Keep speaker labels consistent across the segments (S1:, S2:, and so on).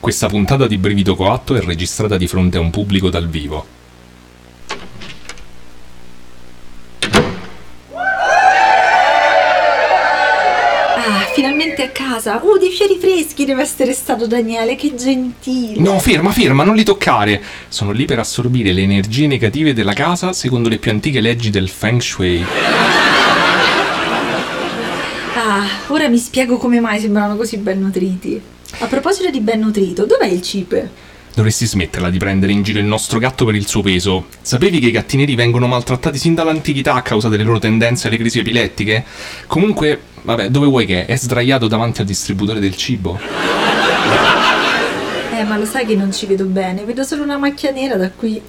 S1: Questa puntata di Brivido Coatto è registrata di fronte a un pubblico dal vivo.
S2: Ah, finalmente a casa. Uh, dei fiori freschi deve essere stato Daniele, che gentile.
S1: No, ferma, ferma, non li toccare! Sono lì per assorbire le energie negative della casa secondo le più antiche leggi del Feng Shui.
S2: Ah, ora mi spiego come mai sembrano così ben nutriti. A proposito di ben nutrito, dov'è il cipe?
S1: Dovresti smetterla di prendere in giro il nostro gatto per il suo peso. Sapevi che i gatti neri vengono maltrattati sin dall'antichità a causa delle loro tendenze alle crisi epilettiche? Comunque, vabbè, dove vuoi che è? È sdraiato davanti al distributore del cibo.
S2: Eh, ma lo sai che non ci vedo bene, vedo solo una macchia nera da qui.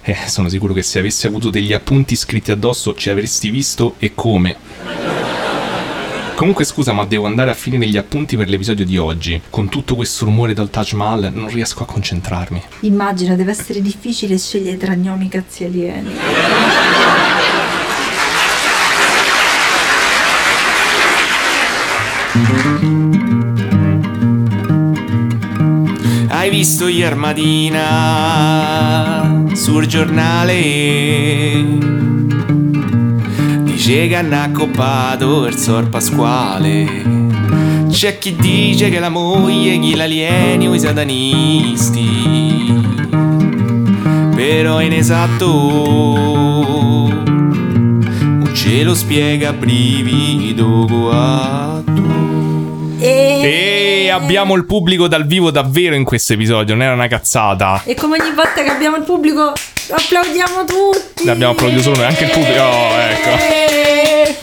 S1: Eh, sono sicuro che se avessi avuto degli appunti scritti addosso ci avresti visto e come. Comunque scusa, ma devo andare a finire gli appunti per l'episodio di oggi. Con tutto questo rumore dal Taj Mahal non riesco a concentrarmi.
S2: Immagino deve essere difficile scegliere tra gnomi cazzi alieni.
S3: Hai visto ier mattina sul giornale Dice che hanno accoppato il sor Pasquale C'è chi dice che la moglie chi l'alieni o i satanisti Però è inesatto Non ce lo spiega brivido coatto
S2: E...
S1: E abbiamo il pubblico dal vivo davvero in questo episodio, non era una cazzata.
S2: e come ogni volta che abbiamo il pubblico, applaudiamo tutti.
S1: Ne abbiamo applaudito uno, e anche il pubblico- oh, ecco.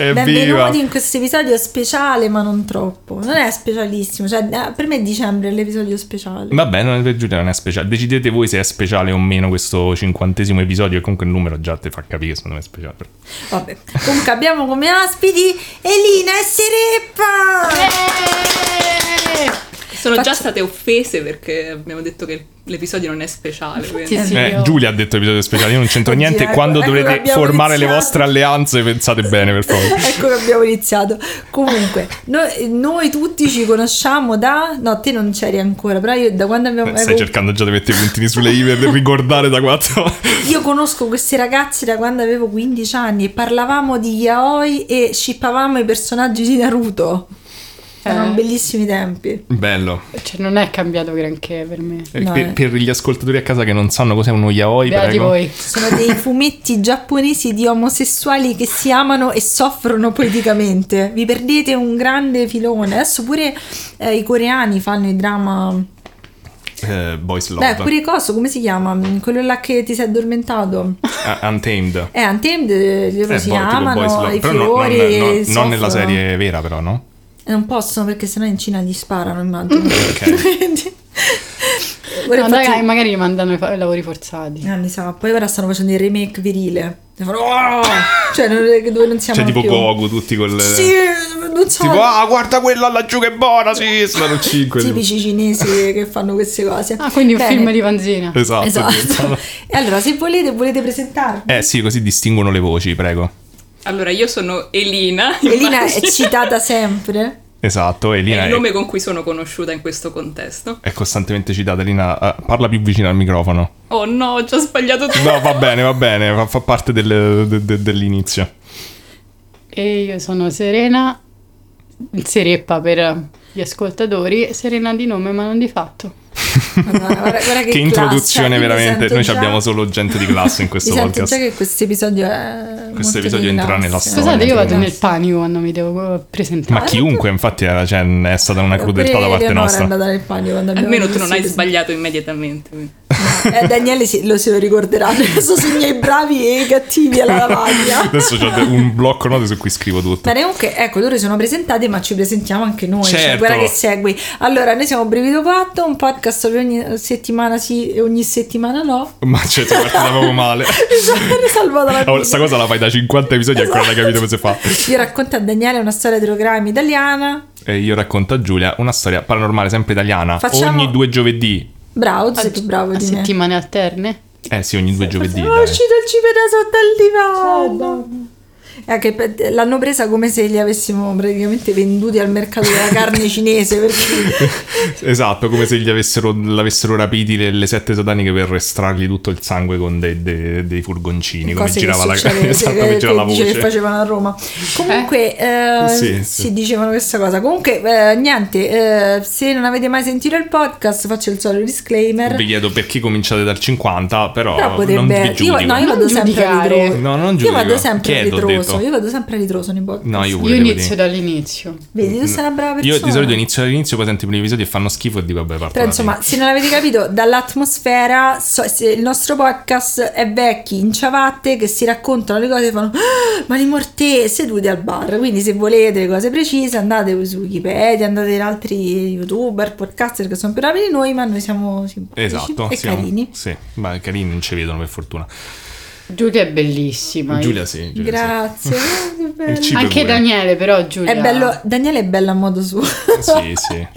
S1: Evviva.
S2: Eh. Benvenuti in questo episodio speciale, ma non troppo. Non è specialissimo, cioè eh, per me dicembre è l'episodio speciale.
S1: Vabbè, non è, Giulia non è speciale. Decidete voi se è speciale o meno questo cinquantesimo episodio. E comunque il numero già te fa capire che secondo me è speciale.
S2: Vabbè. Comunque abbiamo come ospiti Elina e Sereppa.
S4: Sono
S2: Faccio-
S4: già state offese perché abbiamo detto che l'episodio non è speciale. quindi-
S5: sì.
S1: Eh,
S5: Io-
S1: Giulia ha detto episodio speciale. Io non c'entro
S2: Oddio,
S1: niente.
S2: ecco,
S1: Quando
S2: ecco che
S1: dovrete
S2: abbiamo
S1: formare le
S2: iniziato.
S1: vostre alleanze, pensate bene, per favore.
S2: ecco che abbiamo iniziato. Comunque, noi, noi tutti ci conosciamo da... No, te non c'eri ancora, però io da quando abbiamo...
S1: Stai
S2: avevo-
S1: cercando già di mettere i puntini sulle i per ricordare da quattro.
S2: Io conosco questi ragazzi da quando avevo 15 anni e parlavamo di yaoi e shippavamo i personaggi di Naruto. Erano
S5: Eh.
S2: bellissimi tempi.
S1: Bello.
S5: Cioè, non è cambiato granché per me.
S1: Eh,
S2: No,
S1: per,
S2: eh.
S1: per gli ascoltatori a casa che non sanno cos'è uno yaoi,
S5: Beati
S1: prego.
S5: voi.
S2: Sono dei fumetti giapponesi di omosessuali che si amano e soffrono poeticamente. Vi perdete un grande filone. Adesso pure eh, i coreani fanno i drama.
S1: Eh, Boys Love.
S2: Beh, pure coso, come si chiama? Mm, Quello là che ti sei addormentato.
S1: Ah, Untamed.
S2: Eh, Untamed eh, loro
S1: Eh,
S2: si
S1: boh, tipo Boys
S2: amano,
S1: Love.
S2: i
S1: Però no-
S2: fiori.
S1: non, non-
S2: e
S1: non nella
S2: soffrono.
S1: serie vera, però, no?
S2: Eh, Non possono perché sennò in Cina gli sparano, immagino.
S1: Ok.
S2: Quindi- Ora
S5: Mm. No,
S2: infatti-
S5: dai, magari li mandano i fa- lavori forzati.
S2: Eh, mi sa, poi ora stanno facendo il remake virile. E fanno, "Oh!" Cioè, non, dove non siamo
S1: Cioè, tipo
S2: più.
S1: Goku, tutti col.
S2: Sì, non so.
S1: Tipo, ah, guarda quella laggiù che è buona, sì, sono cinque. tipo.
S2: tipici cinesi che fanno queste cose.
S5: Ah, quindi un
S2: Bene.
S5: film di Panzina.
S1: Esatto.
S2: Esatto.
S1: diventano-
S2: e allora, se volete, volete presentarvi?
S1: Eh sì, così distinguono le voci, prego.
S4: Allora, io sono Elina.
S1: Eh.
S2: Elina è
S4: immagino.
S2: citata sempre.
S1: Esatto, e
S4: È
S2: Eh,
S1: Lina
S4: il
S1: è,
S4: nome con cui sono conosciuta in questo contesto.
S1: è costantemente citata. Lina, eh, parla più vicino al microfono.
S4: Oh no, ho già sbagliato tutto.
S1: No, va bene, va bene, fa, fa parte del- de- de- dell'inizio.
S5: E io sono Serena, Sereppa per gli ascoltatori, Serena di nome ma non di fatto.
S1: Eh,
S2: Madonna, guarda- guarda
S1: Che,
S2: classe,
S1: introduzione
S2: cioè, io mi
S1: veramente.
S2: sento
S1: Noi
S2: già-
S1: abbiamo solo gente di classe in
S2: Mi
S1: questo
S2: sento
S1: podcast.
S2: già che questo episodio è. molto
S1: episodio
S2: di
S1: entrerà nella
S2: classe.
S1: storia.
S5: Scusate, io vado
S1: Grazie.
S5: nel panico quando mi devo presentare.
S1: Ma chiunque, infatti, era- cioè, è stata una
S2: Oppure
S1: crudeltà da parte
S2: Eleonora
S1: nostra.
S2: È andata nel panico quando abbiamo
S4: Almeno tu non
S2: visto
S4: hai
S2: questo.
S4: sbagliato immediatamente. quindi.
S2: Eh, Daniele si- lo se lo ricorderà adesso sui miei bravi e i cattivi alla lavagna.
S1: Adesso c'ho de- un blocco note su cui scrivo tutto.
S2: Ma comunque, ecco, loro si sono presentati, ma ci presentiamo anche noi. Cioè,
S1: Certo.
S2: quella che segui. Allora, noi siamo Brivido 4, un podcast dove ogni settimana sì e ogni settimana no.
S1: Ma cioè, ti è partita proprio male.
S2: Mi salvata Eh. la Esatto.
S1: Oh, sta
S2: vita.
S1: cosa la fai da 50 episodi e ancora non hai capito cosa fa.
S2: Io racconto a Daniele una storia di programma italiana.
S1: E io racconto a Giulia una storia paranormale sempre italiana.
S2: Facciamo-
S1: Ogni due giovedì.
S2: Bravo, tu Ah, sei più bravo
S5: A
S2: di me.
S5: settimane alterne?
S1: Eh sì, ogni due giovedì.
S2: Oh, è
S1: dai.
S2: uscito il cibo da sotto al divano. Eh, che pe- l'hanno presa come se li avessimo praticamente venduti al mercato della carne cinese perché
S1: Esatto, come se gli avessero, l'avessero rapiti le, le sette sataniche per estrargli tutto il sangue con dei, dei- dei furgoncini, come
S2: cose che
S1: girava la,
S2: succedeva-
S1: esatto,
S2: che,
S1: come
S2: che
S1: girava la
S2: dice che
S1: voce.
S2: facevano a Roma. Comunque eh,
S1: Sì, sì.
S2: si dicevano questa cosa. Comunque eh, niente, eh, se non avete mai sentito il podcast faccio il solito disclaimer.
S1: Vi chiedo perché cominciate dal 50, però,
S2: Però
S1: non vi
S2: potrebbe. io,
S1: giudico.
S2: no, io
S5: Non
S2: vado sempre a
S5: giudicare.
S2: ritroso.
S1: No, non
S2: io
S1: giudico.
S2: vado sempre a
S1: Chiedo, ho
S2: ritroso.
S1: detto.
S2: Io vado sempre a ritroso nei podcast.
S1: No, io pure
S5: Io
S1: devo
S5: inizio
S1: dire.
S5: dall'inizio.
S2: Vedi, tu sei una brava persona.
S1: Io di solito inizio all'inizio, poi sento i primi episodi e fanno schifo e dico vabbè parto
S2: Però
S1: alla
S2: insomma,
S1: fine.
S2: se non avete capito, dall'atmosfera so- se il nostro podcast è vecchi in ciabatte che si raccontano le cose e fanno "Ah, ma li morte seduti al bar. Quindi se volete le cose precise andate su Wikipedia, andate in altri youtuber, podcaster che sono più bravi di noi, ma noi siamo simpatici
S1: Esatto,
S2: e
S1: siamo-
S2: carini.
S1: Sì, ma carini non ci vedono per fortuna.
S5: Giulia è bellissima.
S1: Giulia sì, Giulia sì.
S2: Grazie. eh, che bello.
S1: cibo
S5: Anche
S1: pure.
S5: Daniele, però Giulia.
S2: È bello, Daniele è bella a modo suo.
S1: Sì, sì.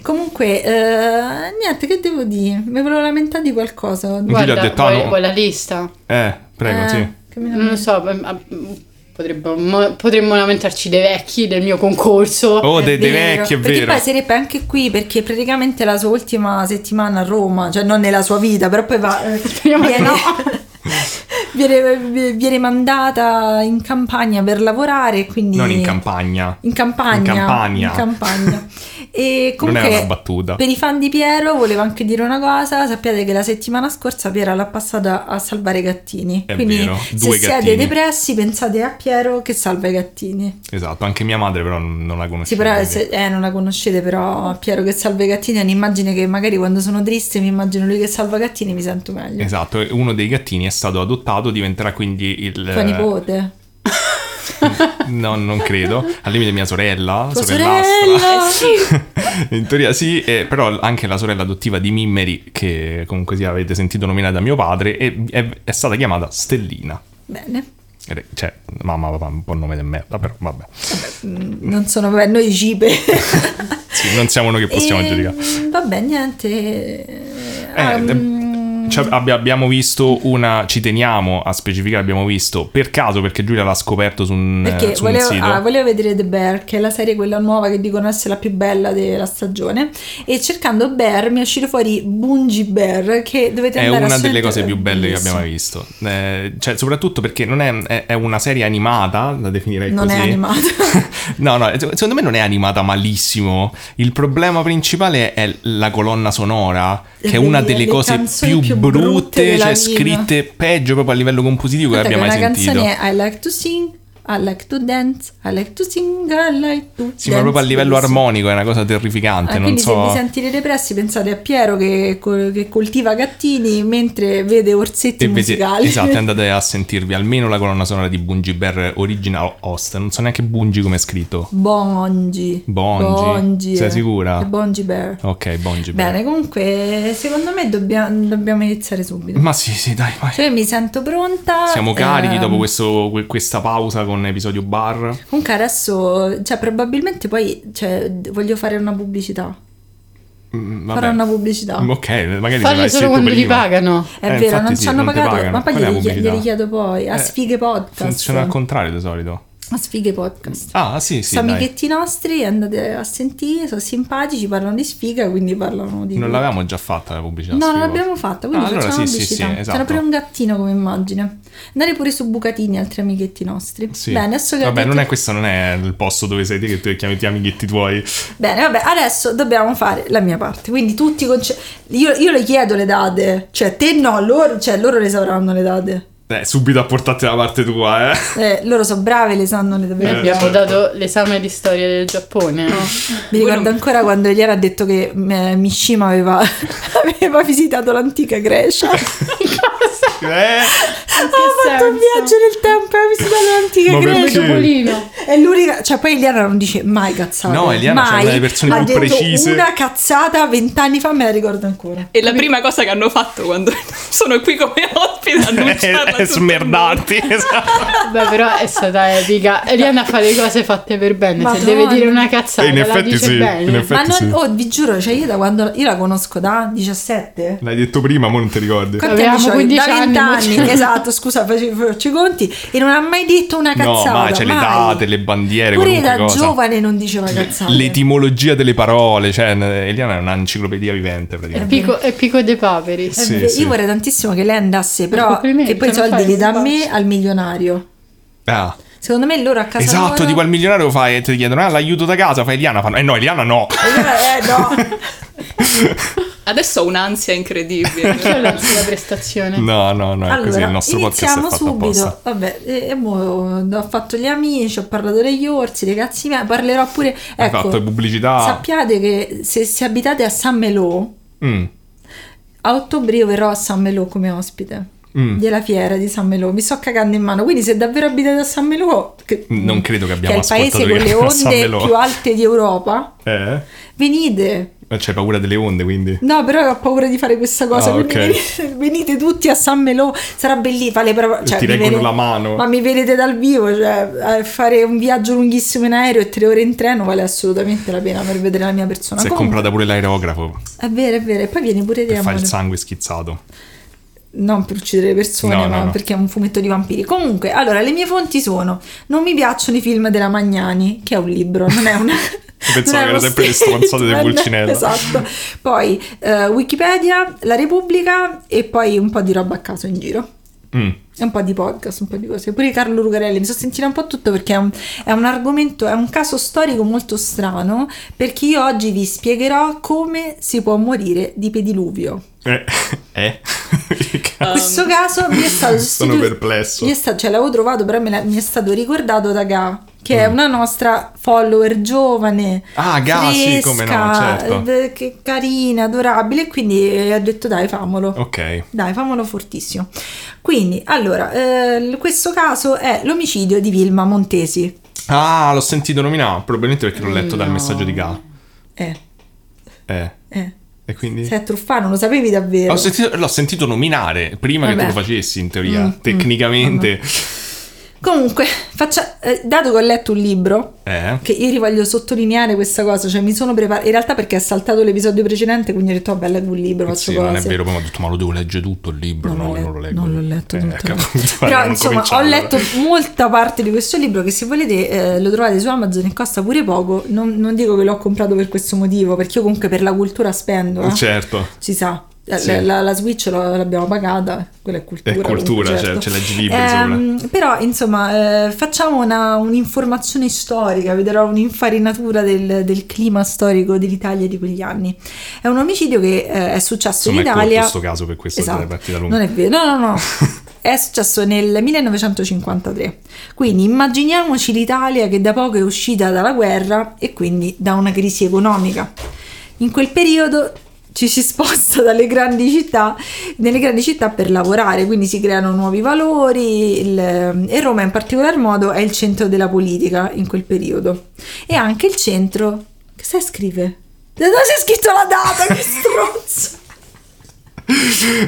S2: Comunque, eh, niente, che devo dire? Mi volevo lamentare di qualcosa.
S5: Guarda,
S1: Giulia ha detto, ah,
S5: vuoi,
S1: no.
S5: vuoi la lista?
S1: Eh, prego,
S2: Eh,
S1: sì.
S2: che mi-
S5: Non lo so, ma- ma- potremmo, mo- potremmo lamentarci dei vecchi del mio concorso.
S1: Oh,
S2: È
S1: dei dei
S2: vero.
S1: vecchi, è
S2: Perché
S1: vero.
S2: poi sarebbe anche qui perché praticamente la sua ultima settimana a Roma, cioè non nella sua vita, però poi va. eh,
S5: Speriamo
S2: viene,
S5: no.
S2: viene, viene mandata in campagna per lavorare, quindi.
S1: Non in campagna.
S2: In campagna,
S1: In campagna.
S2: in campagna. E comunque,
S1: Non è una battuta.
S2: per i fan di Piero, volevo anche dire una cosa: sappiate che la settimana scorsa Piero l'ha passata a salvare i gattini.
S1: È
S2: Quindi,
S1: vero,
S2: se
S1: due
S2: siete
S1: gattini.
S2: depressi, pensate a Piero che salva i gattini.
S1: Esatto, anche mia madre però non non la conosce.
S2: Sì, però se- eh, non la conoscete, però Piero che salva i gattini è un'immagine che magari quando sono triste mi immagino lui che salva i gattini mi sento meglio.
S1: Esatto, e uno dei gattini è stato adottato, diventerà quindi il...
S2: Tua nipote.
S1: No, non credo. Al limite mia sorella,
S2: Tua
S1: sorellastra.
S2: sorella!
S1: In teoria sì, eh, però anche la sorella adottiva di Mimmeri, che comunque sì, avete sentito nominare da mio padre, è, è- è stata chiamata Stellina.
S2: Bene.
S1: Ed è- Cioè, mamma, papà, un po' nome del merda, però vabbè.
S2: Non sono, vabbè, noi cipe.
S1: Sì, non siamo noi che possiamo
S2: E,
S1: giudicare.
S2: Vabbè, niente. Ah,
S1: Eh,
S2: mm,
S1: Cioè, abbi- abbiamo visto una, ci teniamo a specificare, abbiamo visto per caso perché Giulia l'ha scoperto su un,
S2: perché
S1: su un
S2: volevo,
S1: sito.
S2: ah, volevo vedere The Bear, che è la serie quella nuova che dicono essere la più bella della stagione. E cercando Bear mi è uscito fuori Bungie Bear, che dovete
S1: È
S2: andare
S1: una delle
S2: assolutamente-
S1: cose più belle che
S2: bellissimo.
S1: abbiamo mai visto. Eh, cioè, soprattutto perché non è, è- è una serie animata, la definirei
S2: Non
S1: così.
S2: è animata.
S1: no, no, se- secondo me non è animata malissimo. Il problema principale è la colonna sonora, che è una
S2: Le-
S1: delle
S2: le
S1: cose
S2: canzoni
S1: più,
S2: più
S1: brutte,
S2: brutte
S1: cioè
S2: della vita.
S1: scritte peggio proprio a livello compositivo che
S2: Guarda
S1: abbia
S2: che
S1: mai
S2: una
S1: sentito.
S2: canzone è I like to sing, I like to dance, I like to sing, I like to
S1: Sì, ma proprio a
S2: dance.
S1: livello
S2: Bellissimo.
S1: armonico è una cosa
S2: Ah,
S1: terrificante. non
S2: quindi
S1: so.
S2: se vi sentite depressi pensate a Piero che, co- che coltiva gattini mentre vede orsetti
S1: E vedi-
S2: musicali.
S1: esatto, andate a sentirvi almeno la colonna sonora di Bungie Bear Original Host. Non so neanche Bungie come è scritto.
S2: Bongi. eh.
S1: Bongi? Sei sicura?
S2: È Bongi Bear.
S1: Ok, Bungie Bear.
S2: Bene, comunque secondo me dobbia- dobbiamo iniziare subito.
S1: Ma sì, sì, dai, vai.
S2: Cioè mi sento pronta.
S1: Siamo carichi
S2: ehm,
S1: dopo questo- que- questa pausa con episodio bar.
S2: Comunque adesso, cioè probabilmente poi cioè, d- voglio fare una pubblicità.
S1: Mm, vabbè.
S2: Farò una pubblicità.
S1: Ok, magari se
S5: Farlo
S1: l'hai
S5: solo
S1: detto
S5: quando ti
S1: prima.
S5: pagano.
S2: È
S1: Eh,
S2: vero,
S1: infatti
S2: non
S1: sì,
S2: ci hanno
S1: non ti
S2: pagato,
S1: pagano.
S2: ma poi
S1: Qual è la
S2: glieli, chie-
S1: pubblicità?
S2: glieli chiedo poi a
S1: Eh,
S2: sfighe podcast.
S1: Funziona al contrario di solito.
S2: A sfighe podcast.
S1: Ah, sì, sì.
S2: Sono
S1: dai.
S2: amichetti nostri, andate a sentire, sono simpatici, parlano di sfiga, quindi parlano di...
S1: Non l'avevamo già fatta la pubblicità.
S2: No, non
S1: scrivo.
S2: l'abbiamo fatta, quindi
S1: Ah, allora
S2: facciamo
S1: sì, sì,
S2: pubblicità.
S1: sì, esatto.
S2: C'era pure un gattino come immagine. Andate pure su Bucatini, altri amichetti nostri.
S1: Sì.
S2: Bene, adesso che ho
S1: Vabbè, non
S2: detto-
S1: è questo, non è il posto dove sei te che tu chiami i amighetti tuoi.
S2: Bene, vabbè, adesso dobbiamo fare la mia parte. Quindi tutti i conce- io, io le chiedo le date. Cioè, te no, loro, cioè, loro le sapranno le date.
S1: Eh, subito a portarti la parte tua, eh.
S2: Eh, loro sono brave, le sanno le
S5: Noi
S2: date.
S1: Eh,
S5: abbiamo
S1: certo.
S5: dato l'esame di storia del Giappone.
S2: Oh. Mi ricordo ancora quando Eliana ha detto che eh, Mishima aveva, aveva visitato l'antica Grecia.
S5: Cosa?
S1: Eh,
S2: ha fatto un
S5: senso?
S2: Ah, viaggio nel tempo e ha visitato l'antica
S1: Ma
S2: Grecia.
S1: perché?
S5: Topolino.
S2: È l'unica, cioè poi Eliana non dice mai cazzate.
S1: No, Eliana, cioè, è
S2: mai.
S1: una delle persone
S2: Ha
S1: più
S2: detto
S1: precise.
S2: Una cazzata vent'anni fa me la ricordo ancora.
S4: E la prima cosa che hanno fatto quando sono qui come ospite a annunciarla tutto il
S1: Eh, smerdarti. esatto.
S5: Beh, però è stata epica. Rihanna fa le cose fatte per bene. Se
S2: Madonna.
S5: deve dire una cazzata,
S1: E Eh, in
S5: la
S1: effetti
S5: dice
S1: sì,
S5: bene.
S1: in effetti-
S2: Ma non,
S1: sì.
S2: oh, vi giuro, cioè io da quando io la conosco da 17.
S1: L'hai detto prima, ma non ti ricordi.
S2: Quanti
S5: Avevamo
S2: anni c'ho io?
S5: 15
S2: da
S5: anni,
S2: 20
S5: mo-
S2: anni, esatto, scusa, face- faccio i conti e non ha mai detto una
S1: No,
S2: cazzata.
S1: ma c'è le
S2: mai.
S1: date, le bandiere,
S2: Pure
S1: qualunque
S2: da
S1: cosa.
S2: giovane non diceva cazzate.
S1: L'etimologia
S2: eh.
S1: delle parole, cioè n- Eliana è un'enciclopedia vivente
S5: È
S1: praticamente.
S5: pico, è pico dei paperi.
S2: Eh,
S1: Sì,
S2: beh,
S1: sì.
S2: Io vorrei tantissimo che lei andasse, però
S5: Complimenti,
S2: che poi i
S5: non
S2: soldi
S5: fai
S2: li dà a me
S5: sbaglio.
S2: al milionario.
S1: Ah,
S2: Secondo me loro a casa
S1: esatto,
S2: loro...
S1: tipo al milionario fai e ti chiedono "Ah, l'aiuto da casa", fai Eliana, fanno "Eh no, Eliana no".
S2: Eh, no.
S4: Adesso ho un'ansia incredibile.
S5: Io lancio la prestazione.
S1: No, no, no, è così il
S2: Eh. Allora,
S1: nostro podcast è
S2: iniziamo
S1: fatto
S2: subito.
S1: apposta.
S2: Vabbè, e, e mo ho fatto gli amici, ho parlato degli orsi, dei cazzi miei, parlerò pure...
S1: Hai
S2: Ecco,
S1: fatto pubblicità.
S2: sappiate che se, se abitate a San Melò,
S1: Mm,
S2: a ottobre io verrò a San Melò come ospite.
S1: mm.
S2: Della fiera di San Melò, mi sto cagando in mano. Quindi, se davvero abitate a San Melò, che,
S1: Non credo che
S2: che è
S1: abbiamo
S2: il paese
S1: ascoltatori
S2: con le
S1: che San
S2: onde
S1: Melò.
S2: più alte di Europa,
S1: Eh?
S2: venite.
S1: Ma C'hai paura delle onde, quindi.
S2: No, però ho paura di fare questa cosa.
S1: Ah,
S2: quindi
S1: ok.
S2: venite, venite tutti a San Melò, sarà bellissimo. Fare le prove- cioè,
S1: Ti
S2: mi
S1: reggono
S2: vede-
S1: la mano.
S2: Ma mi vedete dal vivo, cioè eh, fare un viaggio lunghissimo in aereo e tre ore in treno vale assolutamente la pena per vedere la mia persona.
S1: Si è
S2: Comunque-
S1: comprata pure l'aerografo
S2: È vero, è vero. E poi vieni pure di
S1: per fare il
S2: amore.
S1: sangue schizzato.
S2: Non per uccidere le persone,
S1: No, no,
S2: ma
S1: no.
S2: perché è un fumetto di vampiri. Comunque, allora, le mie fonti sono: Non mi piacciono i film della Magnani, che è un libro, non è una.
S1: Pensavo
S2: non è
S1: che
S2: uno
S1: era sempre le
S2: statement.
S1: stronzate del Pulcinella.
S2: Esatto. Poi eh, Wikipedia, La Repubblica e poi un po' di roba a caso in giro.
S1: Mm.
S2: E un po' di podcast, un po' di cose. Pure Carlo Lucarelli, mi sono sentita un po' tutto perché è un, è un argomento, è un caso storico molto strano. Perché io oggi vi spiegherò come si può morire di pediluvio.
S1: Eh? eh?
S2: In questo caso mi è stato sostituito-
S1: Sono perplesso.
S2: mi è sta- cioè l'avevo trovato però me la- mi è stato ricordato da Ga che è una nostra follower giovane
S1: Mm. Ah, Ga, sì, come no,
S2: fresca,
S1: certo.
S2: eh, che carina adorabile e quindi eh, ho detto dai famolo
S1: Ok.
S2: dai famolo fortissimo quindi allora eh, questo caso è l'omicidio di Vilma Montesi
S1: Ah, l'ho sentito nominare, probabilmente perché l'ho letto dal
S5: No.
S1: messaggio di Ga.
S2: eh,
S1: Eh.
S2: eh.
S1: E quindi?
S2: sei a truffare non lo sapevi davvero
S1: Ho sentito- l'ho sentito nominare prima che
S2: Vabbè.
S1: tu lo facessi, in teoria.
S2: Mm,
S1: Tecnicamente.
S2: comunque faccia- eh, dato che ho letto un libro
S1: Eh?
S2: Che io ti voglio sottolineare questa cosa, cioè mi sono preparata, in realtà perché è saltato l'episodio precedente, quindi ho detto, vabbè, leggo un libro, faccio
S1: Sì,
S2: cose.
S1: non è vero, poi mi ho detto, ma lo devo leggere tutto il libro.
S2: Non
S1: No,
S2: l'ho
S1: io
S2: let-
S1: non lo leggo.
S2: non l'ho letto
S1: Eh,
S2: tutto.
S1: capito, eh.
S2: Però
S1: non
S2: insomma ho
S1: cominciamo.
S2: letto molta parte di questo libro che se volete eh, lo trovate su Amazon e costa pure poco, non, non dico che l'ho comprato per questo motivo, perché io comunque per la cultura spendo, eh.
S1: Certo.
S2: si sa. La,
S1: Sì.
S2: la- la Switch lo- l'abbiamo pagata, quella è cultura.
S1: È cultura,
S2: comunque,
S1: cioè,
S2: certo.
S1: c'è la G-Libri sopra.
S2: Ehm, Però, insomma, eh, facciamo una- un'informazione storica, vedrò un'infarinatura del, del clima storico dell'Italia di quegli anni. È un omicidio che eh, è successo
S1: Insomma,
S2: in
S1: è corto
S2: Italia.
S1: sto caso, per questo
S2: Esatto.
S1: è partita lunga.
S2: Non è vero, no, no, no. È successo nel 1953. Quindi immaginiamoci l'Italia che da poco è uscita dalla guerra e quindi da una crisi economica. In quel periodo ci si sposta dalle grandi città, nelle grandi città per lavorare, quindi si creano nuovi valori il- e Roma in particolar modo è il centro della politica in quel periodo. E anche il centro... Che sai scrive? Da dove si è scritto la data? Che stronzo!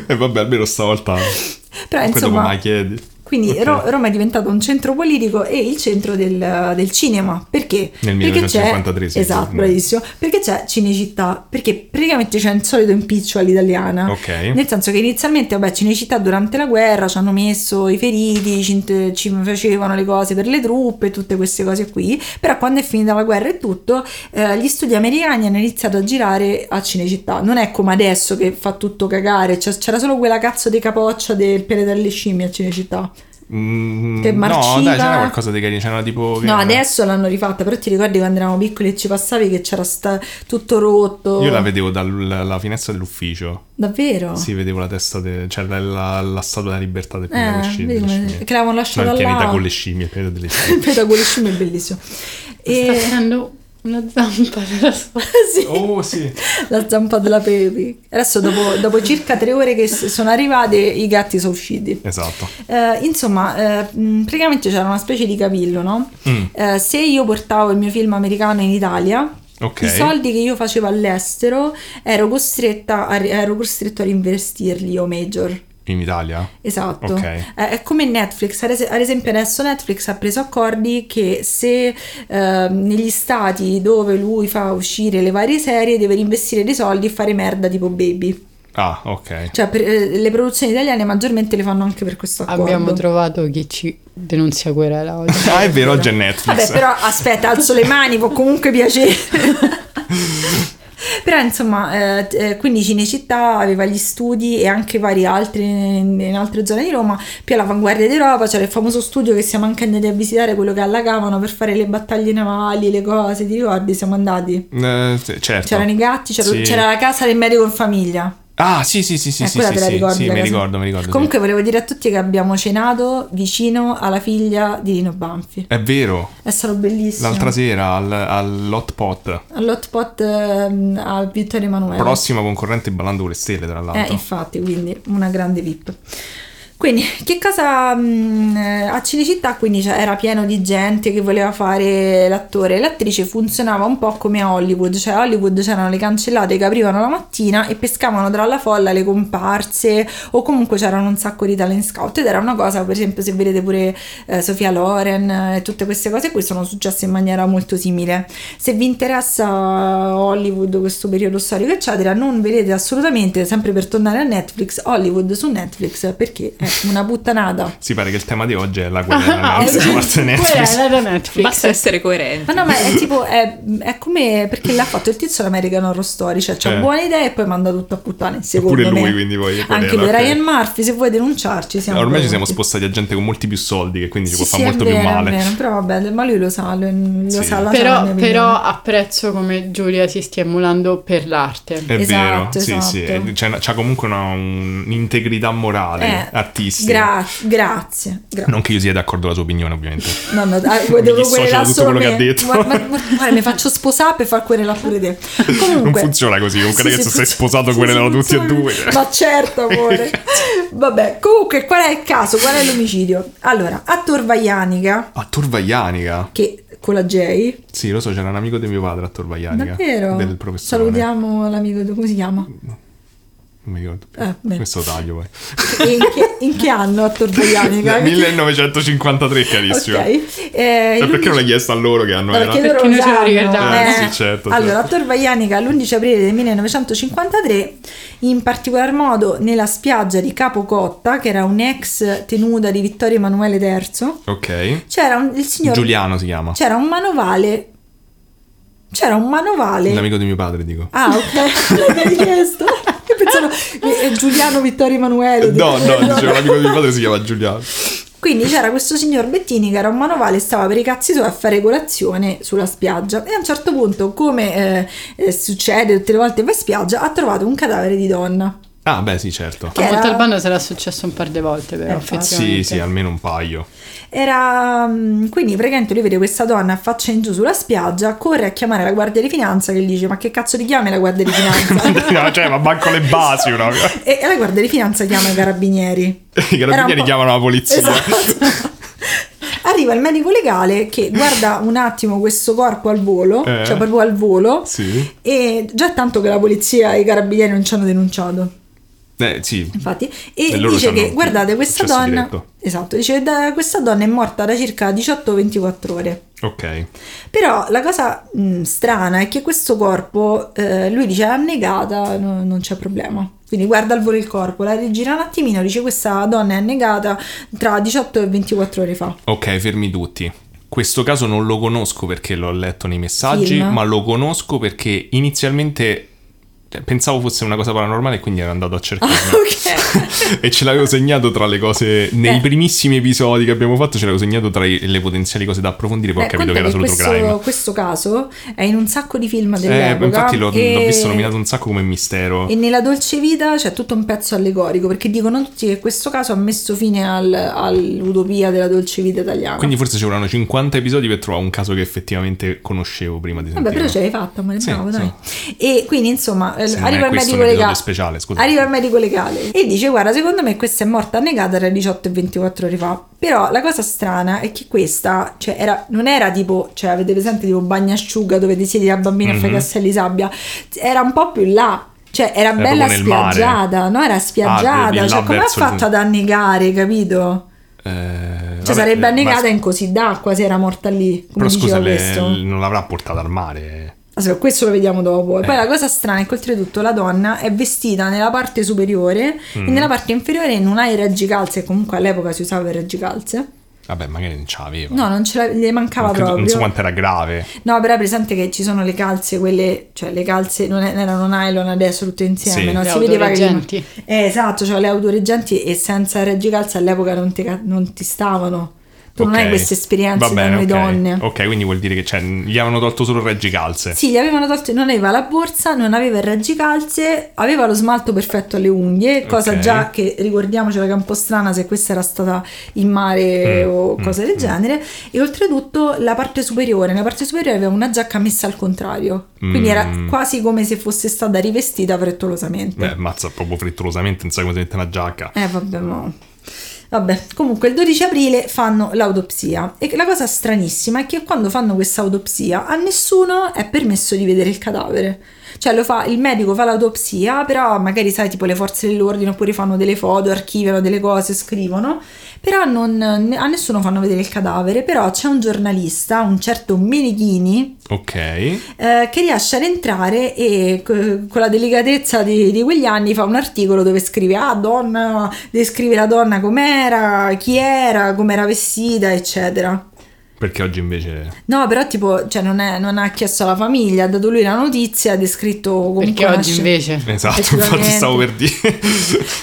S1: E vabbè, almeno stavolta.
S2: Però
S1: Poi dopo
S2: Cioè, insomma...
S1: mai chiedi.
S2: Quindi
S1: Ok.
S2: Ro- Roma è diventato un centro politico e il centro del, del cinema. Perché?
S1: Nel
S2: Perché
S1: 1953, sì.
S2: c'è, esatto,
S1: Mm.
S2: bravissimo. Perché c'è Cinecittà? Perché praticamente c'è il solito impiccio all'italiana.
S1: Ok.
S2: Nel senso che inizialmente, vabbè, Cinecittà durante la guerra ci hanno messo i feriti, ci, int- ci facevano le cose per le truppe, tutte queste cose qui. Però quando è finita la guerra e tutto, eh, gli studi americani hanno iniziato a girare a Cinecittà. Non è come adesso che fa tutto cagare, c'è- c'era solo quella cazzo di capoccia del Pere delle Scimmie a Cinecittà.
S1: Mm,
S2: Che
S1: no,
S2: marciva.
S1: dai, c'era qualcosa di carino. C'era tipo. che
S2: No,
S1: era-
S2: adesso l'hanno rifatta, però ti ricordi quando eravamo piccoli e ci passavi che c'era sta- tutto rotto.
S1: Io la vedevo dalla finestra dell'ufficio.
S2: Davvero?
S1: Sì, vedevo la testa, de- cioè la, la, la statua della libertà del pianeta
S2: Eh,
S1: con scimmie.
S2: vedi come-
S1: scimmie.
S2: che l'avevano
S1: No,
S2: lasciata
S1: il pianeta
S2: là.
S1: con le scimmie, il pianeta delle scimmie.
S2: Vedo con le scimmie è bellissimo.
S5: Sta
S2: E...
S5: facendo una zampa della sua.
S2: sì,
S1: Oh, sì.
S2: La zampa della Pepi. Adesso dopo, dopo circa tre ore che s- sono arrivate i gatti sono usciti.
S1: Esatto.
S2: Eh, insomma, eh, mh, praticamente c'era una specie di cavillo, no?
S1: Mm,
S2: Eh, se io portavo il mio film americano in Italia,
S1: ok.
S2: I soldi che io facevo all'estero ero costretta a, ri- ero costretto a reinvestirli io major.
S1: in Italia?
S2: Esatto,
S1: Ok.
S2: Eh, è come Netflix, ad es- ad esempio adesso Netflix ha preso accordi che se ehm, negli stati dove lui fa uscire le varie serie deve investire dei soldi e fare merda tipo Baby.
S1: Ah, ok.
S2: Cioè per- eh, le produzioni italiane maggiormente le fanno anche per questo accordo.
S5: Abbiamo trovato chi ci denuncia querela oggi.
S1: Ah, è vero, oggi è Netflix.
S2: Vabbè, però aspetta, alzo le mani, può comunque piacere. Però insomma, eh, t- eh, quindi Cinecittà aveva gli studi e anche vari altri in, in altre zone di Roma, più all'avanguardia d'Europa, c'era il famoso studio che siamo anche andati a visitare, quello che allagavano per fare le battaglie navali, le cose, ti ricordi? Siamo andati.
S1: Eh, sì, certo.
S2: C'erano i gatti, c'era,
S1: Sì.
S2: c'era la casa del medico in famiglia.
S1: Ah, sì, sì, sì, sì,
S2: Eh,
S1: sì,
S2: quella
S1: sì,
S2: te la
S1: sì,
S2: ricordi,
S1: sì,
S2: la
S1: mi
S2: casa?
S1: ricordo, mi ricordo.
S2: Comunque volevo dire a tutti che abbiamo cenato vicino alla figlia di Lino Banfi.
S1: sì. È vero,
S2: È stato bellissimo.
S1: l'altra sera al, all'Hot Pot,
S2: all'hotpot ehm, a Vittorio Emanuele.
S1: prossima concorrente Ballando con le Stelle, tra
S2: Eh,
S1: l'altro.
S2: infatti, quindi una grande VIP. Quindi, che cosa mh, eh, a Cinecittà? Quindi cioè, era pieno di gente che voleva fare l'attore e l'attrice. Funzionava un po' come a Hollywood, cioè a Hollywood c'erano le cancellate che aprivano la mattina e pescavano tra la folla le comparse o comunque c'erano un sacco di talent scout ed era una cosa, per esempio, se vedete pure eh, Sofia Loren eh, e tutte queste cose qui sono successe in maniera molto simile. Se vi interessa eh, Hollywood, questo periodo storico, eccetera, non vedete assolutamente, sempre per tornare a Netflix, Hollywood su Netflix perché è una puttanata.
S1: Si pare che il tema di oggi è la guerra
S5: Ah,
S1: ah,
S5: esatto.
S1: parte Netflix.
S5: Querela da Netflix.
S4: Basta essere coerenti.
S2: Ma no, ma è tipo, è, è come perché l'ha fatto il tizio l'American Horror Story, cioè c'ha
S1: Eh.
S2: buone idee e poi manda tutto a puttane, secondo
S1: Pure
S2: me.
S1: lui, quindi poi. quella
S2: Anche
S1: era,
S2: lui,
S1: ok.
S2: Ryan Murphy, se vuoi denunciarci, siamo
S1: Ormai ci siamo
S2: pronti.
S1: spostati a gente con molti più soldi, che quindi ci
S2: Sì,
S1: può
S2: sì,
S1: fare
S2: è
S1: molto
S2: vero,
S1: più
S2: è
S1: male.
S2: vero, però vabbè, ma lui lo sa, lo,
S1: Sì.
S2: lo sa la sa la
S5: Però,
S2: mia
S5: però
S2: opinione.
S5: apprezzo come Giulia si stia emulando per l'arte.
S1: È
S2: Esatto,
S1: vero, sì,
S2: esatto.
S1: sì, c'è, una- c'ha comunque una, un'integrità morale
S2: Eh,
S1: artistica.
S2: gra- grazie, grazie.
S1: Non che io sia d'accordo con la sua opinione, ovviamente.
S2: No, no, ah,
S1: dissocio
S2: devo
S1: da
S2: querelare
S1: tutto
S2: solo
S1: quello che
S2: me.
S1: ha detto.
S2: Guarda, ma- ma- guarda, mi faccio sposare per far querelare pure te. Comunque,
S1: Non funziona così, comunque,
S2: Sì,
S1: ragazzi,
S2: sì,
S1: sei
S2: funziona.
S1: sposato,
S2: Sì,
S1: querelano
S2: sì,
S1: tutti e
S2: funziona.
S1: due.
S2: Ma certo, amore. Vabbè, comunque, qual è il caso? Qual è l'omicidio? Allora, a Torvaianica,
S1: A Torvaianica.
S2: che con la J,
S1: Sì, lo so, c'era un amico di mio padre a Torvaianica.
S2: davvero,
S1: Del professore.
S2: salutiamo l'amico, come si chiama?
S1: Non mi ricordo più.
S2: Eh, bene.
S1: Questo taglio poi.
S2: In che, in che anno a Torvaianica?
S1: 1953, carissimo. E
S2: Ok. Eh, il
S1: perché non l'hai chiesto a loro che hanno...
S2: Ma
S1: era-
S2: perché loro
S5: Perché
S2: lo
S5: noi ce lo
S2: sanno.
S5: ricordiamo.
S1: Eh, sì, certo,
S2: Allora, a
S1: certo.
S2: Torvaianica l'11 aprile del 1953, in particolar modo nella spiaggia di Capocotta, che era un'ex tenuta di Vittorio Emanuele III,
S1: Ok.
S2: c'era un, il signor Cioè-
S1: Giuliano si chiama.
S2: c'era un manovale c'era un manovale
S1: L'amico di mio padre, dico.
S2: Ah, ok, l'hai chiesto. Io pensavo eh, Giuliano Vittorio Emanuele.
S1: No, no,
S2: dico,
S1: dicevo, l'amico di mio padre si chiama Giuliano.
S2: quindi c'era questo signor Bettini che era un manovale, stava per i cazzi suoi a fare colazione sulla spiaggia e a un certo punto, come eh, eh, succede tutte le volte che va in spiaggia, ha trovato un cadavere di donna.
S1: Ah, beh, sì, certo.
S2: Che
S5: A
S2: era-
S5: Montalbano sarà successo un par di volte,
S2: Eh,
S5: però,
S2: infatti.
S5: effettivamente.
S1: Sì, sì, almeno un paio.
S2: Era mm, quindi praticamente lui vede questa donna a faccia in giù sulla spiaggia, corre a chiamare la guardia di finanza che gli dice ma che cazzo ti chiami la guardia di finanza?
S1: No, cioè, ma banco le basi, no? I
S2: e, e la guardia di finanza chiama i carabinieri.
S1: carabinieri
S2: po'-
S1: chiamano la polizia.
S2: Esatto. Arriva il medico legale che guarda un attimo questo corpo al volo,
S1: Eh.
S2: cioè proprio al volo,
S1: Sì.
S2: e già tanto che la polizia e i carabinieri non ci hanno denunciato.
S1: Eh, sì.
S2: Infatti, e,
S1: E loro
S2: dice
S1: c'hanno
S2: che guardate questa
S1: accesso
S2: donna,
S1: diretto.
S2: esatto, dice che da- questa donna è morta da circa 18-24 ore.
S1: Ok.
S2: Però la cosa mh, strana è che questo corpo, eh, lui dice è annegata, no- non c'è problema. Quindi guarda al volo il corpo, la rigira un attimino, dice questa donna è annegata tra 18 e 24 ore fa.
S1: Ok, fermi tutti. Questo caso non lo conosco perché l'ho letto nei messaggi,
S2: Film.
S1: ma lo conosco perché inizialmente cioè, pensavo fosse una cosa paranormale e quindi ero andato a
S2: Ah,
S1: cercarlo.
S2: Ok.
S1: e ce l'avevo segnato tra le cose, nei
S2: Eh.
S1: primissimi episodi che abbiamo fatto, ce l'avevo segnato tra i- le potenziali cose da approfondire, poi
S2: Eh,
S1: ho capito che
S2: conta
S1: era solo true crime.
S2: questo, questo caso è in un sacco di film
S1: Eh,
S2: dell'epoca.
S1: ma infatti l'ho,
S2: e-
S1: l'ho visto nominato un sacco come mistero.
S2: E nella dolce vita c'è tutto un pezzo allegorico, perché dicono tutti che questo caso ha messo fine al- all'utopia della dolce vita italiana.
S1: Quindi forse ci vorranno 50 episodi per trovare un caso che effettivamente conoscevo prima di
S2: Vabbè,
S1: sentirlo.
S2: però ce l'hai fatta, ma
S1: Sì,
S2: bravo, dai. E quindi, insomma, eh,
S1: Sì, ma
S2: arriva
S1: è
S2: il
S1: questo
S2: medico
S1: un episodio
S2: legale.
S1: speciale, scusa.
S2: Arriva il medico legale e dice: Guarda, secondo me questa è morta negata tra 18 e 24 ore fa. Però la cosa strana è che questa, cioè, era- non era tipo, cioè, avete presente tipo bagnasciuga dove ti siedi la bambina a fare
S1: Mhm.
S2: castelli di sabbia, era un po' più là. Cioè, era
S1: proprio
S2: bella
S1: nel mare.
S2: spiaggiata, no? Era
S1: Ah, vedi,
S2: spiaggiata.
S1: là
S2: cioè, come ha
S1: verso il-
S2: fatto ad annegare, capito?
S1: Eh, vabbè,
S2: Cioè, sarebbe
S1: eh, ma-
S2: annegata in così d'acqua se era morta lì.
S1: Però
S2: Come diceva
S1: scusa, le-
S2: questo.
S1: non l'avrà portata al mare.
S2: Aspetta, questo lo vediamo dopo. E poi
S1: Eh.
S2: la cosa strana è che oltretutto la donna è vestita nella parte superiore e
S1: Mm.
S2: nella parte inferiore non ha i reggicalze. Comunque all'epoca si usava il reggicalze.
S1: Vabbè, magari non ce l'aveva.
S2: No, non ce la, le mancava
S1: non, credo- non
S2: proprio.
S1: so quanto era grave.
S2: No, però è presente che ci sono le calze, quelle, cioè le calze non è- erano nylon adesso tutte insieme,
S1: Sì.
S2: no?
S5: Le
S2: Si vedeva che.
S5: autoreggenti.
S2: Eh, esatto, cioè le autoreggenti e senza reggicalze all'epoca non ti, ca- non ti stavano. Tu non hai
S1: Ok.
S2: queste esperienze
S1: Va bene,
S2: da noi
S1: ok.
S2: donne.
S1: Ok, quindi vuol dire che cioè, gli avevano tolto solo il reggicalze.
S2: Sì, gli avevano tolto, non aveva la borsa, non aveva il reggicalze, aveva lo smalto perfetto alle unghie, cosa
S1: Ok.
S2: già che ricordiamocela che è un po' strana se questa era stata in mare
S1: Mm,
S2: o
S1: mm,
S2: cose del
S1: mm.
S2: genere. E oltretutto la parte superiore, nella parte superiore aveva una giacca messa al contrario, quindi
S1: Mm.
S2: era quasi come se fosse stata rivestita frettolosamente.
S1: Beh, mazza proprio frettolosamente, non sai come si mette una giacca.
S2: Eh vabbè, ma... Vabbè, comunque il 12 aprile fanno l'autopsia e la cosa stranissima è che quando fanno questa autopsia a nessuno è permesso di vedere il cadavere. Cioè lo fa, il medico fa l'autopsia, però magari sai tipo le forze dell'ordine oppure fanno delle foto, archiviano delle cose, scrivono, però non- a nessuno fanno vedere il cadavere, però c'è un giornalista, un certo Menichini,
S1: Ok.
S2: eh, che riesce ad entrare e co- con la delicatezza di, di quegli anni fa un articolo dove scrive ah donna descrive la donna com'era chi era com'era vestita eccetera
S1: Perché oggi invece...
S2: no però tipo cioè non, è- non ha chiesto alla famiglia ha dato lui la notizia ha descritto comunque
S5: Perché
S2: una
S5: oggi
S2: sce-
S5: invece...
S1: Esatto,
S2: Effettivamente.
S1: infatti stavo per dire...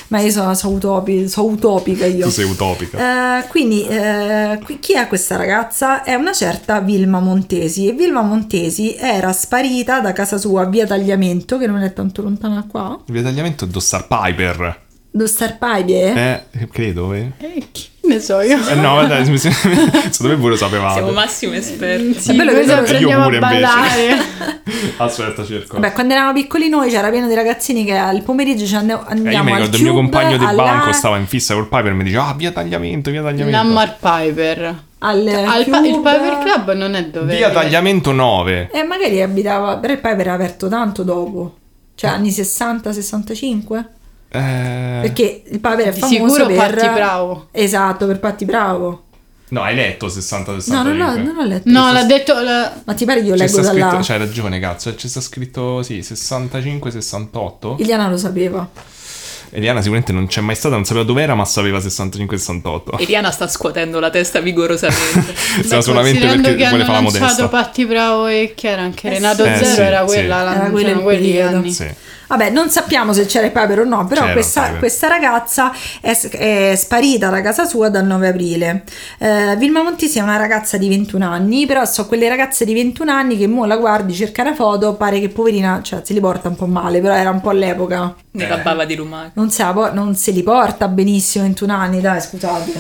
S2: ma io sono, sono utopi- sono utopica io
S1: tu sei utopica.
S2: Eh, quindi eh, qui- chi è questa ragazza? È una certa Vilma Montesi e Vilma Montesi era sparita da casa sua a via Tagliamento, che non è tanto lontana da qua.
S1: Il vitagliamento è Dossar Piper.
S2: Lo Star Piper?
S1: Eh, credo, eh.
S5: Eh, chi ne so io.
S1: Eh, no, dai, mi sembra... Secondo me voi lo sapevate.
S4: Siamo massimi esperti.
S5: Sì,
S2: È bello che
S5: cosa
S2: io
S5: prendiamo
S1: pure
S5: a
S1: invece.
S5: ballare.
S1: Aspetta, cerco.
S2: Beh, quando eravamo piccoli noi c'era pieno di ragazzini che al pomeriggio ci andiamo,
S1: Eh,
S2: andiamo
S1: io mi
S2: al
S1: ricordo il
S2: club,
S1: mio compagno di
S2: alla-
S1: banco stava in fissa col Piper e mi diceva, ah, via tagliamento, via tagliamento.
S5: Lammar Piper.
S2: al
S5: Al pa- il
S2: club.
S5: Piper Club non è dove...
S1: Via tagliamento 9.
S2: E magari abitava, però il Piper era aperto tanto dopo, cioè anni 60-65?
S1: Eh...
S2: Perché il Piper è
S5: Di
S2: famoso
S5: sicuro
S2: per...
S5: Patti Bravo.
S2: Esatto, per Patti Bravo.
S1: No, hai letto 60-65.
S2: No, no, no, non ho letto.
S5: No, l'ha detto... la-
S2: Ma ti pare che io
S1: C'è
S2: leggo
S1: sta
S2: da là?
S1: scritto, cioè, hai ragione, cazzo. C'è sta scritto, sì, 65-68.
S2: Iliana lo sapeva.
S1: Eliana sicuramente non c'è mai stata, non sapeva dove era, ma sapeva 65-68.
S4: Eliana sta scuotendo la testa vigorosamente.
S1: Siamo solamente
S5: considerando
S1: perché
S5: che
S1: vuole
S5: hanno
S1: fare la
S5: lanciato
S1: modesta.
S5: Patti Bravo e chi era anche
S2: Eh,
S5: Renato
S2: sì. Eh,
S5: Zero
S1: sì,
S5: era
S1: sì.
S5: quella, la-
S2: Era
S5: erano
S2: quello il
S5: quelli
S2: periodo.
S5: anni.
S1: Sì.
S2: Vabbè, non sappiamo se c'era il Piper o no, però
S1: C'era il
S2: questa,
S1: Piper.
S2: questa ragazza è, s- è sparita da casa sua dal 9 aprile. Eh, Vilma Montisi è una ragazza di 21 anni, però so quelle ragazze di 21 anni che mo la guardi, cerca una foto, pare che poverina, cioè se li porta un po' male, però era un po' all'epoca.
S4: ne campava di lumaca.
S2: Non se, la po- non se li porta benissimo 21 anni, dai, scusate.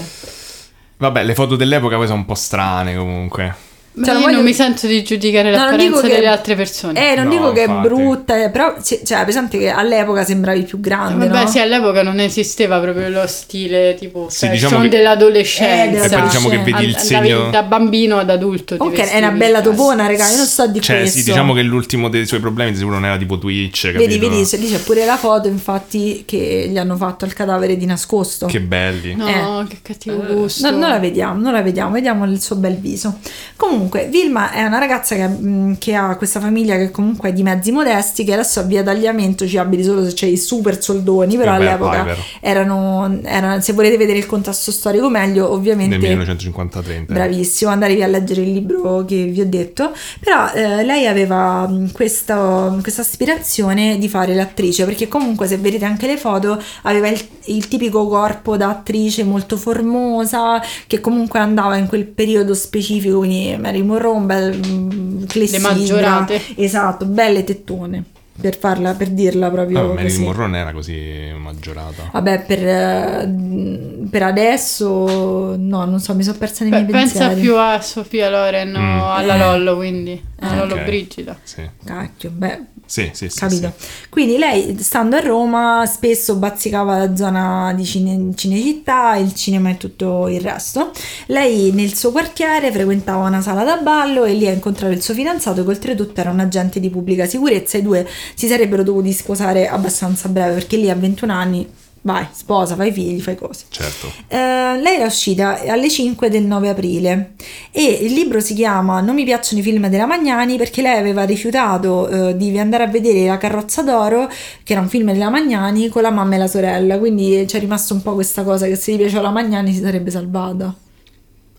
S1: Vabbè, le foto dell'epoca poi sono un po' strane comunque.
S5: Ma
S2: Cioè,
S5: io
S2: non voglio-
S5: non mi sento di giudicare
S2: No, non
S5: l'apparenza
S2: dico che-
S5: delle altre persone.
S2: Eh, non
S1: No,
S2: dico che è
S1: infatti.
S2: brutta, eh, però sì, cioè, è pesante che all'epoca sembravi più grande.
S5: Vabbè,
S2: no?
S5: sì, all'epoca non esisteva proprio lo stile tipo
S1: Sì,
S5: fashion
S1: diciamo che-
S5: dell'adolescenza.
S2: Eh,
S1: E poi diciamo che
S2: cioè,
S1: vedi il
S5: Andavi
S1: segno...
S5: da bambino ad adulto. ti
S2: Ok, è
S5: vestivi
S2: una bella
S5: per-
S2: topona, raga, io non so di
S1: Cioè,
S2: questo.
S1: sì, diciamo che l'ultimo dei suoi problemi di sicuro non era tipo Twitch, capito?
S2: Vedi, vedi, c'è- lì c'è pure la foto, infatti, che gli hanno fatto al cadavere di nascosto.
S1: Che belli.
S5: No, che cattivo gusto.
S2: eh. No, non la vediamo, non la vediamo, vediamo il suo bel viso. Comunque, Vilma è una ragazza che, mh, che ha questa famiglia che comunque è di mezzi modesti, che adesso a via tagliamento ci abili solo se c'è i super soldoni, però
S1: Che bel
S2: all'epoca
S1: Piper.
S2: erano, erano- se volete vedere il contesto storico meglio, ovviamente...
S1: Nel 1953. intendo.
S2: Bravissimo, andatevi a leggere il libro che vi ho detto. Però eh, lei aveva mh, questa, questa aspirazione di fare l'attrice, perché comunque se vedete anche le foto aveva il, il tipico corpo da attrice molto formosa, che comunque andava in quel periodo specifico, quindi Mary Monroe, un bel mh, clessidra.
S5: maggiorate.
S2: Esatto, belle tettone, per, farla, per dirla proprio
S1: Ah, ma Marilyn
S2: così.
S1: Monroe non era così maggiorata.
S2: Vabbè, per, eh, per adesso no, non so, mi sono persa nei
S5: Beh,
S2: miei
S5: pensa
S2: pensieri.
S5: più a Sofia Loren
S1: Mm.
S5: o alla Lollo, quindi. Alla
S1: Eh.
S5: Lollo
S1: Ok.
S5: Brigida.
S1: Sì.
S2: Cacchio, beh,
S1: Sì, sì, sì.
S2: Capito?
S1: sì.
S2: Quindi lei, stando a Roma, spesso bazzicava la zona di Cine- Cinecittà, il cinema e tutto il resto. Lei nel suo quartiere frequentava una sala da ballo e lì ha incontrato il suo fidanzato che oltretutto era un agente di pubblica sicurezza. I due si sarebbero dovuti sposare abbastanza breve perché lì a 21 anni vai, sposa, fai figli, fai cose.
S1: Certo.
S2: Eh, lei era uscita alle 5 del 9 aprile e il libro si chiama Non mi piacciono i film della Magnani perché lei aveva rifiutato eh, di andare a vedere La carrozza d'oro, che era un film della Magnani, con la mamma e la sorella. Quindi c'è rimasta un po' questa cosa che se gli piaceva la Magnani si sarebbe salvata.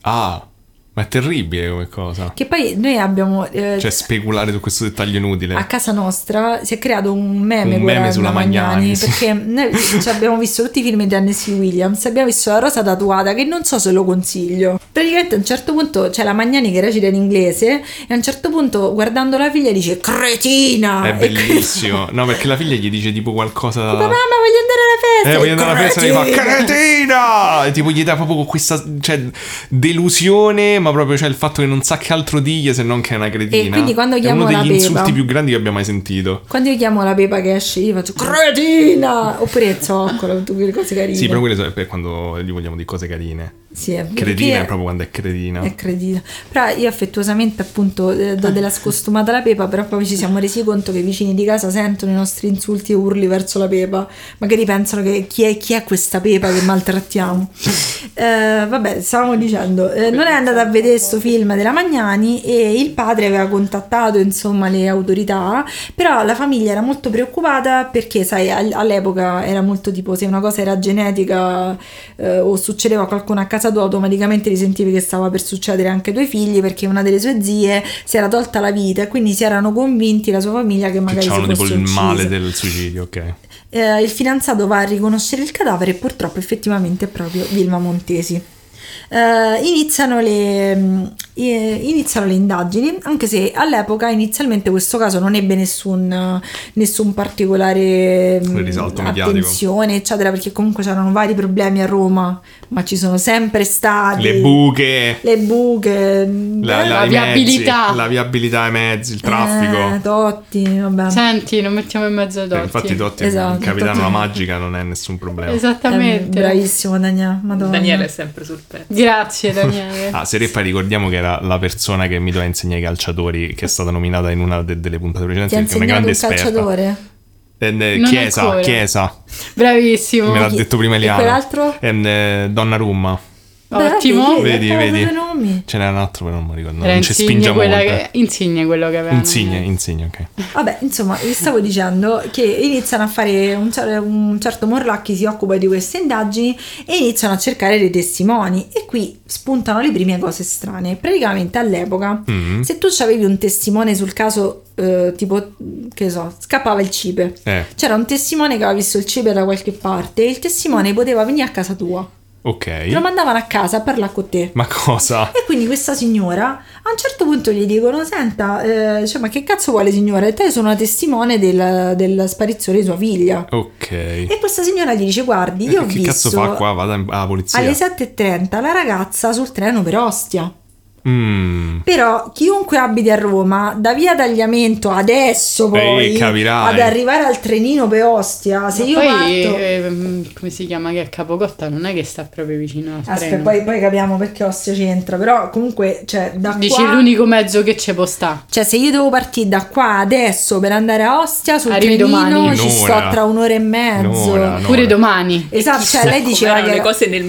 S1: Ah, ma è terribile come cosa.
S2: Che poi noi abbiamo... eh, Ah,
S1: Cioè, speculare su questo dettaglio inutile.
S2: a casa nostra si è creato un meme,
S1: Un
S2: con
S1: meme
S2: la
S1: sulla Magnani, sì.
S2: perché noi ci abbiamo visto tutti i film di Tennessee Williams abbiamo visto la rosa tatuata che non so se lo consiglio praticamente a un certo punto c'è la Magnani che recita in inglese e a un certo punto guardando la figlia dice cretina
S1: è
S2: E quindi-
S1: bellissimo. No, perché la figlia gli dice tipo qualcosa.
S2: Papà, mamma voglio andare alla festa
S1: Eh, voglio andare alla festa e fa
S2: "Cretina!"
S1: cretina! E tipo gli dà proprio questa cioè, delusione, ma proprio cioè, il fatto che non sa che altro digli se non che è una cretina.
S2: E quindi quando
S1: è
S2: chiamo
S1: uno
S2: la
S1: degli
S2: Pepa-
S1: insulti più grandi che abbia mai sentito.
S2: quando io chiamo la Pepa che esce io faccio cretina oppure zoccolo tutte quelle cose carine
S1: Sì, però quelle sono per quando gli vogliamo di cose carine.
S2: Sì, è
S1: Cretina
S2: perché-
S1: è proprio quando è Cioè, cretina.
S2: È credito. Però io affettuosamente appunto eh, do della scostumata alla Pepa, però poi ci siamo resi conto che i vicini di casa sentono i nostri insulti e urli verso la Pepa. Magari pensano che chi è, chi è questa Pepa che maltrattiamo. Eh, vabbè, stavamo dicendo, eh, non è andata a vedere sto film della Magnani e il padre aveva contattato insomma le autorità, però la famiglia era molto preoccupata perché sai al- all'epoca era molto tipo se una cosa era genetica eh, o succedeva a qualcuno a casa tua automaticamente risentivi che stava per succedere anche ai tuoi figli perché una delle sue zie si era tolta la vita e quindi si erano convinti la sua famiglia che
S1: Che
S2: magari si
S1: c'hanno
S2: fosse
S1: tipo il
S2: uccisa.
S1: male del suicidio, ok.
S2: Eh, il fidanzato va a riconoscere il cadavere e purtroppo effettivamente è proprio Vilma Montesi. Eh, iniziano, le, mh, eh, iniziano le indagini, anche se all'epoca inizialmente questo caso non ebbe nessun, nessun particolare mh,
S1: Risalto mediatico.
S2: attenzione, eccetera, perché comunque c'erano vari problemi a Roma, ma ci sono sempre stati
S1: Le buche.
S2: le buche, mm,
S1: La, la-
S5: La
S1: i mezzi,
S5: viabilità.
S1: la viabilità ai mezzi, il
S2: eh,
S1: traffico.
S2: Totti, vabbè.
S5: Senti, non mettiamo in mezzo ai
S1: Eh,
S5: dotti.
S1: infatti, Totti
S2: Esatto,
S1: il capitano
S2: Totti.
S1: la magica non è nessun problema.
S2: Eh,
S5: Esattamente.
S2: bravissimo Daniele, Madonna.
S4: Daniele è sempre sul pezzo.
S5: Grazie Daniele.
S1: Ah, Sereppa ricordiamo che era la persona che mi doveva insegnare i calciatori, che è stata nominata in una de- delle puntate
S2: ti ha
S1: precedenti, perché è una
S2: insegnato
S1: grande
S2: un
S1: esperta.
S2: calciatore?
S1: Eh, eh,
S5: Non
S1: chiesa,
S5: ancora.
S1: Chiesa,
S5: Bravissimo.
S1: me l'ha
S2: chi-
S1: detto prima
S2: e
S1: Eliana.
S2: quell'altro?
S1: Eh, eh, Donnarumma,
S5: Ottimo.
S2: Beh,
S1: vedi,
S2: Abbiamo
S1: vedi.
S2: due nomi.
S1: Ce n'era un altro, però non mi ricordo.
S5: Era
S1: non ci
S5: Insigne
S1: spingiamo
S5: quella
S1: oltre.
S5: che- Insigne quello che aveva.
S1: Insigne, insigne, ok.
S2: Vabbè, insomma, vi stavo dicendo che iniziano a fare un, cer- un certo Morlacchi si occupa di queste indagini e iniziano a cercare dei testimoni e qui spuntano le prime cose strane. Praticamente all'epoca,
S1: Mm.
S2: se tu avevi un testimone sul caso, eh, tipo, che so, scappava il cipe.
S1: Eh,
S2: C'era un testimone che aveva visto il cipe da qualche parte e il testimone poteva venire a casa tua. Te lo
S1: ok.
S2: mandavano a casa a parlare con te.
S1: Ma cosa?
S2: E quindi questa signora a un certo punto gli dicono: Senta, eh, cioè, ma che cazzo vuole signora? E te sono una testimone del- della sparizione di sua figlia.
S1: Ok.
S2: E questa signora gli dice: Guardi, io ho
S1: che
S2: visto
S1: cazzo fa qua? Vada in- alla polizia.
S2: alle 7.30 la ragazza sul treno per Ostia.
S1: Mm.
S2: Però chiunque abiti a Roma, da via Tagliamento adesso poi
S1: Eh, capirai.
S2: ad arrivare al trenino per Ostia, se
S5: Ma
S2: io
S5: poi,
S2: parto.
S5: ehm, come si chiama che è Capocotta non è che sta proprio vicino al
S2: Aspetta,
S5: treno.
S2: poi, poi capiamo perché Ostia c'entra, però comunque, cioè, da
S5: Dici
S2: qua...
S5: l'unico mezzo che ci può sta.
S2: Cioè, se io devo partire da qua adesso per andare a Ostia sul
S5: Arrivi
S2: trenino,
S5: domani.
S2: ci
S1: Un'ora.
S2: sto tra un'ora e mezzo.
S1: Un'ora, Ah, no.
S5: Pure domani.
S2: Esatto, cioè lei diceva
S4: Erano
S2: che
S4: le cose nel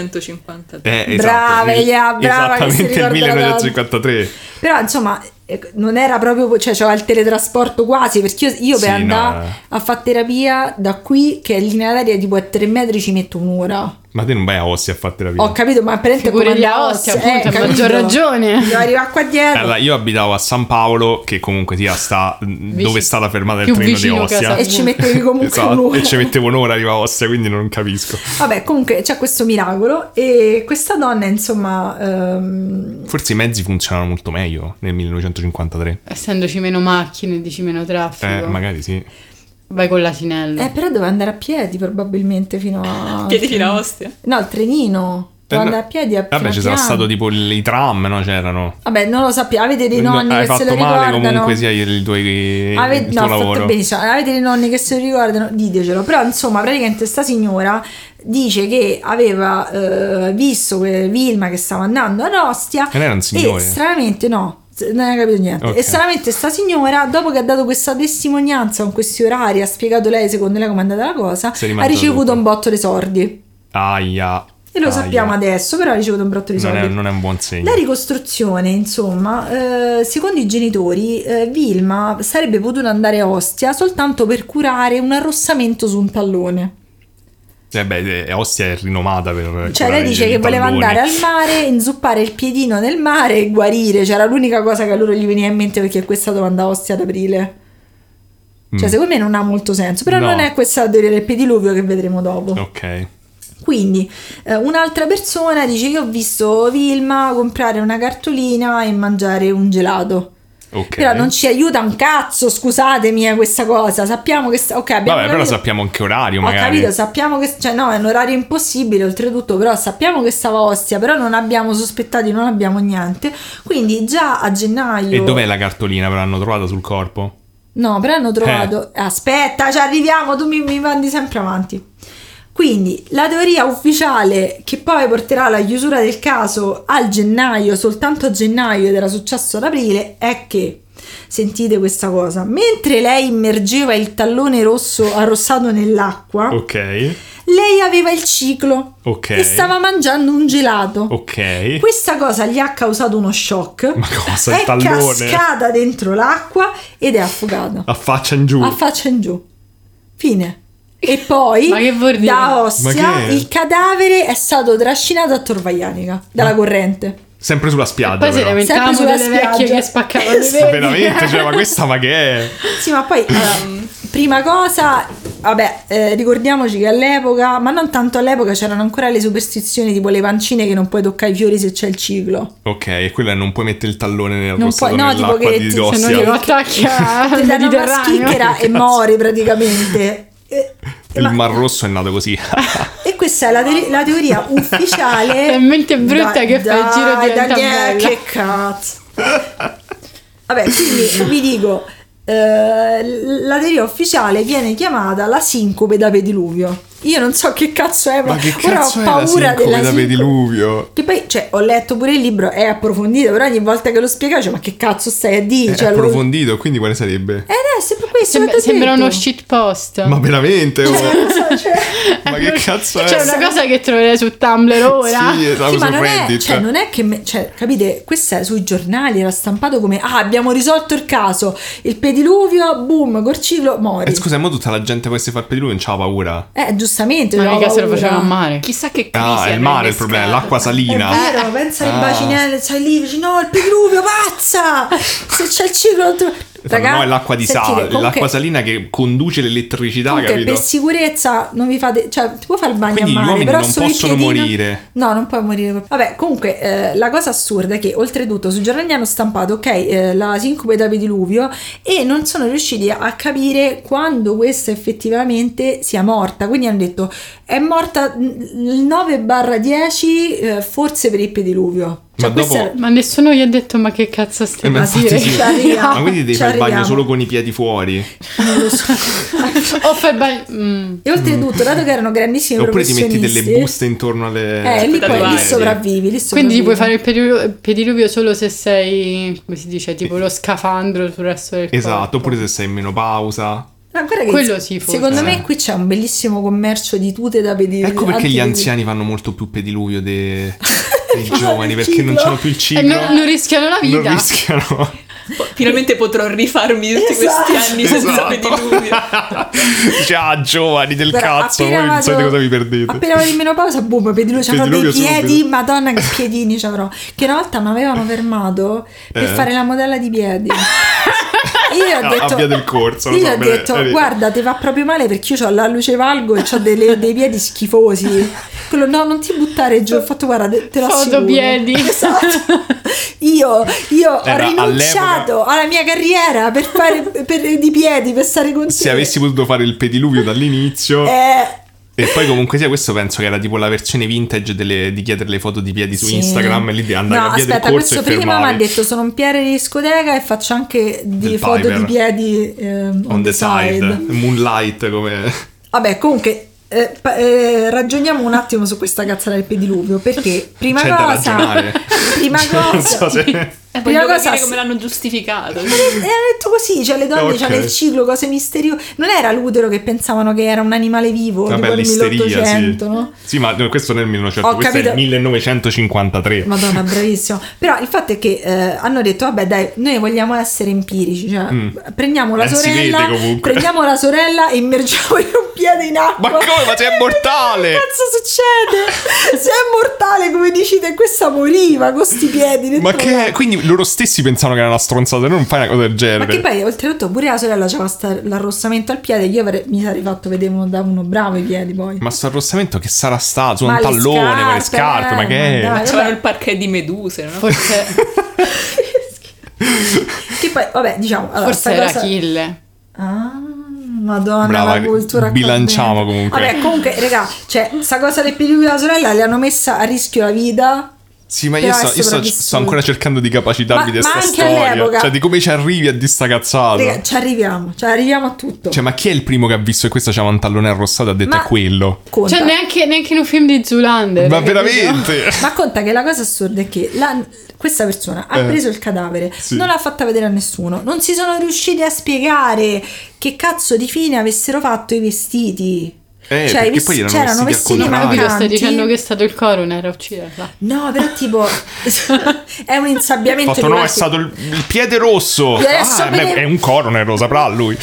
S4: 1953.
S1: Eh, esatto,
S2: Brava,
S1: il-
S2: Elia, brava, che
S1: Esattamente
S2: si
S1: il
S2: ricorda
S1: 1953.
S2: Però insomma, eh, non era proprio, cioè c'era il teletrasporto quasi, perché io, io per
S1: Sì,
S2: andare
S1: no, eh.
S2: a fare terapia da qui, che è linea d'aria tipo a 3 metri, ci metto un'ora.
S1: Ma te non vai a Ossi a farti la vita.
S2: Ho capito, ma apparentemente
S5: Figure di Ostia, appunto,
S2: eh,
S5: a maggior ragione.
S2: Devo arrivare qua dietro.
S1: Allora, io abitavo a San Paolo, che comunque sia sta mm, dove sta la fermata del
S5: più
S1: treno di
S5: vicino
S1: Ostia.
S5: casa.
S2: e ci mettevi comunque
S1: Esatto,
S2: un'ora.
S1: e ci mettevo un'ora arriva a Ostia, quindi non capisco.
S2: Vabbè, comunque c'è questo miracolo e questa donna, insomma, ehm,
S1: Forse i mezzi funzionano molto meglio nel 1953.
S5: Essendoci meno macchine, dici meno traffico.
S1: Eh, magari sì.
S5: Vai con l'asinello.
S2: eh, però doveva andare a piedi probabilmente fino a...
S4: Chiedi fino a Ostia.
S2: No, al trenino. Può
S1: no.
S2: andare a piedi a
S1: Eh, Vabbè,
S2: piano
S1: ci sarà
S2: piano.
S1: stato tipo i tram, no? C'erano.
S2: Vabbè, non lo sappiamo. Avete dei nonni
S1: Hai
S2: che se lo
S1: fatto male
S2: ricordano.
S1: comunque sia il tuo, il
S2: Ave-
S1: tuo
S2: no, ho
S1: lavoro.
S2: fatto benissimo. Avete dei nonni che se lo ricordano, ditecelo. Però, insomma, praticamente sta signora dice che aveva eh, visto que- Vilma che stava andando ad Ostia.
S1: E lei era un
S2: E
S1: signore.
S2: stranamente no. Non hai capito niente.
S1: Ok.
S2: E stranamente sta signora, dopo che ha dato questa testimonianza con questi orari, ha spiegato lei secondo lei come è andata la cosa,
S1: Si è
S2: ha
S1: rimangiato
S2: ricevuto
S1: tutto.
S2: un botto di sordi.
S1: Aia.
S2: E lo
S1: aia.
S2: sappiamo adesso, però ha ricevuto un botto di
S1: Non
S2: sordi.
S1: è, non è un buon segno.
S2: La ricostruzione, insomma, eh, secondo i genitori, eh, Vilma sarebbe potuta andare a Ostia soltanto per curare un arrossamento su un pallone.
S1: Eh beh, eh, Ostia è rinomata per.
S2: Cioè, lei dice che voleva andare al mare, inzuppare il piedino nel mare e guarire. Cioè, era l'unica cosa che a loro gli veniva in mente perché questa domanda a Ostia ad aprile. Cioè, secondo me non ha molto senso. Però
S1: Mm. No.
S2: non è questa la teoria del pediluvio che vedremo dopo.
S1: Ok.
S2: Quindi eh, un'altra persona dice: Io ho visto Vilma comprare una cartolina e mangiare un gelato.
S1: Ok.
S2: Però non ci aiuta un cazzo, scusatemi eh, questa cosa. Sappiamo che. sta- Ok, abbiamo
S1: Vabbè, però
S2: capito-
S1: sappiamo anche orario,
S2: Ho
S1: magari.
S2: capito, sappiamo che. Cioè, no, è un orario impossibile, oltretutto, però sappiamo che stava a ostia, però non abbiamo sospettati, non abbiamo niente. Quindi già a gennaio.
S1: E dov'è la cartolina? Però l'hanno trovata sul corpo?
S2: No, però hanno trovato.
S1: Eh.
S2: Aspetta, ci arriviamo, tu mi, mi mandi sempre avanti. Quindi la teoria ufficiale che poi porterà alla chiusura del caso al gennaio, soltanto a gennaio ed era successo ad aprile, è che, sentite questa cosa, mentre lei immergeva il tallone rosso arrossato nell'acqua,
S1: Ok.
S2: lei aveva il ciclo
S1: Ok.
S2: e stava mangiando un gelato.
S1: Ok.
S2: Questa cosa gli ha causato uno shock.
S1: Ma cosa, il
S2: è
S1: tallone? Ah,
S2: cascata dentro l'acqua ed è affogata
S1: A faccia in giù.
S2: a faccia in giù. Fine. E poi
S5: Ma che vuol dire?
S2: da
S1: Ma
S2: Ostia
S1: che è?
S2: il cadavere è stato trascinato a Torvaianica
S1: Ah.
S2: dalla corrente.
S1: Sempre sulla spiaggia.
S5: Poi si
S1: però.
S5: lamentavamo
S2: Sempre
S5: delle
S2: sulla
S5: vecchie
S2: spiaggia.
S5: che spaccavano i
S1: Ma
S5: vetri.
S1: veramente, cioè, ma questa ma che è?
S2: Sì, ma poi allora, prima cosa, vabbè, eh, ricordiamoci che all'epoca, ma non tanto all'epoca, c'erano ancora le superstizioni tipo le pancine che non puoi toccare i fiori se c'è il ciclo.
S1: Ok, e quella è non puoi mettere il tallone nel
S2: Non
S1: rossato
S2: puoi- no, tipo
S1: nell'acqua
S2: che
S1: di
S2: ti- cioè, se
S5: Se no
S1: Ostia.
S5: glielo attacchi
S2: Ti
S5: al
S2: danno una
S5: Mediterraneo.
S2: schicchera e mori praticamente. E,
S1: Il
S2: ma-
S1: Mar Rosso è nato così.
S2: e questa è la, teori- la teoria ufficiale.
S5: Talmente brutta che fa il giro
S2: dai,
S5: diventa
S2: dai, eh,
S5: bella.
S2: Che cazzo. Vabbè, quindi vi dico, eh, la teoria ufficiale viene chiamata la sincope da pediluvio. Io non so che cazzo è, ma, ora ho paura
S1: da
S2: della sincope.
S1: pediluvio?
S2: Che poi, cioè, ho letto pure il libro, è approfondito, però ogni volta che lo spiegavo, cioè, ma che cazzo stai a
S1: È
S2: dire? Cioè, lo-
S1: approfondito, quindi quale sarebbe?
S2: Eh, no, è sempre questo.
S5: Sembra,
S2: l'ho
S5: sembra
S2: detto.
S5: uno shitpost.
S1: Ma veramente? oh.
S2: Cioè,
S1: ma che cazzo è?
S5: C'è una cosa che troverai su Tumblr ora.
S1: Sì, esatto,
S2: Sì, ma
S1: su
S2: non è,
S1: Reddit.
S2: cioè, non è che, me- cioè, capite, questo è sui giornali, era stampato come, ah, abbiamo risolto il caso, il pediluvio, boom, Gorcillo, mori.
S1: Eh, scusa, ma tutta la gente che si fa il pediluvio non c'ha paura.
S2: Eh, giustamente,
S5: Ma
S2: c'ho
S5: mica se lo
S2: paura.
S5: facevano a mare.
S4: Chissà che crisi
S1: Ah, è il
S4: hanno
S1: mare il problema, è Ah.
S4: innescato.
S1: l'acqua
S2: È
S1: salina.
S2: vero, pensa ai bacinelli, sai lì, dici, no, il pediluvio, pazza! Se c'è il ciclo... tu-
S1: Fanno,
S2: Raga,
S1: no, è l'acqua di
S2: sentite,
S1: sale,
S2: comunque-
S1: l'acqua salina che conduce l'elettricità,
S2: comunque,
S1: capito?
S2: per sicurezza non vi fate... Cioè, ti puoi fare il bagno
S1: Quindi
S2: a
S1: gli
S2: mare,
S1: uomini
S2: però
S1: non
S2: solo il
S1: possono
S2: piedino-
S1: morire.
S2: No, non puoi morire. col- Vabbè, comunque, eh, la cosa assurda è che oltretutto sui giornali hanno stampato, ok, eh, la sincope da pediluvio e non sono riusciti a capire quando questa effettivamente sia morta. Quindi hanno detto, è morta mm, il 9-10, eh, forse per il pediluvio. Cioè,
S1: Ma
S2: questa
S1: dopo-
S2: era-
S5: Ma nessuno gli ha detto ma che cazzo
S1: Eh,
S5: stai
S1: ma
S5: a
S1: infatti
S5: dire?
S1: sì.
S2: Ci arriviamo,
S1: Ma quindi devi
S2: ci
S1: fare il bagno
S2: arriviamo.
S1: solo con i piedi fuori?
S5: o fai il bagno... mm.
S2: E oltretutto, dato che erano grandissimi
S1: Oppure ti metti delle
S2: professionisti-
S1: buste intorno alle...
S2: Eh, lì,
S4: Da
S2: poi, lì
S4: trovare.
S2: sopravvivi, lì
S5: Quindi
S2: sopravvivi.
S5: ti puoi fare il pedilu- pediluvio solo se sei, come si dice, tipo lo scafandro sul resto del
S1: Esatto,
S5: corpo.
S1: oppure se sei in menopausa.
S2: Ma guarda che
S5: Quello sì, forse.
S2: Secondo
S5: Eh.
S2: me qui c'è un bellissimo commercio di tute da pediluvio.
S1: Ecco perché gli
S2: antipediluvio.
S1: anziani fanno molto più pediluvio de- dei
S2: Ah,
S1: giovani,
S2: il
S1: perché non
S2: ciclo.
S1: hanno più il
S5: E
S1: ciclo.
S5: non, non rischiano la
S1: non
S5: vita.
S1: rischiano.
S4: Finalmente potrò rifarmi tutti
S2: Esatto.
S4: questi anni senza pediluvio.
S1: Già, "Ah, giovani del
S2: Guarda,
S1: cazzo, voi
S2: appena
S1: non sapete
S2: vado-
S1: cosa vi perdete.
S2: Appena vado in menopausa, boom, pediluvio, c'avrò
S1: Pediluvio
S2: dei piedi,
S1: subito.
S2: madonna che piedini c'avrò. Che una volta mi avevano fermato per
S1: Eh.
S2: fare la modella di piedi. E
S1: Ah,
S2: Io ho detto,
S1: abbia del corso, lo
S2: io
S1: so,
S2: ho
S1: bene, è
S2: detto
S1: vero.
S2: guarda, ti fa proprio male perché io ho la luce valgo e ho delle- dei piedi schifosi. Quello, no, non ti buttare giù. Ho fatto, guarda, te, te lo assicuro.
S5: Fotopiedi.
S2: Esatto. Io, io ho
S1: Era
S2: rinunciato alla mia carriera per fare per- di piedi, per stare con te.
S1: Se avessi potuto fare il pediluvio dall'inizio,
S2: Eh,
S1: E poi comunque sia questo penso che era tipo la versione vintage delle- di chiedere le foto di piedi su
S2: Sì.
S1: Instagram e lì di andare
S2: no,
S1: a via
S2: aspetta,
S1: del corso
S2: questo
S1: e
S2: prima
S1: fermavi.
S2: mi ha detto sono un PR di discoteca e faccio anche di
S1: Del
S2: foto
S1: Piper.
S2: di piedi ehm,
S1: On the side, Moonlight come...
S2: Vabbè, comunque eh, pa- eh, ragioniamo un attimo su questa cazza del pediluvio perché prima
S1: C'è da
S2: cosa
S1: ragionare. Cioè,
S2: prima cosa
S1: non so se...
S4: Eh,
S2: Prima
S4: voglio
S2: cosa-
S4: capire come l'hanno giustificato.
S2: Eh, era detto così, cioè le donne
S1: Ok.
S2: c'hanno il ciclo, cose misteriose. Non era l'utero che pensavano che era un animale vivo,
S1: Vabbè,
S2: tipo nel
S1: l'isteria,
S2: 1800,
S1: sì.
S2: no?
S1: Sì, ma questo non è il 1900,
S2: Ho
S1: questo è il
S2: capito.
S1: 1953.
S2: Madonna, bravissimo. Però il fatto è che eh, hanno detto: vabbè, dai, noi vogliamo essere empirici. Cioè, prendiamo la
S1: Eh, si
S2: sorella,
S1: vede comunque.
S2: prendiamo la sorella e immergiamo in un piede in acqua.
S1: Ma come? Ma sei
S2: E
S1: mortale!
S2: vediamo Che cazzo succede? Se è mortale, come dici te, questa moriva con sti piedi. dentro
S1: Ma che...
S2: l'acqua.
S1: Quindi loro stessi pensavano che era una stronzata, non fai una cosa del genere.
S2: Ma che poi, oltretutto, pure la sorella c'aveva sta- l'arrossamento al piede. Io avrei- mi sarei fatto vedere uno- da uno bravo i piedi poi.
S1: Ma sto arrossamento che sarà stato? Su un
S2: Ma le
S1: tallone, ma le
S2: scarpe,
S1: scarpe, ma
S2: eh,
S1: che
S2: ma
S1: è?
S2: dai.
S4: Facevano il parquet di meduse, no?
S5: Forse,
S2: Che poi, vabbè, diciamo. Allora,
S5: forse
S2: sta
S5: era
S2: cosa-
S5: Achille. Cioè,
S2: Ah, Madonna,
S1: Brava,
S2: la cultura. qua
S1: bilanciamo
S2: dentro.
S1: comunque.
S2: Vabbè, comunque, raga, cioè, sta cosa del PD della sorella le hanno messa a rischio la vita.
S1: Sì, ma io,
S2: Però
S1: sto,
S2: è
S1: io sto-
S2: sopravvissuta.
S1: sto ancora cercando di capacitarmi
S2: Ma-
S1: di questa
S2: ma anche
S1: storia.
S2: all'epoca.
S1: Cioè, di come ci arrivi a di sta cazzata.
S2: Raga, ci arriviamo, ci arriviamo a tutto.
S1: Cioè, ma chi è il primo che ha visto che questa c'ha un tallone arrossato e ha detto
S2: Ma-
S1: è quello?
S2: Conta.
S5: Cioè, neanche, neanche in un film di Zulander.
S1: Ma veramente?
S2: Ma conta che la cosa assurda è che la- questa persona ha
S1: Eh.
S2: preso il cadavere,
S1: Sì.
S2: non l'ha fatta vedere a nessuno, non si sono riusciti a spiegare che cazzo di fine avessero fatto i vestiti.
S1: Eh,
S2: Cioè, i
S1: perché poi
S2: vesti-
S1: erano
S2: c'erano
S1: vestiti al
S2: vestiti
S1: contrario.
S5: Capito, stai
S2: mancanti.
S5: dicendo che è stato il coroner a ucciderla.
S2: No, però tipo è un
S1: Ha
S2: insabbiamento
S1: fatto
S2: di
S1: no, è
S2: qualche-
S1: stato il, il piede rosso.
S2: E adesso
S1: Ah, beh,
S2: vede-
S1: è un coroner, lo saprà lui.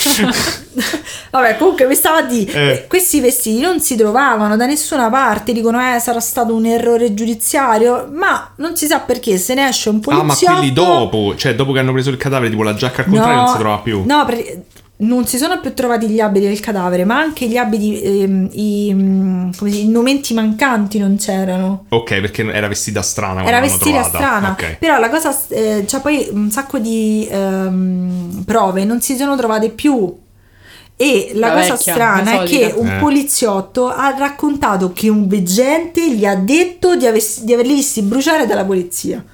S2: Vabbè, comunque mi stava a dire,
S1: Eh.
S2: questi vestiti non si trovavano da nessuna parte, dicono eh sarà stato un errore giudiziario, ma non si sa perché se ne esce un
S1: ah, ma
S2: poliziotto.
S1: quelli dopo, cioè dopo che hanno preso il cadavere, tipo la giacca al contrario non si trova più.
S2: No, perché non si sono più trovati gli abiti del cadavere, ma anche gli abiti, ehm, i mm, come si- i indumenti mancanti non c'erano.
S1: Ok, perché era vestita strana. quando
S2: Era
S1: l'hanno
S2: vestita
S1: Ah, trovata.
S2: strana,
S1: Ok.
S2: però la cosa, eh, cioè poi un sacco di ehm, prove non si sono trovate più. E la,
S5: La
S2: cosa
S5: vecchia,
S2: strana
S5: la
S2: è che
S5: solita.
S2: un
S1: Eh.
S2: poliziotto ha raccontato che un veggente gli ha detto di, avessi- di averli visti bruciare dalla polizia.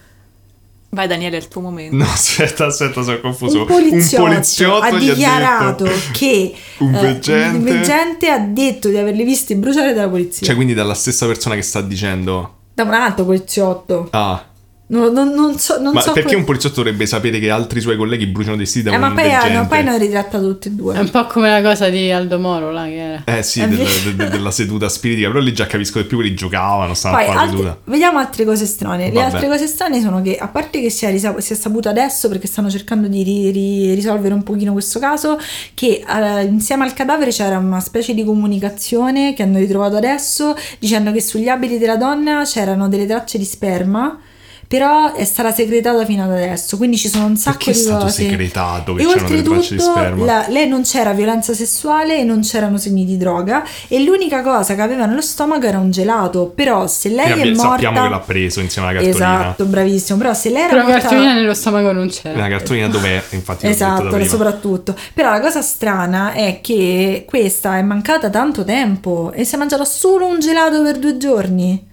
S4: Vai Daniele, è il tuo momento.
S1: No, aspetta, aspetta, sono confuso.
S2: Un poliziotto, ha
S1: gli
S2: dichiarato
S1: detto-
S2: che
S1: Un
S2: eh,
S1: veggente.
S2: un veggente ha detto di averli visti bruciare dalla polizia.
S1: Cioè, quindi dalla stessa persona che sta dicendo...
S2: da un altro poliziotto.
S1: Ah,
S2: Non, non- non so, non
S1: ma
S2: so
S1: perché
S2: que-
S1: un poliziotto dovrebbe sapere che altri suoi colleghi bruciano dei siti da
S2: Eh,
S1: un
S2: ma poi hanno,
S1: veggente?
S2: poi hanno ritrattato tutti e due.
S5: È un po' come la cosa di Aldo Moro, là, che era.
S1: Eh sì,
S2: È
S1: del-
S2: vero.
S1: de- della seduta spiritica, però lì già capisco che più quelli giocavano, stavano a
S2: Poi
S1: fare la
S2: altri-
S1: seduta.
S2: vediamo altre cose strane. Le
S1: Vabbè.
S2: altre cose strane sono che, a parte che si è, risa- si è saputo adesso, perché stanno cercando di ri- ri- risolvere un pochino questo caso, che eh, insieme al cadavere c'era una specie di comunicazione che hanno ritrovato adesso, dicendo che sugli abiti della donna c'erano delle tracce di sperma. Però è stata segretata fino ad adesso, quindi ci sono un sacco
S1: Perché è
S2: di
S1: stato
S2: cose.
S1: segretato che
S2: E
S1: c'erano delle tracce di
S2: oltretutto
S1: sperma?
S2: la- lei non c'era violenza sessuale e non c'erano segni di droga e l'unica cosa che aveva nello stomaco era un gelato, però se lei
S1: E
S2: è
S1: abbia-
S2: morta
S1: sappiamo che l'ha preso insieme alla cartolina.
S2: Esatto, bravissimo, però se lei era
S5: Però la
S2: morta
S5: cartolina nello stomaco non c'era.
S1: La cartolina dov'è? Infatti l'ho detto da
S2: Esatto,
S1: prima.
S2: soprattutto. Però la cosa strana è che questa è mancata tanto tempo e si è mangiata solo un gelato per due giorni.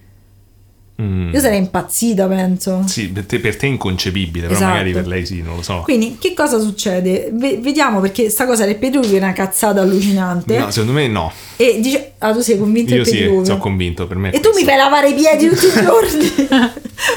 S1: Mm.
S2: Io sarei impazzita, penso.
S1: Sì, per te, per te è inconcepibile, però
S2: Esatto.
S1: magari per lei sì, non lo so.
S2: Quindi, che cosa succede? Ve- vediamo perché sta cosa del pedruvio è una cazzata allucinante.
S1: No, secondo me no.
S2: E dice, ah, tu sei convinto
S1: Io
S2: del
S1: sì,
S2: pedruvio?
S1: sono convinto, per me è
S2: E tu mi
S1: questo.
S2: fai lavare i piedi tutti i giorni.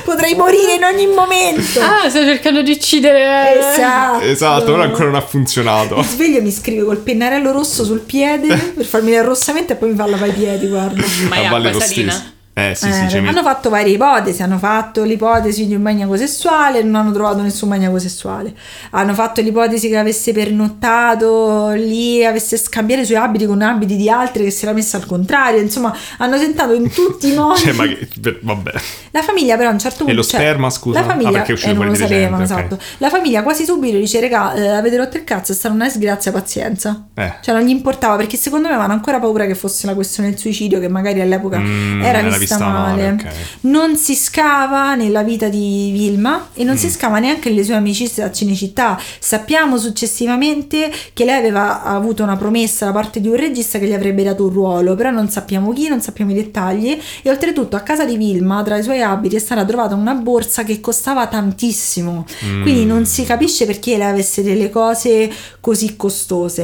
S2: Potrei morire in ogni momento.
S5: Ah, stai cercando di uccidere. eh.
S2: esatto.
S1: Esatto, ora ancora non ha funzionato.
S2: Mi sveglio e mi scrive col pennarello rosso sul piede per farmi l'arrossamento e poi mi fa lavare i piedi, guarda.
S4: Ma è
S1: A valle
S4: acqua
S1: lo
S4: salina?
S1: stesso. Eh sì,
S2: Eh,
S1: sì, cioè, mi-
S2: hanno fatto varie ipotesi, hanno fatto l'ipotesi di un maniaco sessuale, non hanno trovato nessun maniaco sessuale, hanno fatto l'ipotesi che avesse pernottato lì, avesse scambiato i suoi abiti con abiti di altri che si era messa al contrario, insomma hanno tentato in tutti i modi.
S1: Cioè, ma che- per- vabbè.
S2: La famiglia però a un certo punto...
S1: E lo
S2: cioè,
S1: sperma, scusa?
S2: La famiglia...
S1: Ah, perché è uscito
S2: eh, non
S1: fuori
S2: lo
S1: di
S2: sapevano,
S1: recente, ok.
S2: esatto. La famiglia quasi subito dice, regà, eh, avete rotto il cazzo, è stata una disgrazia, pazienza.
S1: Eh.
S2: Cioè non gli importava perché secondo me avevano ancora paura che fosse una questione del suicidio che magari all'epoca
S1: Mm,
S2: era,
S1: era
S2: vista, vista, male.
S1: ok.
S2: Non si scava nella vita di Vilma e non
S1: Mm.
S2: si scava neanche nelle sue amicizie a Cinecittà. Sappiamo successivamente che lei aveva avuto una promessa da parte di un regista che gli avrebbe dato un ruolo, però non sappiamo chi, non sappiamo i dettagli. E oltretutto a casa di Vilma, tra i suoi abiti, è stata trovata una borsa che costava tantissimo.
S1: Mm.
S2: Quindi non si capisce perché lei avesse delle cose così costose.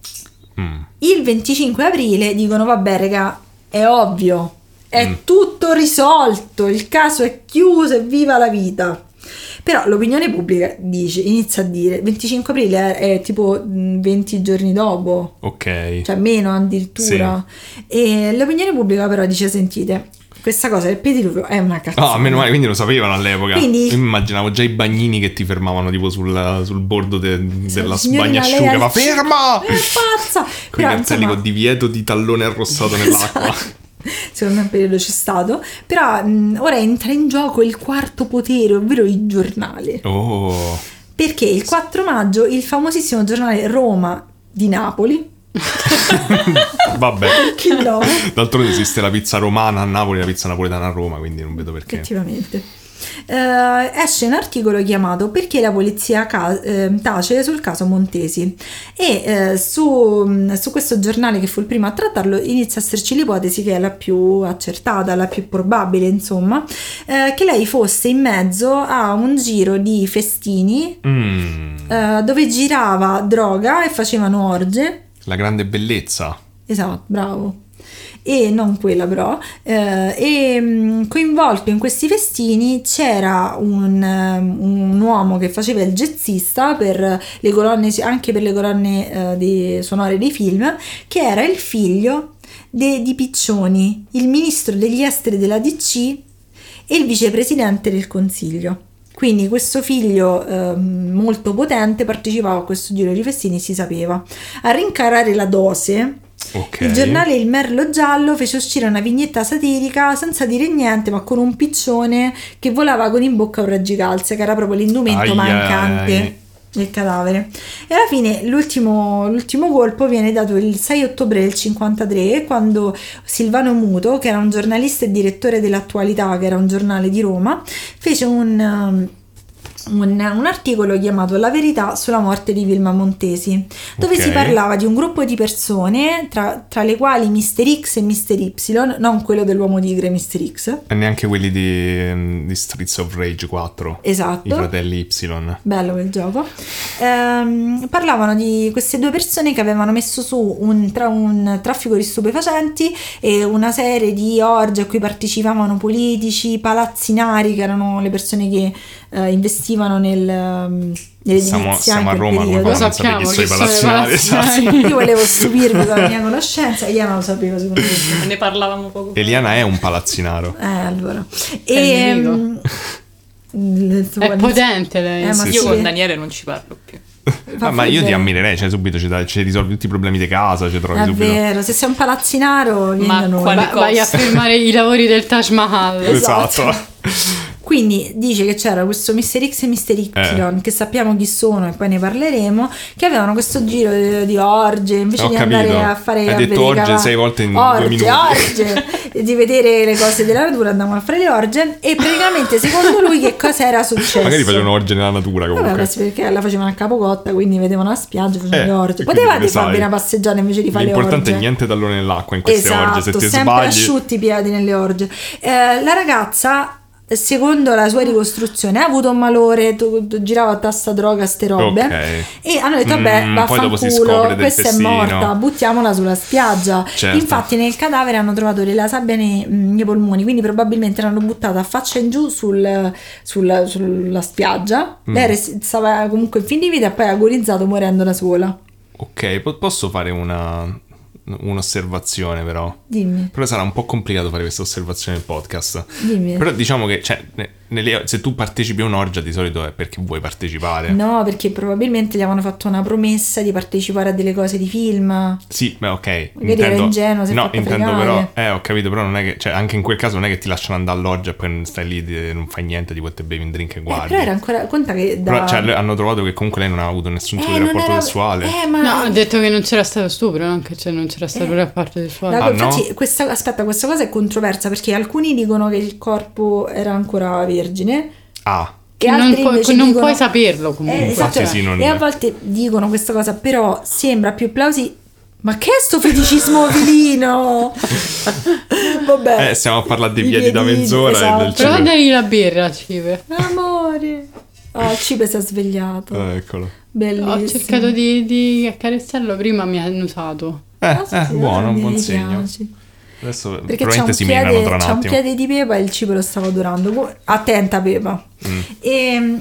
S2: Cioè,
S1: Mm.
S2: Il 25 aprile dicono: Vabbè, raga, è ovvio, è
S1: Mm.
S2: tutto risolto, il caso è chiuso e viva la vita. Però l'opinione pubblica dice, inizia a dire: 25 aprile è, è tipo mh, 20 giorni dopo,
S1: Ok.
S2: cioè meno addirittura. E l'opinione pubblica però dice: Sentite, questa cosa del pediluvio è una cazzata.
S1: Ah, meno male, quindi lo sapevano all'epoca.
S2: Quindi-
S1: Io immaginavo già i bagnini che ti fermavano tipo sul, sul bordo de- della
S2: Signorina, lei
S1: asciuga
S2: al-
S1: Ma ferma!
S2: È pazza!
S1: Con i
S2: Però,
S1: cartelli
S2: insomma- Esatto.
S1: con divieto di tallone arrossato nell'acqua.
S2: secondo me un periodo c'è stato però mh, ora entra in gioco il quarto potere ovvero il giornale
S1: Oh,
S2: perché il 4 maggio il famosissimo giornale Roma di Napoli
S1: vabbè.
S2: che lo
S1: D'altronde esiste la pizza romana a Napoli e la pizza napoletana a Roma, quindi non vedo perché.
S2: effettivamente eh, esce un articolo chiamato Perché la polizia ca- eh, tace sul caso Montesi e eh, su, mh, su questo giornale che fu il primo a trattarlo inizia a esserci l'ipotesi che è la più accertata, la più probabile insomma, eh, che lei fosse in mezzo a un giro di festini
S1: Mm,
S2: eh, dove girava droga e facevano orge.
S1: la grande bellezza.
S2: Esatto, bravo. E non quella però. eh, e mh, coinvolto in questi festini c'era un, ehm, un uomo che faceva il jazzista per le colonne, anche per le colonne eh, di- sonore dei film, che era il figlio de- di Piccioni, il ministro degli esteri della DC e il vicepresidente del Consiglio. Quindi questo figlio ehm, molto potente partecipava a questo giro di festini, si sapeva. A rincarare la dose,
S1: Ok.
S2: il giornale Il Merlo Giallo fece uscire una vignetta satirica senza dire niente, ma con un piccione che volava con in bocca un raggicalze, che era proprio l'indumento
S1: Ai,
S2: mancante
S1: ai.
S2: del cadavere. E alla fine l'ultimo, l'ultimo colpo viene dato il 6 ottobre del 53, quando Silvano Muto, che era un giornalista e direttore dell'attualità, che era un giornale di Roma, fece un, um, un- un articolo chiamato La verità sulla morte di Vilma Montesi, dove
S1: Ok.
S2: si parlava di un gruppo di persone, tra, tra le quali Mr. X e Mr. Y, non quello dell'uomo tigre Mr. X,
S1: E neanche quelli di, di Streets of Rage 4.
S2: esatto.
S1: I fratelli Y.
S2: Bello quel gioco. Ehm, parlavano di queste due persone che avevano messo su un, tra- un traffico di stupefacenti e una serie di orge a cui partecipavano politici, palazzinari, che erano le persone che eh, investivano nel, ehm, nell'edilizia
S1: Siamo-
S2: in
S1: siamo a
S2: quel
S1: Roma, come
S2: periodo.
S5: Lo
S1: non sapevi
S5: sappiamo
S1: chi sono
S5: che
S1: i
S5: sono i
S1: palazzinari, esatto.
S5: palazzinari.
S2: Io volevo stupirvi con la mia conoscenza, io non lo sapevo secondo me.
S4: Ne parlavamo poco. fa.
S1: Eliana è un palazzinaro.
S2: Eh, allora.
S5: È il
S2: Ehm, il tuo-
S5: È potente lei.
S2: Eh, ma
S1: Sì,
S4: Io
S1: sì.
S4: con Daniele non ci parlo più.
S2: fa
S1: Ah, ma io ti
S2: freddo.
S1: ammirerei, cioè subito ci, dai- ci risolvi tutti i problemi di casa, ci trovi
S2: È
S1: subito.
S2: vero, se sei un palazzinaro, vieni
S4: Ma
S2: da noi.
S4: qual-
S5: Va- vai a fermare i lavori del Taj
S2: Eh,
S5: Mahal.
S1: Esatto.
S2: Quindi dice che c'era questo Mr. X e Mr. Y,
S1: Eh.
S2: che sappiamo chi sono e poi ne parleremo, che avevano questo giro eh, di orge, invece
S1: Ho
S2: di
S1: capito.
S2: andare a fare...
S1: Hai
S2: a
S1: detto
S2: vedere i
S1: orge
S2: cava-
S1: sei volte in due
S2: orge,
S1: minuti.
S2: Orge, e di vedere le cose della natura, andavano a fare le orge e praticamente secondo lui che cosa era successo?
S1: Magari facevano orge nella natura
S2: Vabbè,
S1: comunque.
S2: questo perché la facevano a capocotta, quindi vedevano la spiaggia, facevano
S1: Eh,
S2: le orge.
S1: e quindi
S2: Potevate
S1: che ne
S2: farvi
S1: sai?
S2: una passeggiata invece di fare le orge.
S1: L'importante è niente tallone nell'acqua in queste
S2: Esatto,
S1: orge, se ti
S2: sempre
S1: sbagli...
S2: asciutti i piedi nelle orge. Eh, la ragazza, secondo la sua ricostruzione, ha avuto un malore, tu- tu- girava a tasta droga, ste robe.
S1: Ok.
S2: E hanno detto, vabbè,
S1: Mm, poi dopo si scopre
S2: vaffanculo,
S1: del
S2: questa è
S1: festino."
S2: morta, buttiamola sulla spiaggia.
S1: Certo.
S2: Infatti nel cadavere hanno trovato della sabbia nei, nei mm, polmoni, quindi probabilmente l'hanno buttata faccia in giù sul- sul- sulla spiaggia.
S1: Mm.
S2: Lei res- stava comunque in fin di vita e poi ha agonizzato morendo da sola.
S1: Ok, po- posso fare una... un'osservazione però?
S2: Dimmi,
S1: Però sarà un po' complicato fare questa osservazione nel podcast.
S2: dimmi.
S1: Però diciamo che, cioè, ne- nelle- se tu partecipi a un'orgia di solito è perché vuoi partecipare.
S2: No, perché probabilmente gli avevano fatto una promessa di partecipare a delle cose di film. Eh,
S1: Sì, beh, ok.
S2: Magari era ingenuo, si è
S1: no,
S2: fatta
S1: intendo
S2: fregare.
S1: però. Eh, ho capito, però non è che. Cioè, anche in quel caso non è che ti lasciano andare all'oggia e poi stai lì e non fai niente di quanto bevi un drink e
S2: Eh,
S1: guardi.
S2: però era ancora. Conta che da.
S1: Però, cioè, le- hanno trovato che comunque lei non ha avuto nessun tipo
S2: Eh,
S1: di
S2: non
S1: rapporto
S2: era-
S1: sessuale.
S2: Eh, ma.
S5: No, ha detto che non c'era stato stupro, anche cioè non c'era stato
S2: Eh.
S5: un rapporto sessuale.
S2: La-
S1: Ah,
S2: infatti,
S1: no?
S2: questa, aspetta, questa cosa è controversa perché alcuni dicono che il corpo era ancora vergine,
S1: Ah,
S2: che
S5: Non
S2: altri
S5: puoi-
S2: invece
S5: non
S2: dicono-
S5: puoi saperlo comunque.
S2: Eh, esatto,
S1: Sì, sì, non-
S2: e a volte dicono questa cosa, però sembra più plausibile. Ma che è sto feticismo filino? Vabbè.
S1: eh, stiamo a parlare dei
S2: I
S1: piedi da
S2: piedini,
S1: mezz'ora
S2: esatto.
S1: e del
S5: Prova a
S1: cibo.
S5: dargli la birra, Cive.
S2: Amore. Oh, il cibo si è svegliato.
S1: Eh, eccolo.
S2: Bellissimo.
S5: Ho cercato di, di accarezzarlo prima, mi ha annusato.
S1: Eh,
S2: Ah,
S1: eh,
S2: sì,
S1: buono, un
S2: mi
S1: buon
S2: piace.
S1: segno. Adesso
S2: Perché c'è un,
S1: probabilmente si menano
S2: piede,
S1: tra un
S2: c'è un
S1: attimo.
S2: piede di Pepa e il cibo lo stava adorando. Gu- Attenta Pepa.
S1: Mm.
S2: E mm,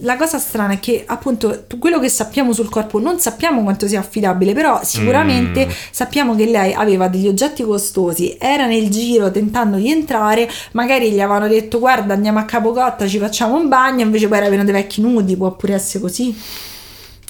S2: la cosa strana è che appunto tu- quello che sappiamo sul corpo non sappiamo quanto sia affidabile, però sicuramente
S1: Mm.
S2: sappiamo che lei aveva degli oggetti costosi, era nel giro tentando di entrare, magari gli avevano detto guarda andiamo a Capocotta, ci facciamo un bagno, invece poi erano dei vecchi nudi, può pure essere così.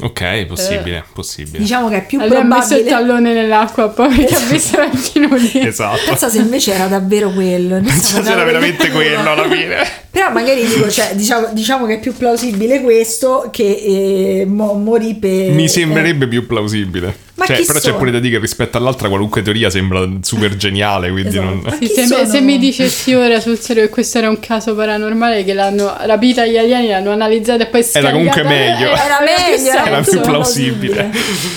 S1: Ok, possibile, possibile.
S2: Diciamo che è più
S5: Allora ha messo il
S2: probabile.
S5: tallone nell'acqua, poi perché ha messo la ginocchia.
S1: Esatto.
S2: Pensa se invece era davvero quello. Noi
S1: Pensa
S2: stiamo
S1: se era
S2: andando-
S1: veramente quello alla fine.
S2: Però magari dico, cioè, diciamo, diciamo che è più plausibile questo che eh, mo- morì per...
S1: Mi sembrerebbe più plausibile.
S2: Eh, Ma
S1: Cioè,
S2: chi
S1: però c'è
S2: sono?
S1: pure da dire che rispetto all'altra qualunque teoria sembra super geniale, quindi
S2: Esatto.
S1: non...
S2: Ma
S5: Sì,
S2: chi
S5: se,
S2: sono?
S5: se mi dicessi ora sul serio che questo era un caso paranormale che l'hanno rapita gli alieni, l'hanno analizzata e poi scaricata,
S1: comunque meglio.
S2: Eh, Era meglio, era,
S5: esatto.
S1: Era più
S2: tutto
S1: plausibile.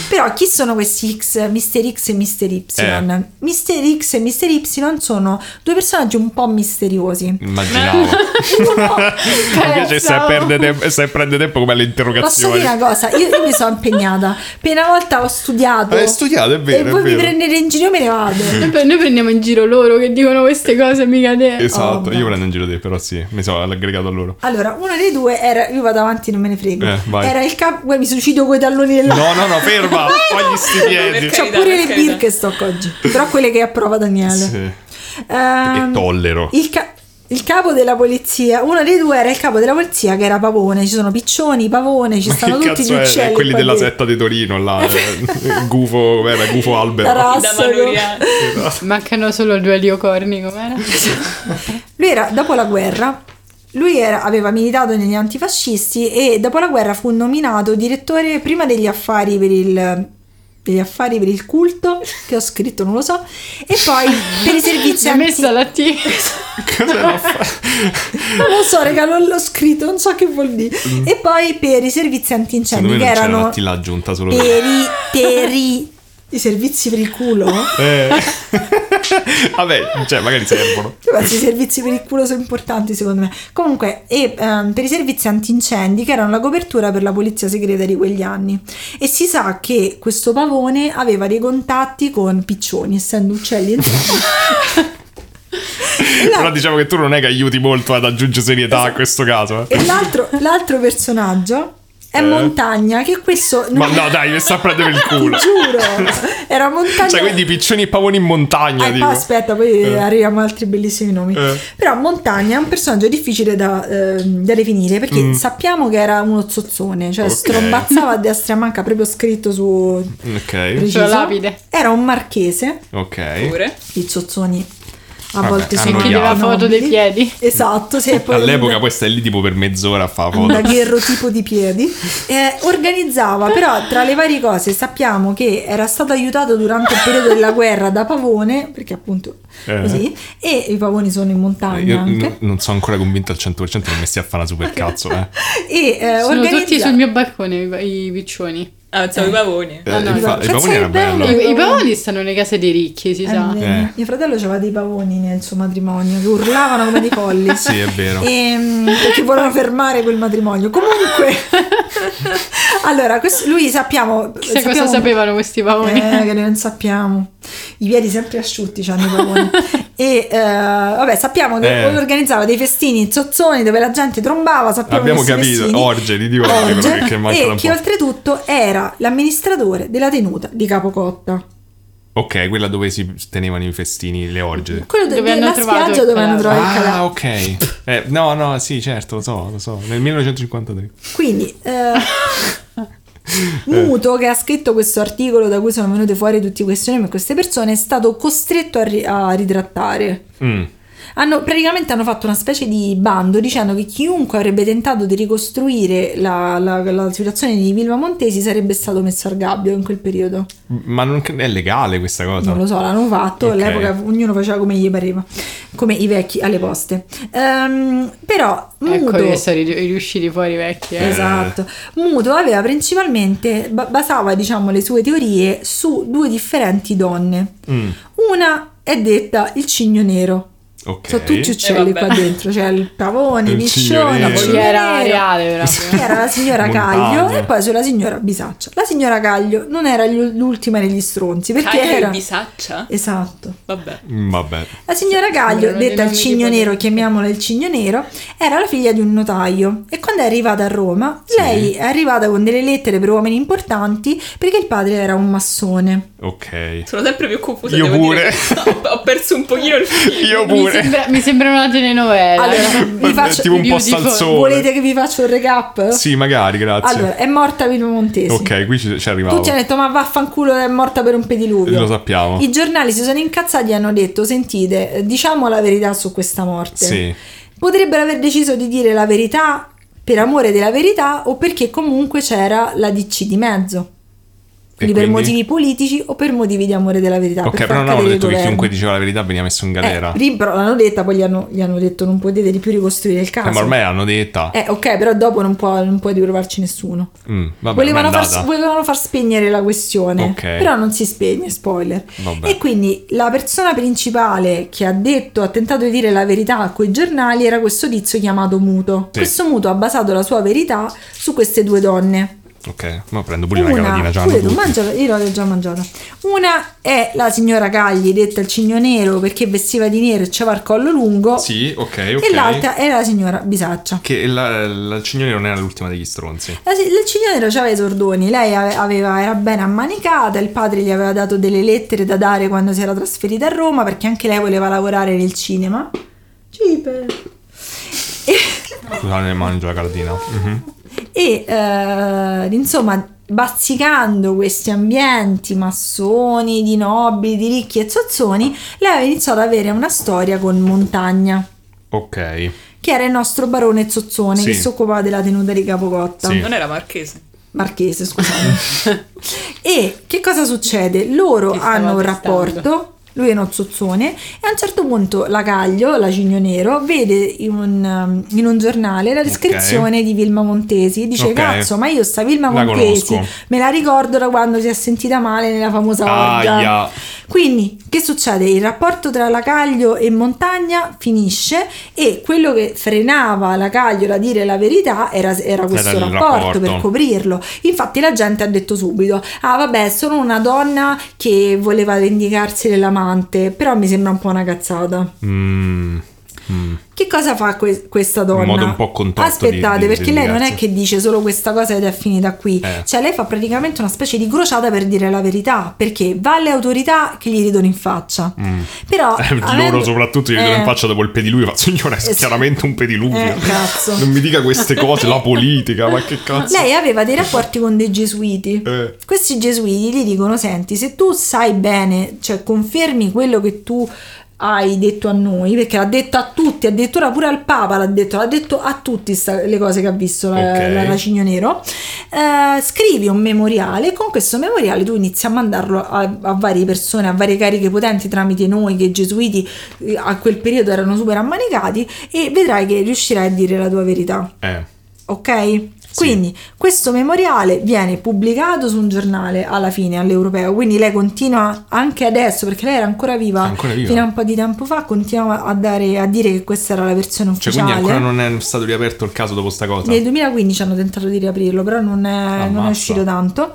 S2: Però chi sono questi X, Mister X e Mister Y?
S1: Eh.
S2: Mister X e Mister Y sono due personaggi un po' misteriosi.
S1: Immaginavo. Invece se
S5: Pensavo.
S1: perde, tempo, se prende tempo come alle
S2: Eh, Posso
S1: interrogazioni.
S2: dire una cosa? Io, io mi sono impegnata. Per una volta ho studiato.
S1: Hai studiato, è vero,
S2: E
S1: è
S2: voi mi
S1: vero.
S2: prendete in giro, io me ne vado.
S5: Noi pre- Noi prendiamo in giro loro che dicono queste cose, mica te.
S1: Esatto,
S2: Oh,
S1: io
S2: vabbè.
S1: prendo in giro te, però sì, mi sono aggregato a loro.
S2: Allora, uno dei due era. Io vado avanti, non me ne frego.
S1: Eh, vai.
S2: era il capo. Guarda, mi suicido coi talloni della.
S1: No, no, no, ferma, togli sti piedi.
S4: Perché-
S2: C'ho
S4: Carità,
S2: pure le
S4: carità.
S2: Birkenstock oggi, però quelle che approva Daniele.
S1: Sì.
S2: Ehm,
S1: E tollero.
S2: Il, ca- il capo della polizia, uno dei due era il capo della polizia che era Pavone, ci sono Piccioni, Pavone, ci stanno
S1: che
S2: tutti gli
S1: cazzo è?
S2: uccelli.
S1: Quelli
S2: qua
S1: della
S2: dentro.
S1: setta di Torino, là, eh, Gufo, com'era? Gufo
S2: La
S1: Albero.
S4: Da
S2: razza, no?
S4: Manuriani.
S5: Oh, Mancano solo due eliocorni, com'era?
S2: Lui era dopo la guerra. Lui era- aveva militato negli antifascisti e dopo la guerra fu nominato direttore prima degli affari per il degli affari per il culto che ho scritto non lo so e poi per i
S5: Si
S2: servizi
S5: è
S2: anti-
S5: messa la T.
S1: Cos'era fa-
S2: non lo so raga non l'ho scritto non so che vuol dire e poi per i servizi
S1: Mm. Secondo
S2: antincendi
S1: me non
S2: che
S1: c'era
S2: Cioè, erano
S1: Attila aggiunta solo per-
S2: peri teri i servizi per il culo
S1: Eh. Vabbè, cioè, magari servono.
S2: Io penso i servizi per il culo sono importanti secondo me. Comunque, e, ehm, per i servizi antincendi che erano la copertura per la polizia segreta di quegli anni. E si sa che questo pavone aveva dei contatti con piccioni, essendo uccelli. E la-
S1: Però diciamo che tu non è che aiuti molto ad aggiungere serietà
S2: Esatto.
S1: a questo caso. eh.
S2: e l'altro, l'altro personaggio è
S1: Eh?
S2: Montagna, che questo...
S1: Ma no, dai, mi sta a prendere il
S2: Eh, ti
S1: culo.
S2: giuro! Era Montagna...
S1: Cioè, quindi piccioni e pavoni in montagna,
S2: Ah,
S1: dico.
S2: poi aspetta, poi
S1: Eh.
S2: arriviamo ad altri bellissimi nomi.
S1: Eh.
S2: Però Montagna è un personaggio difficile da, ehm, da definire perché sappiamo che era uno zozzone, cioè
S1: Mm. Ok.
S2: strombazzava a destra e a manca, proprio scritto su
S1: Ok,
S2: preciso.
S5: Sulla lapide.
S2: Era un marchese,
S1: ok.
S4: Pure.
S2: i zozzoni a
S1: Vabbè,
S2: volte sono
S1: annoiato.
S5: Chiedeva foto dei
S2: nobili.
S5: piedi.
S2: Esatto, sì, e poi Ah,
S1: All'epoca poi stai lì tipo per mezz'ora a fa
S2: un
S1: foto.
S2: daghero tipo di piedi eh, organizzava però tra le varie cose sappiamo che era stato aiutato durante il periodo della guerra da Pavone perché appunto
S1: Eh.
S2: così e i pavoni sono in montagna
S1: Io n-
S2: anche
S1: non sono ancora convinto al 100% che mi stia a fare una super cazzo, eh.
S2: e eh,
S5: Sono tutti
S2: organizza-
S5: sul mio balcone i, pa- i piccioni.
S4: Ah, pensavo i pavoni.
S1: Eh,
S5: no,
S1: il fa-
S2: no.
S1: il pavone era
S2: Pensavo bello.
S1: bello.
S5: I, i pavoni stanno nelle case dei ricchi, si
S2: Eh,
S5: sa.
S2: vedi,
S1: Eh.
S2: mio fratello aveva dei pavoni nel suo matrimonio che urlavano come dei folli
S1: Sì, è vero.
S2: Ehm, perché volevano fermare quel matrimonio comunque allora questo- lui sappiamo
S5: Chissà cosa
S2: sappiamo-
S5: sapevano questi pavoni.
S2: Eh, che noi non sappiamo. I piedi sempre asciutti c'hanno i pavoni. e eh, vabbè, sappiamo che
S1: Eh.
S2: organizzava dei festini zozzoni dove la gente trombava, sappiamo
S1: Abbiamo
S2: questi
S1: capito,
S2: festini.
S1: orge, di dico orge,
S2: Orge.
S1: però che mancano
S2: e
S1: un
S2: che
S1: po'.
S2: oltretutto era l'amministratore della tenuta di Capocotta.
S1: Ok, quella dove si tenevano i festini, le orge.
S2: Quello de-
S5: Dove hanno
S2: della
S5: trovato
S2: spiaggia
S5: il
S2: dove hanno
S5: cadavere.
S2: trovato il
S1: Ah,
S2: cadavere.
S1: ok. Eh, no, no, sì, certo, lo so, lo so. Nel 1953.
S2: Quindi, eh,
S1: Eh.
S2: Muto, che ha scritto questo articolo da cui sono venute fuori tutti questi nomi e queste persone, è stato costretto a, ri- a ritrattare.
S1: Mm.
S2: Hanno, praticamente hanno fatto una specie di bando dicendo che chiunque avrebbe tentato di ricostruire la, la- la situazione di Vilma Montesi sarebbe stato messo al gabbio in quel periodo.
S1: Ma non cre- è legale questa cosa?
S2: Non lo so, l'hanno fatto,
S1: Ok.
S2: all'epoca ognuno faceva come gli pareva, come i vecchi alle poste. Ehm, però
S5: Mm. Ecco,
S2: Muto,
S5: che sono ri- riusciti fuori vecchi. Eh.
S2: Esatto. Muto aveva principalmente ba- basava, diciamo, le sue teorie su due differenti donne.
S1: Mm,
S2: Una è detta il cigno nero.
S1: ok.
S2: Sono tutti Cioè, uccelli
S4: Eh, vabbè.
S2: qua dentro, c'è il pavone, il
S1: Il
S2: piscione,
S1: cigno
S2: il
S1: nero.
S5: Sì,
S2: cigno
S5: era
S2: nero,
S5: reale,
S2: che
S5: proprio.
S2: era la signora Caglio
S1: Montagna.
S2: e poi sulla signora Bisaccia. La signora Caglio non era gli- l'ultima negli stronzi perché
S4: Cagliari
S2: era...
S4: bisaccia?
S2: Esatto.
S4: Vabbè.
S1: Mm, Vabbè.
S2: La signora Gaglio,
S5: Sembrano dei
S2: detta il
S5: nomi di
S2: cigno
S5: potenti.
S2: nero, chiamiamola il cigno nero, era la figlia di un notaio e quando è arrivata a Roma, lei è arrivata con delle lettere per uomini importanti perché il padre era un massone.
S1: Ok.
S4: Sono sempre più confusa.
S1: Io
S4: devo
S1: pure.
S4: dire che ho perso un pochino il filo.
S1: Io
S5: Mi,
S1: pure.
S5: sembra, mi sembra una telenovela.
S2: Allora, vi faccio-
S1: tipo un po'
S5: Beautiful.
S1: salsone.
S2: Volete che vi faccio un recap?
S1: Sì, magari, grazie.
S2: Allora, è morta Vino Montesi.
S1: ok, qui ci, ci arrivavo.
S2: Tutti hanno detto ma vaffanculo è morta per un pediluvio.
S1: Eh, Lo sappiamo.
S2: I giornali si sono incazzati e hanno detto sentite, eh, diciamo la verità su questa morte.
S1: Sì.
S2: potrebbero aver deciso di dire la verità per amore della verità o perché comunque c'era la DC di mezzo. Quindi, per
S1: quindi?
S2: motivi politici o per motivi di amore della verità.
S1: Ok, però
S2: per far
S1: non hanno
S2: cadere il
S1: detto che
S2: governo.
S1: chiunque diceva la verità veniva messo in galera.
S2: Eh, ri- però l'hanno detta, poi gli hanno, gli hanno detto non potete di più ricostruire il caso.
S1: Eh, ma ormai l'hanno detta.
S2: Eh, ok, però dopo non può, non può riprovarci nessuno.
S1: Mm, vabbè,
S2: Eh, volevano,
S1: ormai è
S2: far,
S1: andata.
S2: volevano far spegnere la questione,
S1: Ok.
S2: però non si spegne, spoiler.
S1: Vabbè.
S2: E quindi la persona principale che ha detto, ha tentato di dire la verità a quei giornali era questo tizio chiamato Muto.
S1: Sì.
S2: Questo Muto ha basato la sua verità su queste due donne.
S1: Ok, ma prendo pure una, cavatina. Già
S2: pure
S1: hanno
S2: tu,
S1: tutti.
S2: mangiala, io l'ho già mangiata. Una è la signora Cagli, detta il cigno nero perché vestiva di nero e c'aveva il collo lungo.
S1: Sì, ok, ok.
S2: E l'altra è la signora Bisaccia.
S1: Che la, la cignone non era l'ultima degli stronzi.
S2: La, si- la signora nero aveva i sordoni, lei ave- aveva- era ben ammanicata, il padre gli aveva dato delle lettere da dare quando si era trasferita a Roma perché anche lei voleva lavorare nel cinema. Cipe. E,
S1: Scusate, ne mangio la cardina.
S2: Mhm. e, eh, insomma, bazzicando questi ambienti massoni, di nobili, di ricchi e zozzoni, lei aveva iniziato ad avere una storia con Montagna,
S1: Ok.
S2: che era il nostro barone zozzone
S1: Sì.
S2: che si occupava della tenuta di Capocotta.
S1: Sì.
S4: Non era marchese.
S2: Marchese, scusate. e che cosa succede? Loro
S5: Ti stavo
S2: hanno un
S5: testando.
S2: rapporto. Lui è uno zozzone e a un certo punto la Caglio, la Cigno Nero, vede in un, um, in un giornale la descrizione di Vilma Montesi e dice
S1: Ok.
S2: cazzo ma io sta Vilma
S1: La
S2: Montesi
S1: conosco."
S2: me la ricordo da quando si è sentita male nella famosa orgia.
S1: Aia.
S2: Quindi, che succede? Il rapporto tra Lacaglio e Montagna finisce e quello che frenava Lacaglio da dire la verità era, era questo
S1: il
S2: rapporto,
S1: rapporto.
S2: per coprirlo. Infatti la gente ha detto subito, ah vabbè, sono una donna che voleva vendicarsi dell'amante, però mi sembra un po' una cazzata.
S1: Mm, mm.
S2: Che cosa fa que- questa donna?
S1: In modo un po' contorto di-
S2: Aspettate,
S1: di-
S2: perché
S1: di
S2: lei non è
S1: vendicarsi.
S2: che dice solo questa cosa ed è finita qui.
S1: Eh.
S2: Cioè, lei fa praticamente una specie di crociata per dire la verità, perché va alle autorità che gli ridono in faccia.
S1: Mm.
S2: Però
S1: Eh,
S2: avendo-
S1: loro soprattutto gli vedono in
S2: Eh,
S1: faccia dopo il pediluvio fa signora è
S2: Eh, sì.
S1: chiaramente un pediluvio
S2: Eh, cazzo.
S1: non mi dica queste cose la politica ma che cazzo
S2: Lei aveva dei rapporti con dei gesuiti.
S1: Eh.
S2: Questi gesuiti gli dicono: Senti, se tu sai bene, cioè confermi quello che tu hai detto a noi, perché l'ha detto a tutti, addirittura pure al Papa l'ha detto, l'ha detto a tutti sta- le cose che ha visto la,
S1: Ok.
S2: la- la Cigno Nero. eh, scrivi un memoriale e con questo memoriale tu inizi a mandarlo a, a varie persone, a varie cariche potenti tramite noi che i gesuiti eh, a quel periodo erano super ammanicati e vedrai che riuscirai a dire la tua verità.
S1: Eh,
S2: Ok? Quindi questo memoriale viene pubblicato su un giornale alla fine, all'europeo, quindi lei continua anche adesso, perché lei era ancora viva,
S1: Ancora viva.
S2: fino a un po' di tempo fa, continuava a, dare- a dire che questa era la versione
S1: cioè
S2: ufficiale.
S1: quindi ancora non è stato riaperto il caso dopo sta cosa
S2: Nel 2015 hanno tentato di riaprirlo, però non è, non è
S1: Ammazza.
S2: uscito tanto.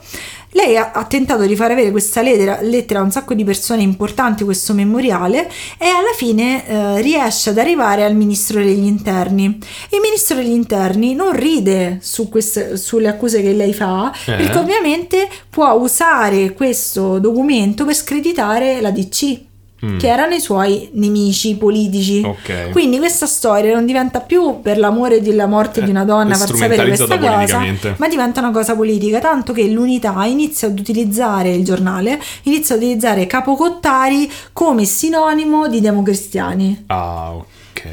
S2: Lei ha, ha tentato di far avere questa lettera, lettera a un sacco di persone importanti, questo memoriale, e alla fine eh, riesce ad arrivare al ministro degli interni. Il ministro degli interni non ride su queste- sulle accuse che lei fa,
S1: Eh.
S2: perché ovviamente può usare questo documento per screditare la DC,
S1: Mm. Oh.
S2: che erano i suoi nemici politici.
S1: Ok.
S2: Quindi questa storia non diventa più per l'amore della morte di una donna
S1: È
S2: far sapere questa
S1: strumentalizzata
S2: cosa,
S1: Eh, politicamente.
S2: ma diventa una cosa politica, tanto che l'unità inizia ad utilizzare il giornale, inizia ad utilizzare capocottari come sinonimo di democristiani.
S1: Ah, ok.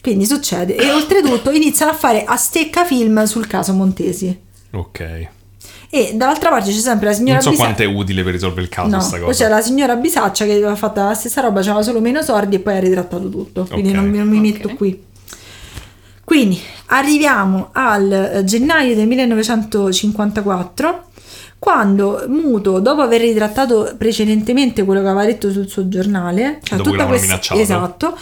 S2: Quindi succede. E oltretutto iniziano a fare a stecca film sul caso Montesi.
S1: Ok.
S2: E dall'altra parte c'è sempre la signora
S1: Non so
S2: Bisa-
S1: quanto è utile per risolvere il caso
S2: No,
S1: sta
S2: poi
S1: cosa.
S2: c'è la signora Bisaccia che aveva fatto la stessa roba, c'aveva solo meno soldi e poi ha ritrattato tutto. Quindi
S1: Ok,
S2: non, mi- non mi metto
S5: ok.
S2: qui. Quindi arriviamo al eh, gennaio del 1954 quando Muto, dopo aver ritrattato precedentemente quello che aveva detto sul suo giornale, cioè
S1: Dopo che
S2: tutta
S1: l'avevano
S2: questa,
S1: minacciato.
S2: esatto,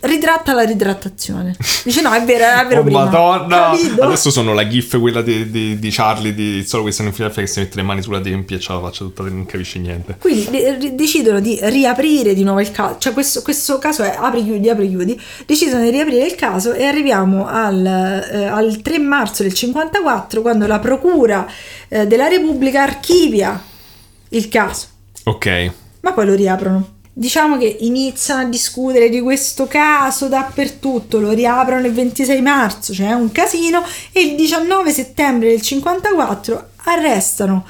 S2: ritratta la ritrattazione. Dice no, è vero, era vero
S1: Oh,
S2: prima.
S1: Madonna!
S2: Capito?
S1: Adesso sono la gif quella di, di- di Charlie di solo questa in Philadelphia che si mette le mani sulla tempia e ce la faccia tutta, non capisce niente.
S2: Quindi de- ri- decidono di riaprire di nuovo il caso, cioè questo, questo caso è apri chiudi, apri chiudi, decidono di riaprire il caso e arriviamo al, eh, al 3 marzo del 54 quando la Procura eh, della Repubblica archivia il caso,
S1: Ok.
S2: ma poi lo riaprono. Diciamo che iniziano a discutere di questo caso dappertutto, lo riaprono il 26 marzo, cioè è un casino, e il 19 settembre del 54 arrestano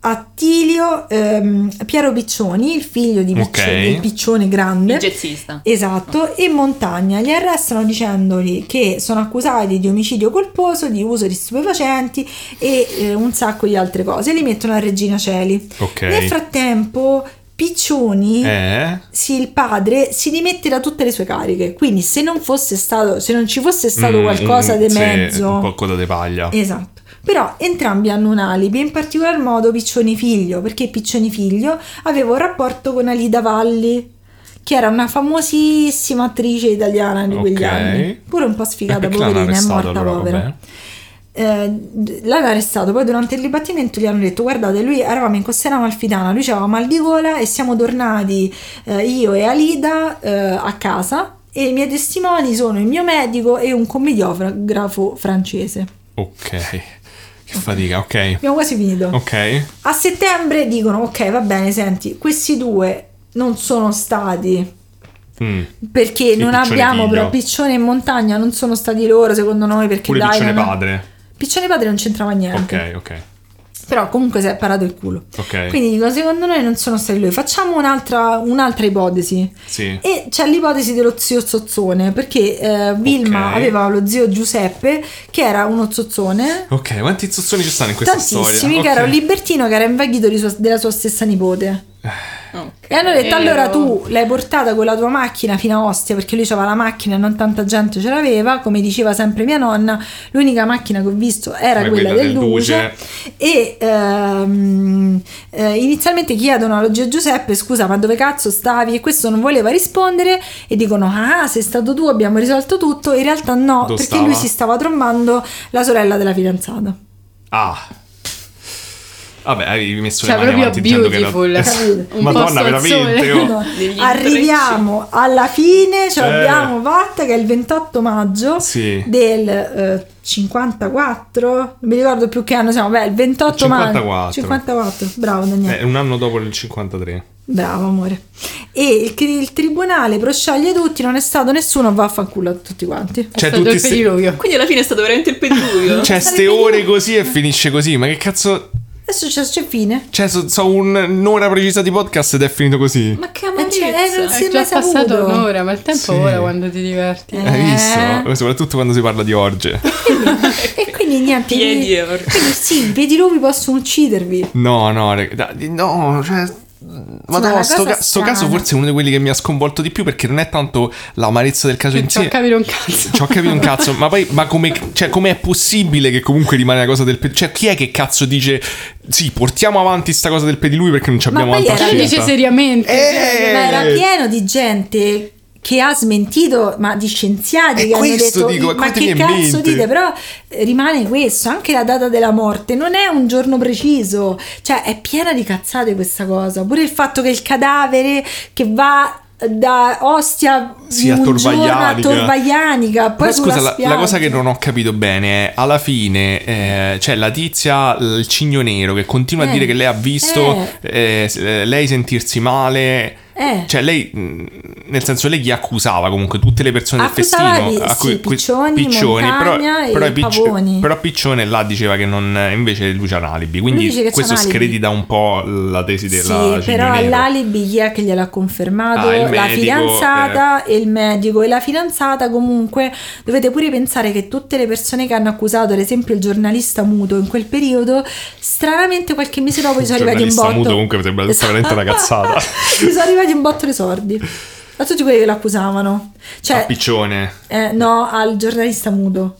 S2: Attilio ehm, Piero Piccioni, il figlio di
S1: Ok.
S2: Piccioni, il Piccione
S4: Il
S2: Grande.
S4: jazzista.
S2: Esatto, e Montagna li arrestano dicendogli che sono accusati di omicidio colposo, di uso di stupefacenti e eh, un sacco di altre cose. Li mettono a Regina Celi.
S1: Ok.
S2: Nel frattempo, Piccioni,
S1: Eh?
S2: sì, il padre, si dimette da tutte le sue cariche. Quindi, se non fosse stato, se non ci fosse stato
S1: Mm,
S2: qualcosa di
S1: sì,
S2: mezzo,
S1: un po' coda di paglia.
S2: Esatto. Però entrambi hanno un alibi, in particolar modo Piccioni Figlio, perché Piccioni Figlio aveva un rapporto con Alida Valli, che era una famosissima attrice italiana di
S1: Ok.
S2: quegli anni, pure un po' sfigata,
S1: Eh, perché l'hanno
S2: poverina, è
S1: arrestato
S2: morta
S1: allora,
S2: povera.
S1: vabbè?
S2: Eh, d- l'hanno arrestato, poi durante il dibattimento gli hanno detto guardate, lui eravamo in costiera amalfitana, lui aveva mal di gola e siamo tornati eh, io e Alida eh, a casa e i miei testimoni sono il mio medico e un commediografo francese.
S1: Ok. Che fatica, ok.
S2: Abbiamo quasi finito.
S1: Ok.
S2: A settembre dicono: Ok, va bene, senti, questi due non sono stati
S1: Mm.
S2: perché
S1: Il
S2: non
S1: piccione
S2: abbiamo
S1: figlio.
S2: però Piccione e Montagna, non sono stati loro secondo noi perché
S1: Pure
S2: dai.
S1: piccione
S2: non è-
S1: padre.
S2: Piccione padre non c'entrava niente.
S1: Ok, ok.
S2: Però comunque si è parato il culo.
S1: Ok.
S2: Quindi dicono: Secondo noi non sono stati loro. Facciamo un'altra, un'altra ipotesi.
S1: Sì.
S2: E c'è l'ipotesi dello zio Zozzone perché eh, Vilma
S1: Ok.
S2: aveva lo zio Giuseppe che era uno zozzone.
S1: Ok, quanti zozzoni ci stanno in questa
S2: Tantissimi,
S1: storia?
S2: che
S1: Ok.
S2: era un libertino che era invaghito di sua- della sua stessa nipote. Eh,
S4: Ok.
S2: E hanno detto:
S5: Vero.
S2: Allora tu l'hai portata con la tua macchina fino a Ostia perché lui aveva la macchina e non tanta gente ce l'aveva. Come diceva sempre mia nonna, l'unica macchina che ho visto era
S1: Era
S2: quella, del Duce. E ehm, eh, inizialmente chiedono allo zio Giuseppe: Scusa, ma dove cazzo stavi? E questo non voleva rispondere. E dicono: Ah, sei stato tu, abbiamo risolto tutto. In realtà, no,
S1: Dove
S2: perché
S1: stava?
S2: lui si stava trombando la sorella della fidanzata.
S1: Ah. Vabbè, avevi messo
S5: Cioè,
S1: le mani
S5: proprio
S1: avanti dicendo che era...
S5: beautiful.
S2: Capito?
S5: Un
S1: Madonna,
S5: posto al
S1: veramente,
S5: sole.
S1: oh.
S2: No.
S4: Degli
S2: Arriviamo alla fine, ce
S1: Eh.
S2: l'abbiamo fatta che è il 28 maggio
S1: Sì.
S2: del eh, 54, non mi ricordo più che anno siamo, beh il 28 maggio
S1: 54.
S2: 54, bravo Daniele,
S1: Eh, un anno dopo il 53.
S2: bravo amore. E il, il tribunale proscioglie tutti, non è stato nessuno, vaffanculo a tutti quanti.
S5: È stato il pediluvio.
S4: Quindi alla fine è stato veramente il pediluvio.
S1: Cioè, ste ore così e finisce così. Ma che cazzo...
S2: Adesso c'è, c'è fine.
S1: Cioè, so, so un- un'ora precisa di podcast ed è finito così.
S4: Ma che
S2: Eh, cioè, eh, non
S4: amarezza.
S2: si è
S5: È già
S2: mai
S5: passato
S2: saputo.
S5: un'ora, ma il tempo
S1: Sì.
S5: vola quando ti diverti.
S2: Eh.
S1: Hai visto? Soprattutto quando si parla di orge.
S2: E quindi niente.
S4: Piedi eh,
S2: quindi-
S4: e or-
S2: quindi sì, i pediluvi possono uccidervi.
S1: No, no, reg- da- no, cioè... Madonna,
S2: una
S1: sto,
S2: cosa
S1: ca- sto
S2: strana.
S1: caso forse è uno di quelli che mi ha sconvolto di più perché non è tanto l'amarezza del caso in
S5: Non ci ho
S1: sé.
S5: capito un cazzo.
S1: Ci ho capito un cazzo, ma poi ma come cioè, com'è possibile che comunque rimane la cosa del pe- Cioè, chi è che cazzo dice sì, portiamo avanti sta cosa del pedilui perché non ci
S2: Ma
S1: abbiamo
S2: poi
S1: altra
S2: era-
S5: Lo dice
S1: scelta?
S5: seriamente.
S1: Eh!
S2: Ma era pieno di gente che ha smentito, ma di scienziati
S1: È
S2: che hanno
S1: questo,
S2: detto
S1: dico, è
S2: ma
S1: questo
S2: che
S1: che mi è in
S2: cazzo
S1: mente."
S2: dite, però eh, rimane questo, anche la data della morte non è un giorno preciso, cioè è piena di cazzate questa cosa, pure il fatto che il cadavere che va da Ostia
S1: Sì, a
S2: un giorno
S1: Torvaglianica.
S2: a Torvaglianica, poi
S1: Però scusa,
S2: sulla
S1: la, la
S2: spiaggia.
S1: cosa che non ho capito bene è alla fine eh, c'è la tizia, l- il cigno nero, che continua
S2: Eh,
S1: a dire che lei ha visto eh, s- eh, lei sentirsi male.
S2: Eh.
S1: Cioè, lei, mh, nel senso, lei gli accusava comunque tutte le persone del
S2: Accusava
S1: festino.
S2: di- sì,
S1: cui- cui-
S2: piccioni, montagna e
S1: i picci-
S2: pavoni.
S1: però Piccione là diceva che non, invece lui c'ha l'alibi. Quindi
S2: Lui dice che c'ha
S1: questo
S2: un alibi.
S1: scredita un po' la tesi della
S2: Sì,
S1: cigno
S2: però
S1: nero.
S2: all'alibi chi è che gliel'ha confermato?
S1: Ah, il
S2: la
S1: medico, eh.
S2: fidanzata e il medico. E la fidanzata comunque dovete pure pensare che tutte le persone che hanno accusato, ad esempio il giornalista muto in quel periodo, stranamente qualche mese dopo gli sono
S1: Il
S2: arrivati in
S1: giornalista
S2: botto. Esatto.
S1: muto comunque sembra veramente una cazzata.
S2: gli sono arrivati in botto le sordi. A tutti quelli che lo accusavano.
S1: A
S2: Cioè,
S1: Ah, Piccione.
S2: eh, no, al giornalista muto.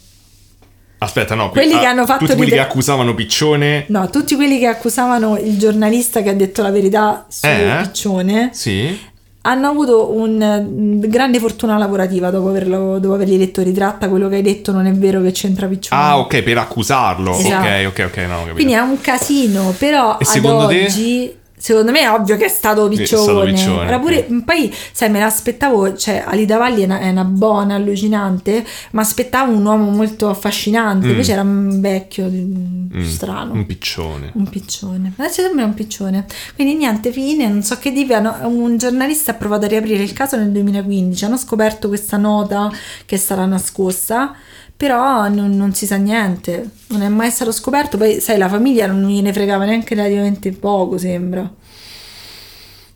S1: Aspetta, no,
S2: Quelli
S1: ah,
S2: che hanno fatto
S1: tutti quelli
S2: ridere-
S1: che accusavano Piccione.
S2: No, tutti quelli che accusavano il giornalista che ha detto la verità su
S1: Eh?
S2: Piccione.
S1: Sì.
S2: hanno avuto un mm, grande fortuna lavorativa dopo, averlo, dopo avergli detto ritratta quello che hai detto non è vero che c'entra Piccione
S1: Ah, ok, per accusarlo.
S2: Esatto.
S1: Ok, ok, ok, no, ho capito.
S2: quindi è un casino però
S1: E
S2: ad
S1: secondo te?
S2: oggi secondo me è ovvio che è stato
S1: Sì, è
S2: Piccione,
S1: stato Piccione,
S2: Era pure-
S1: ok.
S2: mm, poi sai me l'aspettavo cioè Alida Valli è una, è una buona allucinante ma aspettavo un uomo molto affascinante
S1: Mm.
S2: invece era un vecchio mm,
S1: Mm,
S2: strano Mm.
S1: Un piccione.
S2: un piccione, adesso sembra un piccione. Quindi niente, fine, non so che dire. hanno- Un giornalista ha provato a riaprire il caso nel 2015, hanno scoperto questa nota che sarà nascosta, però non, non si sa niente, non è mai stato scoperto. Poi sai, la famiglia non gliene fregava neanche relativamente poco, sembra.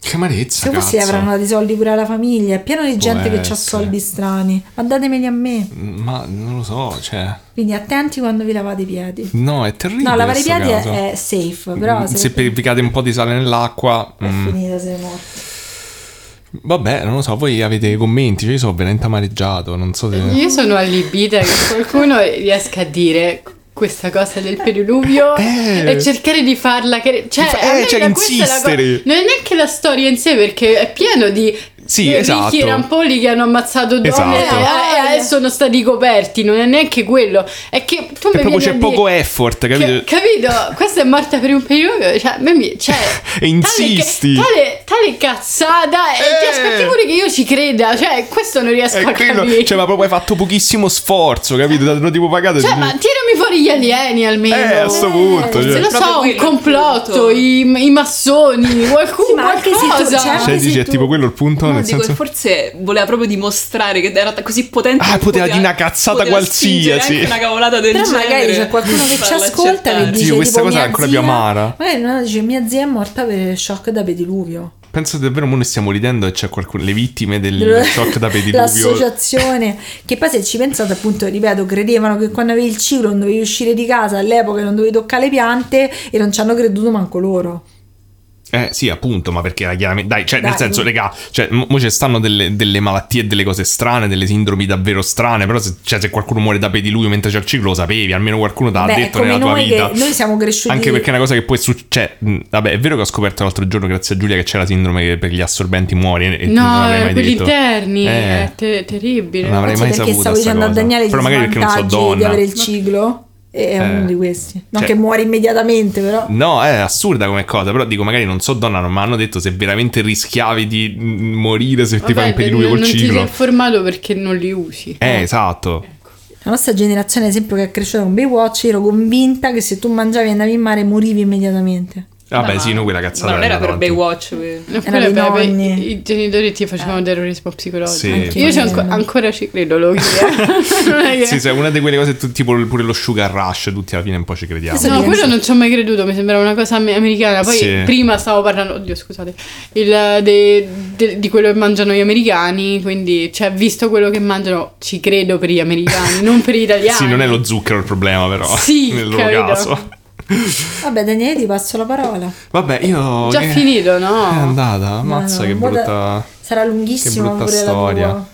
S1: Che amarezza,
S2: Se
S1: cazzo.
S2: forse gli avranno dato i soldi pure alla famiglia, è pieno di gente che ha
S1: essere.
S2: soldi strani, ma datemeli a me.
S1: Mm, Ma non lo so, cioè...
S2: Quindi attenti quando vi lavate i piedi.
S1: No, è terribile
S2: No, lavare i
S1: sto
S2: piedi
S1: caso.
S2: è, è safe, però
S1: Mm,
S2: se,
S1: Se piccate un po' di sale nell'acqua...
S2: è
S1: mm.
S2: finita, sei morto.
S1: Vabbè, non lo so, voi avete commenti, cioè io sono veramente amareggiato, non so
S2: Mm.
S1: se...
S5: Io sono allibita che qualcuno riesca a dire questa cosa del pediluvio
S1: Eh.
S5: e cercare di farla che cioè,
S1: Di fa-
S5: a
S1: eh,
S5: me
S1: cioè,
S5: la- questa è la co-
S1: insistere.
S5: non è neanche la storia in sé perché è pieno di
S1: Sì,
S5: ricchi
S1: esatto.
S5: rampolli che hanno ammazzato donne
S1: Esatto.
S5: e- e adesso sono stati coperti non è neanche quello è
S1: Che
S5: che tu mi
S1: proprio
S5: vieni a
S1: c'è
S5: dire
S1: poco effort,
S5: che-
S1: capito?
S5: capito? Questa è morta per un pediluvio cioè, a me mi- cioè
S1: E insisti.
S5: tale, che- tale, tale cazzata e ti
S1: Eh.
S5: aspetti pure che io ci creda cioè questo non riesco
S1: È
S5: a
S1: quello,
S5: capire
S1: cioè, ma proprio hai fatto pochissimo sforzo, capito? Ti hanno tipo pagato...
S5: cioè, ma tirami fuori gli alieni almeno.
S1: Eh, a sto punto,
S5: Se
S1: cioè.
S5: lo
S4: Proprio
S5: so, un
S4: quello è il
S5: complotto,
S4: punto.
S5: i, i massoni, qualcuno,
S2: Sì, ma anche se tu-
S5: qualcosa.
S2: c'è anche
S1: Cioè,
S2: se
S1: dici, è
S2: tu-
S1: tipo quello il punto,
S4: No,
S1: nel
S4: dico
S1: senso...
S4: che forse voleva proprio dimostrare che era così potente.
S1: Ah,
S4: che
S1: poteva dire una cazzata
S4: poteva
S1: qualsiasi.
S4: spingere anche una cavolata del
S2: Però
S4: genere.
S2: magari c'è qualcuno che ci
S4: Farla
S2: ascolta che
S4: accettare.
S2: dice
S1: Sì, questa
S2: tipo,
S1: cosa è
S2: mia
S1: ancora
S2: zia-
S1: più amara.
S2: Magari no, dice mia zia è morta per shock da pediluvio.
S1: Penso davvero mo ne stiamo ridendo e c'è qualcuno, le vittime del Mm, shock da pediluvio.
S2: L'associazione che poi se ci pensate appunto, ripeto, credevano che quando avevi il ciclo non dovevi uscire di casa, all'epoca non dovevi toccare le piante e non ci hanno creduto manco loro.
S1: Eh sì, appunto, ma perché era chiaramente... Dai, cioè, nel
S2: Dai.
S1: senso, regà, cioè, mo mo ci stanno delle, delle malattie e delle cose strane, delle sindromi davvero strane, però se, cioè, se qualcuno muore da pediluvio mentre c'è il ciclo lo sapevi, almeno qualcuno te l'ha
S2: Beh, è
S1: detto
S2: come
S1: nella tua
S2: noi
S1: vita.
S2: che- noi siamo cresciuti-
S1: Anche perché è una cosa che poi succede... Vabbè, è vero che ho scoperto l'altro giorno, grazie a Giulia, che c'è la sindrome che per gli assorbenti muori e non
S5: No, eh,
S1: l'avrei mai
S5: quelli
S1: detto.
S5: interni,
S1: Eh.
S5: è te- terribile.
S1: Non avrei
S2: Forse
S1: mai
S2: perché
S1: saputo
S2: stavo
S1: sta
S2: dicendo a
S1: cosa.
S2: Daniele gli
S1: Però magari perché non so
S2: svantaggi di
S1: donna.
S2: avere il ciclo e è
S1: Eh.
S2: uno di questi. Non
S1: Cioè-
S2: che muori immediatamente, però.
S1: No, è assurda come cosa, però dico magari non so donna, non mi hanno detto se veramente rischiavi di mm, morire se ti
S5: Vabbè,
S1: fai un pediluvio
S5: non-
S1: col
S5: non ti sei
S1: ciclo.
S5: informato perché non li usi.
S1: Eh, esatto.
S2: La nostra generazione, ad esempio, che è cresciuta con Baywatch, ero convinta che se tu mangiavi e andavi in mare morivi immediatamente.
S1: Vabbè,
S4: Ma-
S1: sì, no, quella cazzata.
S4: Ma non era
S1: andata
S4: per
S1: avanti.
S4: Baywatch. que-
S5: No,
S2: Era
S5: quello
S2: dei
S5: per- per-
S2: nonni. Eh.
S5: I genitori ti facevano terrorismo psicologico.
S1: Sì.
S5: Io c'ho
S2: Anche
S5: anco-
S2: quello.
S5: ancora ci credo, lo chiedo. Non è che-
S1: Sì, sì, è una di quelle cose tu- tipo il- pure lo sugar rush, tutti alla fine un po' ci crediamo.
S2: Sì,
S5: No,
S2: Pensa.
S5: quello non ci ho mai creduto, mi sembrava una cosa am- americana. Poi
S1: Sì.
S5: prima stavo parlando, oddio scusate, il, de- de- di quello che mangiano gli americani, quindi cioè visto quello che mangiano ci credo per gli americani, non per gli italiani.
S1: Sì, non è lo zucchero il problema, però.
S5: Sì,
S1: nel loro
S5: capito.
S1: caso.
S2: Vabbè, Daniele, ti passo la parola.
S1: Vabbè, io.
S5: Già
S1: che-
S5: finito,
S1: È
S5: no?
S1: andata, mazza,
S2: Ma
S1: che
S2: guarda-
S1: brutta.
S2: Sarà
S1: Che
S2: lunghissima
S1: brutta
S2: pure la
S1: storia.
S2: tua.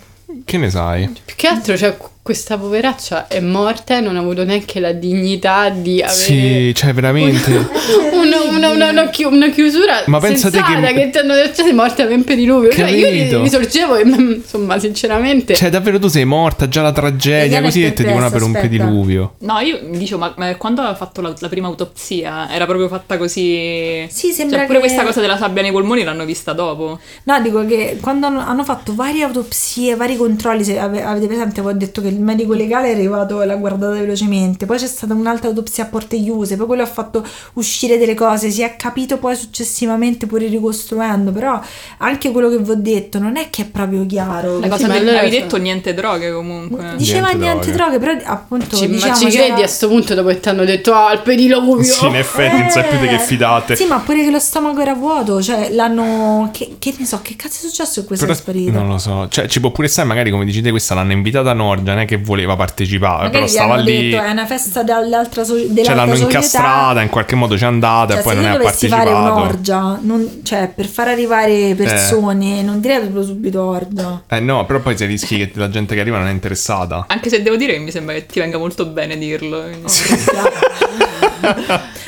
S1: Che ne sai?
S5: Più che altro, cioè, questa poveraccia è morta e non ha avuto neanche la dignità di avere...
S1: Sì, cioè veramente.
S5: Una, una- una- una chi- una chiusura
S1: Ma pensate
S5: sensata
S1: che-
S5: che... ti hanno detto sei morta per pediluvio. Cioè, io
S1: Capito.
S5: li- mi sorgevo e insomma, sinceramente.
S1: Cioè, davvero tu sei morta, già la tragedia,
S2: Eliana è
S1: così e ti
S2: perplessa,
S1: dicono ah, per un
S2: aspetta.
S1: pediluvio.
S4: No, io mi dicevo, ma, ma quando aveva fatto la, la prima autopsia era proprio fatta così.
S2: Sì, sembra
S4: Cioè, pure
S2: che-
S4: questa cosa della sabbia nei polmoni l'hanno vista dopo.
S2: No, dico che quando hanno- hanno fatto varie autopsie, vari controlli, se ave- avete presente, poi ho detto che il medico legale è arrivato e l'ha guardata velocemente, poi c'è stata un'altra autopsia a porte chiuse, poi quello ha fatto uscire delle cose, si è capito poi successivamente pure ricostruendo, però anche quello che vi ho detto non è che è proprio chiaro.
S4: La
S5: Sì,
S4: cosa
S5: ma
S4: del-
S5: allora-
S4: avevi detto niente droghe comunque.
S2: Diceva
S1: Niente
S2: niente droghe, però appunto...
S5: Ci-
S2: diciamo,
S5: ma ci
S2: c'era-
S5: credi a sto punto dopo che ti hanno detto ah il pediluvio?
S1: effetti,
S2: Eh, Sì, ma pure che lo stomaco era vuoto, cioè l'hanno... Che, che ne so, che cazzo è successo che questo
S1: Però-
S2: è sparito?
S1: non lo so, cioè ci può pure stare, magari come dici te, questa l'hanno invitata a Norgia, non è che voleva partecipare,
S2: Magari
S1: però
S2: gli
S1: stava
S2: hanno
S1: lì,
S2: detto eh, è una festa dell'altra so-
S1: ce
S2: dell'altra
S1: l'hanno
S2: società".
S1: incastrata, in qualche modo c'è andata
S2: Cioè,
S1: e poi
S2: se
S1: non
S2: io
S1: è
S2: dovessi
S1: partecipato.
S2: fare un'orgia, non- cioè, per far arrivare persone, non direi proprio subito orgia.
S1: Eh no, però poi se rischi che la gente che arriva non è interessata.
S4: Anche se devo dire che mi sembra che ti venga molto bene dirlo. quindi-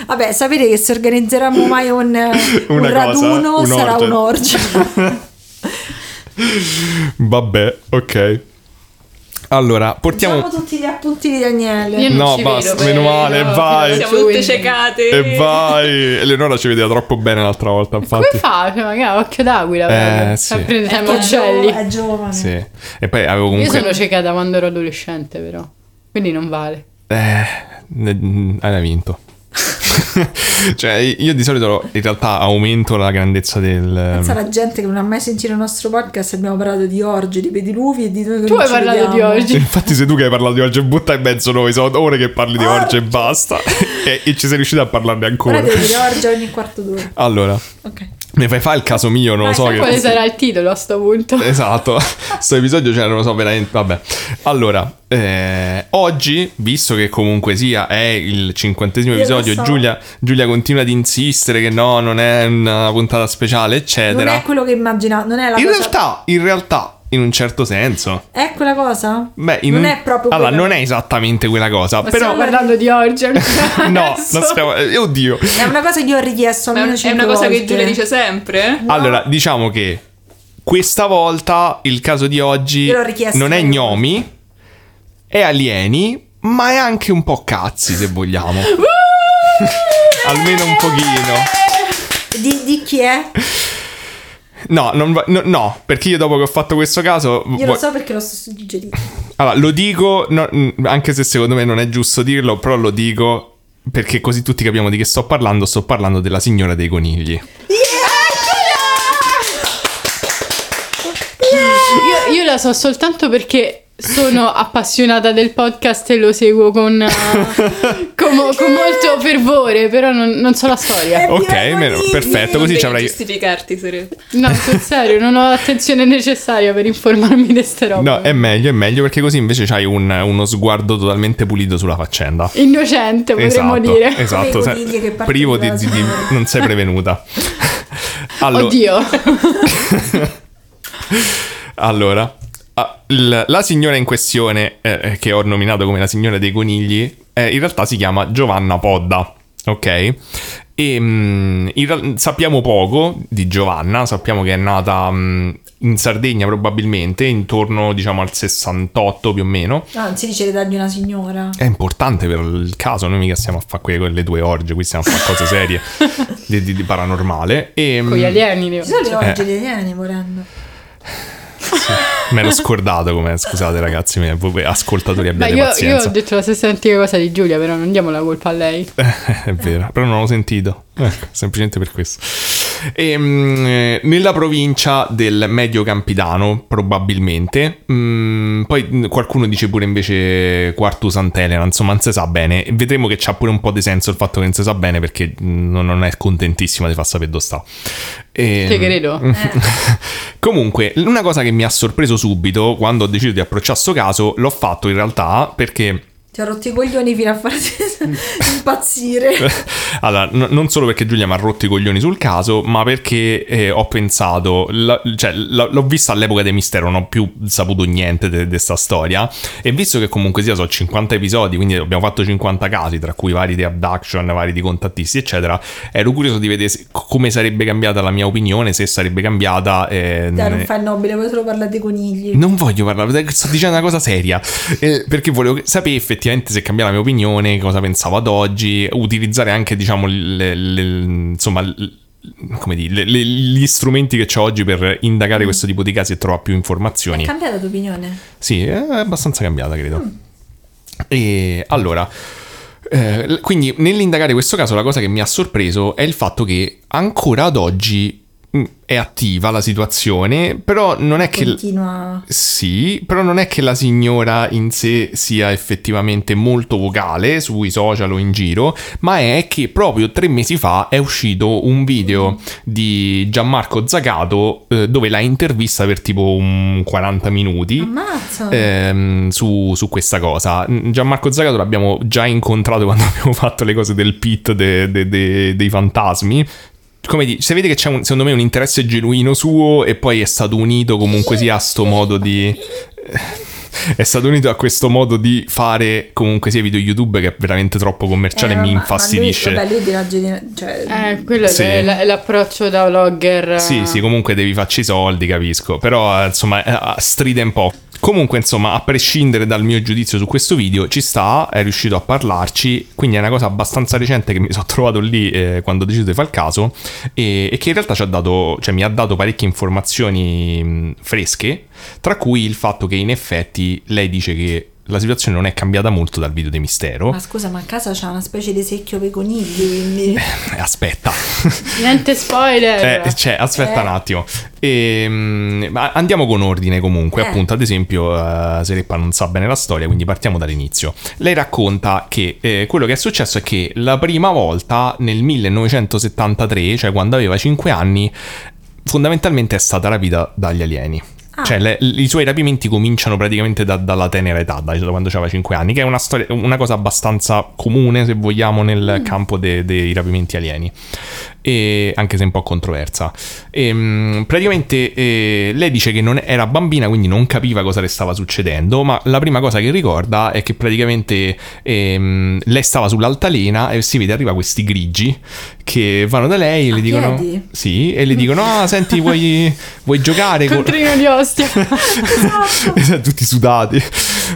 S2: Vabbè, sapete che se organizzeremo mai un, un
S1: Una cosa,
S2: raduno
S1: un'orgia.
S2: sarà un'orgia.
S1: Vabbè, ok. Allora, portiamo...
S2: Facciamo tutti gli appunti di Daniele.
S5: Io non
S1: No,
S5: ci
S1: basta,
S5: vedo,
S1: meno
S5: però-
S1: male, vai.
S4: Siamo tutte ciecate.
S1: E vai! Eleonora ci vedeva troppo bene l'altra volta,
S5: Come
S1: infatti.
S5: fa? Cioè, magari occhio d'aquila.
S1: Eh,
S5: proprio.
S1: sì.
S5: Sempre in tema
S2: È gio-
S5: uccelli.
S2: È giovane.
S1: Sì. E poi avevo
S5: Io
S1: comunque...
S5: sono ciecata quando ero adolescente, però. Quindi non vale.
S1: Eh, ne- hai vinto. cioè, io di solito in realtà aumento la grandezza del...
S2: Pensa alla gente che non ha mai sentito il nostro podcast. Abbiamo parlato di orge, di pediluvi e di noi che
S5: Tu
S2: non
S5: hai
S2: ci
S5: parlato di
S2: vediamo.
S5: oggi.
S1: ehm, Infatti sei tu che hai parlato di orge butta in mezzo noi, sono ore che parli di
S2: Ah.
S1: orge e basta. e, e ci sei riuscito a parlarne ancora.
S2: Però devi dire orgia ogni quarto
S1: Eh,
S2: d'ora.
S1: Allora,
S2: Ok.
S1: mi fai fare il caso mio, non lo
S2: Vai,
S1: so
S2: fai
S1: che...
S5: Quale sarà il titolo a sto punto?
S1: Esatto, sto episodio cioè, non lo so veramente. Vabbè, allora eh, oggi, visto che comunque sia è il cinquantesimo
S2: Io lo
S1: episodio,
S2: so.
S1: Giulia, Giulia continua ad insistere che no, non è una puntata speciale,
S2: Non
S1: eccetera.
S2: è quello che immaginavo, non è la
S1: in
S2: cosa.
S1: realtà, in realtà, in un certo senso,
S2: È quella cosa?
S1: beh, in
S2: non
S1: un-
S2: è proprio
S1: allora,
S2: quella-
S1: non è esattamente quella cosa,
S5: Ma
S1: però.
S5: Stiamo parlando di oggi ancora
S1: No,
S5: adesso?
S1: non stiamo... eh, oddio.
S2: È una cosa che io ho richiesto
S4: Ma è
S2: almeno
S4: un- è
S2: cinque
S4: una cosa che
S2: volte.
S4: Giulia dice sempre. eh?
S1: Allora, diciamo che questa volta il caso di oggi
S2: Io l'ho richiesto.
S1: non è gnomi, è alieni, ma è anche un po' cazzi se vogliamo. Almeno un pochino.
S2: Di, di chi è?
S1: No, non va- no, no, perché io dopo che ho fatto questo caso...
S2: Io lo
S1: vuoi-
S2: so perché lo sto suggerendo.
S1: Allora, lo dico, no, mm, anche se secondo me non è giusto dirlo, però lo dico perché così tutti capiamo di che sto parlando. Sto parlando della signora dei conigli.
S5: Io, io la so soltanto perché sono appassionata del podcast e lo seguo con, eh, con mo- con molto fervore, però non, non so la storia.
S1: Ok,
S2: dei
S1: meno-
S2: conigli!
S1: perfetto,
S4: Non
S1: così
S4: devi
S1: ci avrai...
S4: giustificarti, Sere.
S5: No, sul serio, non ho l'attenzione necessaria per informarmi di queste robe.
S1: No, eh, è meglio, è meglio perché così invece hai un- uno sguardo totalmente pulito sulla faccenda.
S5: Innocente, potremmo
S1: esatto,
S5: dire.
S1: esatto,
S2: Come i
S1: se-
S2: conigli che partono
S1: privo di,
S2: dalla
S1: di- di-
S2: signora.
S1: non sei prevenuta. Allora,
S5: Oddio.
S1: Mm. allora, ah, il- la signora in questione, eh, che ho nominato come la signora dei conigli, eh, in realtà si chiama Giovanna Podda, ok? E mm, in real- sappiamo poco di Giovanna, sappiamo che è nata mm, in Sardegna probabilmente, intorno diciamo al 68 più o meno.
S2: No, Ah, non si dice l'età di una signora.
S1: È importante per il caso, noi mica stiamo a fare quelle, quelle due orge, qui stiamo a fare cose serie di, di- di paranormale. Ehm, E,
S5: Con gli
S1: me
S5: alieni. le-
S2: Ci sono le
S1: Eh.
S2: orge italiane volendo.
S1: l'ho scordato come, scusate ragazzi, me- voi ascoltatori
S5: Beh,
S1: abbiate
S5: io, io ho
S1: pazienza.
S5: detto la stessa antica cosa di Giulia, però non diamo la colpa a lei.
S1: È vero, però non l'ho sentito, Ecco, semplicemente per questo. E, mm, eh, nella provincia del Medio Campidano, probabilmente, Mm, poi mm, qualcuno dice pure invece Quartu Sant'Elena, insomma non si sa bene, vedremo che c'ha pure un po' di senso il fatto che non si sa bene perché mm, non non è contentissima di far sapere dove sta. E,
S5: Te credo.
S1: Mm.
S2: Eh,
S1: Comunque, una cosa che mi ha sorpreso subito quando ho deciso di approcciare sto caso, l'ho fatto in realtà perché...
S2: Ti ho rotto i coglioni fino a farti impazzire.
S1: Allora, n- non solo perché Giulia mi ha rotto i coglioni sul caso, ma perché eh, ho pensato, la- cioè la- l'ho vista all'epoca dei mistero, non ho più saputo niente di questa storia. E visto che comunque sia, so 50 episodi, quindi abbiamo fatto 50 casi, tra cui vari di abduction, vari di contattisti, eccetera, ero curioso di vedere se- come sarebbe cambiata la mia opinione, se sarebbe cambiata. eh,
S2: Dai, Cioè, non fai il nobile, vuoi solo parlare dei conigli.
S1: non voglio parlare, sto dicendo una cosa seria. eh, perché volevo sapere effettivamente se cambiava la mia opinione, cosa pensavo ad oggi, utilizzare anche, diciamo, le- le- insomma, l- come dire, le- le- gli strumenti che ho oggi per indagare questo tipo di casi e trovare più
S2: È
S1: informazioni.
S2: cambiata tua opinione?
S1: Sì, è abbastanza cambiata, credo. E allora. eh, l- quindi nell'indagare questo caso la cosa che mi ha sorpreso è il fatto che ancora ad oggi mm, è attiva la situazione, però non è che...
S2: Continua.
S1: Sì, però non è che la signora in sé sia effettivamente molto vocale sui social o in giro, ma è che proprio tre mesi fa è uscito un video di Gianmarco Zagato eh, dove la intervista per tipo un 40 minuti.
S2: Ammazza.
S1: ehm, su, su questa cosa Mm, Gianmarco Zagato l'abbiamo già incontrato quando abbiamo fatto le cose del pit de- de- de- dei fantasmi come dici, se vede che c'è un- secondo me un interesse genuino suo e poi è stato unito comunque sia a sto modo di... eh, È stato unito a questo modo di fare comunque sia video YouTube che è veramente troppo commerciale
S2: Eh,
S1: e
S2: ma-
S1: cioè, mi
S2: ma lui-
S1: infastidisce.
S2: Vabbè, lui dirà gene- cioè,
S5: Eh, quello
S1: Sì.
S5: è l- l'approccio da vlogger. eh.
S2: Eh.
S1: Sì, sì, comunque devi farci i soldi, capisco. Però, eh, insomma, eh, stride un po'. Comunque, insomma, a prescindere dal mio giudizio su questo video, ci sta, è riuscito a parlarci, quindi è una cosa abbastanza recente che mi sono trovato lì eh, quando ho deciso di fare il caso e, e che in realtà ci ha dato, cioè, mi ha dato parecchie informazioni mh, fresche, tra cui il fatto che in effetti lei dice che la situazione non è cambiata molto dal video di mistero.
S2: ma scusa, ma a casa c'è una specie di secchio per i conigli, quindi...
S1: Eh, Aspetta.
S5: Niente spoiler.
S1: Eh, cioè, aspetta
S2: Eh.
S1: un attimo. Ehm, ma andiamo con ordine comunque.
S2: Eh.
S1: Appunto, ad esempio, eh, Sereppa non sa bene la storia, quindi partiamo dall'inizio. Lei racconta che eh, quello che è successo è che la prima volta nel 1973, cioè quando aveva 5 anni, fondamentalmente è stata rapita dagli alieni.
S2: Ah.
S1: Cioè, le- i suoi rapimenti cominciano praticamente da- dalla tenera età, da, da quando aveva 5 anni, che è una, storia- una cosa abbastanza comune, se vogliamo,
S2: Mm.
S1: nel campo de- dei rapimenti alieni. E- anche se un po' controversa. Ehm, praticamente eh, lei dice che non era bambina, quindi non capiva cosa le stava succedendo, ma la prima cosa che ricorda è che praticamente ehm, lei stava sull'altalena e si vede arriva questi grigi che vanno da lei e
S2: A
S1: le dicono...
S2: piedi?
S1: Sì, e le dicono, ah, senti, vuoi, vuoi giocare? con-" Esatto,
S5: Contrino di ostia.
S1: Tutti sudati.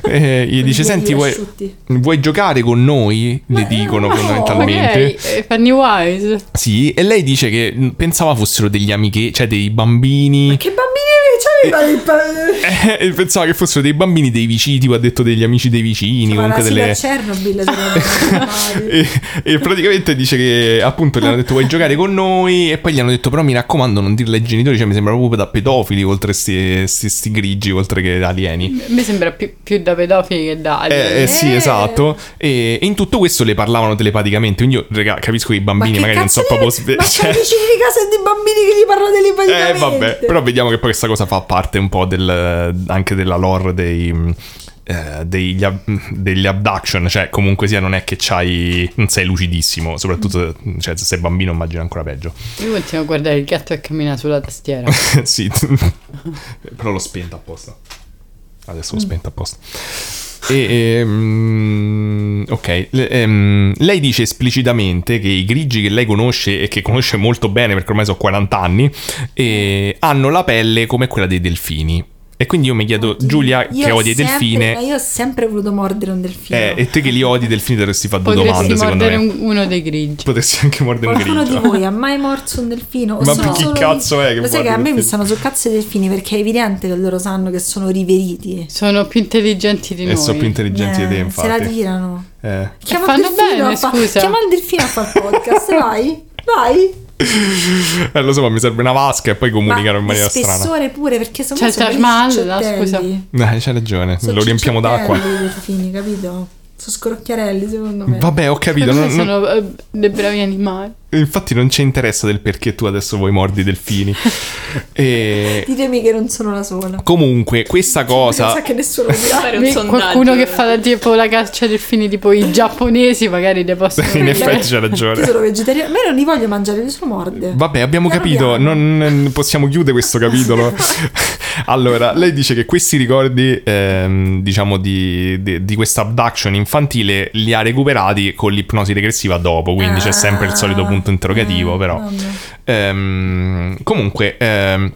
S1: E gli dice,
S2: Vedi,
S1: senti, vuoi,
S2: asciutti."
S1: vuoi giocare con noi? Le
S2: Ma
S1: dicono
S2: no,
S1: fondamentalmente.
S5: Ok, eh, Fanny Wise.
S1: Sì, e lei dice che mh, pensava fossero degli amiche, cioè dei bambini.
S2: Che bambini c'aveva il...
S1: Eh, pensava che fossero dei bambini dei vicini, tipo ha detto degli amici dei vicini,
S2: Ma la
S1: comunque
S2: sigla
S1: delle.
S2: Chernobyl sarebbe
S1: E, e praticamente dice che appunto le hanno detto vuoi giocare con noi e poi gli hanno detto però mi raccomando non dirle ai genitori cioè mi sembra proprio da pedofili oltre sti, sti, sti grigi oltre che alieni
S5: Mi sembra più, più da pedofili che da alien.
S1: eh, eh, sì
S2: Eh.
S1: esatto e, e in tutto questo le parlavano telepaticamente quindi io raga, capisco che i bambini magari non so proprio sve-
S2: Ma c'è
S1: cioè-
S2: vicini di casa e dei bambini che gli parlano telepaticamente
S1: Eh vabbè, però vediamo che poi questa cosa fa parte un po' del, anche della lore dei, mh, eh, degli, ab- mh, degli abduction, cioè comunque sia non è che c'hai, non sei lucidissimo, soprattutto se- cioè, se sei bambino immagino ancora peggio.
S5: Io continuo a guardare il gatto che cammina sulla tastiera.
S1: sì, però l'ho spenta apposta. Adesso l'ho
S2: Mm.
S1: spenta apposta. E, ehm, ok, le- ehm, lei dice esplicitamente che i grigi che lei conosce e che conosce molto bene perché ormai sono 40 anni eh, hanno la pelle come quella dei delfini. E quindi io mi chiedo, Giulia,
S2: Io
S1: che
S2: ho
S1: odi i
S2: sempre- ma
S1: delfini,
S2: Io ho sempre voluto mordere un delfino.
S1: eh, e te che li odi, i delfini dovresti fare due
S5: Potresti
S1: domande secondo me.
S5: mordere un- uno dei grigi.
S1: Potresti anche mordere un
S2: Qualcuno di
S1: grigio.
S2: voi ha mai morso un delfino? O
S1: Ma
S2: sono
S1: chi
S2: solo-
S1: cazzo è che
S2: Lo sai
S1: muore
S2: che a
S1: un
S2: me mi
S1: delfino?
S2: stanno sul cazzo i delfini perché è evidente che loro sanno che sono riveriti.
S5: Sono più intelligenti di
S1: E
S5: noi.
S1: sono più intelligenti
S2: Eh,
S1: di te,
S2: se la
S1: infatti.
S2: tirano.
S1: Eh.
S2: Chiama il
S5: fanno
S2: delfino
S5: bene,
S2: a fa-
S5: scusa.
S2: Chiama il delfino a fare podcast, vai. Vai.
S1: Eh, lo so, ma mi serve una vasca e poi
S2: Ma
S1: comunicano in
S2: di
S1: maniera
S2: spessore
S1: strana.
S2: pure perché sono
S5: C'è il
S2: sono
S5: Taj Mahal,
S2: dei
S5: no,
S2: cicciottelli.
S5: cioè, scusa.
S1: Eh, c'hai ragione,
S2: Sono
S1: lo riempiamo d'acqua.
S2: cicciottelli i delfini, capito? Sono scrocchiarelli, secondo me.
S1: Vabbè, ho capito.
S5: Forse
S1: non- non-
S5: sono eh, dei bravi animali.
S1: Infatti, non ci interessa del perché tu adesso vuoi mordi i delfini. e...
S2: Ditemi che non sono la sola.
S1: Comunque, questa cosa.
S2: Pensa che nessuno mi ha.
S4: Fare un
S5: Beh,
S4: sondaggio. eh.
S5: Qualcuno che fa tipo la caccia del fine, tipo i giapponesi, magari le possono
S1: In
S5: prendere.
S1: effetti c'ha
S2: Io
S1: ragione.
S2: sono vegetariano. Ma io non li voglio mangiare, li sono morde.
S1: Vabbè, abbiamo
S2: Piano
S1: capito,
S2: piano.
S1: non possiamo chiudere questo capitolo. allora, lei dice che questi ricordi, ehm, diciamo, di, di- di questa abduction infantile li ha recuperati con l'ipnosi regressiva dopo, quindi c'è sempre il solito
S2: Ah.
S1: punto interrogativo,
S2: Mm,
S1: però.
S2: vabbè.
S1: Ehm, comunque, ehm,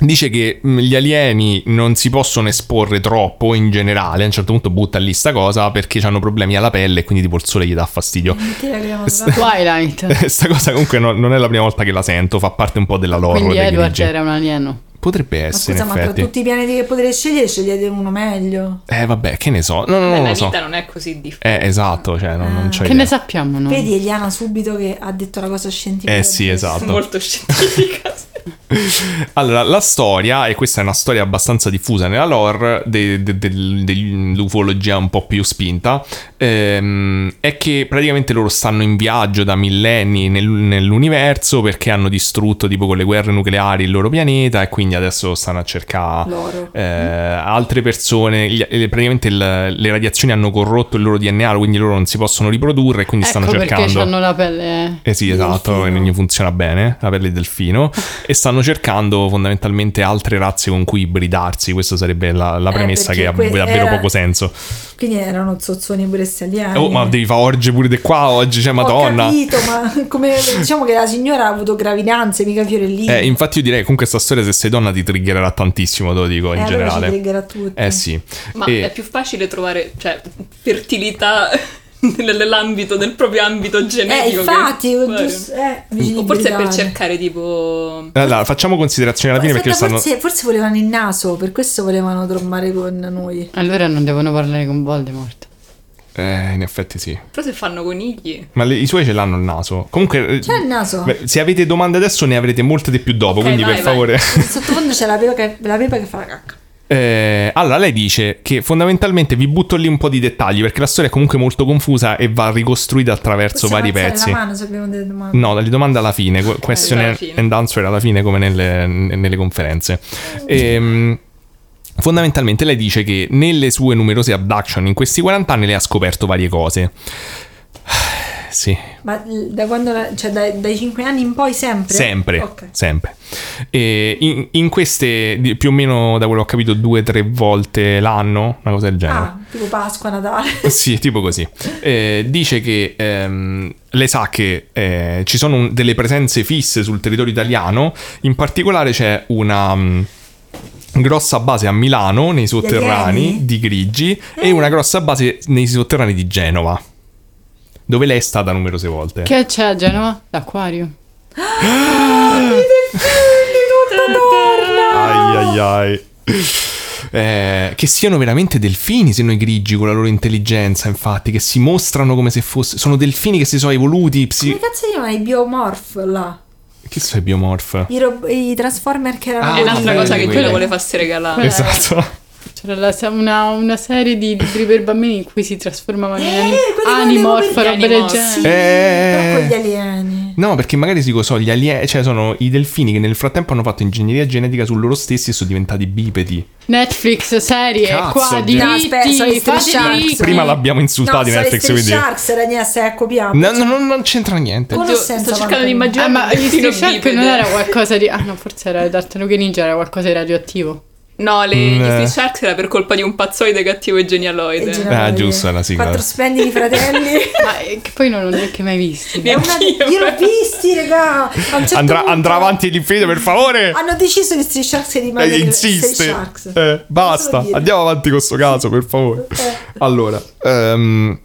S1: dice che mh, gli alieni non si possono esporre troppo in generale. A un certo punto butta lì sta cosa perché hanno problemi alla pelle e quindi tipo il sole gli dà fastidio.
S2: Mentira che abbiamo
S1: S-
S2: trovato.
S5: Twilight.
S1: Eh, Sta cosa comunque no- non è la prima volta che la sento, fa parte un po' della lore
S5: Quindi
S1: dei
S5: Edward
S1: grigi.
S5: era un alieno.
S1: Potrebbe
S2: Ma
S1: essere,
S2: scusa, ma
S1: in
S2: tra
S1: effetti.
S2: tutti i pianeti che potrei scegliere, scegliete uno meglio.
S1: Eh vabbè, che ne so, no, no,
S4: Beh,
S1: non
S4: la
S1: lo so.
S4: vita non è così difficile.
S1: Eh, esatto, cioè, non, non c'ho
S5: Che
S1: idea.
S5: ne sappiamo noi?
S2: Vedi Eliana subito che ha detto la cosa scientifica.
S1: Mm. Eh sì,
S2: giusta.
S1: esatto.
S4: Molto scientifica.
S1: Allora, la storia, e questa è una storia abbastanza diffusa nella lore de- de- del- dell'ufologia un po' più spinta, ehm, è che praticamente loro stanno in viaggio da millenni nel- nell'universo perché hanno distrutto tipo con le guerre nucleari il loro pianeta e quindi adesso stanno a cercare
S2: Loro.
S1: eh, altre persone, gli- eh, praticamente il- le radiazioni hanno corrotto il loro DNA, quindi loro non si possono riprodurre e quindi
S5: ecco
S1: stanno
S5: perché
S1: cercando...
S5: hanno la pelle.
S1: Eh sì,
S2: Il
S1: esatto, e
S2: delfino.
S1: non gli funziona bene la pelle del delfino e stanno cercando fondamentalmente altre razze con cui ibridarsi, questa sarebbe la, la
S2: Eh,
S1: premessa
S2: perché
S1: che ha
S2: que-
S1: davvero
S2: era-
S1: poco senso.
S2: Quindi erano zozzoni pure sti alieni.
S1: Oh, ma devi fare orge pure di qua oggi, cioè
S2: eh. Ho
S1: madonna.
S2: capito, ma come diciamo che la signora ha avuto gravidanze, mica fiorellini.
S1: Eh, infatti io direi comunque questa storia se sei donna ti triggererà tantissimo, te lo dico
S2: Eh,
S1: in
S2: allora ci
S1: generale.
S2: triggerà tutti.
S1: Eh sì.
S4: Ma
S1: E-
S4: è più facile trovare, cioè, fertilità nell'ambito, nel proprio ambito
S2: Eh,
S4: genetico. che-
S2: infatti,
S4: Guarda.
S2: giusto, eh,
S4: O forse è per cercare tipo...
S1: Allora, facciamo considerazioni alla fine
S2: Aspetta,
S1: perché stanno...
S2: Eh, forse, forse volevano il naso, per questo volevano trombare con noi.
S5: Allora non devono parlare con Voldemort.
S1: Eh, in effetti sì.
S4: Però se fanno conigli.
S1: Ma le- i suoi ce l'hanno il naso. Comunque... eh,
S2: C'è il naso.
S1: beh, se avete domande adesso ne avrete molte di più dopo,
S4: Ok,
S1: quindi
S4: vai,
S1: per
S4: vai.
S1: favore...
S2: In sottofondo c'è la pepa, che, la pepa che fa la cacca.
S1: Eh, allora, lei dice che fondamentalmente vi butto lì un po' di dettagli perché la storia è comunque molto confusa e va ricostruita attraverso
S2: Possiamo
S1: vari
S2: alzare
S1: pezzi. Mm.
S2: la mano se abbiamo delle domande.
S1: No, le domande alla fine, que- question
S4: Eh, alla fine.
S1: and answer alla fine come nelle, nelle conferenze. Ehm, fondamentalmente lei dice che nelle sue numerose abduction in questi 40 anni lei ha scoperto varie cose. Sì,
S2: Ma l- da quando la- cioè dai, dai 5 anni in poi sempre?
S1: Sempre,
S2: Ok.
S1: sempre. E in, in queste, di- più o meno da quello che ho capito, due o tre volte l'anno, una cosa del genere.
S2: Ah, tipo Pasqua, Natale.
S1: Eh. Sì, tipo così. Eh, dice che ehm, lei sa che eh, ci sono un- delle presenze fisse sul territorio italiano, in particolare c'è una mm, grossa base a Milano nei sotterranei
S2: alieni?
S1: di Grigi
S2: Eh.
S1: e una grossa base nei sotterranei di Genova, dove lei è stata numerose volte.
S5: Che c'è a Genova? L'Aquario.
S1: Ai ai ai. Eh, che siano veramente delfini se noi grigi con la loro intelligenza infatti che si mostrano come se fossero sono delfini che si sono evoluti psi-
S2: Come cazzo chiamano i biomorph là?
S1: Che sono i biomorph?
S2: I, rob- i transformer che erano...
S1: Ah,
S4: è l'altra
S1: bello
S4: cosa che
S1: quello.
S4: quello vuole farsi regalare.
S1: Esatto.
S5: C'era Cioè, la- una, una serie di libri per bambini in cui si trasformavano in
S2: Eh,
S5: anim-
S2: quelli con le
S5: animorph,
S2: robe-
S5: robe del
S4: Animorph,
S5: genere.
S2: Sì,
S1: Eh.
S2: però con gli alieni.
S1: No, perché magari si so, gli alieni, cioè sono i delfini che nel frattempo hanno fatto ingegneria genetica su loro stessi e sono diventati bipedi.
S5: Netflix, serie,
S1: Cazzo,
S5: qua,
S1: Dio.
S5: diritti,
S2: No, aspetta, sono gli Stray
S5: fate i
S2: Sharks.
S5: ricchi.
S1: Prima l'abbiamo
S2: Ah, No,
S1: insultato in
S2: sono le
S1: Netflix,
S2: Stray
S1: quindi
S2: Sharks, Ragnese, eh, copiamo.
S1: No, no, no, non c'entra niente.
S2: Con-
S4: Oddio,
S2: senso,
S4: sto cercando
S2: Antonio.
S4: di
S5: Ah,
S4: immaginare
S5: ma
S4: un
S5: gli Stray
S4: delfino
S5: Shark
S4: bipede.
S5: non era qualcosa di... Ah no, forse era le tartarughe ninja, era qualcosa di radioattivo.
S4: No, le,
S1: Mm,
S4: gli
S1: eh.
S4: Stray Sharks era per colpa di un pazzoide cattivo e genialoide.
S2: E girava
S1: Ah,
S2: lì.
S1: giusto, è la sigla.
S2: Quattro splendidi fratelli.
S5: Ma eh, che poi non l'ho neanche mai visto.
S2: È una-
S4: Neanch'io.
S2: Io l'ho visti, raga. A un certo
S1: Andrà,
S2: punto
S1: andrà avanti l'infinito, per favore.
S2: Hanno deciso che Stray Sharks è rimasto
S1: Eh,
S2: Stray
S1: insiste.
S2: Sharks.
S1: Eh, basta,
S2: dire. Eh.
S1: andiamo avanti con sto caso, per favore. Allora, ehm,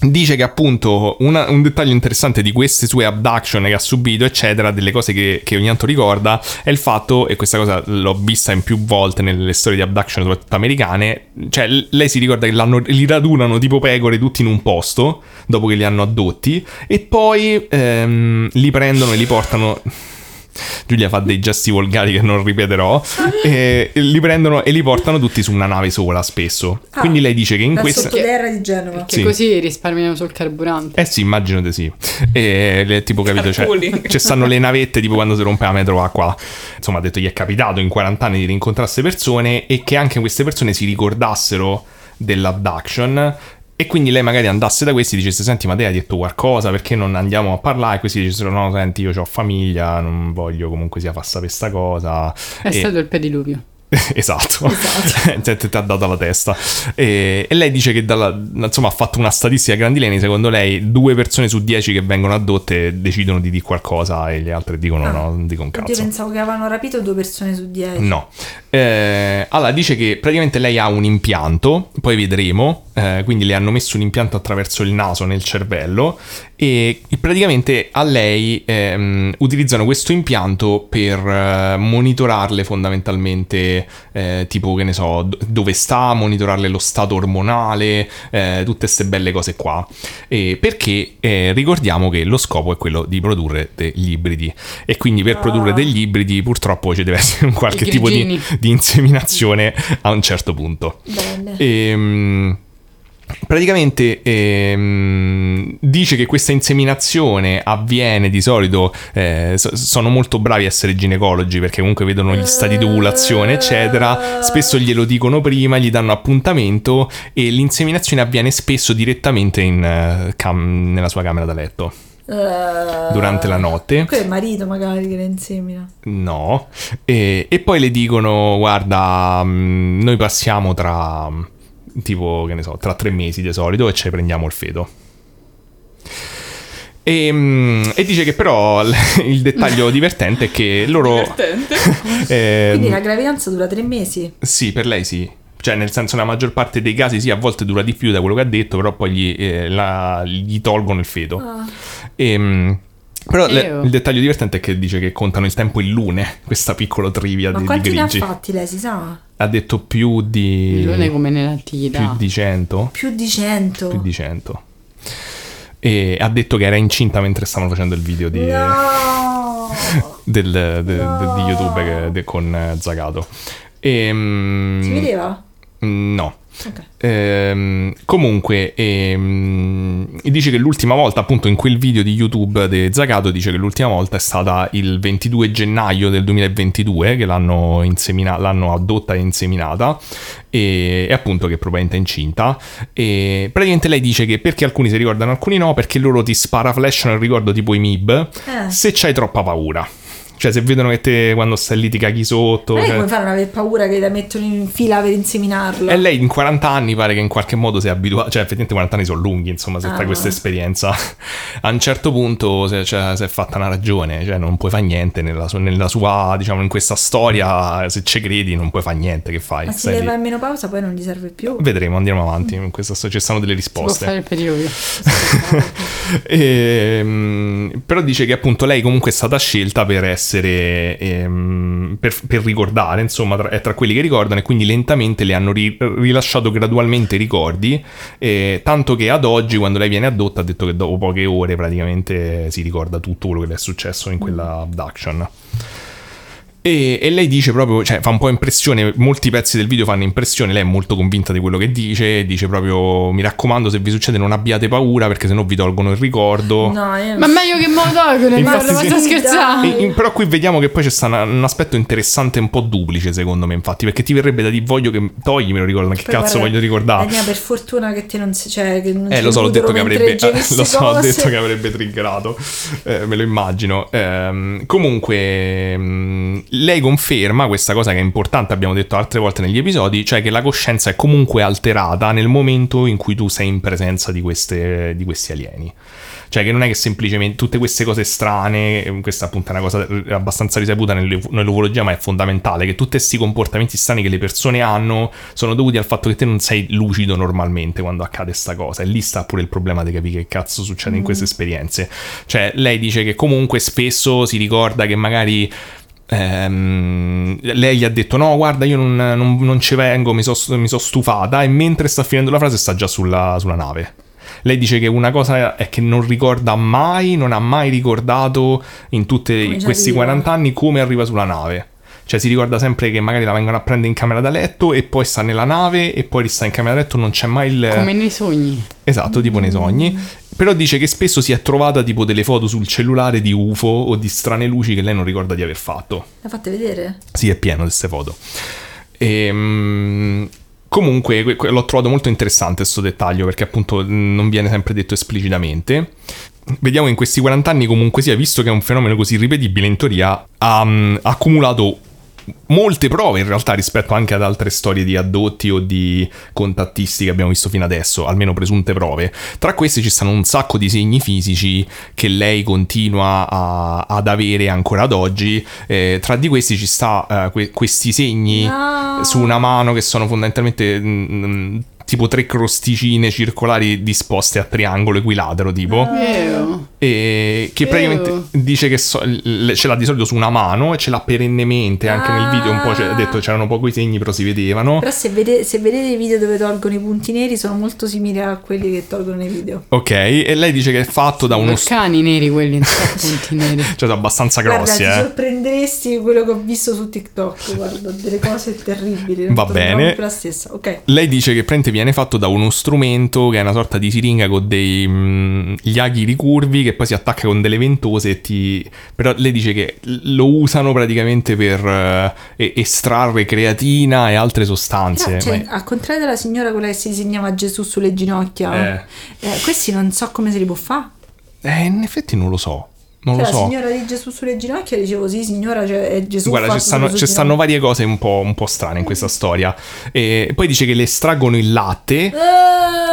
S1: dice che appunto una- un dettaglio interessante di queste sue abduction che ha subito, eccetera, delle cose che, che ogni tanto ricorda, è il fatto, e questa cosa l'ho vista in più volte nelle storie di abduction, soprattutto americane, cioè l- lei si ricorda che l'hanno- li radunano tipo pecore tutti in un posto, dopo che li hanno addotti, e poi ehm, li prendono e li portano... Giulia fa dei gesti volgari che non ripeterò. e li prendono e li portano tutti su una nave sola spesso.
S2: Ah.
S1: Quindi lei dice che in
S2: La
S1: questa.
S2: sottoterra di Genova.
S5: Che
S1: Sì.
S5: così risparmiamo sul carburante.
S1: Eh sì, immagino di sì. E, le- tipo, capito, cioè,
S4: Carpooling.
S1: ci stanno le navette tipo quando si rompe la metro a qua. Insomma, ha detto gli è capitato in 40 anni di rincontrare queste persone e che anche queste persone si ricordassero dell'abduction. E quindi lei magari andasse da questi e dicesse: Senti, ma te hai detto qualcosa? Perché non andiamo a parlare? E questi dicessero: No, senti, io ho famiglia, non voglio comunque sia fassa questa cosa.
S5: È
S1: E-
S5: stato il pediluvio.
S1: Esatto, Cioè, ti ha dato la testa. E, e lei dice che dalla- insomma, ha fatto una statistica a grandi linee. Secondo lei, due persone su dieci che vengono addotte decidono di dire qualcosa e le altre dicono
S2: Ah.
S1: no, non dico un
S2: Oddio,
S1: cazzo.
S2: pensavo che avevano rapito due persone su dieci.
S1: No, Eh, allora dice che praticamente lei ha un impianto, poi vedremo, eh, quindi le hanno messo un impianto attraverso il naso nel cervello e praticamente a lei ehm, utilizzano questo impianto per eh, monitorarle fondamentalmente, eh, tipo che ne so, do- dove sta, monitorarle lo stato ormonale, eh, tutte queste belle cose qua. E perché eh, ricordiamo che lo scopo è quello di produrre degli ibridi e quindi per
S2: Ah.
S1: produrre degli ibridi purtroppo ci deve essere un qualche
S5: I
S1: tipo di, Eh.
S5: grigini.
S1: di inseminazione a un certo punto.
S2: Bene.
S1: Ehm, praticamente ehm, dice che questa inseminazione avviene di solito, eh, so- sono molto bravi a essere ginecologi perché comunque vedono gli stati di ovulazione, eccetera. Spesso glielo dicono prima, gli danno appuntamento e l'inseminazione avviene spesso direttamente in, eh, cam- nella sua camera da letto
S2: Eh,
S1: durante la notte. Eh,
S2: Quello è il marito magari che le insemina.
S1: No. E, e poi le dicono: guarda, mh, noi passiamo tra mh, tipo, che ne so, tra tre mesi di solito e ci prendiamo il feto. E, mh, e dice che però l- il dettaglio divertente è che loro...
S4: Divertente.
S1: eh,
S2: Quindi la gravidanza dura tre mesi.
S1: sì, per lei sì. Cioè, nel senso, nella maggior parte dei casi sì, a volte dura di più da quello che ha detto, però poi gli, eh, la- gli tolgono il feto.
S2: Ah.
S1: Ehm, però le-
S5: Ew.
S1: il dettaglio divertente è che dice che contano il tempo in lune, questa piccola trivia
S2: Ma
S1: di, di
S2: quanti ne ha
S1: grigi.
S2: fatti lei, si sa?
S1: Ha detto più di...
S5: Non è come
S1: più
S5: nell'antichità.
S1: di 100?
S2: Più di cento.
S1: Più di 100. E ha detto che era incinta mentre stavano facendo il video di,
S2: No!
S1: del- de- de-
S2: No.
S1: di YouTube che- de- con eh, Zagato. Ehm,
S2: Si vedeva?
S1: No.
S2: Ok.
S1: Ehm, comunque, ehm, dice che l'ultima volta, appunto, in quel video di YouTube di Zagato, dice che l'ultima volta è stata il 22 gennaio del 2022 che l'hanno, insemina- l'hanno addotta e inseminata, e, e appunto che probabilmente è incinta. E praticamente lei dice che perché alcuni si ricordano, alcuni no, perché loro ti sparaflashano il ricordo tipo i MIB
S2: Eh.
S1: se c'hai troppa paura. Cioè, se vedono che te quando stai lì ti caghi sotto.
S2: Ma lei
S1: cioè-
S2: come fanno ad aver paura che la mettono in fila per inseminarlo?
S1: e Eh, lei in 40 anni pare che in qualche modo si è abituata, cioè effettivamente 40 anni sono lunghi, insomma, se
S2: Ah.
S1: fai questa esperienza, a un certo punto se- cioè, si è fatta una ragione, cioè non puoi fare niente nella, sua- nella sua, diciamo, in questa storia, se ci credi non puoi fare niente, che fai?
S2: Ma se
S1: Stai
S2: lei
S1: lì.
S2: va in menopausa poi non gli serve più.
S1: Vedremo, andiamo avanti, in questa sto- ci stanno delle
S5: Mm. Si può fare
S1: risposte.
S5: il pediluvio.
S1: Ehm, però dice che appunto lei comunque è stata scelta per essere ehm, per, per ricordare, insomma, tra- è tra quelli che ricordano e quindi lentamente le hanno ri- rilasciato gradualmente i ricordi, eh, tanto che ad oggi quando lei viene addotta ha detto che dopo poche ore praticamente si ricorda tutto quello che le è successo in
S2: Mm.
S1: quella abduction. E, e lei dice proprio, cioè fa un po' impressione, molti pezzi del video fanno impressione, lei è molto convinta di quello che dice, dice proprio mi raccomando se vi succede non abbiate paura perché sennò vi tolgono il ricordo.
S2: No, io...
S5: Ma meglio che me lo tolgono, ma
S1: Infatti
S5: sto
S1: sì.
S5: scherzando.
S1: E- in- però qui vediamo che poi c'è sta una- un aspetto interessante un po' duplice secondo me infatti perché ti verrebbe da dire voglio che togli me lo ricordo ma che
S2: Poi
S1: cazzo
S2: guarda,
S1: voglio ricordare
S2: Daniela, per fortuna che te non si... Cioè, che non
S1: eh,
S2: si
S1: lo so, l'ho detto che
S2: nutrono mentre
S1: avrebbe, eh,
S2: reggerissi
S1: lo so, ho
S2: cose.
S1: detto che avrebbe triggerato, Eh, me lo immagino. Ehm, comunque, mm, lei conferma questa cosa che è importante, abbiamo detto altre volte negli episodi, cioè che la coscienza è comunque alterata nel momento in cui tu sei in presenza di, queste- di questi alieni. Cioè che non è che semplicemente tutte queste cose strane, eh, questa appunto è una cosa eh, abbastanza risaputa nelle- nell'ufologia, ma è fondamentale, che tutti questi comportamenti strani che le persone hanno sono dovuti al fatto che te non sei lucido normalmente quando accade sta cosa. E lì sta pure il problema di capire che cazzo succede in queste esperienze. Cioè lei dice che comunque spesso si ricorda che magari... Ehm, lei gli ha detto: No, guarda, io non, non- non ci vengo, mi sono stufata. E mentre sta finendo la frase, sta già sulla, sulla nave. Lei dice che una cosa è che non ricorda mai, non ha mai ricordato in
S2: Come
S1: tutti
S2: ci
S1: questi
S2: arriva.
S1: 40 anni come arriva sulla nave. Cioè si ricorda sempre che magari la vengono a prendere in camera da letto e poi sta nella nave e poi resta in camera da letto, non c'è mai il...
S5: Come nei sogni.
S1: Esatto, tipo nei sogni. Però dice che spesso si è trovata tipo delle foto sul cellulare di UFO o di strane luci che lei non ricorda di aver fatto.
S2: La fate vedere?
S1: Sì, è pieno di queste foto. Ehm, comunque que- que- l'ho trovato molto interessante questo dettaglio perché appunto mh, non viene sempre detto esplicitamente. Vediamo che in questi 40 anni comunque sia, visto che è un fenomeno così ripetibile, in teoria ha mh, accumulato molte prove in realtà rispetto anche ad altre storie di addotti o di contattisti che abbiamo visto fino adesso, almeno presunte prove. Tra queste ci stanno un sacco di segni fisici che lei continua a- ad avere ancora ad oggi. Eh, tra di questi ci sta eh, que- questi segni
S2: No.
S1: su una mano che sono fondamentalmente mm, mm, tipo tre crosticine circolari disposte a triangolo equilatero, tipo.
S5: Vero.
S1: E che
S5: Ew.
S1: praticamente dice che so- l- ce l'ha di solito su una mano e ce l'ha perennemente. Anche nel video un po' c'è- ha detto c'erano pochi segni, però si vedevano.
S2: Però se, vede- se vedete i video dove tolgono i punti neri sono molto simili a quelli che tolgono nei video.
S1: Ok, e lei dice che è fatto da uno. s-
S5: Vulcani neri quelli, non so, punti neri.
S1: cioè, abbastanza
S2: Guarda,
S1: grossi,
S2: ti
S1: eh.
S2: sorprenderesti di quello che ho visto su TikTok, guarda, delle cose terribili.
S1: Va
S2: Sono
S1: bene.
S2: proprio La stessa. Ok.
S1: Lei dice che prende viene fatto da uno strumento che è una sorta di siringa con dei mh, gli aghi ricurvi che poi si attacca con delle ventose e ti... Però lei dice che lo usano praticamente per eh, e- estrarre creatina e altre sostanze.
S2: Però, cioè,
S1: Ma-
S2: al contrario della signora quella che si disegnava Gesù sulle
S1: Eh.
S2: ginocchia, eh, questi non so come se li può fare.
S1: Eh, in effetti non lo so. Non
S2: Cioè,
S1: lo so.
S2: la signora di Gesù sulle ginocchia dicevo sì signora cioè, è Gesù
S1: Guarda,
S2: fatto
S1: ci stanno,
S2: sulle
S1: ci
S2: sue
S1: stanno
S2: ginocchia.
S1: varie cose un po', un po' strane in questa storia. E poi dice che le estraggono il latte.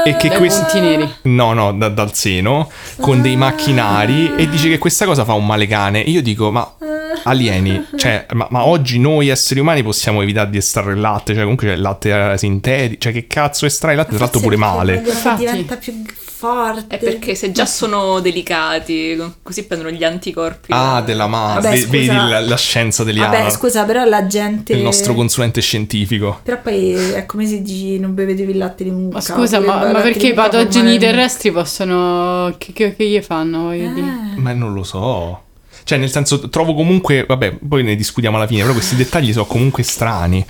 S1: E che
S2: Eh,
S5: Dai
S1: questi.
S5: punti neri.
S1: No, no, da- dal seno. Con
S2: Ah.
S1: dei macchinari. E dice che questa cosa fa un male cane. E io dico, ma.
S2: Eh,
S1: Alieni, cioè, ma, ma oggi noi esseri umani possiamo evitare di estrarre il latte, cioè comunque c'è il latte eh, sintetico, cioè che cazzo estrai il latte, tra l'altro
S2: Forse
S1: pure
S2: perché
S1: male.
S2: vogliono che
S5: Infatti.
S2: diventa più g- forte
S4: È perché se già sono delicati, con- così prendono gli anticorpi.
S1: Ah, della mano,
S2: Vabbè,
S1: Ve-
S2: scusa.
S1: vedi la, la scienza dell'Iana,
S2: vabbè scusa però la gente
S1: il nostro consulente scientifico.
S2: però poi è come se dici non bevetevi il latte di mucca
S5: Ma
S2: oppure
S5: scusa,
S2: il
S5: ma, ma
S2: latte di
S5: perché i
S2: mucca fa
S5: patogeni
S2: male.
S5: terrestri possono. Che, che, che gli fanno? Voglio dire.
S2: Eh.
S1: Ma non lo so. Cioè, nel senso, trovo comunque. Vabbè, poi ne discutiamo alla fine. Però questi dettagli sono comunque strani.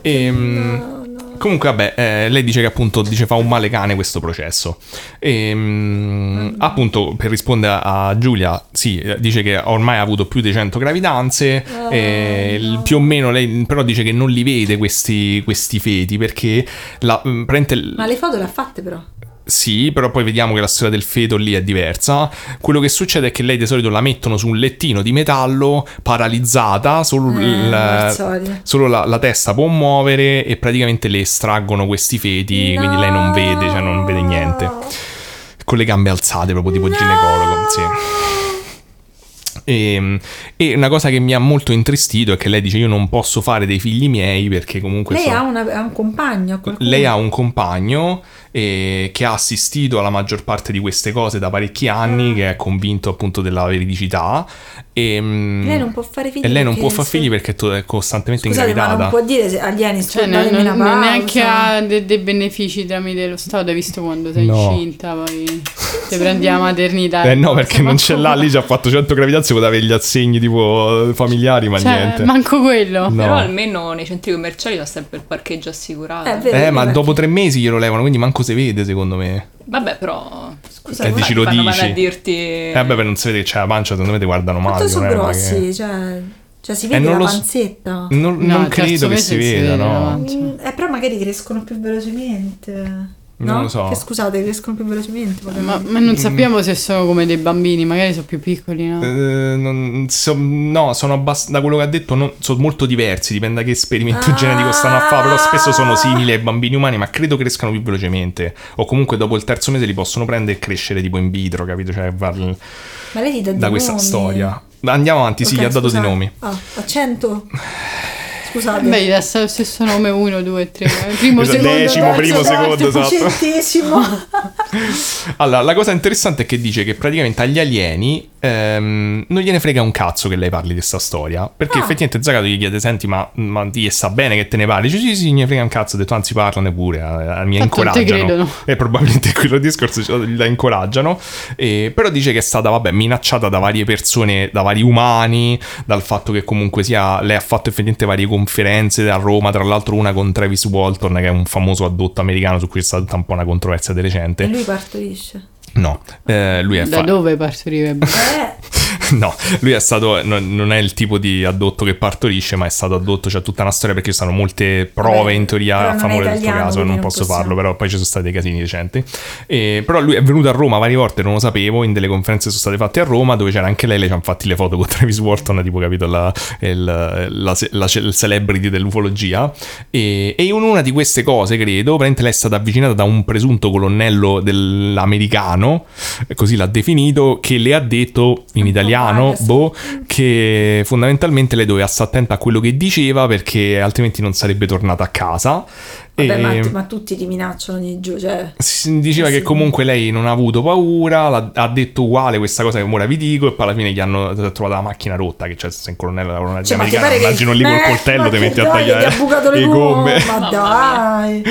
S1: Ehm, Comunque, vabbè, eh, lei dice che appunto dice fa un male cane questo processo.
S2: Mm.
S1: Ehm, appunto, per rispondere a Giulia, sì, eh, dice che ormai ha avuto più di 100 gravidanze.
S2: Oh,
S1: eh, il- Più o meno lei, però, dice che non li vede questi, questi feti perché la, mh, praticamente-
S2: ma le foto le ha fatte però
S1: sì, però poi vediamo che la storia del feto lì è diversa. Quello che succede è che lei di solito la mettono su un lettino di metallo, paralizzata, solo,
S2: Eh,
S1: il-
S2: al solito.
S1: solo la, la testa può muovere e praticamente le estraggono questi feti, quindi lei non vede, cioè non vede niente. Con le gambe alzate, proprio tipo ginecologo, sì. E, e una cosa che mi ha molto intristito è che lei dice io non posso fare dei figli miei perché comunque...
S2: lei
S1: sono-
S2: ha, una- ha un compagno qualcuno?
S1: lei ha un compagno eh, che ha assistito alla maggior parte di queste cose da parecchi
S2: Ah.
S1: anni, che è convinto appunto della veridicità. E, mm,
S2: Lei non può fare figli
S1: E lei non
S2: perché
S1: può far
S2: se-
S1: figli perché to- è costantemente
S2: Scusate, ma non
S1: ingravidata.
S2: può dire se agli alieni
S5: Cioè,
S2: non,
S5: non,
S2: una
S5: non- non
S2: pausa.
S5: neanche ha de- dei benefici tramite lo Stato, hai visto quando sei
S1: No.
S5: incinta, poi ti prendi la maternità.
S1: Eh
S5: e
S1: no,
S5: basta,
S1: perché non
S5: manco
S1: ce l'ha lì, ci ha fatto 100 gravidanze, poteva avere gli assegni tipo familiari, ma
S5: quello. Cioè,
S1: niente. Mm.
S5: manco quello.
S1: No.
S4: Però almeno nei centri commerciali c'è sempre il parcheggio assicurato.
S2: È vero,
S1: Eh,
S2: vero,
S1: ma
S2: vero.
S1: dopo tre mesi glielo levano, quindi manco se vede, secondo me.
S4: Vabbè, però. Scusa,
S1: Eh,
S4: come
S1: dici,
S4: ti
S1: lo
S4: fanno male
S1: dici.
S4: a dirti.
S1: Eh, beh, per non si vede che c'è la pancia, secondo me ti guardano male.
S2: Quanto sono
S1: non è una
S2: grossi?
S1: che-
S2: Cioè, cioè, si vede
S1: Eh, non
S2: la
S1: lo s-
S2: panzetta.
S1: Non,
S5: No,
S1: non
S5: il
S1: credo
S5: terzo
S1: che
S5: mese
S1: si
S5: non si
S1: veda,
S5: vede,
S1: no.
S5: no.
S2: Mm, eh, però magari crescono più velocemente. No?
S1: Non lo so.
S2: Che, scusate, crescono più velocemente. magari.
S5: Ma, ma non sappiamo se sono come dei bambini, magari sono più piccoli, no?
S1: Eh, non- so- no, sono abbast- da quello che ha detto non- sono molto diversi, dipende da che esperimento
S2: Ah.
S1: genetico stanno a fare, però spesso sono simili ai bambini umani, ma credo crescano più velocemente. O comunque dopo il terzo mese li possono prendere e crescere tipo in vitro, capito? Cioè, far-
S2: Ma lei gli dà dei
S1: da questa
S2: nomi?
S1: storia. Andiamo avanti, sì,
S2: Ok,
S1: gli ha dato dei
S2: scusate.
S1: nomi.
S2: Ah, a 100? Scusate.
S5: Beh, gli dà lo stesso nome 1, 2, 3. Primo,
S1: Esatto,
S5: secondo,
S1: decimo,
S5: terzo,
S1: primo,
S5: quarto.
S1: secondo, esatto.
S2: centesimo.
S1: Allora, la cosa interessante è che dice che praticamente agli alieni ehm, non gliene frega un cazzo che lei parli di questa storia. Perché
S2: Ah.
S1: effettivamente Zagato gli chiede: Senti, ma, ma ti sta bene che te ne parli? Dice, sì, sì, ne frega un cazzo. Ho detto, anzi, parlane pure. eh, Mi
S5: Tanto non te credono.
S1: incoraggiano. E probabilmente quello discorso ce la- la incoraggiano. Eh, però dice che è stata, vabbè, minacciata da varie persone, da vari umani, dal fatto che comunque sia. Lei ha fatto effettivamente varie conferenze a Roma, tra l'altro una con Travis Walton, che è un famoso addotto americano su cui c'è stata tutta un po' una controversia di
S2: E
S1: recente.
S2: lui partorisce.
S1: No, eh, lui è
S5: Da
S1: fa-
S5: dove partorirebbe?
S2: Eh,
S1: No, lui è stato. Non, non è il tipo di addotto che partorisce, ma è stato addotto. C'è tutta una storia perché ci sono molte prove
S2: Beh,
S1: in teoria
S2: però
S1: a
S2: non è
S1: favore del suo
S2: italiano,
S1: caso.
S2: quindi
S1: Non
S2: non
S1: posso
S2: possiamo.
S1: farlo, però poi ci sono stati dei casini recenti. Eh, però lui è venuto a Roma varie volte, non lo sapevo. In delle conferenze sono state fatte a Roma, dove c'era anche lei. Le ci hanno fatti le foto con Travis Wharton, tipo capito la, il, la- la- il celebrity dell'ufologia. E, e in una di queste cose, credo, praticamente lei è stata avvicinata da un presunto colonnello dell'americano, così l'ha definito, che le ha detto in
S2: po'
S1: italiano,
S2: biased.
S1: boh, che fondamentalmente lei doveva stare attenta a quello che diceva perché altrimenti non sarebbe tornata a casa.
S2: vabbè,
S1: E-
S2: ma, ma tutti li minacciano ogni giorno. Cioè,
S1: si diceva
S2: Sì.
S1: che comunque lei non ha avuto paura, l'ha- ha detto uguale questa cosa che ora vi dico e poi alla fine gli hanno trovato la macchina rotta, che cioè se sei un colonnello della colonna
S2: cioè ma ti
S1: americana,
S2: pare che.
S1: immagino lì col
S2: Eh,
S1: coltello
S2: ma
S1: ti
S2: che
S1: metti a
S2: dai,
S1: tagliare
S2: Gli ha bucato le
S1: le gomme. Eh. Ehm,
S2: gomme. Ma
S4: Mamma
S2: dai.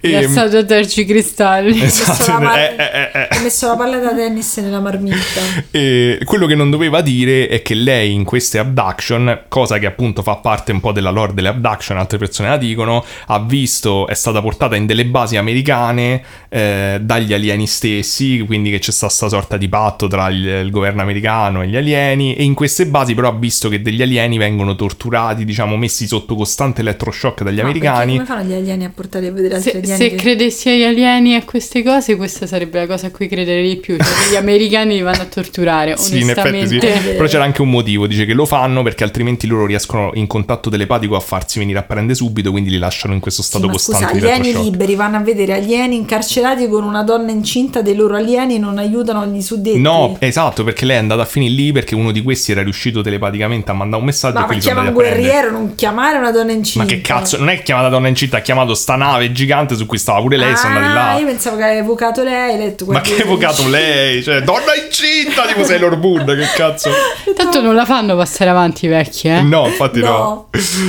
S5: Gli
S1: E-
S5: assaggio terci cristalli.
S1: Esatto,
S2: messo la
S1: eh, eh, eh, eh.
S2: Ho messo la palla da tennis nella marmitta.
S1: E quello che non doveva dire è che lei in queste abduction, cosa che appunto fa parte un po' della lore delle abduction, altre persone la dicono, ha visto, è stata portata in delle basi americane eh, dagli alieni stessi, quindi che c'è stata sta sorta di patto tra il, il governo americano e gli alieni e in queste basi però ha visto che degli alieni vengono torturati, diciamo messi sotto costante elettroshock dagli
S2: Ma Ah, perché
S1: americani.
S2: Come fanno gli alieni a portare a vedere altri
S5: Se,
S2: alieni?
S5: se
S2: che-
S5: credessi agli alieni e a queste cose, questa sarebbe la cosa a cui credere di più. Cioè, che gli americani li vanno a torturare,
S1: Sì, in effetti sì.
S5: onestamente.
S1: Però c'era anche un motivo, dice che lo fanno perché altrimenti loro riescono in contatto telepatico a farsi venire a prendere subito, quindi li lasciano in questo
S2: Sì,
S1: stato
S2: ma scusa,
S1: costante di
S2: alieni
S1: elettroshock.
S2: liberi vanno a vedere alieni incarcerati con una donna incinta dei loro alieni e non aiutano gli suddetti.
S1: No, esatto, perché lei è andata a finire lì perché uno di questi era riuscito telepaticamente a mandare un messaggio
S2: ma,
S1: e
S2: ma
S1: quelli sono
S2: chiama un
S1: andati a prendere.
S2: guerriero, non chiamare una donna
S1: Ma
S2: incinta.
S1: che cazzo, non è che chiamata donna incinta, ha chiamato sta nave gigante su cui stava pure lei, sono andati
S2: Ah,
S1: là.
S2: io pensavo che aveva evocato lei, hai detto
S1: Ma che ha evocato lei? Cioè, donna incinta, tipo sei l'orbunda, che cazzo?
S5: Tanto non la fanno passare avanti i vecchi, eh?
S1: No, infatti no.
S2: No,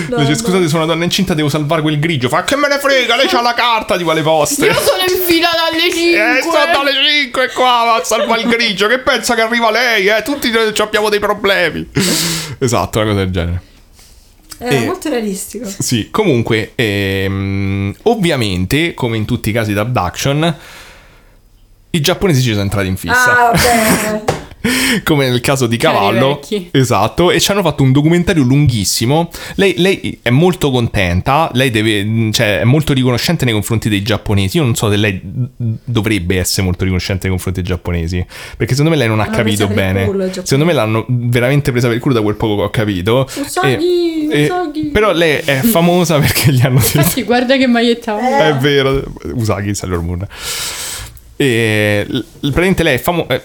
S2: no,
S1: Dice,
S2: no.
S1: scusate, sono una donna incinta, devo salvare quel grigio. Fa che me ne frega, lei c'ha la carta, tipo alle poste.
S5: Io sono in fila dalle 5.
S1: Eh, sto dalle 5 qua, va a salvare il grigio. Che pensa che arriva lei? Eh, tutti noi ci abbiamo dei problemi. esatto, una cosa del genere.
S2: Era
S1: Eh.
S2: molto realistico.
S1: Sì, comunque, ehm, ovviamente, come in tutti i casi di abduction, i giapponesi ci sono entrati in fissa.
S2: Ah, vabbè.
S1: come nel caso di
S5: Cari
S1: Cavallo.
S5: vecchi.
S1: Esatto, e ci hanno fatto un documentario lunghissimo. Lei, lei è molto contenta, lei deve, cioè, è molto riconoscente nei confronti dei giapponesi. Io non so se lei dovrebbe essere molto riconoscente nei confronti dei giapponesi, perché secondo me lei non ha
S2: L'hanno
S1: capito
S2: presa per il
S1: bene.
S2: culo, i giapponesi.
S1: secondo me l'hanno veramente presa per il culo da quel poco che ho capito.
S2: Usagi, Usagi.
S1: però lei è famosa perché gli hanno
S5: Infatti, guarda che maglietta ho.
S2: Eh.
S1: è vero, Usagi Sailor Moon. E l- praticamente lei è famo- eh,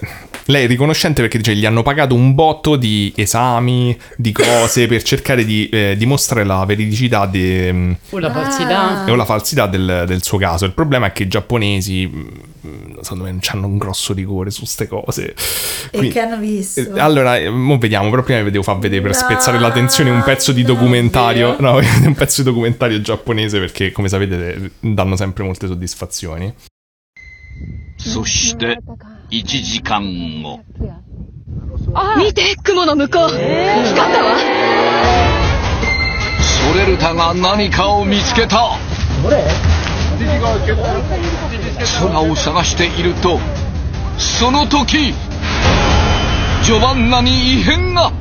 S1: lei è riconoscente perché dice gli hanno pagato un botto di esami, di cose per cercare di eh, dimostrare la veridicità de- mm,
S5: Oh, la falsità.
S2: Ah.
S1: o la falsità del, del suo caso. Il problema è che i giapponesi, mm, secondo me, non hanno un grosso rigore su queste cose.
S2: E
S1: Quindi-
S2: che hanno visto?
S1: eh, Allora, eh, mo vediamo, però prima vi devo far vedere per
S2: No,
S1: spezzare la tensione un pezzo di
S2: no,
S1: documentario. No, un pezzo di documentario giapponese perché, come sapete, danno sempre molte soddisfazioni.
S6: そして1時間後
S7: 見て雲の向こう、光ったわ
S6: ソレルタが何かを見つけた空を探しているとその時ジョバンナに異変が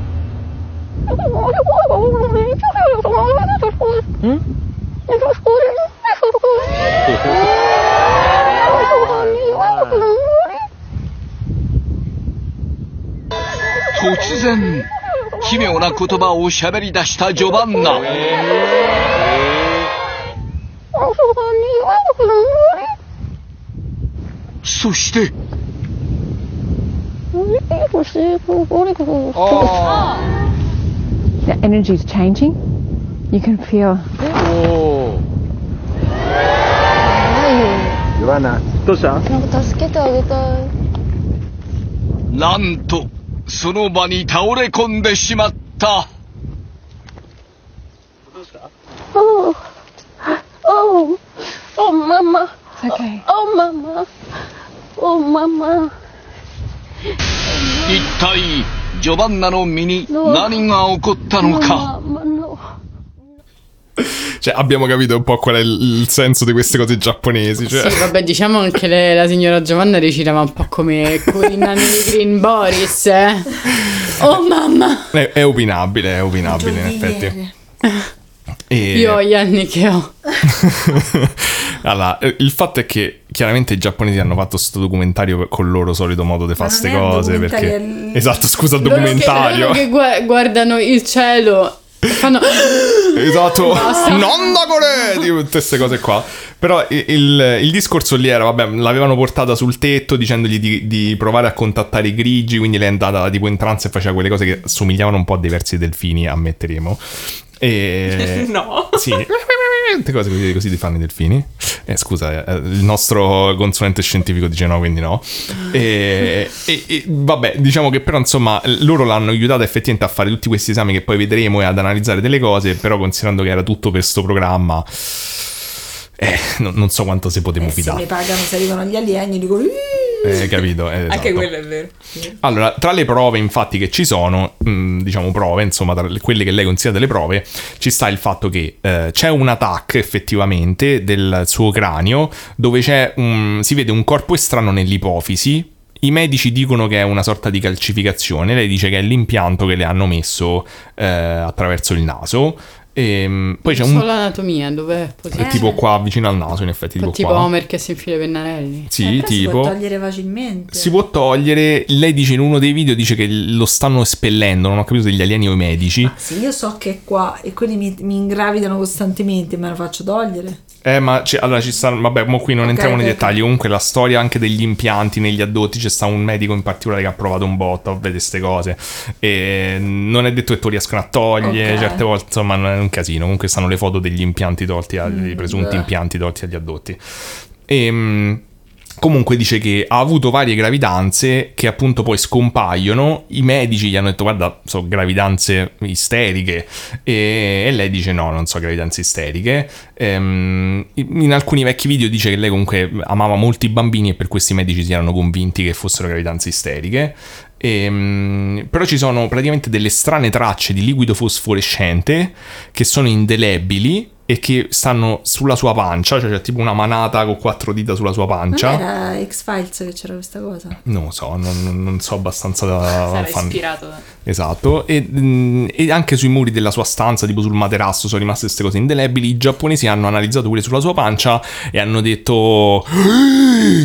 S6: 突然奇妙な言葉を喋り出したジョバンナそしてあ
S8: The energy is changing. You can feel
S6: なんとその場に倒れ込んでしまった。
S7: Oh. Oh. Oh, mama.
S8: It's okay.
S7: Oh, mama. Oh, mama.
S6: 一体、ジョバンナの身に何が起こったの
S7: No,
S6: か。
S7: mama, no.
S1: Cioè, abbiamo capito un po' qual è il, il senso di queste cose giapponesi.
S2: Ah.
S1: Cioè,
S5: Sì, vabbè, diciamo anche le- la signora Giovanna recitava un po' come Corinna di Green Boris, eh. Oh mamma!
S1: è, è opinabile, è opinabile, in effetti.
S2: Eh,
S1: E-
S5: Io ho gli anni che ho.
S1: allora, eh, il fatto è che chiaramente i giapponesi hanno fatto questo documentario con il loro solito modo di fare queste
S2: non è un
S1: cose.
S2: documentario,
S1: Perché...
S2: è il-
S1: Esatto, scusa, il
S5: Loro che-
S1: documentario.
S5: Loro che gua- guardano il cielo e fanno...
S1: Esatto, non da Corea, tipo, tutte queste cose qua. Però i- il, il discorso lì era, vabbè, l'avevano portata sul tetto dicendogli di, di provare a contattare i grigi, quindi lei è andata tipo in trance e faceva quelle cose che somigliavano un po' a dei versi delfini, ammetteremo. E...
S4: No.
S1: Sì, tutte cose così, così ti fanno i delfini. Eh, scusa, eh, il nostro consulente scientifico dice no, quindi no. E, e- e vabbè, diciamo che però insomma loro l'hanno aiutata effettivamente a fare tutti questi esami che poi vedremo e ad analizzare delle cose, però considerando che era tutto per sto programma, eh, non, non so quanto se potevo
S2: Eh, se le
S1: fidare.
S2: pagano, se arrivano gli alieni, dico... "Ih".
S1: Eh, capito? Eh,
S4: Anche
S1: esatto.
S4: quello è vero.
S1: Allora, tra le prove, infatti, che ci sono, mh, diciamo prove, insomma, tra le- quelle che lei considera delle prove, ci sta il fatto che eh, c'è un attacco effettivamente del suo cranio dove c'è un, si vede un corpo estraneo nell'ipofisi. I medici dicono che è una sorta di calcificazione, lei dice che è l'impianto che le hanno messo eh, attraverso il naso. Ehm, poi c'è
S5: Solo
S1: un
S5: l'anatomia, dov'è?
S2: Eh,
S5: Tipo,
S1: tipo qua vicino al naso, in effetti, tipo,
S5: tipo
S1: qua.
S5: Homer che si infila i
S2: Eh,
S5: pennarelli.
S1: Sì,
S2: però Si può
S1: tipo.
S2: togliere facilmente.
S1: Si può togliere, lei dice in uno dei video dice che lo stanno espellendo, non ho capito se gli alieni o i medici.
S2: Sì, io so che è qua e quelli mi, mi ingravidano costantemente, me lo faccio togliere.
S1: Eh, ma ci- allora ci stanno. Vabbè, mo qui non
S2: Ok,
S1: entriamo nei
S2: ok.
S1: dettagli. Comunque, la storia anche degli impianti negli addotti. C'è stato un medico in particolare che ha provato un botto a vedere queste cose. E non è detto che tu riescano a togliere.
S2: Ok.
S1: Certe volte, insomma, non è un casino. Comunque, stanno le foto degli impianti tolti, agli- dei presunti
S2: Mm, beh.
S1: impianti tolti agli addotti. Ehm, Comunque dice che ha avuto varie gravidanze che appunto poi scompaiono, i medici gli hanno detto guarda sono gravidanze isteriche e, e lei dice no non so gravidanze isteriche, Ehm, in alcuni vecchi video dice che lei comunque amava molti bambini e per questi medici si erano convinti che fossero gravidanze isteriche, Ehm, però ci sono praticamente delle strane tracce di liquido fosforescente che sono indelebili e che stanno sulla sua pancia, cioè c'è tipo una manata con quattro dita sulla sua
S2: Non
S1: pancia.
S2: era X-Files che c'era questa cosa?
S1: Non lo so, non, non- non so abbastanza da
S4: Sarà
S1: fan-
S4: ispirato. da-
S1: Esatto, e, mm, e anche sui muri della sua stanza, tipo sul materasso, sono rimaste queste cose indelebili. I giapponesi hanno analizzato quelle sulla sua pancia e hanno detto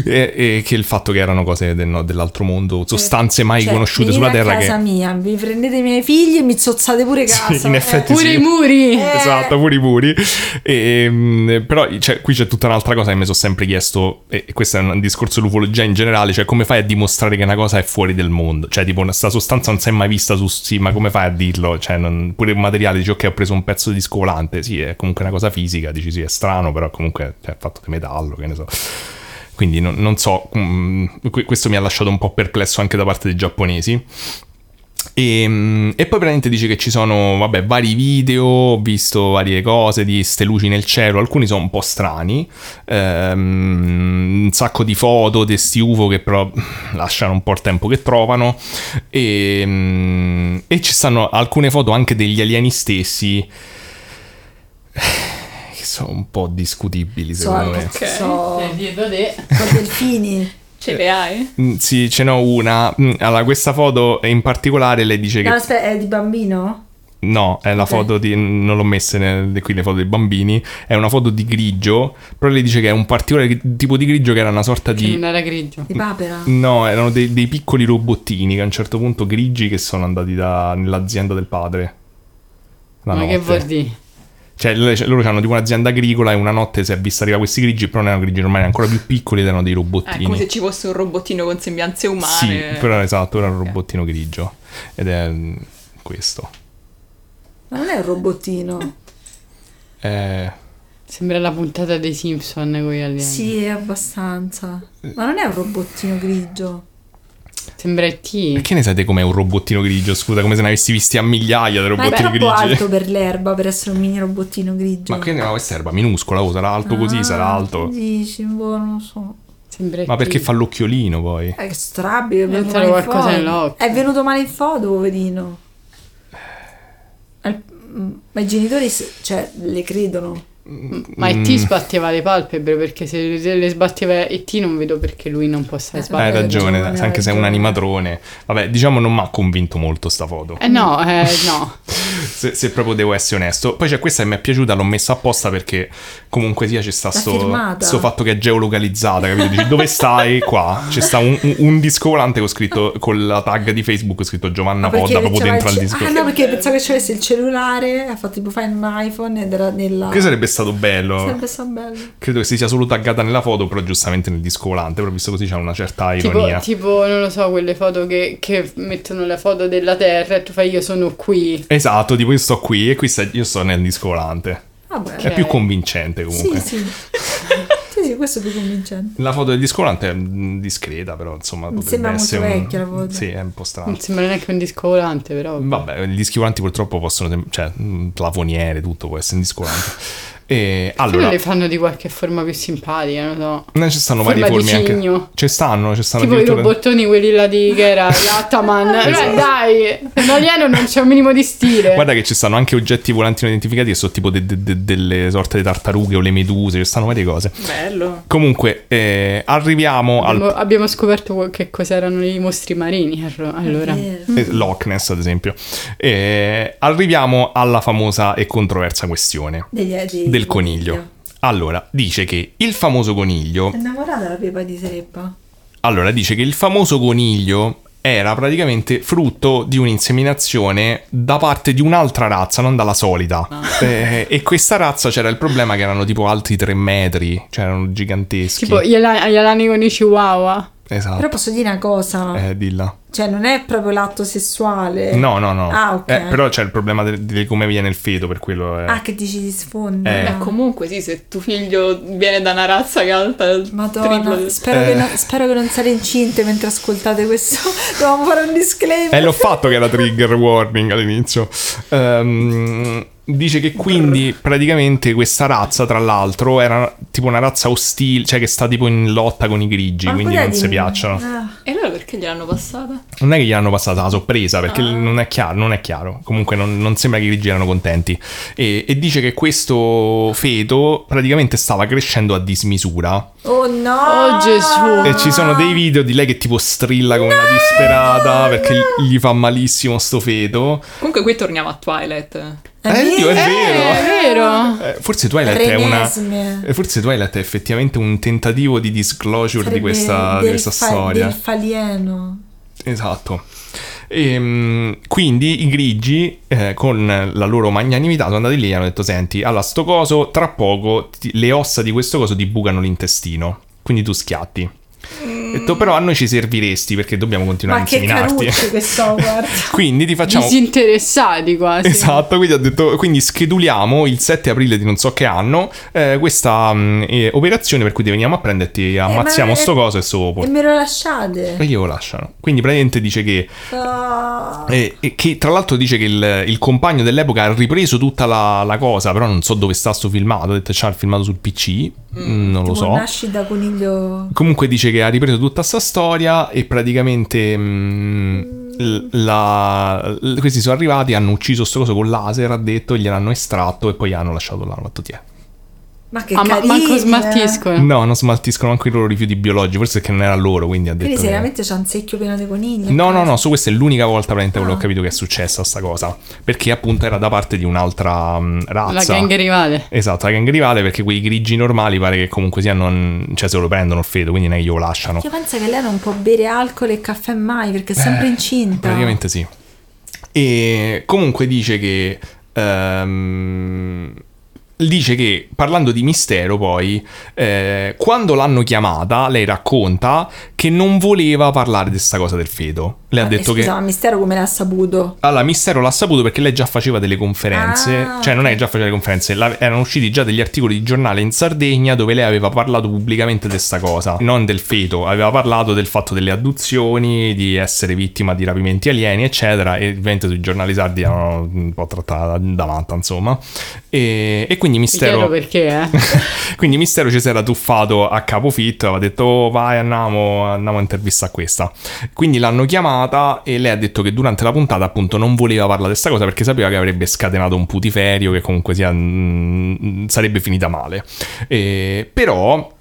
S1: e, e che il fatto che erano cose del- no, dell'altro mondo, sostanze mai
S2: Cioè,
S1: conosciute
S2: venite
S1: sulla
S2: a
S1: terra che...
S2: casa mia, vi prendete i miei figli e mi zozzate pure casa.
S1: Sì, in
S2: Eh,
S1: effetti
S5: Pure
S1: sì.
S5: i muri!
S2: Eh.
S1: Esatto, pure i muri. E, ehm, però cioè, qui c'è tutta un'altra cosa che mi sono sempre chiesto, e questo è un discorso dell'ufologia in generale, cioè come fai a dimostrare che una cosa è fuori del mondo? Cioè, tipo, questa sostanza non si è mai vista su sì, ma come fai a dirlo? Cioè, non- pure il materiale, dici, ok, ho preso un pezzo di scolante, sì, è comunque una cosa fisica, dici, sì, è strano, però comunque cioè, è fatto di metallo, che ne so. Quindi non, non so, mm, que- questo mi ha lasciato un po' perplesso anche da parte dei giapponesi. E, mm, e poi praticamente dice che ci sono vabbè, vari video, ho visto varie cose di ste luci nel cielo, alcuni sono un po' strani, ehm, un sacco di foto di sti UFO che però lasciano un po' il tempo che trovano e, mm, e ci stanno alcune foto anche degli alieni stessi che sono un po' discutibili
S2: So,
S1: secondo me.
S4: Ok.
S2: so,
S5: Dietro te.
S2: so delfini.
S4: Ce le hai? Eh,
S1: Mm, Sì, ce n'ho una. Mm, Allora, questa foto in particolare lei dice
S2: No,
S1: che...
S2: aspetta, è di bambino?
S1: No, è la
S2: Ok.
S1: foto di... Non l'ho messa nel- qui le foto dei bambini. È una foto di grigio. Però lei dice che è un particolare tipo di grigio che era una sorta
S5: Che
S1: di...
S5: non era grigio.
S2: Di papera?
S1: No, erano dei, dei piccoli robottini che a un certo punto grigi che sono andati da- nell'azienda del padre. La
S5: Ma
S1: notte.
S5: che vuol dire?
S1: Cioè, le- cioè, loro hanno tipo un'azienda agricola e una notte si è vista arrivare questi grigi, però non erano grigi ormai, erano ancora più piccoli ed erano dei
S4: È
S1: robottini.
S4: Eh, come se ci fosse un robottino con sembianze umane.
S1: Sì, però esatto, era un robottino grigio. Ed è mm, questo.
S2: Ma non è un robottino?
S1: Eh,
S5: Sembra la puntata dei Simpson con gli alieni.
S2: Sì, è abbastanza. Ma non è un robottino grigio.
S5: Sembra T.
S1: Che ne sapete com'è un robottino grigio? Scusa, come se ne avessi visti a migliaia di
S2: Ma è
S1: robottini
S2: troppo
S1: grigi.
S2: alto per l'erba per essere un mini robottino grigio.
S1: Ma che ne ma questa erba minuscola, oh, sarà alto così, sarà
S2: Ah,
S1: alto.
S2: Dici, boh, non lo so.
S5: Sembra
S1: Ma perché fa l'occhiolino poi?
S2: È strabile, è venuto
S5: Mettere
S2: male in
S5: qualcosa
S2: foto.
S5: nell'occhio.
S2: È venuto male in foto, poverino. Al- mm, Ma i genitori, se- cioè, le credono.
S5: Ma
S1: Mm.
S5: E.T. sbatteva le palpebre perché se se le sbatteva E.T. non vedo perché lui non possa
S2: Eh,
S1: Hai
S5: sbattere.
S1: ragione,
S2: ragione,
S1: anche se è un
S2: ragione.
S1: animatrone. Vabbè, diciamo non mi ha convinto molto sta foto.
S5: Eh no, eh no.
S1: Se, se proprio devo essere onesto. Poi c'è questa che mi è piaciuta, l'ho messa apposta perché comunque sia ci sta
S2: L'ha
S1: sto,
S2: firmata.
S1: sto fatto che è geolocalizzata, capito? Dici dove stai? Qua. C'è sta un, un- un disco volante con scritto con la tag di Facebook con scritto Giovanna Podda proprio
S2: c'aveva
S1: dentro al
S2: il ce-
S1: disco.
S2: Ah no, perché pensavo che c'avesse il cellulare, ha fatto tipo fai un iPhone ed era nella...
S1: Che sarebbe stato bello.
S2: Sarebbe stato bello.
S1: Credo che si sia solo taggata nella foto, però giustamente nel disco volante, però visto così c'è una certa
S5: Tipo,
S1: ironia.
S5: tipo, non lo so, quelle foto che, che mettono la foto della Terra e tu fai io sono qui.
S1: Esatto, tipo io sto qui e qui sta- io sto nel disco volante.
S2: Vabbè.
S1: È più convincente
S2: Sì,
S1: comunque.
S2: Ah, sì. sì, sì, questo è più convincente.
S1: La foto del disco volante è mh, discreta, però insomma potrebbe
S2: sembra molto
S1: essere un-
S2: vecchia la foto.
S1: Sì, è un po' strano.
S5: Non sembra neanche un disco volante, però.
S1: Vabbè, gli dischi volanti purtroppo possono, sem- cioè, mh, plafoniere, tutto può essere un disco volante. E
S5: Però
S1: allora,
S5: le fanno di qualche forma più simpatica, non lo so.
S1: ne ci stanno varie
S5: forma di
S1: forme anche.
S5: cigno.
S1: Ci stanno, ci stanno
S5: Tipo i
S1: addirittura- Esatto.
S5: robottoni, quelli là di che era Lattaman. Beh, dai, un alieno non c'è un minimo di stile.
S1: Guarda che ci stanno anche oggetti volanti non identificati che sono tipo de- de- de- delle sorte di tartarughe o le meduse, ci stanno varie cose.
S4: Bello.
S1: Comunque, eh, arriviamo al
S5: Abbiamo, abbiamo scoperto che cos'erano i mostri marini. arro- Allora,
S2: Eh,
S1: Eh, Loch Ness, ad esempio. Eh, arriviamo alla famosa e controversa questione
S2: degli- dei-
S1: del coniglio. Allora, dice che il famoso
S2: È
S1: coniglio.
S2: innamorata la pepa di Sereppa.
S1: Ah. Allora, dice che il famoso coniglio era praticamente frutto di un'inseminazione da parte di un'altra razza, non dalla solita. Eh, e questa razza c'era il problema che erano tipo altri tre metri, cioè erano giganteschi.
S5: tipo gli, ala- gli alani con i chihuahua.
S2: Però
S1: Esatto.
S2: posso dire una cosa,
S1: Eh, dilla.
S2: cioè non è proprio l'atto sessuale.
S1: No, no, no.
S2: Ah, ok.
S1: Eh, però c'è il problema del- di come viene il feto, per quello è...
S2: Ah, che dici di sfondo. Ecco,
S1: Eh.
S4: Beh, comunque sì, se tuo figlio viene da una razza che è alta il
S2: Madonna,
S4: triplo-
S2: spero,
S1: Eh.
S2: che non, spero che non sarete incinte mentre ascoltate questo. Dovevamo fare un disclaimer.
S1: Eh, l'ho fatto che era trigger warning all'inizio. Ehm, dice che quindi praticamente questa razza, tra l'altro, era tipo una razza ostile, cioè che sta tipo in lotta con i grigi,
S2: Ma
S1: quindi
S2: pure
S1: non
S2: di-
S1: si piacciono.
S2: Ah,
S4: E allora perché gliel'hanno passata?
S1: Non è che gli hanno passata la sorpresa,
S2: Ah.
S1: perché non, è chiaro, non è chiaro. Comunque non, non sembra che i grigi erano contenti. E, e dice che questo feto praticamente stava crescendo a dismisura.
S2: Oh no!
S5: Oh, Gesù.
S1: E ci sono dei video di lei che tipo strilla come una disperata perché gli- gli fa malissimo sto feto.
S4: Comunque qui torniamo a Twilight.
S1: Eh, Dio, è vero!
S5: È vero.
S1: Eh, Forse Twilight è una.
S2: Renesme.
S1: eh, Forse Twilight è effettivamente un tentativo di disclosure di
S2: Sarebbe
S1: questa, di
S2: del
S1: questa
S2: fa-
S1: storia.
S2: Del falieno.
S1: Esatto. Ehm, quindi i grigi, eh, con la loro magnanimità, sono andati lì e hanno detto: Senti, allora, sto coso, tra poco ti- le ossa di questo coso ti bucano l'intestino. Quindi tu schiatti. Ho detto, però a noi ci serviresti perché dobbiamo continuare
S2: Mm.
S1: a
S2: Ma che
S1: inseminarti.
S2: carucci che so, guarda.
S1: quindi ti facciamo.
S5: Disinteressati quasi.
S1: Esatto, quindi ha detto, quindi scheduliamo il 7 aprile di non so che anno eh, questa mh, eh, operazione per cui ti veniamo a prenderti, ammazziamo
S2: Eh, ma-
S1: sto coso e sto Eh.
S2: E
S1: porto.
S2: me lo lasciate.
S1: E glielo lasciano. Quindi praticamente dice che,
S2: Oh.
S1: eh, eh, che tra l'altro dice che il, il compagno dell'epoca ha ripreso tutta la, la cosa, però non so dove sta sto filmato, ha detto c'ha il filmato sul PC, mm, non lo
S2: Tipo,
S1: so.
S2: Nasci da coniglio.
S1: Comunque dice che ha ripreso tutta sta storia e praticamente mh, l- la- l- questi sono arrivati, hanno ucciso sto coso con laser, ha detto, gliel'hanno estratto e poi hanno lasciato là, hanno fatto "Tiè".
S2: Ma che eh.
S5: Ah, ma
S2: carina.
S5: manco smaltiscono.
S1: No, non smaltiscono anche i loro rifiuti biologici, forse perché non era loro, quindi ha
S2: Quindi
S1: detto... che-
S2: seriamente c'è un secchio pieno di conigli.
S1: No, no, no, su questa è l'unica volta praticamente che
S2: Ah.
S1: ho capito che è successa sta cosa, perché appunto era da parte di un'altra mh,
S5: La
S1: razza.
S5: gang rivale.
S1: Esatto, la gang rivale perché quei grigi normali pare che comunque sia non... cioè se lo prendono il feto, quindi non è che glielo lasciano.
S2: Io penso che lei non può bere alcol e caffè mai perché è sempre incinta.
S1: Eh, Praticamente sì. E comunque dice che. ehm, dice che parlando di mistero, poi, eh, quando l'hanno chiamata, lei racconta che non voleva parlare di questa cosa del feto. Le ha detto
S2: Eh, Scusa, ma
S1: che...
S2: Mistero come l'ha saputo?
S1: Allora, Mistero l'ha saputo perché lei già faceva delle conferenze,
S2: Ah,
S1: cioè non è che già faceva le conferenze, la- erano usciti già degli articoli di giornale in Sardegna dove lei aveva parlato pubblicamente di questa cosa, non del feto, aveva parlato del fatto delle adduzioni, di essere vittima di rapimenti alieni, eccetera, e ovviamente sui giornali sardi erano un po' trattata da matta, insomma. E, e quindi
S5: Mi
S1: Mistero...
S5: chiedo perché, eh.
S1: Quindi Mistero ci si era tuffato a capofitto, aveva detto "Oh, vai andiamo, andiamo a intervista a questa. Quindi l'hanno chiamata e lei ha detto che durante la puntata appunto non voleva parlare di questa cosa perché sapeva che avrebbe scatenato un putiferio che comunque sia, mm, sarebbe finita male. Eh, però...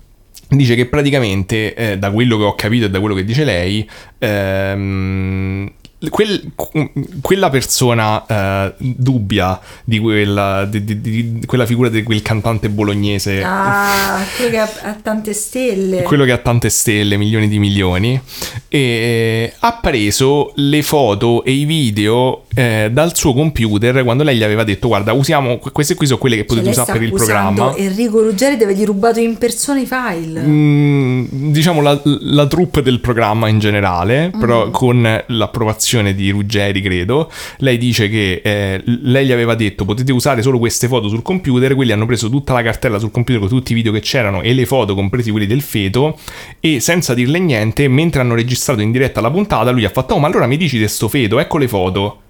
S1: Dice che praticamente, eh, da quello che ho capito e da quello che dice lei, ehm, quel- qu- quella persona eh, dubbia di quella, di- di- di- di quella figura di quel cantante bolognese
S2: Ah, quello che ha, ha tante stelle.
S1: Eh. quello che ha tante stelle, milioni di milioni, e eh, ha preso le foto e i video eh, dal suo computer quando lei gli aveva detto guarda usiamo queste qui sono quelle che potete
S2: Cioè, lei
S1: usare
S2: sta
S1: per il
S2: accusando
S1: programma.
S2: Enrico Ruggeri di avergli rubato in persona i file.
S1: Mm, diciamo la, la troupe del programma in generale, però con l'approvazione di Ruggeri, credo. Lei dice che eh, lei gli aveva detto potete usare solo queste foto sul computer, quelli hanno preso tutta la cartella sul computer con tutti i video che c'erano e le foto, compresi quelli del feto, e senza dirle niente, mentre hanno registrato in diretta la puntata, lui ha fatto "Oh, ma allora mi dici di sto feto, ecco le foto".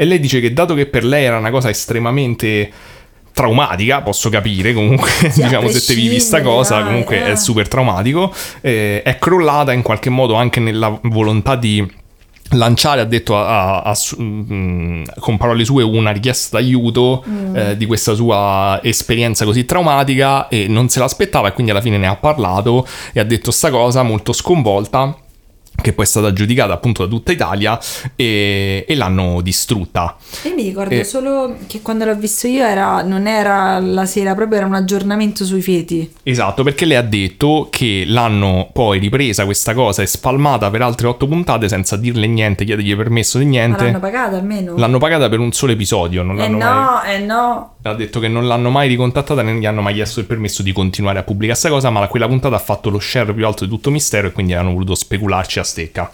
S1: E lei dice che dato che per lei era una cosa estremamente traumatica, posso capire comunque,
S2: Sì, a
S1: diciamo se te vivi sta
S2: prescindere,
S1: cosa,
S2: dai,
S1: comunque
S2: eh.
S1: è super traumatico, eh, è crollata in qualche modo anche nella volontà di lanciare, ha detto a- a- a su- mm, con parole sue, una richiesta d'aiuto
S2: Mm.
S1: eh, di questa sua esperienza così traumatica e non se l'aspettava e quindi alla fine ne ha parlato e ha detto sta cosa molto sconvolta che poi è stata giudicata appunto da tutta Italia e- e l'hanno distrutta.
S2: Io mi ricordo
S1: Eh.
S2: solo che quando l'ho visto io era, non era la sera, proprio era un aggiornamento sui feti.
S1: Esatto, perché lei ha detto che l'hanno poi ripresa questa cosa e spalmata per altre otto puntate senza dirle niente, chiedergli permesso di
S2: Ma
S1: niente.
S2: l'hanno pagata almeno?
S1: L'hanno pagata per un solo episodio, non
S2: eh
S1: l'hanno mai...
S2: no, eh no.
S1: Ha detto che non l'hanno mai ricontattata, né gli hanno mai chiesto il permesso di continuare a pubblicare questa cosa, ma la- quella puntata ha fatto lo share più alto di tutto mistero e quindi hanno voluto specularci a stecca.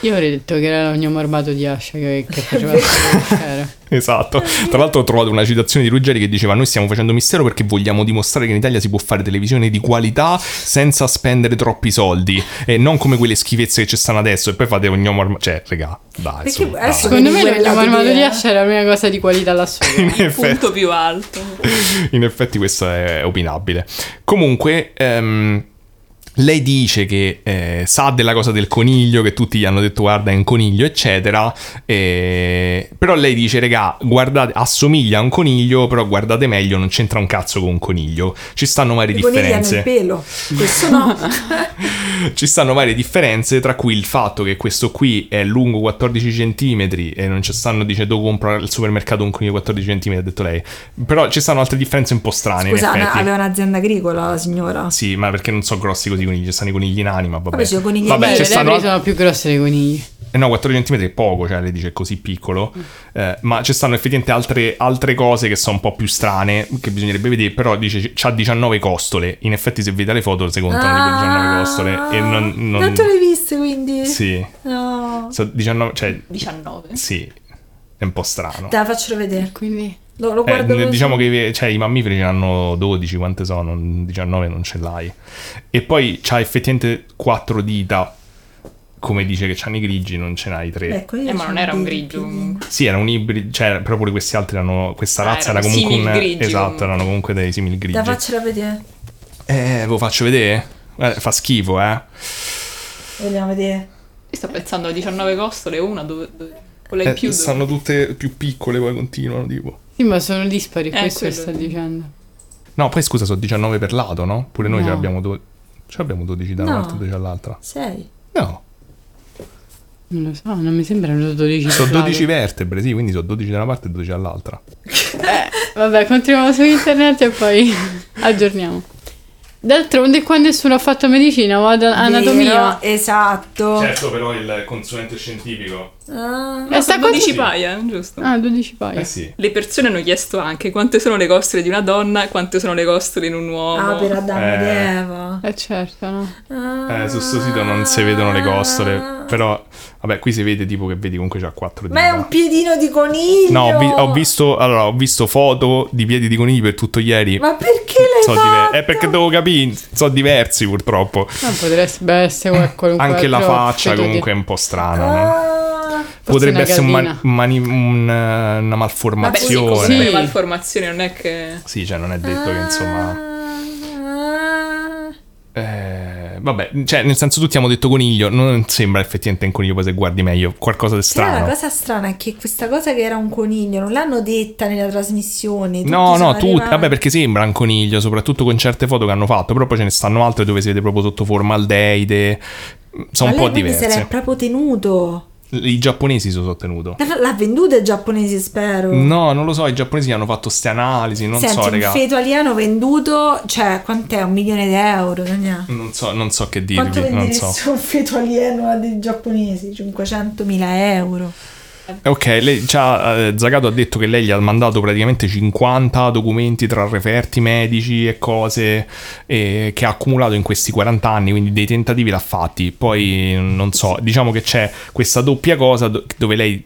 S5: Io avrei detto che era l'ogno morbato di Ascia che, che faceva il pensiero.
S1: Esatto. Tra l'altro ho trovato una citazione di Ruggeri che diceva noi stiamo facendo mistero perché vogliamo dimostrare che in Italia si può fare televisione di qualità senza spendere troppi soldi e non come quelle schifezze che ci stanno adesso e poi fate ogni mormato. Cioè, regà, dai,
S2: Perché
S1: su, dai.
S2: adesso-
S5: Secondo
S2: Quindi
S5: me
S2: quella
S5: l'ogno morbato di
S2: idea.
S5: Ascia era una cosa di qualità lassù.
S1: In effetti,
S4: Punto più alto.
S1: in effetti questo è opinabile. Comunque... ehm, lei dice che eh, sa della cosa del coniglio, che tutti gli hanno detto guarda è un coniglio, eccetera. eh, però lei dice, regà, guardate, assomiglia a un coniglio, però guardate meglio, non c'entra un cazzo con un coniglio. Ci stanno varie
S2: I conigli hanno il
S1: differenze.
S2: pelo. Questo no. Ah,
S1: Ci stanno varie differenze, tra cui il fatto che questo qui è lungo 14 cm e non ci stanno dicendo compro al supermercato un coniglio 14 cm, ha detto lei. Però ci stanno altre differenze un po' strane.
S2: Scusa,
S1: Ah, in
S2: una-
S1: effetti.
S2: aveva un'azienda agricola la signora.
S1: Sì, ma perché non sono grossi così i conigli, ci stanno i conigli nani, ma vabbè.
S2: Vabbè, ci sono conigli
S1: Vabbè,
S2: nani.
S5: Beh,
S1: ci
S5: le
S1: stanno
S5: lepri sono più grosse dei conigli.
S1: Eh no, 4 cm è poco, cioè lei dice è così piccolo. Eh, ma ci stanno effettivamente altre, altre cose che sono un po' più strane, che bisognerebbe vedere. Però dice c'ha 19 costole. In effetti, se vedi le foto, si contano di quelle
S2: Ah.
S1: 19 costole. E non. non-
S2: tu le hai viste quindi?
S1: Sì.
S2: No.
S1: So- 19, cioè,
S4: 19.
S1: sì, è un po' strano.
S2: Te la faccio vedere.
S5: Quindi
S2: Lo, lo
S1: Eh,
S2: guardo
S1: ne-
S2: così.
S1: diciamo che cioè, i mammiferi ce n'hanno 12, quante sono? 19 non ce l'hai. E poi c'ha effettivamente 4 dita, come dice che c'hanno i grigi, non ce n'hai 3.
S2: Ecco, io
S4: Eh, ma
S2: c'ho
S4: non era un
S2: dei
S4: grigio
S2: pipì.
S4: comunque.
S1: Sì, era un ibrido, cioè proprio questi altri erano, questa
S4: Ah,
S1: razza era
S4: erano
S1: comunque un...
S4: simil-grigi,
S1: Esatto,
S4: comunque.
S1: erano comunque dei simil
S2: Te la
S1: grigi.
S2: faccio vedere.
S1: Eh, ve lo faccio vedere? Eh, fa schifo, eh.
S2: Vogliamo vedere.
S4: Io sto pensando a 19 costole, una dove... dove... Quella
S1: Eh,
S4: in più dove-
S1: stanno tutte più piccole, poi continuano, tipo.
S5: Sì, ma sono dispari, questo
S4: quello.
S5: sta dicendo.
S1: No, poi scusa, sono 19 per lato, no? Pure noi ce
S5: No.
S1: l'abbiamo 12. Ce l'abbiamo 12 da una
S2: No.
S1: parte e 12 dall'altra.
S2: Sei.
S1: No,
S5: Non lo so, non mi sembrano 12
S1: sono
S5: plate.
S1: 12 vertebre, sì, quindi sono 12 da una parte e 12 dall'altra.
S5: Vabbè, continuiamo su internet e poi aggiorniamo. D'altronde qua nessuno ha fatto medicina o ad- anatomia.
S2: Vero, Eh, esatto.
S1: Certo, però il consulente scientifico.
S2: Ah.
S4: Eh, sta
S5: sono
S4: 12
S1: così.
S4: paia, giusto?
S5: Ah, 12 paia.
S1: Eh sì.
S4: Le persone hanno chiesto anche quante sono le costole di una donna e quante sono le costole in un uomo.
S2: Ah, per Adamo ed
S1: Eh.
S2: Eva.
S5: Eh certo, no.
S1: Eh, su sto sito
S2: Ah.
S1: non si vedono le costole. Però, vabbè, qui si vede tipo che vedi comunque c'ha quattro dita.
S2: Ma è un piedino di coniglio.
S1: Esatto. No, ho, vi- ho visto, allora, ho visto foto di piedi di conigli per tutto ieri.
S2: Ma perché l'hai
S1: So diver-
S2: fatto?
S1: eh, perché devo capire, sono diversi purtroppo.
S5: Ma potrebbe essere qual- qualunque
S1: Eh, Anche la
S5: altro
S1: faccia
S5: feto di-
S1: comunque è un po' strana, no?
S2: Ah.
S1: Potrebbe
S5: una
S1: essere un
S5: gallina.
S1: mani- mani- un, eh, una
S4: Vabbè, sì,
S1: malformazione.
S4: comunque
S5: Sì.
S4: malformazione non è che...
S1: Sì, cioè non è detto che
S2: ah.
S1: insomma... eh, vabbè, cioè nel senso tutti abbiamo detto coniglio, non sembra effettivamente un coniglio, poi se guardi meglio, qualcosa di
S2: Però la
S1: strano.
S2: cosa strana è che questa cosa che era un coniglio non l'hanno detta nella trasmissione. tutti
S1: No,
S2: sono
S1: no, tu,
S2: arrivati-
S1: vabbè perché sembra un coniglio, soprattutto con certe foto che hanno fatto, però poi ce ne stanno altre dove si vede proprio sotto forma aldeide, sono
S2: Ma
S1: un
S2: lei
S1: po'
S2: quindi se l'è Oh.
S1: diverse.
S2: proprio tenuto.
S1: I giapponesi si sono sottenuto.
S2: L'ha l'ha venduto ai giapponesi, spero.
S1: No, non lo so, i giapponesi hanno fatto ste analisi, non
S2: Senti,
S1: so,
S2: un
S1: raga.
S2: feto alieno venduto, cioè, quant'è? Un milione di euro? Daniele?
S1: Non so, non so che
S2: Quanto
S1: dirvi, non so.
S2: venderesti un feto alieno a dei giapponesi? 500.000 euro.
S1: Eh, Ok, lei c'ha, eh, Zagato ha detto che lei gli ha mandato praticamente 50 documenti tra referti medici e cose eh, che ha accumulato in questi 40 anni, quindi dei tentativi l'ha fatti. Poi non so, diciamo che c'è questa doppia cosa do- dove lei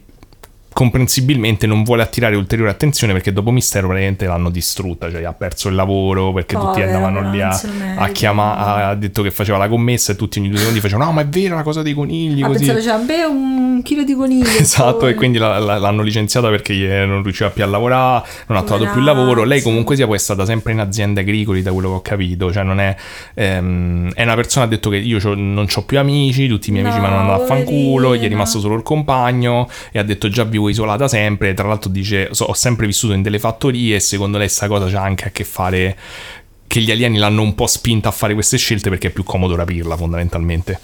S1: comprensibilmente non vuole attirare ulteriore attenzione perché dopo Mistero praticamente l'hanno distrutta, cioè ha perso il lavoro perché tutti
S2: Povero,
S1: andavano lì a,
S2: non se lo merita.
S1: a chiamare, ha detto che faceva la commessa e tutti ogni due secondi facevano no ma è vero la cosa dei conigli
S2: Ha
S1: così.
S2: pensato, cioè, beh, un chilo di coniglio.
S1: Esatto,
S2: poi.
S1: e quindi la- la- l'hanno licenziata perché eh, non riusciva più a lavorare, non ha trovato più il lavoro. Lei comunque sia poi è stata sempre in aziende agricole, da quello che ho capito. Cioè, non è. ehm, è una persona che ha detto che io c'ho- non ho più amici, tutti i miei amici
S2: No,
S1: mi hanno andato a fanculo, gli
S2: poverina.
S1: è rimasto solo il compagno e ha detto già vivo isolata sempre. Tra l'altro dice "So- ho sempre vissuto in delle fattorie e secondo lei sta cosa c'ha anche a che fare che gli alieni l'hanno un po' spinta a fare queste scelte perché è più comodo rapirla fondamentalmente.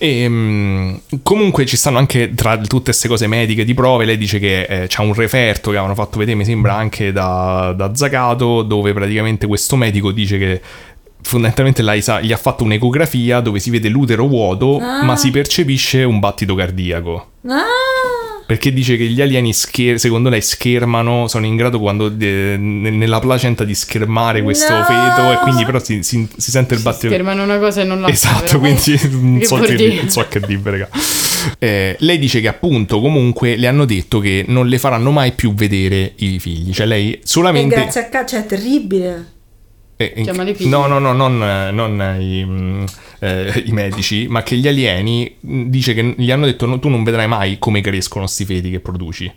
S1: E, mh, Ehm, comunque ci stanno anche tra tutte queste cose mediche di prove. Lei dice che eh, c'è un referto che avevano fatto vedere, mi sembra anche da, da Zagato, dove praticamente questo medico dice che fondamentalmente lei sa- gli ha fatto un'ecografia dove si vede l'utero vuoto,
S2: Ah.
S1: ma si percepisce un battito cardiaco.
S2: Ah!
S1: Perché dice che gli alieni, scher- secondo lei, schermano, sono in grado quando de- ne- nella placenta di schermare questo
S2: No!
S1: feto e quindi però si, si- si sente il battito
S5: Fermano una cosa e non la
S1: Esatto,
S5: fanno,
S1: quindi non
S5: Che
S1: so,
S5: vuol
S1: che
S5: dire?
S1: dire, non so che dire, raga. Eh, lei dice che appunto comunque le hanno detto che non le faranno mai più vedere i figli, cioè lei
S2: E
S1: solamente...
S2: Eh, grazie a caccia è terribile.
S1: eh, in-
S5: Chiamali i figli.
S1: No, no, no, non, eh, non i, mm, eh, i medici, ma che gli alieni mm, dice che gli hanno detto "No, tu non vedrai mai come crescono sti feti che produci,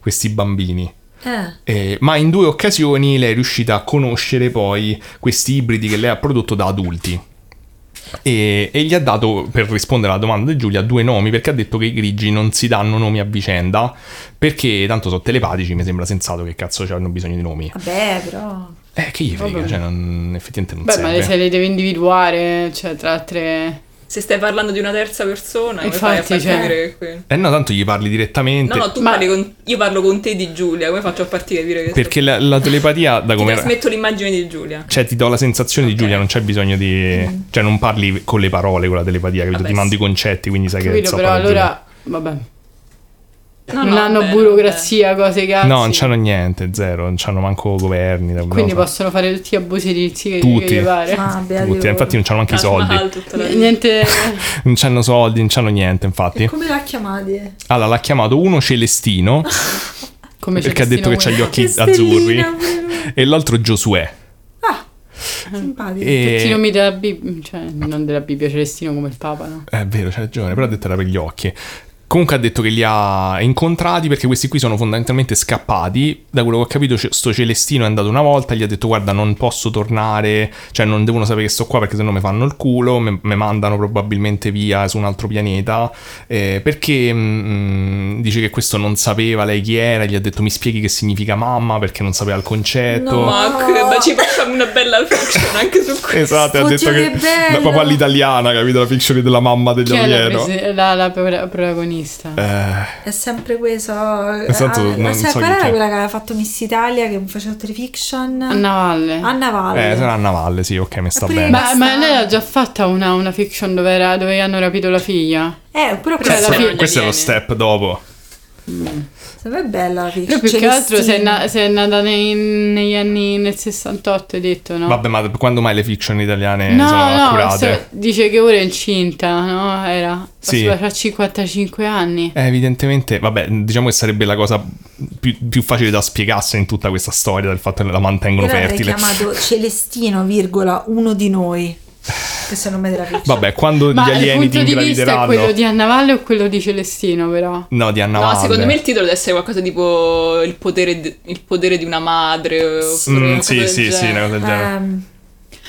S1: questi bambini.
S2: Eh.
S1: Eh, ma in due occasioni lei è riuscita a conoscere poi questi ibridi che lei ha prodotto da adulti. E, e gli ha dato, per rispondere alla domanda di Giulia, due nomi perché ha detto che i grigi non si danno nomi a vicenda perché tanto sono telepatici, mi sembra sensato che cazzo ci hanno bisogno di nomi.
S2: Vabbè, però.
S1: Eh, che gli frega,
S5: Vabbè.
S1: cioè non- effettivamente non
S5: Beh, ma
S1: serve.
S5: le se le deve individuare, cioè tra tre...
S4: Se stai parlando di una terza persona, come fai a
S5: Infatti,
S4: far
S5: cioè.
S4: capire che... quello-
S1: Eh no, tanto gli parli direttamente.
S4: No, no, tu
S5: Ma-
S4: parli con... Io parlo con te di Giulia, come faccio a farti capire che...
S1: perché la, la telepatia, da
S4: Ti
S1: come...
S4: trasmetto l'immagine di Giulia.
S1: Cioè, ti do la sensazione di Giulia, non c'è bisogno
S5: Mm.
S1: di... Cioè, non parli con le parole, con la telepatia, capito?
S4: Vabbè,
S1: ti mando
S4: sì.
S1: i concetti, quindi sai che...
S5: Capito,
S1: so
S5: però
S1: fare Giulia.
S5: allora... Vabbè.
S4: No,
S5: non
S4: no,
S5: hanno
S4: vabbè,
S5: burocrazia, cose cazzi.
S1: No, non c'hanno niente, zero, non c'hanno manco governi. da-
S5: Quindi
S1: non lo so.
S5: possono fare tutti gli abusi edilizi che,
S1: Tutti.
S5: che gli pare.
S2: Ah, beati
S1: Tutti,
S2: loro.
S1: infatti non c'hanno
S4: vabbè.
S1: manco i soldi,
S4: Ah, Taj Mahal tutta la
S5: N-
S4: vita.
S5: Niente...
S1: non c'hanno soldi, non c'hanno niente, infatti.
S2: Come l'ha chiamate?
S1: Allora l'ha chiamato uno Celestino,
S5: Come
S1: perché ha detto che c'ha gli occhi
S2: Che
S1: azzurri,
S2: stellina, pure
S1: e l'altro Giosuè.
S2: Ah, Simpatico.
S5: Tutti i
S1: E...
S5: nomi della Bibbia, cioè non della Bibbia, Celestino come il Papa, no?
S1: Eh, È vero, c'è ragione, però ha detto era per gli occhi. Comunque ha detto che li ha incontrati perché questi qui sono fondamentalmente scappati. Da quello che ho capito, ce- sto Celestino è andato una volta, gli ha detto guarda non posso tornare, cioè non devono sapere che sto qua perché sennò mi fanno il culo, mi mi mandano probabilmente via su un altro pianeta. eh, perché mm, dice che questo non sapeva lei chi era, gli ha detto mi spieghi che significa mamma perché non sapeva il concetto.
S2: No.
S4: Ma credo ci facciamo una bella fiction anche su questo.
S1: Esatto, ha
S2: Oddio,
S1: detto che,
S2: che bello!
S1: la- proprio all'italiana, capito? La fiction della mamma degli
S5: Chi è la,
S1: alieno.
S5: presi- la- la pro- protagonista? protagonista.
S1: Eh,
S2: È sempre questo. Nel
S1: senso, non
S2: ma
S1: so
S2: sai,
S1: chi
S2: qual era
S1: c'è.
S2: quella che aveva fatto Miss Italia che faceva tutte le fiction?
S5: Anna Valle.
S2: Anna Valle.
S1: eh, sarà a Navalle, sì, ok, mi sta
S2: Eppure-
S1: bene.
S5: Ma, ma lei ha già fatta una, una fiction dove, era- dove hanno rapito la figlia?
S2: Eh, però
S4: Cioè,
S2: questa-
S4: la-
S1: Questo,
S4: gli
S1: questo è lo
S4: alieni.
S1: step dopo.
S2: secondo me è bella la fiction.
S5: Però più che altro se è,
S2: Celestino.
S5: na- se è nata nei- negli anni nel 68, hai detto, no?
S1: Vabbè, ma quando mai le fiction italiane
S5: No,
S1: sono
S5: no,
S1: accurate?
S5: se- dice che ora è incinta, no? Era
S1: Sì.
S5: fra 55 anni.
S1: Eh, Evidentemente, vabbè, diciamo che sarebbe la cosa più, più facile da spiegarsi in tutta questa storia del fatto che la mantengono
S2: Io l'avrei
S1: fertile.
S2: chiamato Celestino, virgola, uno di noi. Questo è il nome della fiction.
S1: Vabbè, quando
S5: Ma
S1: gli
S5: il
S1: alieni ti
S5: punto di vista è
S1: ingravideranno...
S5: quello di Anna Valle o quello di Celestino, però?
S1: No, di Anna
S4: No,
S1: Valle.
S4: secondo me il titolo deve essere qualcosa tipo il potere, de- il potere di una madre. oppure
S1: Mm,
S4: una cosa
S1: sì,
S4: del
S1: sì, sì,
S4: genere.
S1: una cosa del
S5: Eh,
S1: genere.
S2: Ehm,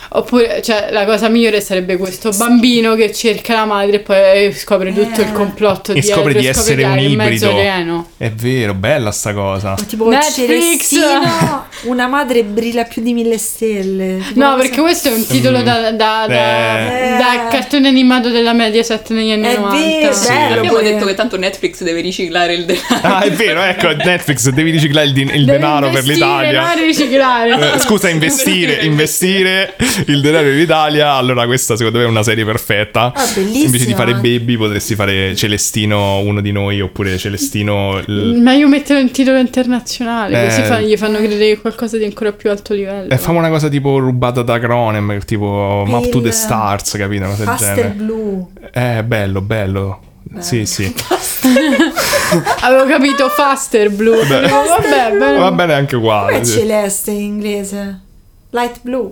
S5: Oppure, cioè, la cosa migliore sarebbe questo bambino che cerca la madre e poi eh, scopre tutto il complotto
S1: e scopre
S5: dietro,
S1: di essere
S5: che
S1: un
S5: era in mezzo
S1: ibrido.
S5: alieno.
S1: È vero, bella sta cosa.
S2: tipo
S5: Netflix!
S2: Celestino, una madre brilla più di mille stelle. Tipo una
S5: No,
S2: cosa-
S5: perché questo è un
S1: Mm.
S5: titolo da, da- da-
S2: Eh.
S5: da cartone animato della Mediaset negli anni
S2: È
S5: 90.
S2: vero,
S5: Sì.
S2: bello.
S4: Abbiamo
S2: pure.
S4: detto che tanto Netflix deve riciclare il denaro.
S1: Ah, è vero, ecco, Netflix, devi riciclare il, din- il
S5: Devi
S1: denaro per
S5: investire,
S1: l'Italia.
S5: denaro e riciclare.
S1: Eh, Scusa, investire, investire il denaro in Italia. Allora, questa secondo me è una serie perfetta.
S2: Ah, bellissima.
S1: Invece di fare Baby, potresti fare Celestino, uno di noi, oppure Celestino. l-
S5: Meglio mettere un titolo internazionale, così
S1: Eh.
S5: fa- gli fanno credere che qualcosa di ancora più alto livello.
S1: Eh, famo una cosa tipo rubata da Cronem, tipo Map to the
S2: Bill.
S1: Stars, capito? Una cosa del
S2: Pastel
S1: genere.
S2: blu.
S1: Eh, bello, bello. Sì, sì.
S5: Avevo capito Faster Blue. Dico, vabbè, bene.
S1: Va bene anche
S2: Com'è
S1: uguale. Ah, sì.
S2: celeste in inglese? Light blue.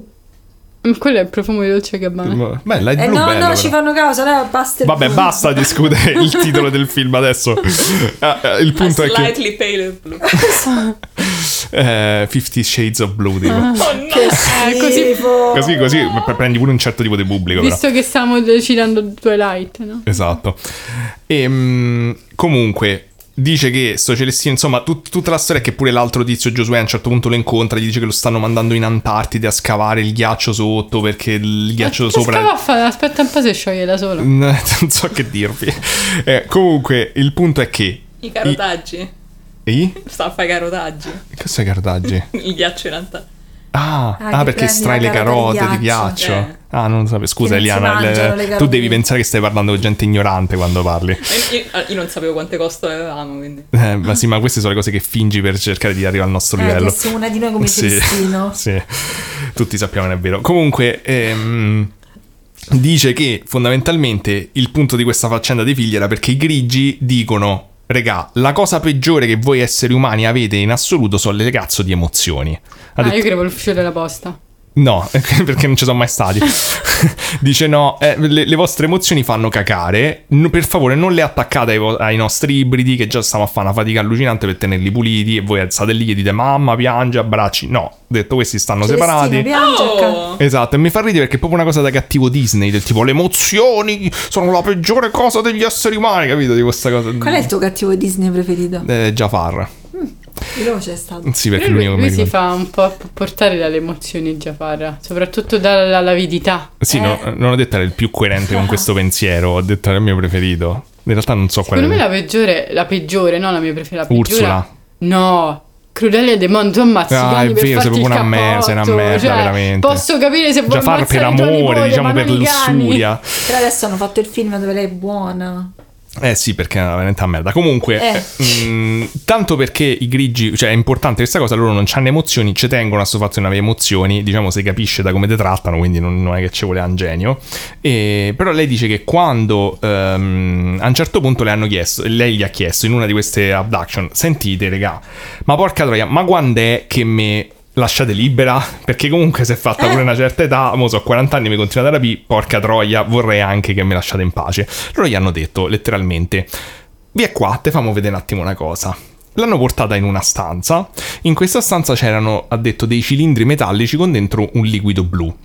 S5: Mm, Quello è il profumo di Dolce Gabbana.
S1: Beh, Light
S2: Eh
S1: Blue,
S2: no,
S1: bello,
S2: no,
S1: però.
S2: ci fanno causa, no, pastel
S1: Vabbè,
S2: blu.
S1: basta discutere il titolo del film adesso. Ah, ah, il punto è che
S4: Slightly pale Oh, blue.
S1: eh, Fifty Shades of Blue, tipo.
S4: Oh no!
S5: Eh, così,
S1: Così, così pre- prendi pure un certo tipo di pubblico, però.
S5: visto che stiamo decidendo Twilight, no?
S1: Esatto. E, comunque, dice che sto Celestino, insomma, tut- tutta la storia è che pure l'altro tizio Giosuè a un certo punto lo incontra, gli dice che lo stanno mandando in Antartide a scavare il ghiaccio sotto perché il ghiaccio
S5: Eh, Che
S1: sopra...
S5: scava a fare? Aspetta un po' se scioglie da sola.
S1: Mm, Non so che dirvi. Eh, comunque, il punto è che...
S4: I carotaggi.
S1: I?
S4: Sta a fare i carotaggi.
S1: Cos'è Cardaggi?
S4: Il ghiaccio in realtà.
S1: Ah, ah,
S2: Ah, che
S1: perché
S2: prendi
S1: estrai le
S2: la carota
S1: carote
S2: di
S1: di ghiaccio.
S2: ghiaccio. cioè.
S4: Eh.
S1: Ah, non lo sapevo. Scusa,
S2: Che non si
S1: Eliana, il-
S2: mangiano le
S1: tu
S2: carote.
S1: devi pensare che stai parlando con gente ignorante quando parli.
S4: Io, ah, io- io non sapevo quante costole avevamo, quindi.
S1: Eh, ma sì, ma queste sono le cose che fingi per cercare di arrivare al nostro
S2: Eh,
S1: livello.
S2: che se una di noi come Celestino.
S1: sì, tutti sappiamo non è vero. Comunque, ehm, dice che fondamentalmente il punto di questa faccenda dei figli era perché i grigi dicono: Regà, la cosa peggiore che voi esseri umani avete in assoluto sono le cazzo di emozioni. Ha
S5: Ah,
S1: detto-
S5: io credo l'ufficio della posta.
S1: No, perché non ci sono mai stati. Dice no, eh, le, le vostre emozioni fanno cacare, no- per favore non le attaccate ai, vo- ai nostri ibridi che già stiamo a fare una fatica allucinante per tenerli puliti e voi state lì e dite mamma, piange, abbracci. No, detto questi stanno
S2: Celestino,
S1: separati.
S2: piange, accanto.
S4: Oh!
S1: Esatto, e mi fa ridere perché è proprio una cosa da cattivo Disney, del tipo le emozioni sono la peggiore cosa degli esseri umani, capito? Di questa cosa.
S2: Qual è il tuo cattivo Disney preferito?
S1: Eh, Jafar.
S2: Veloce è stato.
S1: Sì, perché è
S5: Lui,
S1: l'unico che mi
S5: lui si
S1: ricordo.
S5: fa un po' portare dalle emozioni Giafara, soprattutto dalla lavidità.
S1: Sì, no,
S5: eh.
S1: non ho detto era il più coerente con questo pensiero, ho detto era il mio preferito. In realtà non so qual
S5: Secondo me
S1: è.
S5: la peggiore, la peggiore, no, la mia preferita. la
S1: Ursula.
S5: peggiore- No. Crudele De Mon, tu ammazzi
S1: Ah,
S5: Gianni
S1: è vero,
S5: per
S1: sei
S5: farti il
S1: proprio una merda,
S5: cappotto,
S1: sei una merda,
S5: cioè,
S1: veramente.
S5: Posso capire se vuoi
S1: Jafar per
S5: ammazzare tuo
S1: amore,
S5: nipote,
S1: diciamo
S5: ma
S1: per
S5: non i cani.
S1: lussuria.
S2: Però adesso hanno fatto il film dove lei è buona.
S1: Eh sì, perché è veramente una merda. Comunque,
S2: Eh.
S1: eh, mh, tanto perché i grigi, cioè è importante questa cosa, loro non hanno emozioni, ci tengono a sto fatto di non avere emozioni, diciamo si capisce da come te trattano, quindi non, non è che ci vuole un genio. E, però lei dice che quando ehm, a un certo punto le hanno chiesto, lei gli ha chiesto in una di queste abduction, sentite regà, ma porca troia, ma quando è che me... Lasciate libera, perché comunque se è fatta pure una certa età, mo so 40 anni mi continuate a rapire, porca troia, vorrei anche che mi lasciate in pace. Loro gli hanno detto letteralmente, Via qua, te famo vedere un attimo una cosa. L'hanno portata in una stanza. In questa stanza c'erano, ha detto, dei cilindri metallici con dentro un liquido blu.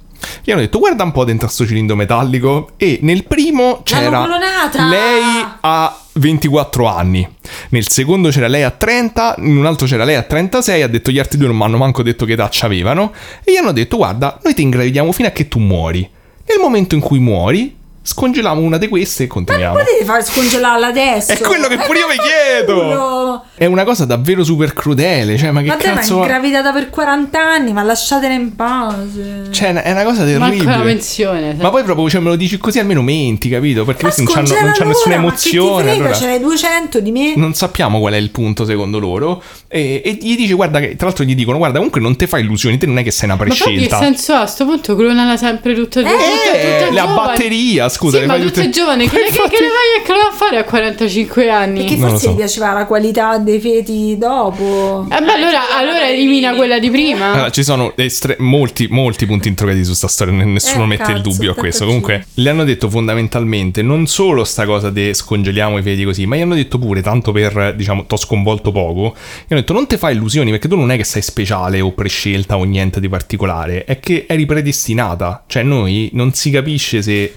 S1: Gli hanno detto, guarda un po' dentro sto cilindro metallico. E nel primo c'era
S2: clonata!
S1: lei a 24 anni. Nel secondo c'era lei a 30, in un altro c'era lei a 36. Ha detto, gli altri due non mi hanno manco detto che età c'avevano. E gli hanno detto, guarda, noi ti ingravidiamo fino a che tu muori. Nel momento in cui muori, Scongeliamo una di queste e continuiamo.
S2: Ma potete fare scongelarla adesso?
S1: È quello che
S2: Eh,
S1: pure io
S2: ma
S1: mi chiedo!
S2: fanculo!
S1: È una cosa davvero super crudele, cioè, ma che
S2: Ma dai, ma è
S1: cazzo...
S2: ingravidata per 40 anni, ma lasciatela in pace.
S1: Cioè, è una cosa
S5: Manco
S1: terribile.
S5: la pensione.
S1: Ma poi proprio cioè, me lo dici così almeno menti, capito? Perché
S2: Ma
S1: questi non c'hanno, non
S2: scongela
S1: c'hanno nessuna
S2: allora, ma che ti
S1: emozione.
S2: frega, cioè-
S1: allora
S2: ce n'hai 200 di me.
S1: Non sappiamo qual è il punto secondo loro. E, e gli dici, guarda, che, tra l'altro gli dicono, guarda, comunque non te fa illusioni, te non è che sei una
S5: Ma poi che
S1: prescelta.
S5: senso ha? A sto punto clonala sempre tutto il giorno.
S1: Eh,
S5: tutto, tutto
S1: la
S5: giovane.
S1: batteria, scusa,
S5: Sì,
S1: le
S5: ma
S1: fai
S5: tutto
S1: tutte-
S5: è giovane. Che, che- che ne vai a clonare a fare a 45 anni?
S2: Perché
S1: Non lo
S2: forse
S1: so.
S2: gli piaceva la qualità dei feti dopo.
S5: Eh beh, allora, allora elimina quella di
S2: Ah.
S5: prima.
S1: Allora, ci sono estre- molti, molti punti interrogativi su sta storia, n- nessuno
S2: Eh,
S1: mette il
S2: cazzo,
S1: dubbio a
S2: tanto
S1: questo.
S2: ci-
S1: Comunque, le hanno detto fondamentalmente non solo sta cosa di scongeliamo i fedi così, ma gli hanno detto pure, tanto per, diciamo, t'ho sconvolto poco, gli hanno detto non te fai illusioni perché tu non è che sei speciale o prescelta o niente di particolare, è che eri predestinata. Cioè, noi non si capisce se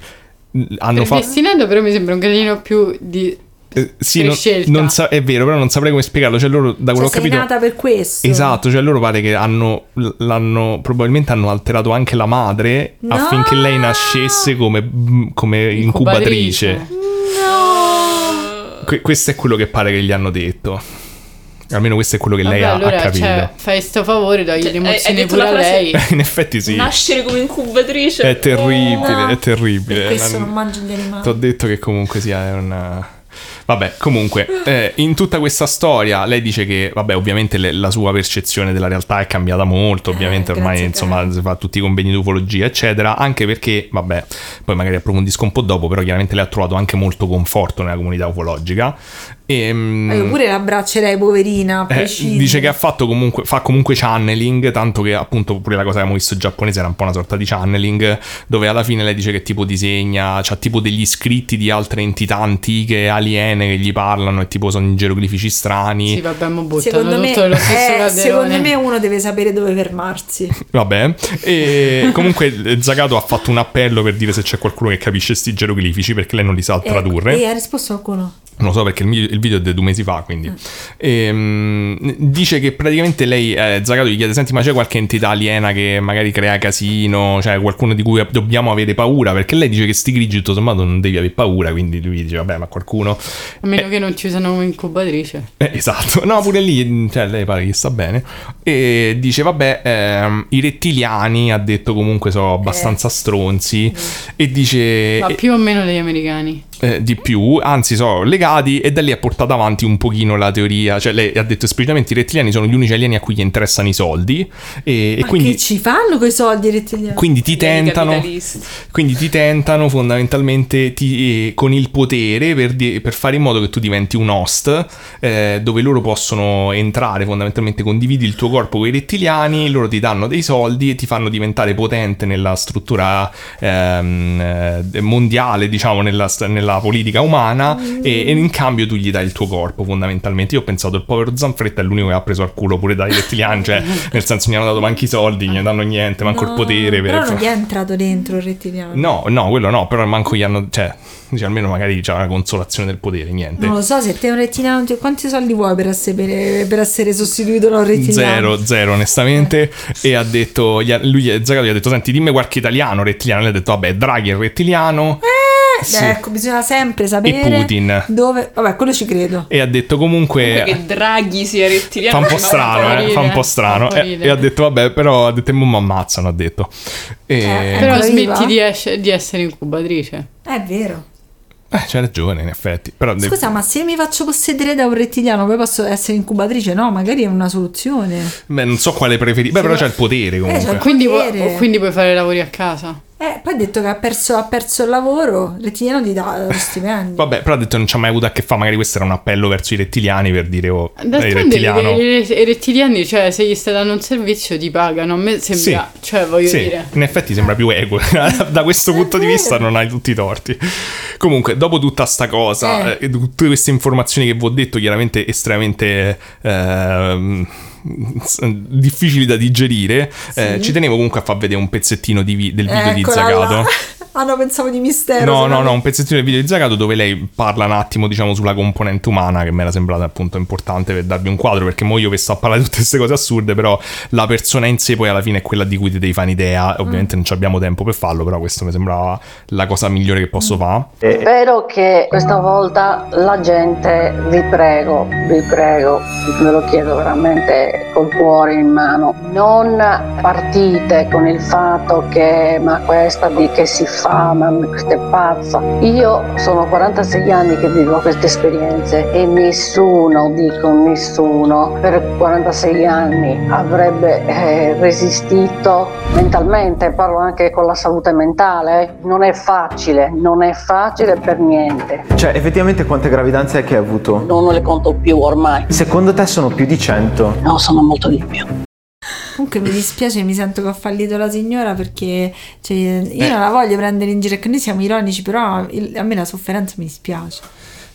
S1: mm, hanno fatto...
S5: Predestinando, però mi sembra un gradino più di.
S1: Eh, sì, non,
S5: prescelta.
S1: non sa- è vero, però non saprei come spiegarlo. Cioè, loro, da quello
S2: Cioè,
S1: che ho
S2: sei
S1: capito...
S2: nata per questo.
S1: Esatto, cioè loro pare che hanno, l'hanno, probabilmente hanno alterato anche la madre
S2: No!
S1: affinché lei nascesse come, mm, come incubatrice. Que- questo è quello che pare che gli hanno detto. Almeno questo è quello che
S5: Vabbè,
S1: lei ha, ha
S5: allora,
S1: capito.
S5: cioè, fai sto favore, togli
S4: Cioè, hai-
S5: le
S4: hai
S5: emozioni
S4: detto
S5: pure
S4: la
S5: a
S4: frase-
S5: lei.
S1: In effetti sì.
S4: Nascere come incubatrice. Oh!
S1: È terribile,
S2: No,
S1: è
S2: Per
S1: terribile. eh,
S2: questo
S1: Non-
S2: non mangio gli
S1: Ti ho
S2: animali.
S1: detto che comunque sia è una... Vabbè, comunque, eh, in tutta questa storia lei dice che, vabbè, ovviamente le- la sua percezione della realtà è cambiata molto, ovviamente
S2: Eh,
S1: ormai,
S2: grazie,
S1: insomma,
S2: cara.
S1: si fa tutti i convegni di ufologia, eccetera, anche perché, vabbè, poi magari approfondisco un po' dopo, però chiaramente lei ha trovato anche molto conforto nella comunità ufologica. E, mm,
S2: Ma Io pure l'abbraccerei, poverina. a
S1: eh,
S2: prescindere.
S1: dice che ha fatto comunque, fa comunque channeling, tanto che appunto pure la cosa che abbiamo visto giapponese era un po' una sorta di channeling, dove alla fine lei dice che tipo disegna, c'ha tipo degli scritti di altre entità antiche, aliene che gli parlano e tipo sono in geroglifici strani.
S5: Sì, vabbè, mo buttano
S2: Secondo me,
S5: tutto lo stesso
S2: eh,
S5: calderone.
S2: secondo me uno deve sapere dove fermarsi.
S1: Vabbè, e comunque eh, Zagato ha fatto un appello per dire se c'è qualcuno che capisce sti geroglifici perché lei non li sa
S2: Eh,
S1: tradurre.
S2: E ha risposto qualcuno.
S1: Non lo so perché il, mi- il video è di due mesi fa, quindi. Ehm, dice che praticamente lei, eh, Zagato gli chiede, senti ma c'è qualche entità aliena che magari crea casino, cioè qualcuno di cui dobbiamo avere paura? Perché lei dice che sti grigi tutto sommato non devi avere paura, quindi lui dice, vabbè ma qualcuno...
S5: A meno che non ci usano come incubatrice.
S1: Eh, esatto, no pure lì, cioè lei pare che sta bene. E dice, vabbè, ehm, i rettiliani, ha detto comunque sono abbastanza stronzi, e dice...
S5: Ma
S1: e-
S5: più o meno degli americani.
S1: eh, di più, anzi sono legati e da lì ha portato avanti un pochino la teoria, cioè lei ha detto esplicitamente i rettiliani sono gli unici alieni a cui gli interessano i soldi e, e
S2: Ma
S1: quindi,
S2: che ci fanno quei soldi i rettiliani?
S1: quindi ti
S4: Alieni
S1: tentano,
S4: capitalisti.
S1: quindi ti tentano fondamentalmente ti- eh, con il potere per, di- per fare in modo che tu diventi un host eh, dove loro possono entrare fondamentalmente condividi il tuo corpo con i rettiliani, loro ti danno dei soldi e ti fanno diventare potente nella struttura ehm, eh, mondiale, diciamo, nella, st- nella politica umana
S2: Mm.
S1: e, e in cambio tu gli dai il tuo corpo fondamentalmente. Io ho pensato il povero Zanfretta è l'unico che ha preso al culo pure dai rettiliani, cioè nel senso non gli hanno dato manco i soldi, non gli danno niente, manco il
S2: No,
S1: potere. per-
S2: Però non gli è entrato dentro il rettiliano.
S1: No, no, quello no, però manco gli hanno, cioè, dice, almeno magari c'è una consolazione del potere, niente.
S2: Non lo so, se te un rettiliano, ti- quanti soldi vuoi per essere, per essere sostituito da un rettiliano?
S1: Zero, zero onestamente e ha detto, gli ha- lui, Zagato gli ha detto senti dimmi qualche italiano rettiliano, lei ha detto vabbè Draghi è rettiliano
S2: Eh,
S1: Sì.
S2: Ecco, bisogna sempre sapere
S1: Putin.
S2: dove... Vabbè, quello ci credo.
S1: e ha detto comunque,
S4: Comunque che Draghi sia rettiliano.
S1: Eh, fa un po'
S4: ma-
S1: strano, eh, fa un po' strano
S5: Fa un po'
S1: e,
S5: ridere.
S1: e ha detto vabbè però ha detto e mo mi ammazzano, ha detto. E...
S2: Eh,
S5: Però
S2: Ancora viva?
S5: smetti di, esce- di essere incubatrice.
S2: È vero.
S1: Eh, c'è ragione in effetti, però de-
S2: Scusa, ma se mi faccio possedere da un rettiliano, poi posso essere incubatrice? No, magari è una soluzione.
S1: beh, non so quale preferisci, beh però c'è il potere comunque.
S2: c'è-
S5: Quindi, pu-
S2: Potere.
S5: quindi puoi fare lavori a casa.
S2: Eh, poi ha detto che ha perso, ha perso il lavoro, il rettiliano ti dà lo stipendio.
S1: Vabbè, però ha detto non ci ha mai avuto a che fare, magari questo era un appello verso i rettiliani per dire oh, il
S5: D'altronde
S1: rettiliano.
S5: i- i i rettiliani, cioè, se gli stai dando un servizio ti pagano. A me sembra, cioè, voglio
S1: Sì,
S5: dire.
S1: in effetti sembra più equo. da questo punto di vista non hai tutti i torti. Comunque, dopo tutta sta cosa, eh, tutte queste informazioni che vi ho detto, chiaramente estremamente ehm, s- eh, difficili da digerire, eh, ci tenevo comunque a far vedere un pezzettino di vi- del video di
S2: Eccola là.
S1: Zagato.
S2: Ah no, pensavo di mistero.
S1: No, no,
S2: solamente.
S1: no, un pezzettino del video di Zagato dove lei parla un attimo, diciamo, sulla componente umana, che mi era sembrata appunto importante per darvi un quadro, perché mo io vi sto a parlare di tutte queste cose assurde, però la persona in sé poi alla fine è quella di cui ti devi fare un'idea, ovviamente non abbiamo tempo per farlo, però questo mi sembrava la cosa migliore che posso fare.
S9: Spero che questa volta la gente, vi prego, vi prego, ve lo chiedo veramente col cuore in mano, non partite con il fatto che ma questa di che si fa, ma questa è pazza. Io sono 46 anni che vivo queste esperienze e nessuno, dico nessuno, per 46 anni avrebbe eh, resistito mentalmente, parlo anche con la salute mentale, eh. non è facile, non è facile per niente.
S10: Cioè, effettivamente quante gravidanze hai che hai avuto?
S9: Non le conto più ormai.
S10: Secondo te sono più di 100?
S9: No, sono molto di più.
S2: Comunque mi dispiace, mi sento che ho fallito la signora perché cioè, io non la voglio prendere in giro, che noi siamo ironici, però il- a me la sofferenza mi dispiace.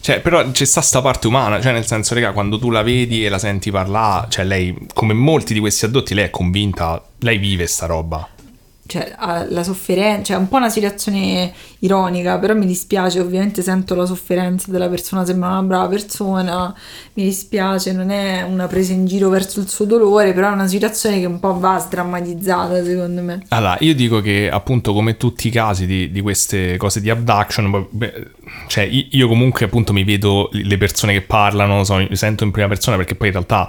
S1: Cioè, però c'è sta sta parte umana, cioè nel senso, raga, quando tu la vedi e la senti parlare, cioè lei, come molti di questi addotti, lei è convinta, lei vive sta roba.
S2: Cioè, ha la sofferenza, cioè, è un po' una situazione ironica, però mi dispiace, ovviamente sento la sofferenza della persona, sembra una brava persona, mi dispiace, non è una presa in giro verso il suo dolore, però è una situazione che un po' va sdrammatizzata, secondo me.
S1: Allora, io dico che appunto come tutti i casi di, di queste cose di abduction, poi, beh, cioè i- io comunque appunto mi vedo le persone che parlano, so- mi sento in prima persona perché poi in realtà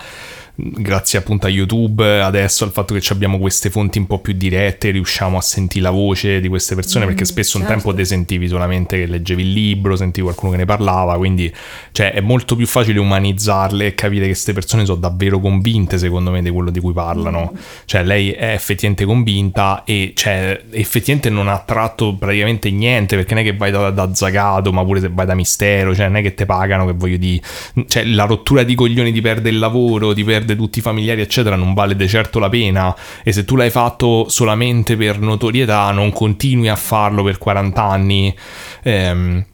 S1: grazie appunto a YouTube adesso al fatto che ci abbiamo queste fonti un po' più dirette riusciamo a sentire la voce di queste persone perché spesso un tempo te sentivi solamente che leggevi il libro, sentivi qualcuno che ne parlava, quindi cioè, è molto più facile umanizzarle e capire che queste persone sono davvero convinte secondo me di quello di cui parlano. Cioè lei è effettivamente convinta e cioè, effettivamente non ha tratto praticamente niente perché non è che vai da, da Zagato ma pure se vai da Mistero, cioè non è che te pagano che voglio dire, cioè la rottura di coglioni ti perde il lavoro, ti perde tutti i familiari eccetera non vale di certo la pena e se tu l'hai fatto solamente per notorietà non continui a farlo per 40 anni. Ehm,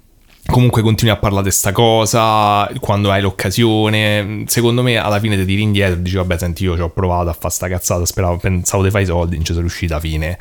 S1: Comunque continui a parlare di sta cosa quando hai l'occasione. Secondo me alla fine ti tiri indietro e dici vabbè senti io ci ho provato a fare sta cazzata, speravo, pensavo di fare i soldi, non ci sono riuscita alla fine.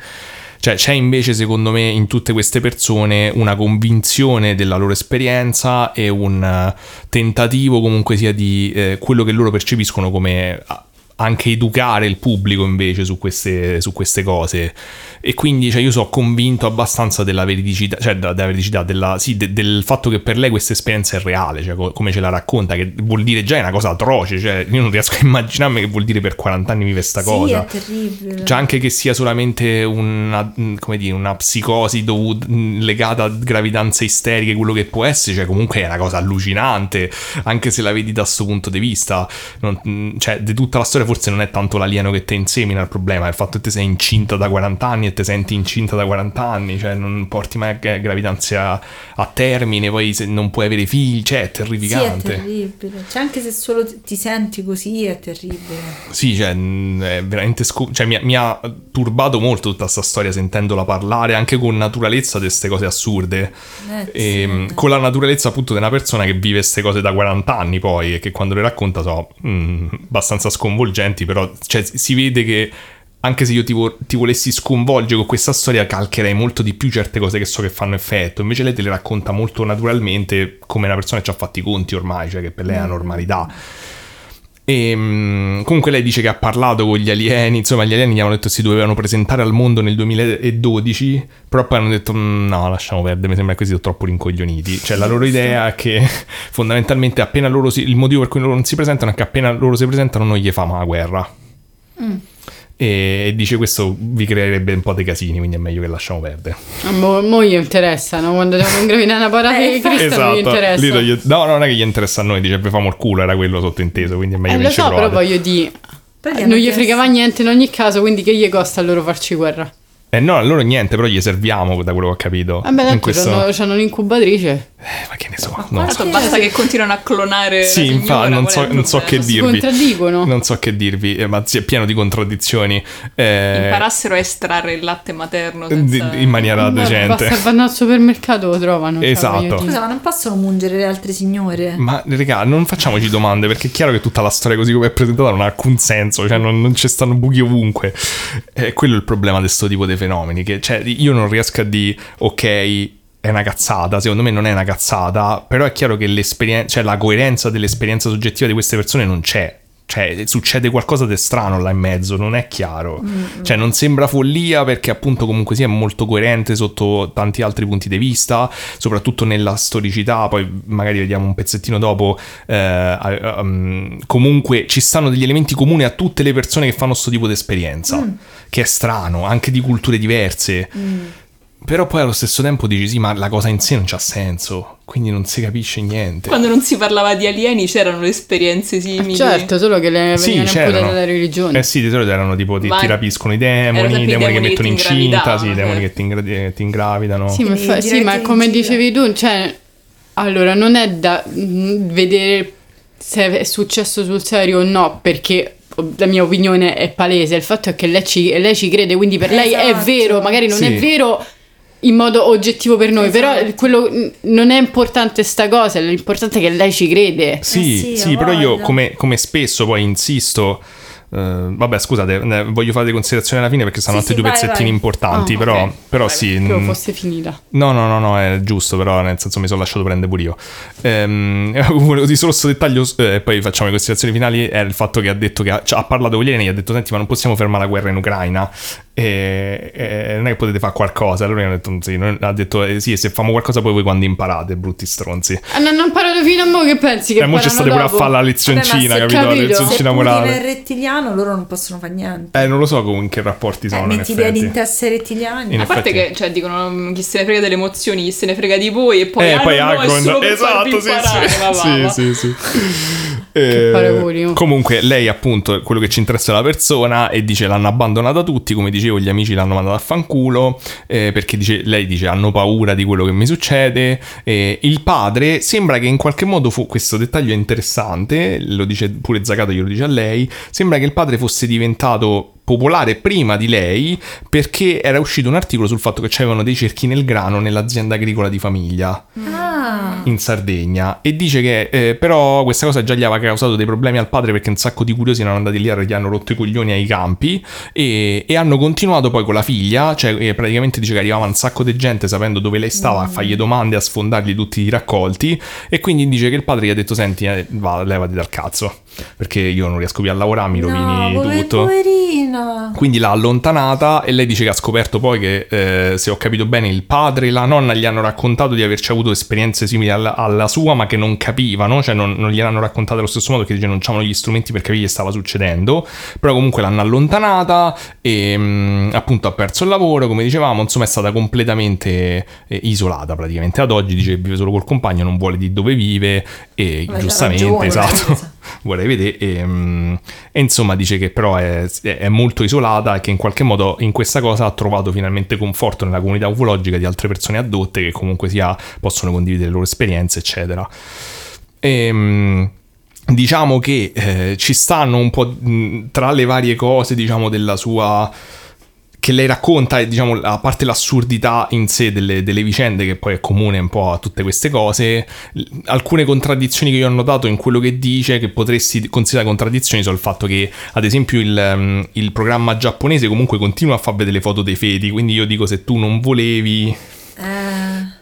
S1: Cioè c'è invece secondo me in tutte queste persone una convinzione della loro esperienza e un eh, tentativo comunque sia di eh, quello che loro percepiscono come ah, anche educare il pubblico invece su queste, su queste cose e quindi cioè, io sono convinto abbastanza della veridicità, cioè della, della veridicità, della- sì, de- del fatto che per lei questa esperienza è reale, cioè co- come ce la racconta, che vuol dire già è una cosa atroce, cioè io non riesco a immaginarmi che vuol dire per 40 anni vive sta
S2: Sì,
S1: cosa.
S2: è terribile.
S1: Cioè, anche che sia solamente una, mh, come dire, una psicosi dovuta- mh, legata a gravidanze isteriche, quello che può essere, cioè, comunque è una cosa allucinante, anche se la vedi da questo punto di vista. Non- mh, cioè, di tutta la storia, forse non è tanto l'alieno che te insemina il problema, è il fatto che te sei incinta da 40 anni e te senti incinta da 40 anni, cioè, non porti mai eh, gravidanze a, a termine, poi se non puoi avere figli, cioè, è
S2: Sì, è
S1: terrificante.
S2: terribile. Cioè, anche se solo ti- ti senti così è terribile.
S1: Sì, cioè, mh, è veramente scu- cioè, mi, mi ha turbato molto tutta questa storia sentendola parlare anche con naturalezza di queste cose assurde.
S2: Eh,
S1: E, mh, Con la naturalezza appunto di una persona che vive queste cose da 40 anni poi e che quando le racconta sono mh, abbastanza sconvolgenti, però cioè, si vede che anche se io ti, vo- ti volessi sconvolgere con questa storia calcherei molto di più certe cose che so che fanno effetto, invece lei te le racconta molto naturalmente come una persona che ci ha fatti i conti ormai, cioè che per lei è la normalità. E, mh, comunque lei dice che ha parlato con gli alieni, insomma gli alieni gli avevano detto si dovevano presentare al mondo nel 2012, però poi hanno detto "Mm, no lasciamo perdere, mi sembra che così sono troppo rincoglioniti. Cioè la loro idea è che fondamentalmente appena loro si, il motivo per cui loro non si presentano è che appena loro si presentano non gli fa ma la guerra.
S5: Mm.
S1: E, e dice questo vi creerebbe un po' dei casini, quindi è meglio che lasciamo perdere.
S5: Ah, Mo, mo gli interessano quando devono ingravina una parola di Cristo non gli interessa.
S1: Eh, esatto. Lì non gli- no, no, non è che gli interessa a noi, dice "Ve famo il culo, era quello sottinteso, quindi è meglio
S5: Eh,
S1: che
S5: lo
S1: non ci
S5: so, però
S1: provate.
S5: voglio dire.
S2: Però gli hanno
S5: Non gli
S2: chiesto-
S5: fregava niente in ogni caso, quindi che gli costa loro farci guerra?
S1: Eh no, a loro niente, però gli serviamo da quello che ho capito.
S5: Vabbè,
S1: In
S5: tanto
S1: questo-
S5: c'hanno, c'hanno un'incubatrice.
S1: Eh, ma che ne so.
S4: No. Tanto basta che continuano a clonare.
S1: Sì,
S4: la
S1: infatti,
S4: signora,
S1: non
S4: qual è
S1: so,
S4: il
S1: non so che
S4: problema?
S1: dirvi.
S5: contraddicono.
S1: Non so che dirvi, eh, ma sì, è pieno di contraddizioni. eh,
S4: Imparassero a estrarre il latte materno.
S1: di-
S4: senza-
S1: in maniera
S5: Guarda, Basta
S1: decente.
S5: vanno al supermercato lo trovano. cioè,
S1: Esatto.
S5: voglio dire.
S2: Scusa, ma non possono mungere le altre signore?
S1: Ma raga, non facciamoci domande perché è chiaro che tutta la storia così come è presentata non ha alcun senso, cioè non, non ci stanno buchi ovunque. Eh, quello è il problema di questo tipo di fenomeni, che cioè, io non riesco a dire ok, è una cazzata, secondo me non è una cazzata, però è chiaro che l'esperienza, cioè la coerenza dell'esperienza soggettiva di queste persone non c'è. Cioè, succede qualcosa di strano là in mezzo, non è chiaro. Cioè, non sembra follia perché appunto comunque sia molto coerente sotto tanti altri punti di vista, soprattutto nella storicità, poi magari vediamo un pezzettino dopo. eh, a- um, comunque ci stanno degli elementi comuni a tutte le persone che fanno questo tipo di esperienza, che è strano, anche di culture diverse. Però poi allo stesso tempo dici sì, ma la cosa in sé non c'ha senso, quindi non si capisce niente.
S4: Quando non si parlava di alieni c'erano le
S1: Eh,
S4: esperienze simili.
S5: Certo, solo che le
S1: Sì,
S5: venivano imputate
S1: c'erano.
S5: dalla religione.
S1: Eh sì, di solito erano tipo ti,
S4: Ma-
S1: ti rapiscono i demoni,
S4: erano sempre
S1: i
S4: i
S1: demoni che
S4: demoni che
S1: mettono
S4: ti
S1: incinta, sì, i demoni
S4: ingravidavano,
S1: che ti, ingra- eh, ti ingravidano.
S5: Sì, ma,
S2: Quindi
S5: fa- sì,
S2: girate
S5: ma
S2: in
S5: come
S2: giro.
S5: dicevi tu, cioè, allora non è da mm, vedere se è successo sul serio o no, perché oh, la mia opinione è palese, il fatto è che lei ci, lei ci crede, quindi per lei è
S2: Esatto.
S5: vero, magari non
S1: Sì.
S5: è vero in modo oggettivo per noi, però
S2: Esatto.
S5: quello, mm, non è importante sta cosa, l'importante è che lei ci crede.
S1: Sì,
S2: Eh sì,
S1: sì,
S2: ha
S1: però io
S2: voglia.
S1: come, come spesso poi insisto. eh, vabbè, scusate, ne- voglio fare le considerazioni alla fine perché sono
S2: Sì,
S1: altri
S2: sì,
S1: due
S2: vai,
S1: pezzettini
S2: vai.
S1: importanti.
S5: Ah,
S1: però
S5: ok.
S1: però
S5: Vabbè,
S1: sì.
S5: Credo
S1: mm,
S5: fosse finita.
S1: No, no, no, no, è giusto, però nel senso mi sono lasciato prendere pure io. Ehm, volevo dire solo questo dettaglio, eh, poi facciamo le considerazioni finali, è il fatto che ha detto che ha, cioè, ha parlato con gli alieni, gli ha detto senti ma non possiamo fermare la guerra in Ucraina, e, e non è che potete fare qualcosa, allora gli hanno detto sì, noi- ha detto "Eh, sì, se facciamo qualcosa poi voi quando imparate, brutti stronzi.
S5: Hanno hanno imparato fino a mo' che pensi che
S1: e Eh, mo ci
S5: imparano
S1: state pure a
S5: dopo?
S1: fare la
S2: Vabbè,
S1: lezioncina,
S2: ma se-
S1: capito? La
S5: capito.
S2: Se
S1: lezioncina
S2: Putin è
S1: morale.
S2: rettiliano, loro non possono fare niente.
S1: Eh, non lo so con in che rapporti
S2: Eh,
S1: sono, in
S2: metti i piedi in
S1: effetti.
S2: testa ai rettiliani.
S1: In
S4: A parte
S1: effetti.
S4: che cioè, dicono mm, chi se ne frega delle emozioni, chi se ne frega di voi e poi,
S1: Eh,
S4: ah,
S1: poi
S4: no, no, è
S1: Agron-
S4: solo per farvi
S1: esatto, sì,
S4: imparare,
S1: sì,
S4: va, va, va.
S1: sì, sì, sì. Eh,
S5: paragoni, oh.
S1: comunque, lei, appunto, quello che ci interessa è la persona e dice l'hanno abbandonata tutti. Come dicevo, gli amici l'hanno mandata a fanculo. eh, perché dice, lei dice hanno paura di quello che mi succede. eh, il padre sembra che in qualche modo fu questo dettaglio è interessante. Lo dice pure Zagato, glielo dice a lei. Sembra che il padre fosse diventato popolare prima di lei perché era uscito un articolo sul fatto che c'erano dei cerchi nel grano nell'azienda agricola di famiglia
S2: Ah,
S1: in Sardegna e dice che eh, però questa cosa già gli aveva causato dei problemi al padre perché un sacco di curiosi erano andati lì e gli hanno rotto i coglioni ai campi e, e hanno continuato poi con la figlia cioè eh, praticamente dice che arrivava un sacco di gente sapendo dove lei stava a fargli domande a sfondargli tutti i raccolti e quindi dice che il padre gli ha detto senti eh, va levati dal cazzo perché io non riesco più a lavorare mi rovini
S2: no, pover-
S1: tutto
S2: poverina.
S1: quindi l'ha allontanata e lei dice che ha scoperto poi che, eh, se ho capito bene, il padre e la nonna gli hanno raccontato di averci avuto esperienze simili alla, alla sua, ma che non capivano, cioè non, non gliel'hanno raccontata allo stesso modo, che dice non c'erano gli strumenti per capire che stava succedendo, però comunque l'hanno allontanata e mm, appunto ha perso il lavoro, come dicevamo, insomma è stata completamente eh, isolata praticamente ad oggi, dice che vive solo col compagno, non vuole di dove vive e
S2: Ma c'ha
S1: giustamente,
S2: ragione,
S1: esatto
S2: pensa.
S1: vorrei vedere. E, mm, e insomma, dice che però è, è molto isolata e che in qualche modo in questa cosa ha trovato finalmente conforto nella comunità ufologica di altre persone addotte che comunque sia possono condividere le loro esperienze, eccetera. E, mm, diciamo che eh, ci stanno un po' mh, tra le varie cose, diciamo, della sua che lei racconta, e, diciamo, a parte l'assurdità in sé delle, delle vicende, che poi è comune un po' a tutte queste cose, l- alcune contraddizioni che io ho notato in quello che dice, che potresti considerare contraddizioni, sono il fatto che, ad esempio, il, mm, il programma giapponese comunque continua a far vedere le foto dei feti, quindi io dico se tu non volevi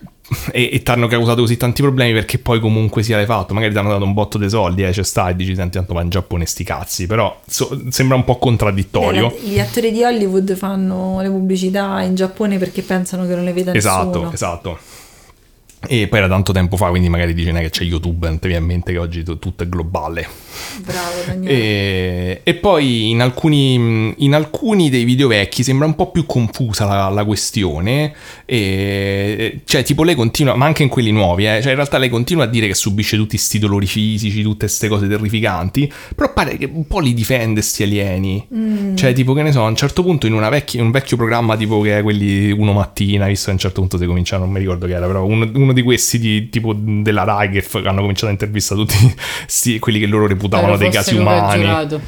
S2: Eh,
S1: e, e ti hanno causato così tanti problemi perché poi comunque sia l'hai fatto. Magari ti hanno dato un botto di soldi, eh, cioè sta e dici, senti, tanto va in Giappone sti cazzi, però so- sembra un po' contraddittorio.
S2: la- gli attori di Hollywood fanno le pubblicità in Giappone perché pensano che non le veda
S1: Esatto,
S2: nessuno.
S1: esatto. E poi era tanto tempo fa, quindi magari dici "Non è che c'è YouTube, non ti viene in mente che oggi tu- tutto è globale.
S2: Bravo Daniele.
S1: esatto. E, e poi in alcuni, in alcuni dei video vecchi sembra un po' più confusa la, la questione, e, cioè tipo lei continua, ma anche in quelli nuovi, eh, cioè in realtà lei continua a dire che subisce tutti sti dolori fisici, tutte queste cose terrificanti, però pare che un po' li difende sti alieni, cioè tipo che ne so, a un certo punto in una vecchi- un vecchio programma tipo che è quelli uno mattina, visto che a un certo punto si cominciano, non mi ricordo che era, però uno, uno uno di questi di, tipo della RAI che f- hanno cominciato a intervistare tutti sti- quelli che loro reputavano
S5: Spero
S1: dei
S5: fosse
S1: casi
S5: quello del
S1: umani.
S5: giurato.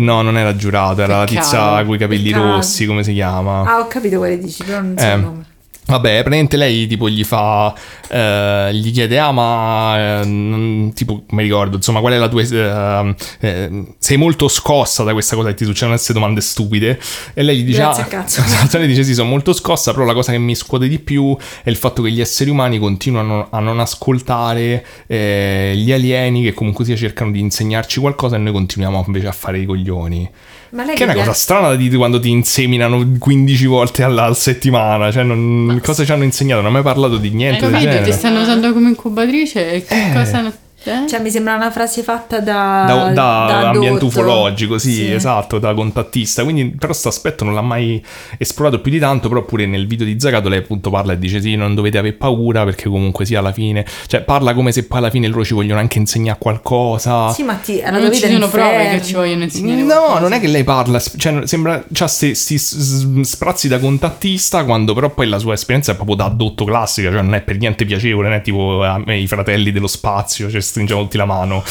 S1: No, non era giurato, era la tizia
S2: Peccato.
S1: con i capelli
S2: Peccato.
S1: rossi, come si chiama?
S2: Ah, ho capito quale dici, però non so
S1: Eh,
S2: il nome.
S1: Vabbè, praticamente lei tipo gli fa, eh, gli chiede, ah ma, eh, non- tipo, mi ricordo, insomma, qual è la tua, eh, eh, sei molto scossa da questa cosa che ti succedono queste domande stupide e lei gli dice,
S2: Grazie
S1: ah,
S2: a cazzo.
S1: esatto, lei dice sì, sono molto scossa, però la cosa che mi scuote di più è il fatto che gli esseri umani continuano a non ascoltare eh, gli alieni che comunque sia cercano di insegnarci qualcosa e noi continuiamo invece a fare i coglioni.
S2: Ma lei
S1: Che è una
S2: gli ha-
S1: cosa strana di quando ti inseminano 15 volte alla settimana, cioè non- cosa ci hanno insegnato? Non ho mai parlato di niente del
S5: Capito? Ti
S1: genere.
S5: stanno usando come incubatrice? e Che cosa hanno- eh?
S2: Cioè, mi sembra una frase fatta da...
S1: Da, da, ambiente
S2: adulto.
S1: ufologico, sì,
S2: Sì.
S1: esatto, da contattista. Quindi, però, questo aspetto non l'ha mai esplorato più di tanto. Però, pure nel video di Zagato, lei appunto parla e dice: Sì, non dovete avere paura perché, comunque, sia alla fine, cioè, parla come se poi alla fine loro ci vogliono anche insegnare qualcosa.
S2: Sì, ma ti... alla tua
S5: Non ci
S2: vita è
S5: sono prove che
S2: inferno.
S5: ci vogliono insegnare.
S1: No, non è che lei parla, sp- cioè, sembra c'ha questi sprazzi da contattista quando però poi la sua esperienza è proprio da addotto classica, cioè non è per niente piacevole, non è tipo eh, a me, i fratelli dello spazio, cioè stringiamo tutti la mano.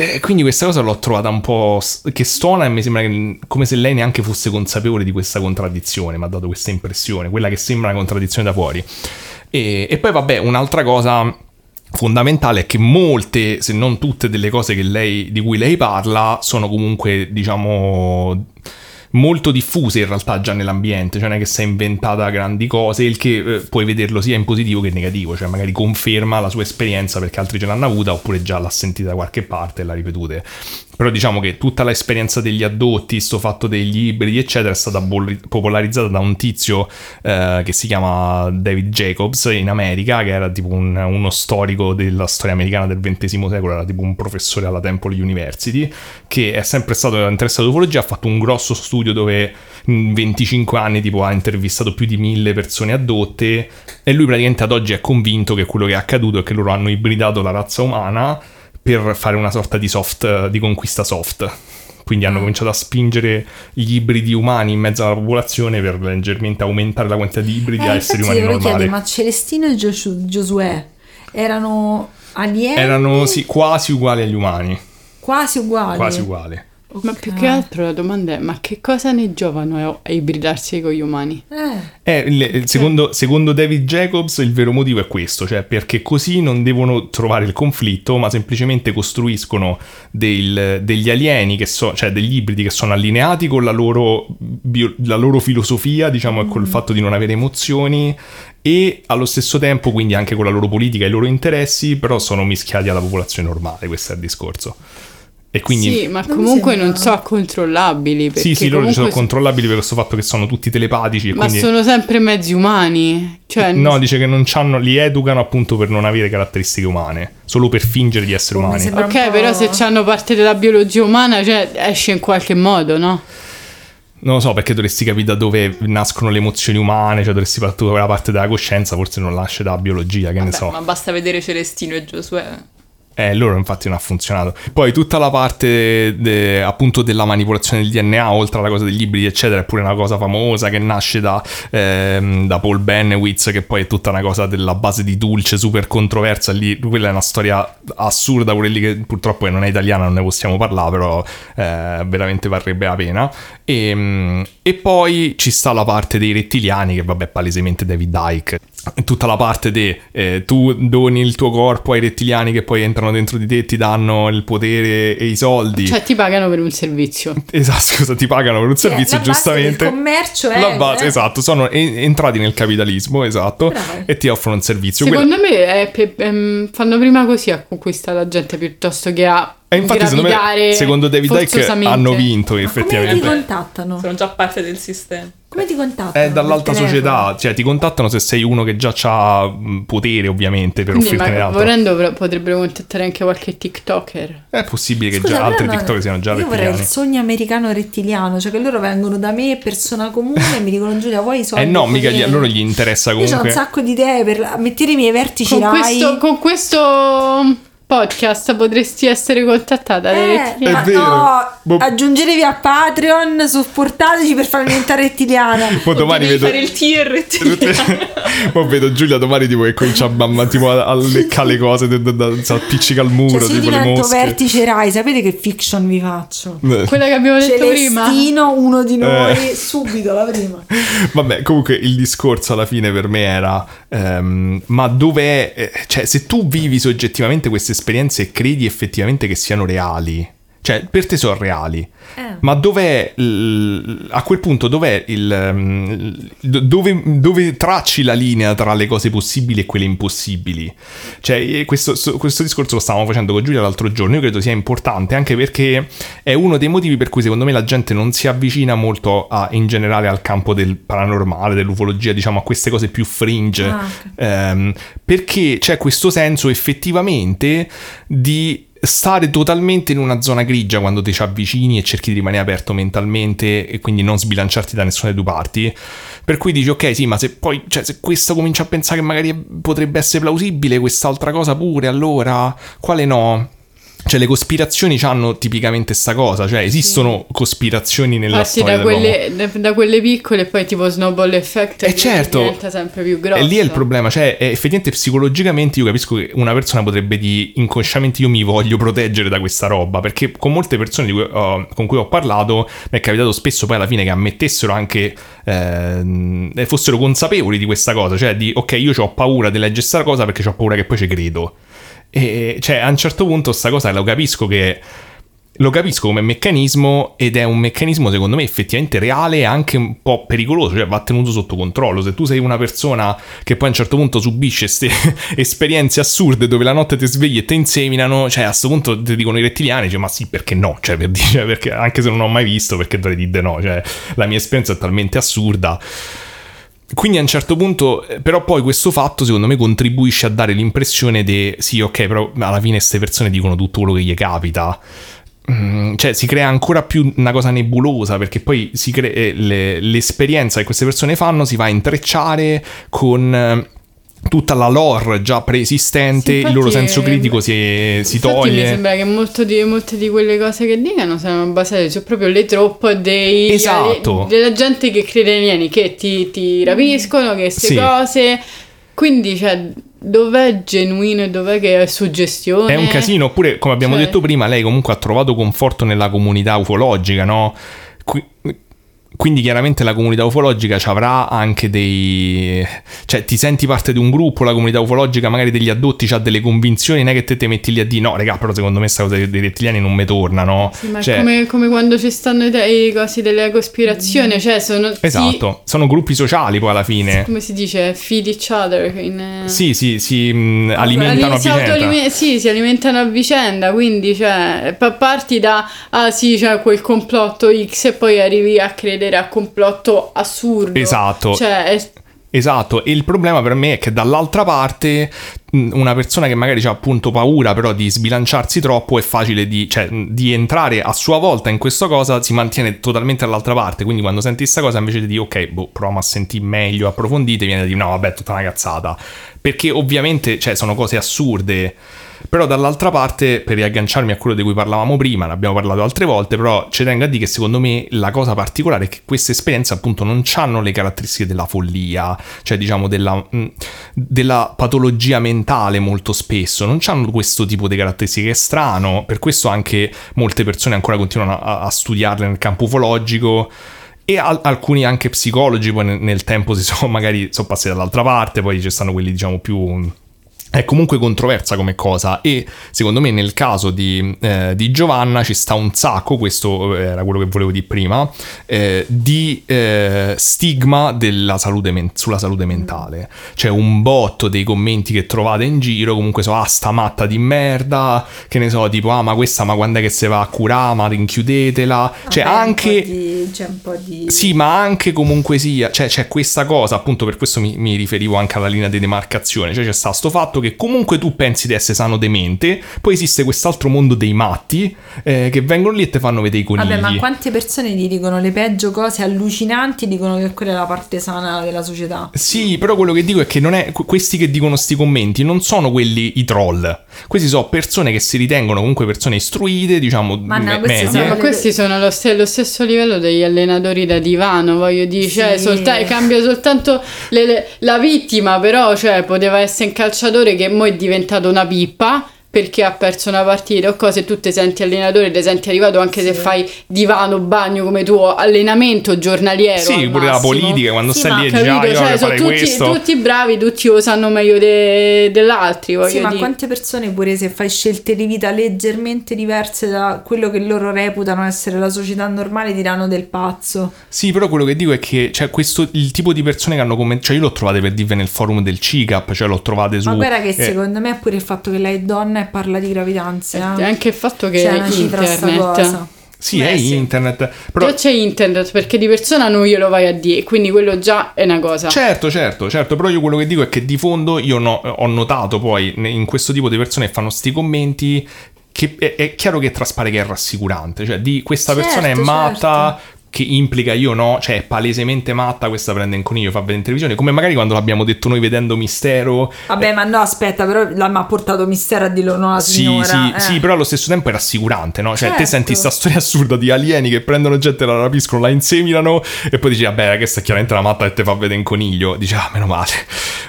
S1: E quindi questa cosa l'ho trovata un po' s- che stona e mi sembra che- come se lei neanche fosse consapevole di questa contraddizione, mi ha dato questa impressione, quella che sembra una contraddizione da fuori. E, e poi vabbè, un'altra cosa fondamentale è che molte, se non tutte, delle cose che lei- di cui lei parla sono comunque, diciamo, molto diffuse in realtà già nell'ambiente, cioè non è che si è inventata grandi cose, il che eh, puoi vederlo sia in positivo che in negativo, cioè magari conferma la sua esperienza perché altri ce l'hanno avuta oppure già l'ha sentita da qualche parte e l'ha ripetute. Però diciamo che tutta l'esperienza degli addotti, sto fatto degli ibridi, eccetera, è stata bol- popolarizzata da un tizio eh, che si chiama David Jacobs in America, che era tipo un- uno storico della storia americana del XX secolo, era tipo un professore alla Temple University, che è sempre stato interessato all'ufologia, ha fatto un grosso studio dove in 25 anni tipo ha intervistato più di mille persone addotte e lui praticamente ad oggi è convinto che quello che è accaduto è che loro hanno ibridato la razza umana per fare una sorta di soft, di conquista soft. Quindi
S2: Ah.
S1: hanno cominciato a spingere gli ibridi umani in mezzo alla popolazione per leggermente aumentare la quantità di ibridi a
S2: Eh,
S1: esseri
S2: infatti
S1: umani
S2: volevo
S1: normali.
S2: chiedere, ma Celestino e Giosu- Giosuè erano alieni
S1: Erano sì, quasi uguali agli umani.
S2: quasi uguali?
S1: Quasi uguali.
S5: Ma più che altro la domanda è: ma che cosa ne giovano a ibridarsi con gli umani?
S2: Eh,
S1: Eh, il- il secondo, secondo David Jacobs il vero motivo è questo, cioè perché così non devono trovare il conflitto, ma semplicemente costruiscono del- degli alieni, che so, cioè degli ibridi che sono allineati con la loro, bio- la loro filosofia, diciamo, e col
S5: Mm-hmm.
S1: fatto di non avere emozioni e allo stesso tempo quindi anche con la loro politica e i loro interessi, però sono mischiati alla popolazione normale, questo è il discorso. E quindi
S5: sì, ma
S2: Non mi
S5: comunque
S2: sembra-
S5: non so controllabili. Perché
S1: sì, sì, loro ci sono
S5: comunque so-
S1: controllabili per questo fatto che sono tutti telepatici e
S5: Ma
S1: quindi...
S5: sono sempre mezzi umani. Cioè,
S1: No, dice che non c'hanno, li educano appunto per non avere caratteristiche umane, solo per fingere di essere umani.
S2: sembra- un
S5: ok,
S2: po'-
S5: però se hanno parte della biologia umana, cioè, esce in qualche modo, no?
S1: Non lo so perché dovresti capire da dove nascono le emozioni umane, cioè dovresti partire da quella parte della coscienza, forse non nasce dalla biologia, che ne so.
S4: Ma basta vedere Celestino e Giosuè.
S1: Eh, loro infatti non ha funzionato. Poi tutta la parte de- appunto della manipolazione del DNA, oltre alla cosa degli ibridi, eccetera, è pure una cosa famosa che nasce da, ehm, da Paul Benowitz, che poi è tutta una cosa della base di Dulce, super controversa. Lì, quella è una storia assurda, pure lì che purtroppo non è italiana, non ne possiamo parlare, però eh, veramente varrebbe la pena. E, mm, e poi ci sta la parte dei rettiliani, che vabbè, palesemente David Dyke. Tutta la parte di eh, tu doni il tuo corpo ai rettiliani che poi entrano dentro di te, ti danno il potere e i soldi.
S5: Cioè, ti pagano per un servizio.
S1: Esatto, scusa, ti pagano per un
S2: cioè,
S1: servizio,
S2: la base
S1: giustamente.
S2: del commercio è
S1: La base,
S2: eh.
S1: esatto, sono e- entrati nel capitalismo, esatto,
S2: Bravo.
S1: e ti offrono un servizio.
S5: Secondo me è pe- ehm, fanno prima così a conquistare la gente piuttosto che a
S1: e infatti, secondo, me,
S5: gravidare
S1: secondo David Dyke
S5: forzosamente.
S1: hanno vinto,
S2: Come ti
S1: effettivamente.
S2: contattano?
S4: Sono già parte del sistema.
S2: Come ti contattano?
S1: È dall'alta
S2: Per telefono?
S1: società, cioè ti contattano se sei uno che già ha potere, ovviamente, per
S5: Quindi,
S1: offrirtene
S5: ma
S1: altro.
S5: volendo pro- potrebbero contattare anche qualche TikToker.
S1: È possibile che
S2: Scusa,
S1: già
S2: però
S1: altri
S2: no,
S1: TikTok siano già
S2: Io vorrei il
S1: rettiliani.
S2: sogno americano rettiliano, cioè che loro vengono da me, persona comune, e mi dicono Giulia, vuoi i soldi?
S1: Eh no, mica
S2: per
S1: gli-
S2: me?"
S1: a loro gli interessa
S2: Io ho un
S1: comunque.
S2: sacco di idee per la- mettere i miei vertici
S5: Con
S2: Rai.
S5: questo, con questo podcast potresti essere contattata
S2: eh, ma no,
S1: Boh.
S2: Bo- aggiungetevi a Patreon supportateci per farmi diventare rettiliana
S1: Poi domani
S4: devi
S1: vedo...
S4: fare il TRT
S1: Mo vedo Giulia domani tipo che comincia a, mamma, tipo, a, a leccare le cose, d- d- d- si appiccica al muro,
S2: cioè, se io
S1: tipo le
S2: divento
S1: mosche.
S2: vertice Rai sapete che fiction vi faccio
S1: Eh.
S5: quella che abbiamo detto prima
S2: Celestino uno di noi
S1: Eh.
S2: subito la prima
S1: Vabbè, comunque il discorso alla fine per me era, ehm, ma dov'è, eh, cioè se tu vivi soggettivamente queste esperienze e credi effettivamente che siano reali, cioè per te sono reali,
S4: Eh.
S1: ma dov'è, il- a quel punto dov'è il, ehm, do- dove, dove tracci la linea tra le cose possibili e quelle impossibili? Cioè eh, questo, so- questo discorso lo stavamo facendo con Giulia l'altro giorno, io credo sia importante anche perché è uno dei motivi per cui secondo me la gente non si avvicina molto a- in generale al campo del paranormale, dell'ufologia, diciamo a queste cose più fringe,
S2: Ah, ok.
S1: Ehm, perché c'è questo senso effettivamente di stare totalmente in una zona grigia quando ti ci avvicini e cerchi di rimanere aperto mentalmente e quindi non sbilanciarti da nessuna delle due parti. Per cui dici ok, sì, ma se poi cioè, se questo comincia a pensare che magari potrebbe essere plausibile, quest'altra cosa pure, allora quale no? Cioè, le cospirazioni hanno tipicamente sta cosa, cioè esistono cospirazioni nella
S5: Parti
S1: storia
S5: da
S1: dell'uomo.
S5: quelle, da- da quelle piccole e poi tipo snowball effect
S1: Eh,
S5: che
S1: certo.
S5: diventa sempre più grosso
S1: E lì è il problema, cioè è effettivamente psicologicamente io capisco che una persona potrebbe di inconsciamente io mi voglio proteggere da questa roba, perché con molte persone di cui ho- con cui ho parlato mi è capitato spesso poi alla fine che ammettessero anche, ehm, eh, fossero consapevoli di questa cosa, cioè di ok io ho paura di leggere questa cosa perché ho paura che poi ci credo. E cioè a un certo punto sta cosa lo capisco che... Lo capisco come meccanismo ed è un meccanismo secondo me effettivamente reale e anche un po' pericoloso, cioè va tenuto sotto controllo. Se tu sei una persona che poi a un certo punto subisce queste esperienze assurde dove la notte ti svegli e ti inseminano, cioè a questo punto ti dicono i rettiliani, dici, ma sì perché no, cioè, per dire, cioè, perché, anche se non ho mai visto perché dovrei dire di no, cioè la mia esperienza è talmente assurda. Quindi a un certo punto, eh, però poi questo fatto secondo me contribuisce a dare l'impressione di sì, ok, però alla fine queste persone dicono tutto quello che gli capita. Mm, Cioè, si crea ancora più una cosa nebulosa perché poi si cre- eh, le- l'esperienza che queste persone fanno si va a intrecciare con eh, tutta la lore già preesistente,
S5: Sì,
S1: il
S5: infatti
S1: loro senso
S5: è-
S1: critico Eh, si, si
S5: Infatti mi
S1: toglie.
S5: sembra che molto di- molte di quelle cose che dicano siano basate su proprio le troppe dei,
S1: Esatto.
S5: alle- della gente che crede negli alieni, che ti, ti rapiscono, che queste
S1: Sì.
S5: cose. Quindi, cioè, dov'è genuino e dov'è che è suggestione?
S1: È un casino, oppure come abbiamo
S5: Cioè-
S1: detto prima, lei comunque ha trovato conforto nella comunità ufologica, no? Qui- quindi chiaramente la comunità ufologica ci avrà anche dei... cioè ti senti parte di un gruppo, la comunità ufologica magari degli addotti ha delle convinzioni, non è che te te metti lì a dire no, raga, però secondo me questa cosa dei dei rettiliani non mi torna, no?
S5: Sì, ma è
S1: Cioè-
S5: come, come quando ci stanno i, i cosi delle cospirazioni, cioè sono si-
S1: Esatto, sono gruppi sociali poi alla fine.
S5: come si dice? Feed each other. In, eh,
S1: Sì, sì, si mh, alimentano a
S5: si
S1: vicenda.
S5: autoalime- sì, si alimentano a vicenda, quindi cioè, pa- parti da ah sì, c'è quel complotto X e poi arrivi a credere a complotto assurdo.
S1: Esatto.
S5: Cioè, è-
S1: Esatto, e il problema per me è che dall'altra parte mh, una persona che magari ha appunto paura però di sbilanciarsi troppo è facile di, cioè, mh, di entrare a sua volta in questa cosa, si mantiene totalmente dall'altra parte, quindi quando senti questa cosa invece di dire ok, boh, proviamo a sentire meglio, approfondite, viene di no, vabbè, è tutta una cazzata, perché ovviamente cioè, sono cose assurde. Però dall'altra parte, per riagganciarmi a quello di cui parlavamo prima, ne abbiamo parlato altre volte, però ci tengo a dire che secondo me la cosa particolare è che queste esperienze appunto non hanno le caratteristiche della follia, cioè diciamo della, mh, della patologia mentale molto spesso, non hanno questo tipo di caratteristiche, è strano, per questo anche molte persone ancora continuano a, a studiarle nel campo ufologico. E al- alcuni anche psicologi poi nel, nel tempo si sono magari sono passati dall'altra parte, poi ci stanno quelli diciamo più è comunque controversa come cosa e secondo me nel caso di, eh, di Giovanna ci sta un sacco, questo eh, era quello che volevo dire prima, eh, di eh, stigma della salute men- sulla salute mentale. C'è un botto dei commenti che trovate in giro, comunque so, ah sta matta di merda, che ne so, tipo ah ma questa ma quando è che se va a curare, ma rinchiudetela. Cioè
S2: Vabbè, Ah, un po'
S1: anche...
S2: di- c'è un po' di
S1: Sì, ma anche comunque sia, cioè c'è questa cosa, appunto per questo mi, mi riferivo anche alla linea di demarcazione, cioè c'è stato sto fatto fatto che comunque tu pensi di essere sano demente, poi esiste quest'altro mondo dei matti eh, che vengono lì e ti fanno vedere i conigli.
S2: Vabbè, ma quante persone gli dicono le peggio cose allucinanti, dicono che quella è la parte sana della società.
S1: Sì, però quello che dico è che non è, questi che dicono sti commenti non sono quelli i troll. Questi sono persone che si ritengono comunque persone istruite, diciamo,
S2: Ma no,
S1: me-
S2: questi
S1: medie.
S2: sono-
S5: Esatto, Ma questi sono lo, st- lo stesso livello degli allenatori da divano, voglio dire, cioè,
S2: Sì.
S5: solta- cambia soltanto le- le- la vittima, però cioè, poteva essere un calciatore che mo è diventato una pippa perché ha perso una partita o cose, tu ti senti allenatore, ti senti arrivato anche se fai divano, bagno come tuo allenamento giornaliero.
S1: Sì,
S5: al
S1: pure la
S5: massimo.
S1: politica, quando
S2: Sì,
S1: stai
S2: ma
S1: lì e dici,
S5: Capito?
S1: ah, io
S5: Cioè,
S1: vorrei
S5: sono
S1: fare
S5: tutti,
S1: questo.
S5: tutti bravi, tutti lo sanno meglio de- dell'altri, voglio
S2: Sì, ma
S5: dire.
S2: quante persone pure se fai scelte di vita leggermente diverse da quello che loro reputano essere la società normale diranno del pazzo.
S1: Sì, però quello che dico è che cioè, questo, il tipo di persone che hanno commentato, cioè io l'ho trovate per dirvi nel forum del CICAP, cioè l'ho trovate su...
S2: Ma guarda che
S1: eh,
S2: secondo me è pure il fatto che lei è donna e parla di gravidanze. eh.
S5: E anche il fatto che
S2: C'è una cifra sta
S5: internet.
S2: cosa.
S1: Sì, è internet, però...
S5: Già c'è internet perché di persona non glielo vai a dire, quindi quello già è una cosa.
S1: Certo, certo, certo, però io quello che dico è che di fondo io no- eh, ho notato poi ne- in questo tipo di persone che fanno sti commenti che è, è chiaro che traspare che è rassicurante, cioè di questa
S2: Certo,
S1: persona è
S2: certo.
S1: matta che implica io no, cioè è palesemente matta, questa prende in coniglio, fa vedere in televisione, come magari quando l'abbiamo detto noi vedendo Mistero,
S2: Vabbè, ma no, aspetta, però la, mi ha portato mistero a dirlo non la
S1: Sì,
S2: signora.
S1: sì,
S2: eh.
S1: sì, però allo stesso tempo è rassicurante, no? Cioè, te
S2: Certo.
S1: senti sta storia assurda di alieni che prendono gente, la rapiscono, la inseminano e poi dici, vabbè, questa è chiaramente la matta che te fa vedere in coniglio. Dici, ah, meno male.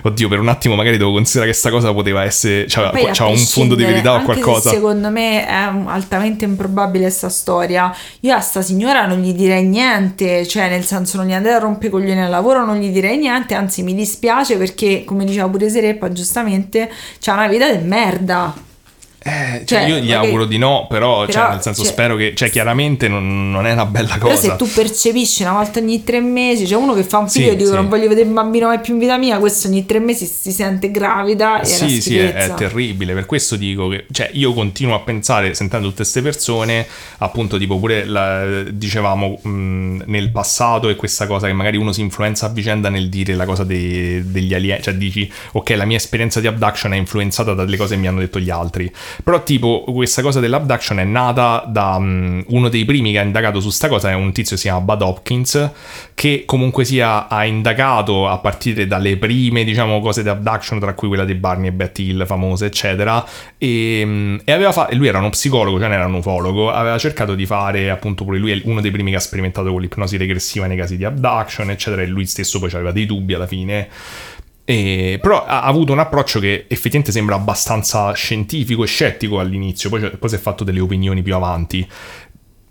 S1: Oddio, per un attimo magari devo considerare che sta cosa poteva essere, cioè,
S2: Poi, a
S1: c'ha un fondo di
S2: prescindere,
S1: verità o
S2: anche se
S1: qualcosa.
S2: secondo me è un- altamente improbabile sta storia. Io a sta signora non gli direi niente, cioè nel senso non gli andrei a rompere i coglioni al lavoro, non gli direi niente, anzi mi dispiace perché come diceva pure Sereppa giustamente, c'ha una vita del merda.
S1: Eh, cioè,
S2: cioè,
S1: io gli
S2: magari-
S1: auguro di no, però, cioè,
S2: però,
S1: nel senso,
S2: cioè-
S1: spero che, cioè, chiaramente non, non è una bella
S2: Però
S1: cosa.
S2: se tu percepisci una volta ogni tre mesi, c'è uno che fa un
S1: Sì,
S2: figlio e dico
S1: sì.
S2: non voglio vedere il bambino mai più in vita mia, questo ogni tre mesi si sente gravida e è una
S1: Sì, sì, è, è
S2: schifezza.
S1: terribile. Per questo dico che cioè, io continuo a pensare, sentendo tutte queste persone, appunto, tipo pure la- dicevamo mh, nel passato, e questa cosa che magari uno si influenza a vicenda nel dire la cosa dei- degli alieni. Cioè, dici, ok, la mia esperienza di abduction è influenzata dalle cose che mi hanno detto gli altri. Però, tipo, questa cosa dell'abduction è nata da mh, uno dei primi che ha indagato su sta cosa, è un tizio che si chiama Bud Hopkins, che comunque sia ha indagato a partire dalle prime, diciamo, cose di abduction, tra cui quella di Barney e Betty Hill, famose, eccetera. E, mm, e aveva fa- e lui era uno psicologo, cioè non era un ufologo, aveva cercato di fare, appunto, pure lui è uno dei primi che ha sperimentato con l'ipnosi regressiva nei casi di abduction, eccetera, e lui stesso poi aveva dei dubbi alla fine. E- però ha ha avuto un approccio che effettivamente sembra abbastanza scientifico e scettico all'inizio, poi, poi si è fatto delle opinioni più avanti.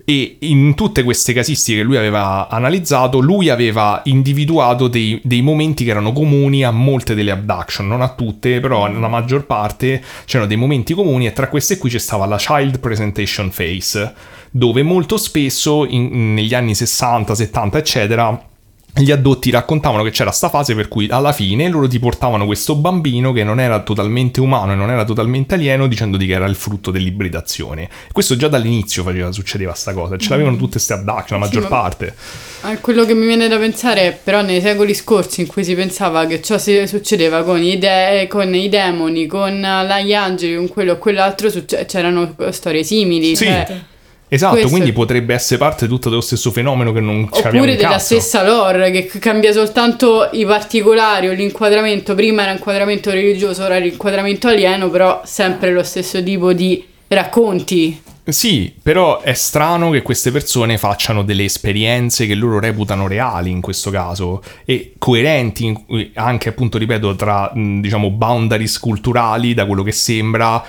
S1: E in tutte queste casistiche che lui aveva analizzato, lui aveva individuato dei, dei momenti che erano comuni a molte delle abduction, non a tutte, però nella maggior parte c'erano dei momenti comuni e tra queste qui c'è stava la child presentation phase, dove molto spesso in- negli anni 60, 70, eccetera, gli addotti raccontavano che c'era sta fase per cui alla fine loro ti portavano questo bambino che non era totalmente umano e non era totalmente alieno dicendoti che era il frutto dell'ibridazione. Questo già dall'inizio faceva, succedeva sta cosa, ce l'avevano tutte queste abduction, la maggior
S5: Mm. ma-
S1: parte.
S5: Ah, Quello che mi viene da pensare è però nei secoli scorsi in cui si pensava che ciò si- succedeva con i, de- con i demoni, con eh, gli angeli, con quello o quell'altro, succe- c'erano eh, storie simili.
S1: Sì.
S5: cioè-
S1: Esatto,
S5: Questo-
S1: quindi potrebbe essere parte tutto dello stesso fenomeno che non ci abbiamo
S5: Oppure
S1: in
S5: della
S1: cazzo.
S5: stessa lore che c- cambia soltanto i particolari o l'inquadramento. Prima era inquadramento religioso, ora era inquadramento alieno, però sempre lo stesso tipo di racconti.
S1: Sì, però è strano che queste persone facciano delle esperienze che loro reputano reali in questo caso e coerenti in- anche appunto, ripeto, tra mh, diciamo boundaries culturali da quello che sembra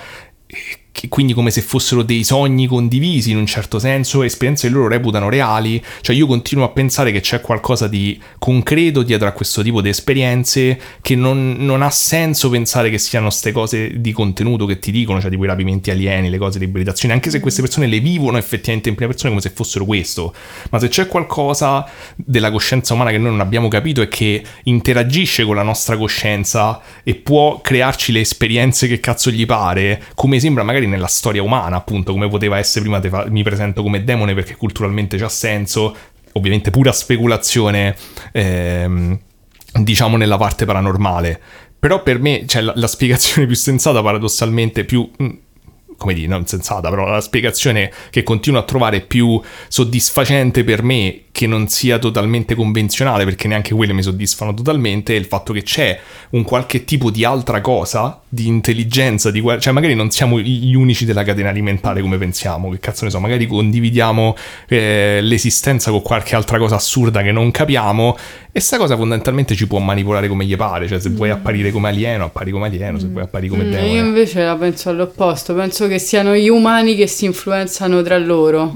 S1: e che- quindi come se fossero dei sogni condivisi in un certo senso, esperienze che loro reputano reali, cioè io continuo a pensare che c'è qualcosa di concreto dietro a questo tipo di esperienze che non, non ha senso pensare che siano ste cose di contenuto che ti dicono, cioè tipo i rapimenti alieni, le cose di ibridazione, anche se queste persone le vivono effettivamente in prima persona come se fossero questo, ma se c'è qualcosa della coscienza umana che noi non abbiamo capito e che interagisce con la nostra coscienza e può crearci le esperienze che cazzo gli pare, come sembra magari nella storia umana, appunto, come poteva essere prima te fa- mi presento come demone perché culturalmente c'ha senso, ovviamente pura speculazione, ehm, diciamo nella parte paranormale. Però per me, cioè, la, la spiegazione più sensata, paradossalmente, più... mm, mh, come dire, non sensata, però la spiegazione che continuo a trovare più soddisfacente per me, che non sia totalmente convenzionale, perché neanche quelle mi soddisfano totalmente, è il fatto che c'è un qualche tipo di altra cosa, di intelligenza, di qual- cioè magari non siamo gli unici della catena alimentare come pensiamo, che cazzo ne so, magari condividiamo eh, l'esistenza con qualche altra cosa assurda che non capiamo e sta cosa fondamentalmente ci può manipolare come gli pare, cioè se vuoi apparire come alieno, appari come alieno, se vuoi apparire come
S5: Mm,
S1: demone.
S5: Io invece la penso all'opposto, penso che siano gli umani che si influenzano tra loro.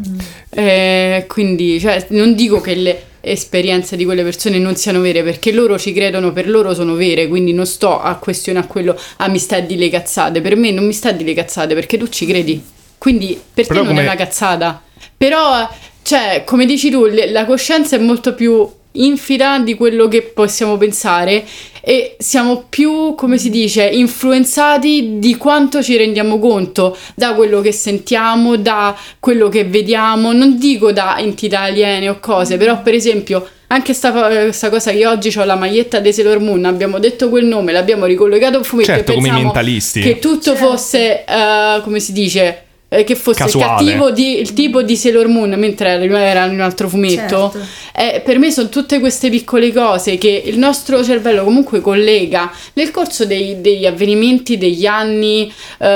S5: Eh, quindi, cioè, non dico che le esperienze di quelle persone non siano vere, perché loro ci credono, per loro sono vere, quindi non sto a questione a quello, ah mi sta di le cazzate, per me non mi sta di le cazzate, perché tu ci credi. Quindi per
S1: Però
S5: te non
S1: come-
S5: è una cazzata. Però, cioè, come dici tu, le- la coscienza è molto più infida di quello che possiamo pensare e siamo più, come si dice, influenzati di quanto ci rendiamo conto da quello che sentiamo, da quello che vediamo, non dico da entità aliene o cose, però per esempio anche sta, sta cosa che oggi ho la maglietta di Sailor Moon, abbiamo detto quel nome, l'abbiamo ricollegato a un fumetto
S1: Certo,
S5: e
S1: come i
S5: pensiamo
S1: mentalisti.
S5: che tutto
S2: Certo.
S5: fosse, eh, come si dice, eh, che fosse il
S1: Casuale.
S5: cattivo di- il tipo di Sailor Moon, mentre era in un altro fumetto.
S2: Certo.
S5: Eh, per me sono tutte queste piccole cose che il nostro cervello comunque collega nel corso dei- degli avvenimenti, degli anni,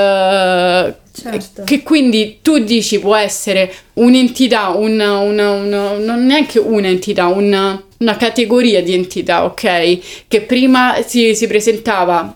S5: eh,
S2: Certo.
S5: che quindi tu dici può essere un'entità, una, una- una- non neanche un'entità, una, una categoria di entità, ok? Che prima si, si presentava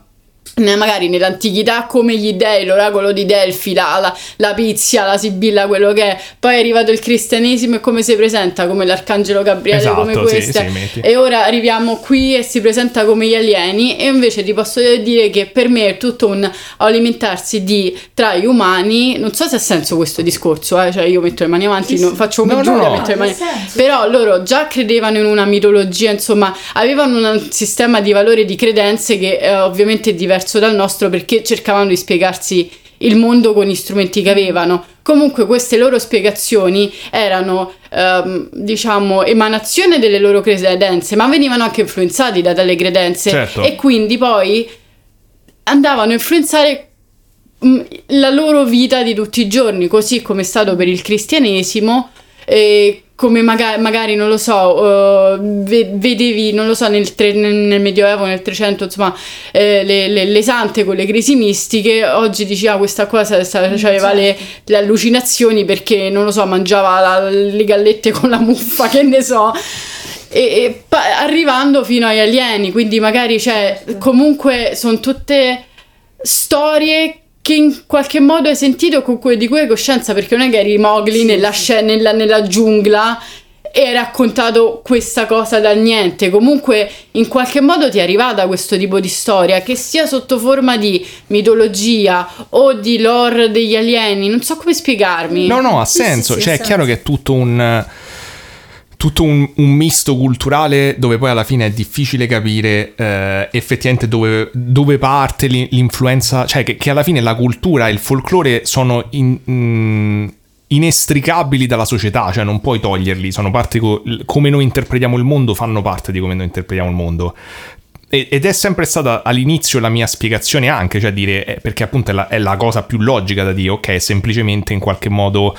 S5: ne- magari nell'antichità come gli dei, l'oracolo di Delfi, la, la, la Pizia, la Sibilla, quello che è. Poi è arrivato il cristianesimo e come si presenta? Come l'arcangelo Gabriele,
S1: Esatto,
S5: come
S1: sì,
S5: queste.
S1: sì, metti.
S5: e ora arriviamo qui e si presenta come gli alieni e invece ti posso dire che per me è tutto un alimentarsi di tra gli umani, non so se ha senso questo discorso, eh, cioè io metto le mani avanti, non- faccio come
S1: No, no,
S5: Giulia,
S1: no.
S5: metto le
S1: No,
S5: mani. Però loro già credevano in una mitologia, insomma, avevano un sistema di valori e di credenze che eh, ovviamente è diverso dal nostro perché cercavano di spiegarsi il mondo con gli strumenti che avevano. Comunque queste loro spiegazioni erano, ehm, diciamo, emanazione delle loro credenze, ma venivano anche influenzati da tale credenze
S11: Certo.
S5: e quindi poi andavano a influenzare mh, la loro vita di tutti i giorni, così come è stato per il cristianesimo, e come maga- magari, non lo so, eh, ve- vedevi, non lo so, nel, tre- nel- nel Medioevo, nel 300, insomma, eh, le, le- le sante con le crisi mistiche, oggi dici, ah, questa qua sa- sa- aveva le, le allucinazioni perché, non lo so, mangiava la- le gallette con la muffa, che ne so. E, e pa- arrivando fino agli alieni, quindi magari, cioè, comunque sono tutte storie che in qualche modo hai sentito con cui, di cui hai coscienza, perché non è che eri Mowgli nella, sce- nella- nella giungla e hai raccontato questa cosa dal niente. Comunque, in qualche modo ti è arrivata questo tipo di storia, che sia sotto forma di mitologia o di lore degli alieni, non so come spiegarmi.
S1: No, no, ha senso. cioè, è chiaro che è tutto un. Tutto un, un misto culturale dove poi alla fine è difficile capire eh, effettivamente dove, dove parte l'in- l'influenza, cioè che, che alla fine la cultura e il folklore sono in- mm, inestricabili dalla società, cioè non puoi toglierli, sono parte co- l- come noi interpretiamo il mondo, fanno parte di come noi interpretiamo il mondo. E- Ed è sempre stata all'inizio la mia spiegazione anche, cioè dire, eh, perché appunto è la, è la cosa più logica da dire, ok, è semplicemente in qualche modo,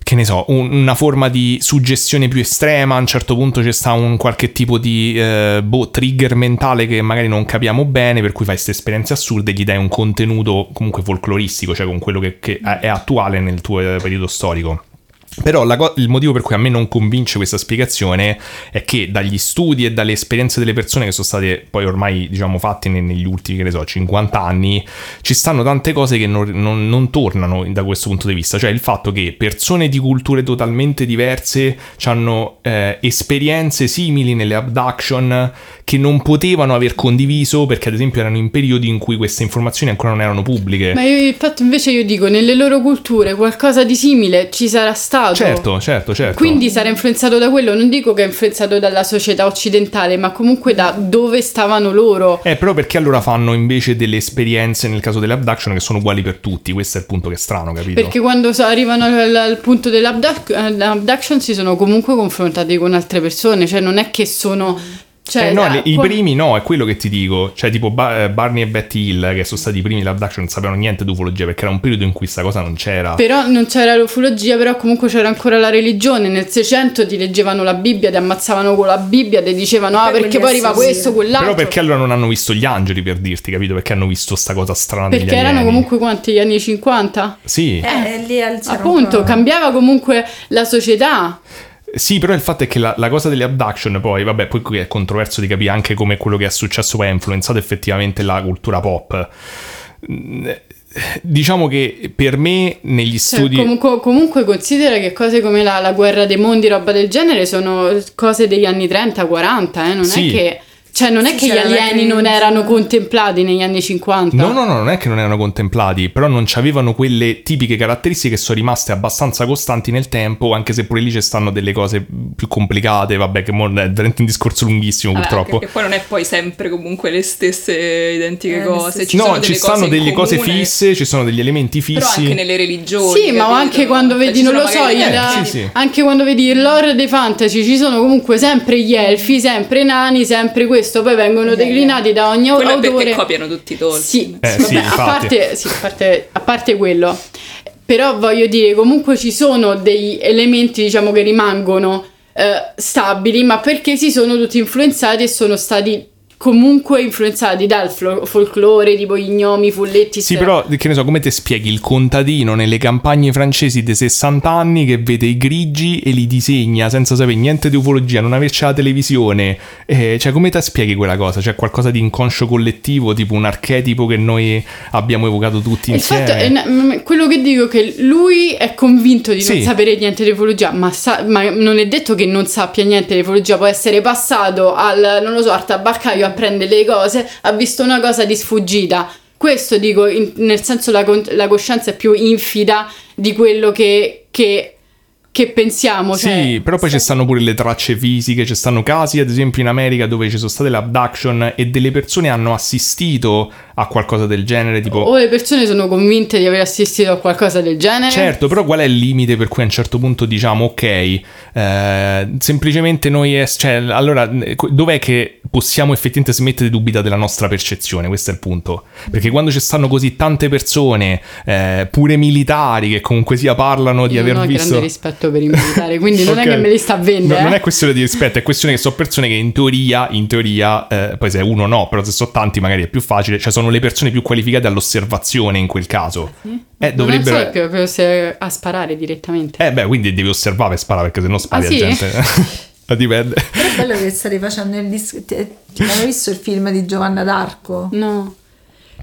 S1: che ne so, un- una forma di suggestione più estrema, a un certo punto c'è sta un qualche tipo di eh, boh, trigger mentale che magari non capiamo bene, per cui fai queste esperienze assurde e gli dai un contenuto comunque folcloristico, cioè con quello che, che è attuale nel tuo eh, periodo storico. Però la co- il motivo per cui a me non convince questa spiegazione è che dagli studi e dalle esperienze delle persone che sono state poi ormai diciamo fatte ne- negli ultimi, che ne so, 50 anni, ci stanno tante cose che non, non- non tornano da questo punto di vista. Cioè il fatto che persone di culture totalmente diverse hanno esperienze simili nelle abduction che non potevano aver condiviso perché ad esempio erano in periodi in cui queste informazioni ancora non erano pubbliche.
S5: Ma io, infatti, invece, io dico, nelle loro culture qualcosa di simile ci sarà stato.
S1: Certo, certo, certo.
S5: Quindi sarà influenzato da quello, non dico che è influenzato dalla società occidentale, ma comunque da dove stavano loro.
S1: Eh, però perché allora fanno invece delle esperienze nel caso delle abduction che sono uguali per tutti? Questo è il punto che è strano, capito?
S5: Perché quando so- arrivano al, al punto eh, dell'abduction si sono comunque confrontati con altre persone, cioè non è che sono
S1: Cioè, eh no, da, i poi... primi no, è quello che ti dico. Cioè, tipo Bar- Barney e Betty Hill, che sono stati i primi live action, non sapevano niente di ufologia, perché era un periodo in cui questa cosa non c'era.
S5: Però non c'era l'ufologia, però comunque c'era ancora la religione. Nel 600 ti leggevano la Bibbia, ti ammazzavano con la Bibbia, ti dicevano, ah, perché poi arriva questo, quell'altro.
S1: Però perché allora non hanno visto gli angeli, per dirti, capito? Perché hanno visto sta cosa strana
S5: Perché erano comunque quanti, gli anni 50?
S1: Sì.
S2: Eh, lì al
S5: Appunto, cambiava comunque la società.
S1: Sì, però il fatto è che la, la, cosa delle abduction, poi, vabbè, poi qui è controverso di capire anche come quello che è successo poi ha influenzato effettivamente la cultura pop. Mm, Diciamo che per me negli cioè, studi.
S5: Comunque, comunque, considera che cose come la, la, guerra dei mondi, roba del genere, sono cose degli anni 30-40, eh? Non sì. è che. Cioè, non è sì, che gli alieni non erano contemplati negli anni 50.
S1: No, no, no, non è che non erano contemplati, però non avevano quelle tipiche caratteristiche che sono rimaste abbastanza costanti nel tempo, anche se pure lì ci stanno delle cose più complicate, vabbè, che mo- è veramente un discorso lunghissimo vabbè, purtroppo.
S4: Perché poi non è poi sempre comunque le stesse identiche eh, cose. Ci
S1: no,
S4: sono
S1: ci stanno
S4: cose
S1: delle
S4: comune,
S1: cose fisse, ci sono degli elementi fissi. Però
S4: anche nelle religioni. Cioè,
S5: Sì, ma anche quando vedi, non lo so,
S1: eh,
S5: la,
S1: sì, sì.
S5: anche quando vedi il lore dei fantasy, ci sono comunque sempre gli elfi, sempre i nani, sempre questo poi vengono declinati da ogni
S4: quello
S5: autore.
S4: Quello copiano tutti i dolci.
S5: Sì, eh, vabbè, sì, a, parte, sì a, parte, a, parte, quello. Però voglio dire, comunque ci sono degli elementi, diciamo, che rimangono eh, stabili, ma perché si sono tutti influenzati e sono stati comunque influenzati dal fol- folklore, tipo gli gnomi, fulletti.
S1: Sì, però che ne so, come ti spieghi il contadino nelle campagne francesi dei 60 anni che vede i grigi e li disegna senza sapere niente di ufologia, non averci la televisione? Eh, cioè, come ti spieghi quella cosa? Cioè, qualcosa di inconscio collettivo, tipo un archetipo che noi abbiamo evocato tutti insieme?
S5: Infatti, quello che dico è che lui è convinto di non sì. sapere niente di ufologia, ma, sa- ma, non è detto che non sappia niente di ufologia, può essere passato al, non lo so, al tabaccaio a prendere le cose, ha visto una cosa di sfuggita. Questo dico, in, nel senso la, con, la, coscienza è più infida di quello che, che, che pensiamo.
S1: Sì,
S5: cioè,
S1: però poi sì. ci stanno pure le tracce fisiche, ci stanno casi, ad esempio in America, dove ci sono state le abduction e delle persone hanno assistito a qualcosa del genere. Tipo...
S5: O le persone sono convinte di aver assistito a qualcosa del genere.
S1: Certo, però qual è il limite per cui a un certo punto diciamo, ok, eh, semplicemente noi... Es- cioè, allora, dov'è che possiamo effettivamente smettere di dubitare della nostra percezione? Questo è il punto. Perché quando ci stanno così tante persone, eh, pure militari, che comunque sia parlano di
S5: Io
S1: aver
S5: non ho
S1: visto...
S5: grande rispetto per i militari, quindi non okay. è che me li sta a vendere.
S1: No, non
S5: eh.
S1: è questione di rispetto, è questione che sono persone che in teoria, in teoria, eh, poi se uno no, però se sono tanti magari è più facile, cioè sono le persone più qualificate all'osservazione in quel caso. Sì. Eh, dovrebbero...
S5: Non so più, più se a sparare direttamente.
S1: Eh beh, quindi devi osservare per sparare, perché se no spari
S5: ah, sì?
S1: la gente. Dipende.
S2: Però è bello che stai facendo il disco... Hai visto il film di Giovanna d'Arco?
S5: No.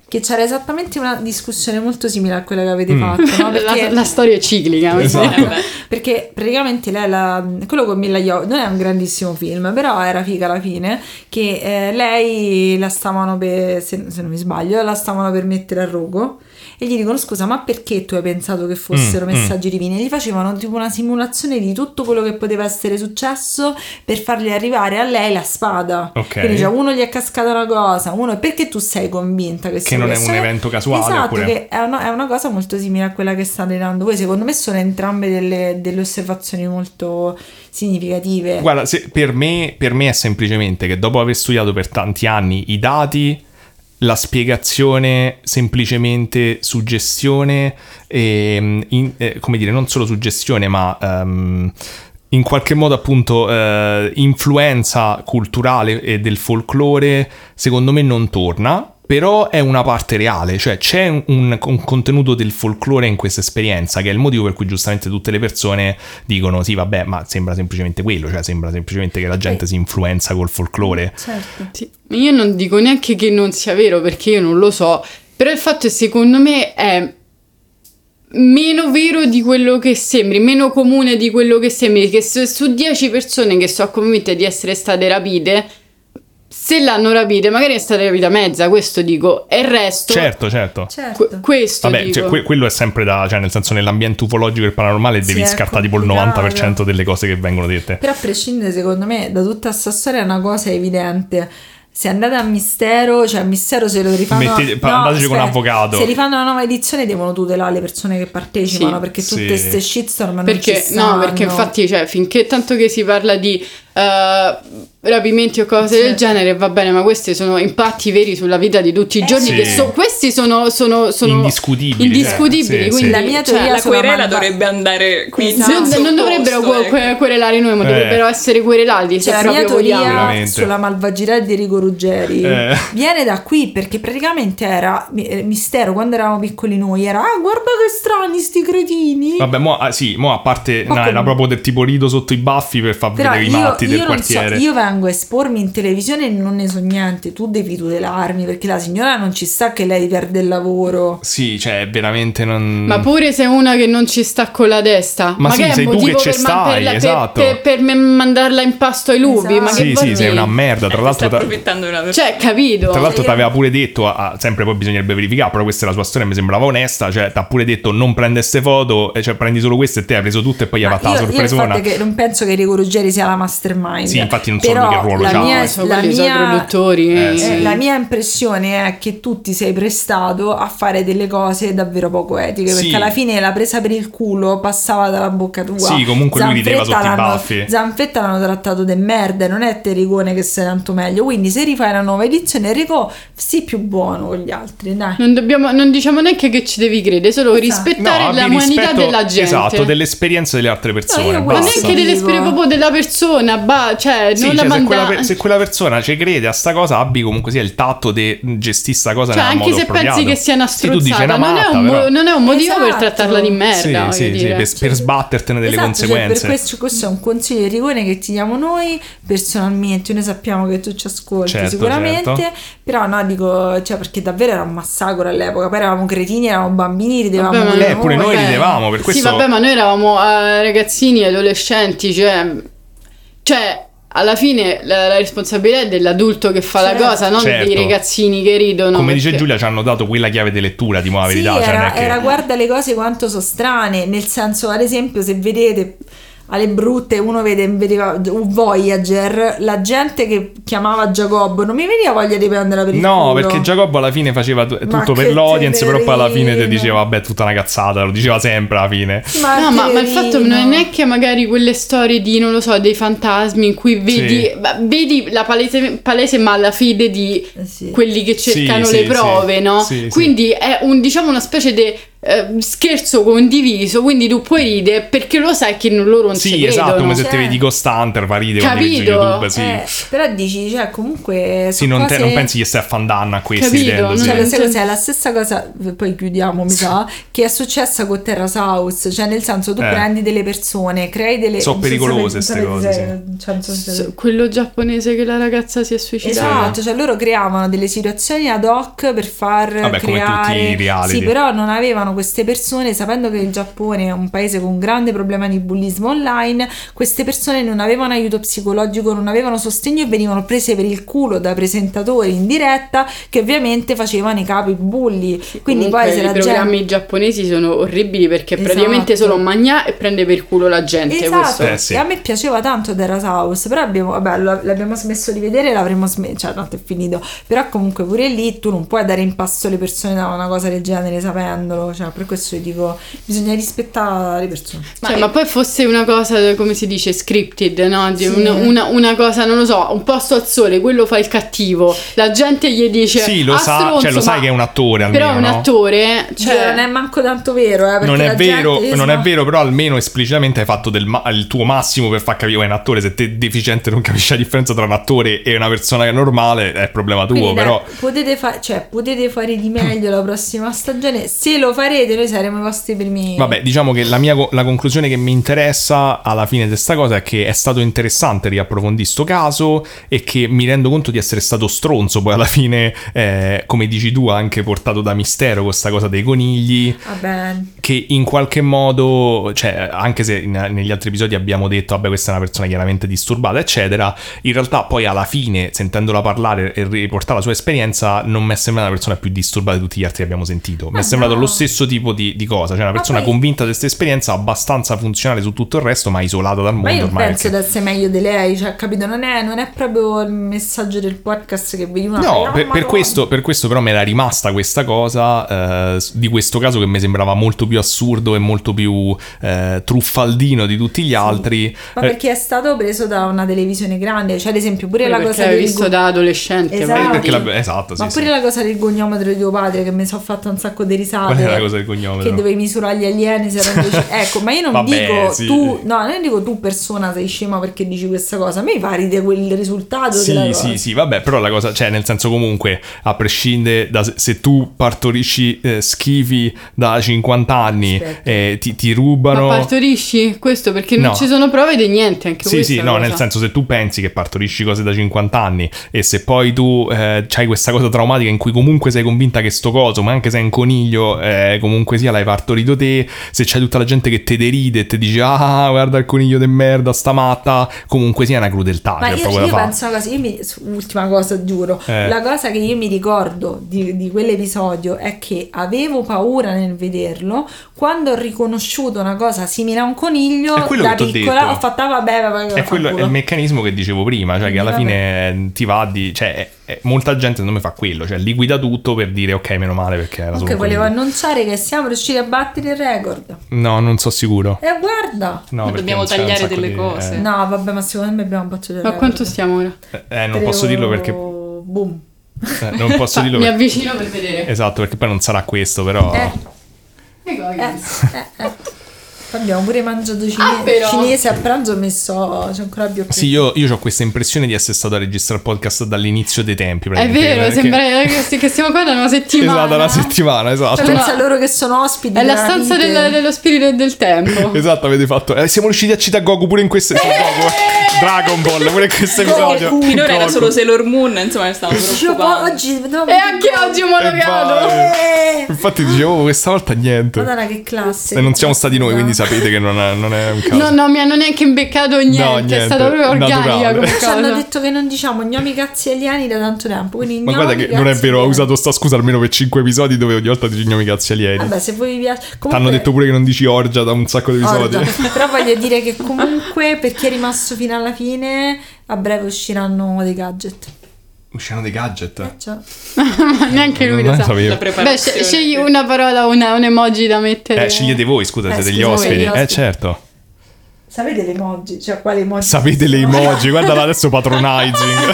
S2: Che c'era esattamente una discussione molto simile a quella che avete mm. fatto. No?
S5: Perché... La, la, storia è ciclica.
S1: Esatto.
S2: Eh, perché praticamente lei, la... quello con Mila Jovovich, non è un grandissimo film, però era figa alla fine, che eh, lei la stavano per, se, se non mi sbaglio, la stavano per mettere a rogo e gli dicono scusa ma perché tu hai pensato che fossero mm, messaggi divini e gli facevano tipo una simulazione di tutto quello che poteva essere successo per fargli arrivare a lei la spada
S1: okay.
S2: quindi cioè, uno gli è cascata una cosa uno perché tu sei convinta che,
S1: che non persone... è un evento casuale
S2: esatto
S1: oppure...
S2: che è una, è una, cosa molto simile a quella che state dando voi secondo me sono entrambe delle, delle osservazioni molto significative
S1: guarda se, per, me, per me è semplicemente che dopo aver studiato per tanti anni i dati la spiegazione semplicemente suggestione e, in, eh, come dire non solo suggestione ma um, in qualche modo appunto eh, influenza culturale e del folklore secondo me non torna però è una parte reale, cioè c'è un, un, un, contenuto del folklore in questa esperienza, che è il motivo per cui giustamente tutte le persone dicono sì, vabbè, ma sembra semplicemente quello, cioè sembra semplicemente che la gente eh. si influenza col folklore.
S2: Certo. Sì.
S5: Io non dico neanche che non sia vero, perché io non lo so, però il fatto è secondo me è meno vero di quello che sembri, meno comune di quello che sembri, che su, su 10 persone che sono convinte di essere state rapite, se l'hanno rapita, magari è stata rapita mezza, questo dico, e il resto...
S1: Certo, certo.
S2: certo. Que-
S5: questo
S1: Vabbè, cioè, que- quello è sempre da... cioè nel senso nell'ambiente ufologico e paranormale
S2: sì, ecco,
S1: devi scartare tipo il 90% delle cose che vengono dette.
S2: Però a prescindere secondo me da tutta questa storia è una cosa evidente se andate a mistero, cioè a mistero se lo rifanno
S1: Mettete, no, andateci
S2: se,
S1: con un avvocato.
S2: Se rifanno una nuova edizione devono tutelare le persone che partecipano
S5: sì,
S2: perché tutte
S1: sì.
S2: ste shitstorm
S5: perché,
S2: non
S5: No, perché infatti cioè, finché tanto che si parla di eh, rapimenti o cose del genere, va bene, ma questi sono impatti veri sulla vita di tutti i giorni.
S1: sì.
S5: Che so- questi sono, sono, sono
S1: Indiscutibili,
S5: indiscutibili,
S1: cioè, sì,
S5: quindi
S1: sì. La
S4: mia
S5: cioè,
S4: teoria La sulla querela mandata- dovrebbe andare qui, in
S5: Esatto. Non,
S4: senso
S5: non dovrebbero
S4: opposto,
S5: que- que- querelare noi, ma
S1: Eh.
S5: dovrebbero essere querelati.
S2: Cioè,
S5: se
S2: la mia
S5: proprio
S2: teoria
S5: vogliamo.
S1: Veramente.
S2: sulla malvagità di Rigo Ruggeri
S1: Eh.
S2: viene da qui perché praticamente era mi- eh, mistero quando eravamo piccoli noi era ah guarda che strani sti cretini
S1: Vabbè, mo, ah, sì, mo a parte
S2: Ma
S1: no,
S2: come-
S1: era proprio del tipo rido sotto i baffi per far
S2: però
S1: vedere i
S2: io,
S1: matti
S2: io
S1: del
S2: non so,
S1: quartiere.
S2: io vengo a espormi in televisione e non ne so niente tu devi tutelarmi perché la signora non ci sta che lei perde il lavoro
S1: Sì, cioè, veramente non.
S5: Ma pure se è una che non ci sta con la testa,
S1: Ma sì,
S5: magari
S1: sei
S5: è
S1: tu
S5: un motivo
S1: che ci
S5: per, man- per
S1: stai,
S5: la- per-
S1: esatto.
S5: per- per me- mandarla in pasto ai lupi. Ma
S2: Esatto.
S5: che
S1: sì,
S5: vuol
S1: sì, sei
S5: dire?
S1: una merda. Tra l'altro, ta-
S4: Approfittando di una persona.
S5: Cioè, capito?
S1: Tra l'altro ti aveva pure detto, ah, ah, sempre poi bisognerebbe verificare, però questa è la sua storia, mi sembrava onesta, cioè ti ha pure detto non prende queste foto, eh, cioè prendi solo queste e te hai preso tutte e poi gli ha fatto la
S2: io, io il fatto
S1: sorpresona.
S2: è che non penso che Rigo Ruggeri sia la mastermind
S1: Sì, infatti non so
S2: però
S1: lui che ruolo
S2: la
S1: c'ha.
S2: mia,
S5: Sono
S2: la
S5: quelli sono
S2: mia-
S5: produttori.
S1: Eh,
S2: Eh,
S1: sì.
S2: La mia impressione è che tu ti sei prestato a fare delle cose davvero poco etiche
S1: Sì.
S2: perché alla fine la presa per il culo passava dalla bocca tua.
S1: Sì, comunque lui rideva
S2: Zanfretta
S1: sotto i
S2: l'hanno-
S1: baffi.
S2: Zanfetta l'hanno trattato de merda, non è Terigone che sei tanto meglio. Quindi se rifai una nuova edizione, Enrico, sii più buono con gli altri, dai.
S5: Non, dobbiamo, non diciamo neanche che ci devi credere, solo
S2: Esatto.
S5: rispettare
S1: No,
S5: la
S1: abbi
S5: umanità
S1: rispetto-
S5: della gente.
S1: Esatto, dell'esperienza delle altre persone.
S2: io
S5: Ma
S2: quello-
S1: basta.
S5: neanche dell'esperienza proprio della persona, bah, cioè,
S1: Sì,
S5: non la
S1: cioè, se, quella
S5: manda.
S1: per- se quella persona ci crede a sta cosa, abbi comunque sia il tatto di gestire sta cosa
S5: Cioè,
S1: nel
S5: anche
S1: modo
S5: se
S1: appropriato.
S5: pensi che sia una
S1: Sì, tu dici,
S5: strozzata,
S1: una
S5: non, è
S1: matta,
S5: un mo-
S1: però.
S5: non è un motivo per
S2: Esatto.
S5: trattarla di merda. voglio
S1: Sì, sì, sì,
S5: dire.
S1: per, per sbattertene delle
S2: Esatto, cioè,
S1: conseguenze.
S2: per questo, questo è un consiglio di rigore che ti diamo noi personalmente. Noi sappiamo che tu ci ascolti
S1: Certo,
S2: sicuramente,
S1: certo.
S2: però no, dico, cioè, perché davvero era un massacro all'epoca. Poi eravamo cretini, eravamo bambini, ridevamo.
S5: Vabbè, ma
S2: pure
S1: Eh, pure noi
S5: Vabbè.
S1: ridevamo, per questo...
S5: Sì, vabbè, ma noi eravamo eh, ragazzini, adolescenti, cioè, cioè, alla fine la, la responsabilità è dell'adulto che fa
S2: Certo.
S5: la cosa, non
S1: Certo.
S5: dei ragazzini che ridono.
S1: Come dice
S5: perché-
S1: Giulia, ci hanno dato quella chiave di lettura, di la
S2: Sì,
S1: verità. cioè, non
S2: era,
S1: è che-
S2: era guarda le cose quanto sono strane, nel senso ad esempio se vedete alle brutte uno vede vedeva un Voyager, la gente che chiamava Giacobbo non mi veniva voglia di prenderla per il
S1: No,
S2: culo.
S1: perché Giacobbo alla fine faceva t-
S2: Ma
S1: tutto per
S2: che
S1: l'audience, però poi alla fine ti
S2: tenerino.
S1: diceva, vabbè, è tutta una cazzata, lo diceva sempre alla fine.
S2: Sì, ma
S5: No, ma, ma il fatto
S2: Tenerino.
S5: non è che magari quelle storie di, non lo so, dei fantasmi in cui vedi,
S1: Sì.
S5: ma- vedi la palese, palese malafide di
S2: Eh sì.
S5: quelli che cercano
S1: Sì,
S5: le
S1: sì,
S5: prove,
S1: sì.
S5: no?
S1: Sì, sì.
S5: quindi è un, diciamo una specie di eh, scherzo condiviso, quindi tu puoi ridere perché lo sai che non- loro non ci
S1: Sì,
S5: credono.
S1: esatto, come se
S2: Cioè-
S1: te vedi Costanter, va ride quando vedi su
S5: Capito?
S1: YouTube, sì.
S2: Eh, però dici, cioè comunque...
S1: Sì,
S2: sono
S1: non, te-
S2: cose-
S1: non pensi che stai a fandanna a questi
S5: Capito,
S1: ridendo,
S5: non
S1: sì.
S2: Cioè,
S5: è-
S2: lo sai cos'è? La stessa cosa, eh, poi chiudiamo, mi sa, che è successa con Terrace House. Cioè, nel senso, tu
S1: Eh.
S2: prendi delle persone, crei delle...
S1: Sono
S2: non so se-
S1: pericolose
S2: non so se-
S1: ste cose, sì.
S2: cioè, non so se-
S5: S- Quello giapponese che la ragazza si è suicidata.
S2: Esatto, cioè loro creavano delle situazioni ad hoc per far
S1: Vabbè, come
S2: creare...
S1: tutti i reality.
S2: Sì, però non avevano queste persone, sapendo che il Giappone è un paese con un grande problema di bullismo online, queste persone non avevano aiuto psicologico, non avevano sostegno e venivano prese per il culo da presentatori in diretta che ovviamente facevano i capi bulli. Quindi
S5: Comunque,
S2: poi se la
S5: i programmi
S2: gente...
S5: giapponesi sono orribili perché
S2: Esatto.
S5: praticamente solo magna e prende per culo la gente.
S2: Esatto,
S5: Questo.
S1: Eh, sì.
S2: e a me piaceva tanto Terrace House, però abbiamo, vabbè, lo- l'abbiamo smesso di vedere e l'avremmo smesso, cioè tanto è finito, però comunque pure lì tu non puoi dare in passo le persone da una cosa del genere sapendolo, cioè per questo io dico bisogna rispettare le persone.
S5: Cioè, ma poi fosse una cosa, come si dice, scripted, no? Di una, una- una cosa, non lo so, un posto al sole, quello fa il cattivo, la gente gli dice...
S1: Sì, lo
S5: "Ah,
S1: sa-
S5: stronzo",
S1: cioè, lo sai
S5: ma-
S1: che è un attore almeno,
S5: Però è un
S1: no?
S5: attore,
S2: Cioè,
S5: cioè...
S2: non è manco tanto vero, eh, perché
S1: Non è,
S2: la
S1: vero,
S2: gente-
S1: non
S2: no.
S1: è vero, però almeno esplicitamente hai fatto del ma- il tuo massimo per far capire che è un attore. Se te deficiente non capisci la differenza tra un attore e una persona normale, è problema tuo.
S2: Quindi, dai,
S1: però
S2: potete, fa- cioè, potete fare di meglio la prossima stagione. Se lo farete, noi saremo i vostri primi.
S1: Vabbè, diciamo che la, mia, co- la conclusione che mi interessa alla fine di sta cosa è che è stato interessante riapprofondire sto caso e che mi rendo conto di essere stato stronzo poi alla fine, eh, come dici tu, anche portato da mistero con sta cosa dei conigli,
S2: Vabbè.
S1: che in qualche modo, cioè anche se in- negli altri episodi abbiamo detto, vabbè questa è una persona chiaramente disturbata, eccetera, in realtà poi alla fine, sentendola parlare e riportare la sua esperienza, non mi è sembrata la persona più disturbata di tutti gli altri che abbiamo sentito, mi
S2: Ah,
S1: è sembrato
S2: no.
S1: lo stesso stesso tipo di, di cosa. Cioè, una persona
S2: poi-
S1: convinta di questa esperienza, abbastanza funzionale su tutto il resto, ma isolata dal mondo
S2: Ma io
S1: ormai.
S2: penso di
S1: perché-
S2: essere meglio di lei, cioè, capito? Non è, non è proprio il messaggio del podcast che vedi una
S1: No,
S2: "Oh,
S1: per, per
S2: Madonna".
S1: questo, per questo però mi era rimasta questa cosa eh, s- di questo caso che mi sembrava molto più assurdo e molto più eh, truffaldino di tutti gli altri.
S2: Ma
S1: Eh,
S2: perché è stato preso da una televisione grande, cioè ad esempio pure
S5: Pure
S2: la
S5: perché
S2: cosa
S5: l'hai
S2: del
S5: visto
S2: gu-
S5: da adolescente,
S2: Esatto.
S1: eh, perché la- esatto, sì,
S2: Ma
S1: sì.
S2: pure la cosa del gognometro di tuo padre che mi sono fatta un sacco di risate.
S1: Qual è la cosa del cognometro?
S2: Che dovevi misurare gli alieni se erano dieci- Ecco, ma io non
S1: Vabbè,
S2: dico
S1: sì.
S2: tu, no, non dico tu persona sei scema perché dici questa cosa. A me fa ridere quel risultato della
S1: Sì,
S2: cosa.
S1: sì, sì, vabbè, però la cosa, cioè, nel senso comunque, a prescindere da se, se tu partorisci eh, schifi da 50 anni,
S5: Aspetta.
S1: eh, ti, ti
S5: Ma
S1: rubano...
S5: partorisci questo perché non
S1: No.
S5: ci sono prove di niente anche
S1: Sì,
S5: questa
S1: sì, no,
S5: cosa.
S1: nel senso se tu pensi che partorisci cose da 50 anni e se poi tu hai questa cosa traumatica in cui comunque sei convinta che sto coso, ma anche se è un coniglio, eh, comunque sia l'hai partorito te, se c'è tutta la gente che te deride e ti dice ah guarda il coniglio de merda, sta matta, comunque sia è una crudeltà.
S2: Ma
S1: Ah, che è
S2: io,
S1: proprio da
S2: io
S1: fa.
S2: penso una cosa, io mi, su- ultima cosa giuro,
S1: Eh.
S2: la cosa che io mi ricordo di, di quell'episodio è che avevo paura nel vederlo, quando ho riconosciuto una cosa simile a un coniglio,
S1: È quello che
S2: da
S1: t'ho
S2: piccola
S1: detto.
S2: ho fatto "Ah, vabbè, vabbè,
S1: È, quello- è
S2: vaffanculo".
S1: il meccanismo che dicevo prima, cioè che alla fine eh, ti va di... Cioè, è- è- molta gente non mi fa quello, cioè liquida tutto per dire ok, meno male perché era solo...
S2: Comunque
S1: un
S2: volevo
S1: coniglio".
S2: annunciare che siamo riusciti a battere il record.
S1: No, non so sicuro.
S2: E guarda!
S1: No,
S5: Eh, Ma
S1: perché
S5: dobbiamo
S1: non c'è un
S5: tagliare
S1: sacco
S5: delle
S1: di-
S5: cose.
S1: eh.
S2: No, vabbè, ma secondo me abbiamo battuto il
S5: Ma
S2: record.
S5: quanto stiamo ora?
S1: Eh, non posso dirlo perché.
S2: Boom.
S1: eh, non posso dirlo
S5: Ah, Mi
S1: perché-
S5: avvicino per vedere.
S1: Esatto, perché poi non sarà questo, però.
S2: Eh.
S5: Ecco, ragazzi.
S2: Abbiamo pure mangiato cine-
S5: Ah, però.
S2: cinese a pranzo, ho messo... C'è ancora più
S1: Sì, io, ho questa impressione di essere stato a registrare il podcast dall'inizio dei tempi.
S5: È
S1: praticamente,
S5: vero,
S1: perché-
S5: sembra eh, che, che stiamo qua da una settimana.
S1: eh, Esatto, una settimana, esatto.
S2: Cioè, pensa loro che sono ospiti.
S5: È la
S2: della
S5: stanza
S2: vite.
S5: del- dello spirito e del tempo.
S1: Esatto, avete fatto. eh, siamo riusciti a citare Goku pure in questo episodio. Dragon Ball, pure in questo episodio.
S4: Finora era
S1: Goku.
S4: solo Sailor Moon, insomma, ne stavamo
S2: Io po-
S4: preoccupando.
S2: oggi no,
S5: E anche oggi omologato.
S1: Eh,
S2: Eh,
S1: Infatti, dicevo, oh, questa volta niente.
S2: Madonna che classe.
S1: E non siamo stati noi, quindi sapete che non è, non è un caso.
S5: No, no, mi hanno neanche imbeccato niente.
S1: niente,
S5: È stata proprio organica
S1: naturale.
S5: come
S2: Ci hanno
S5: cosa.
S2: detto che non diciamo gnomi cazzi alieni da tanto tempo. Quindi
S1: Ma guarda che non è vero, ho usato sta scusa almeno per 5 episodi dove ogni volta dici i cazzi alieni.
S2: Vabbè, se voi vi piace.
S1: Ti hanno
S2: Comunque,
S1: detto pure che non dici orgia da un sacco di episodi.
S2: Orda. Però voglio dire che comunque, per chi è rimasto fino alla fine, a breve usciranno dei gadget.
S1: Usciranno dei gadget.
S2: Cioè,
S5: Ma neanche Eh, lui lo
S1: Non
S5: sa.
S1: sapevo.
S4: La
S5: Beh,
S4: preparazione.
S5: sce- scegli una parola, una- un emoji da mettere.
S1: Eh, scegliete voi, scusa,
S2: Eh,
S1: siete
S2: scusa,
S1: gli
S2: voi,
S1: ospiti.
S2: gli
S1: Eh,
S2: ospiti.
S1: certo.
S2: Sapete le emoji? Cioè, quale emoji?
S1: Sapete le emoji, guardala adesso patronizing.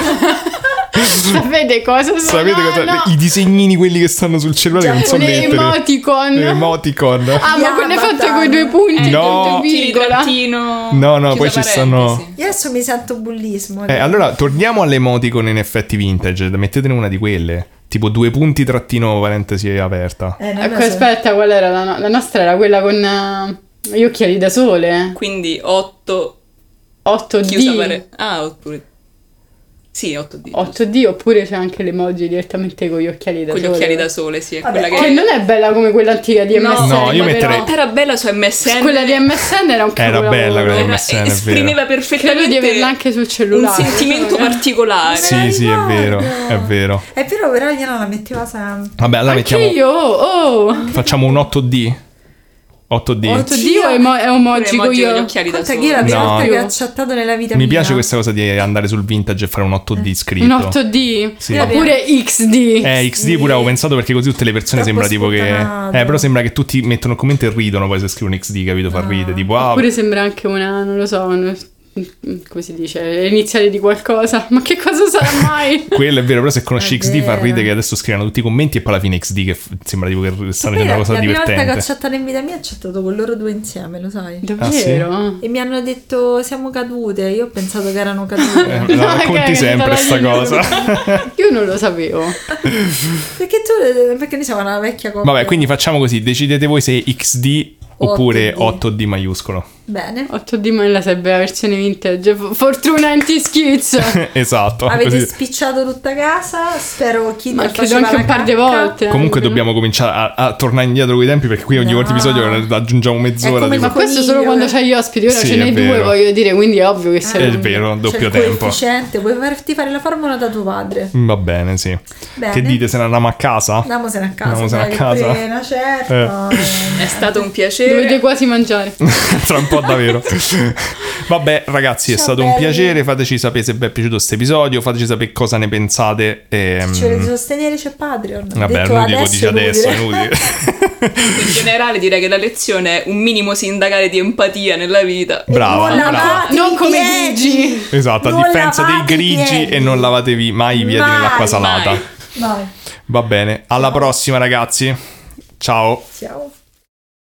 S5: Sapete cosa sono?
S1: Sapete
S5: No,
S1: cosa...
S5: no. Cioè,
S1: I disegnini quelli che stanno sul cellulare che non so
S5: Un
S1: mettere.
S5: emoticon.
S1: Le emoticon.
S5: Ah, ma
S2: Yeah,
S5: quelle fatte
S2: Madonna.
S5: con i due
S4: Eh,
S5: punti,
S1: No.
S5: punto e
S4: Tiri,
S5: virgola.
S4: trattino,
S1: No, no,
S4: chiusa
S1: poi ci stanno-
S4: parentesi.
S2: Io adesso mi sento bullismo.
S1: Eh, allora torniamo alle emoticon in effetti vintage, mettetene una di quelle, tipo due punti trattino parentesi aperta.
S2: Eh, non lo
S5: Ecco,
S2: so.
S5: aspetta, qual era la, no- la nostra? Era quella con eh, gli occhiali da sole.
S4: Quindi 8 chiusa
S5: 8D.
S4: pare- Ah, oppure Sì, 8D. giusto.
S5: 8D oppure c'è anche l'emoji direttamente con gli occhiali da
S4: Con gli
S5: sole.
S4: occhiali da sole, sì, è
S2: Vabbè,
S4: quella
S5: eh. Che
S4: che
S5: non è bella come quella antica di
S4: No.
S5: MSN.
S1: No, io
S5: però.
S1: metterei-
S4: era bella su MSN.
S5: Cioè, Quella di MSN era un
S1: Era
S5: capolavoro.
S1: bella quella di
S4: Era-
S1: MSN, è
S4: esprimeva
S5: Credo
S4: perfettamente
S5: di averla anche sul
S4: un
S5: cellulare.
S4: sentimento particolare.
S2: Me la
S1: Sì, sì, è vero,
S2: ricordo.
S1: è vero.
S2: È vero, Eh, però io non la metteva sempre.
S1: Vabbè, allora
S5: Anche
S1: mettiamo
S5: io, oh.
S1: facciamo un 8D. 8D.
S5: 8D o emo- è
S4: Emoji
S5: emoji con gli
S4: con gli
S5: occhiali.
S4: occhiali da
S2: Conta che io la
S4: sole.
S2: prima
S1: No.
S2: volta che ho chattato nella vita
S1: Mi
S2: mia.
S1: piace questa cosa di andare sul vintage e fare un 8D scritto.
S5: Eh. Un 8D?
S1: Sì.
S5: Oppure XD?
S1: Eh, XD pure avevo pensato perché così tutte le persone
S2: Troppo
S1: sembra tipo che.
S2: sputtanato.
S1: Eh, però sembra che tutti mettono commenti e ridono poi se scrivono XD, capito? Fa ridere. Tipo, ah,
S5: Oppure sembra anche una, non lo so, un- come si dice, l'iniziale di qualcosa. Ma che cosa sarà mai?
S1: quello è vero. Però se conosci
S2: È
S1: XD fa
S2: vero.
S1: ridere che adesso scrivono tutti i commenti e poi alla fine XD che f- sembra tipo che stanno dicendo
S2: Poi
S1: una
S2: la,
S1: cosa
S2: la prima volta che ho
S1: divertente.
S2: chattato in vita mia ho chattato con loro due insieme, lo sai?
S5: Davvero?
S2: E mi hanno detto siamo cadute, io ho pensato che erano cadute.
S1: Eh,
S5: No,
S1: la racconti
S5: Cioè, che- che
S1: sempre
S5: dalla
S1: sta
S5: linea
S1: cosa.
S5: Io non lo sapevo.
S2: perché tu perché noi siamo una vecchia coppia.
S1: Vabbè, quindi facciamo così: decidete voi se XD oppure 8D maiuscolo.
S2: Bene.
S5: 8 di mai la sarebbe la versione vintage. F- Fortuna anti-schizzo.
S1: esatto.
S2: Avete
S1: così.
S2: spicciato tutta casa, spero chi
S5: Ma
S2: non
S5: credo
S2: faceva
S5: anche
S2: la
S5: un par di
S2: cacca.
S5: volte. eh,
S1: Comunque
S5: anche,
S1: dobbiamo cominciare a, a tornare indietro con i tempi perché qui ogni
S2: No.
S1: volta episodio aggiungiamo mezz'ora.
S2: È come
S1: di-
S5: no? Ma questo solo quando c'hai gli ospiti, ora
S1: Sì,
S5: ce
S1: è
S5: n'hai due,
S1: vero. Ah.
S5: voglio dire, quindi è ovvio che
S2: Eh,
S5: sei
S1: È vero,
S2: c'è
S1: doppio
S2: il
S1: tempo.
S2: coefficiente, puoi farti fare la formula da tuo padre.
S1: Mm, Va bene, sì.
S2: Bene.
S1: Che dite, se ne andiamo a casa?
S2: Andiamosene a casa.
S1: Andiamosene
S2: dai,
S1: a casa. Eh.
S2: che pena, certo.
S4: È stato un
S5: Dovete
S4: piacere.
S5: quasi mangiare.
S1: Tra un po' davvero. Vabbè, ragazzi, è
S2: Ciao,
S1: stato un
S2: belli.
S1: piacere. Fateci sapere se vi è piaciuto questo episodio. Fateci sapere cosa ne pensate. E,
S2: Ci
S1: mm,
S2: volete sostenere c'è Patreon.
S1: Vabbè,
S2: Detto
S1: non dico
S2: adesso
S1: dice
S2: è
S1: adesso, è
S2: inutile.
S1: inutile.
S4: In generale direi che la lezione è un minimo sindacale di empatia nella vita.
S1: Brava,
S2: non
S1: brava.
S2: lavate
S5: Non
S2: i
S5: come
S2: piedi.
S5: Gigi.
S1: Esatto, a
S2: Non
S1: differenza dei
S2: lavate i
S1: grigi
S2: piedi.
S1: e non lavatevi mai i piedi
S2: Mai,
S1: nell'acqua
S2: mai.
S1: salata.
S2: Vai,
S1: Va bene, alla prossima ragazzi. Ciao.
S2: ciao.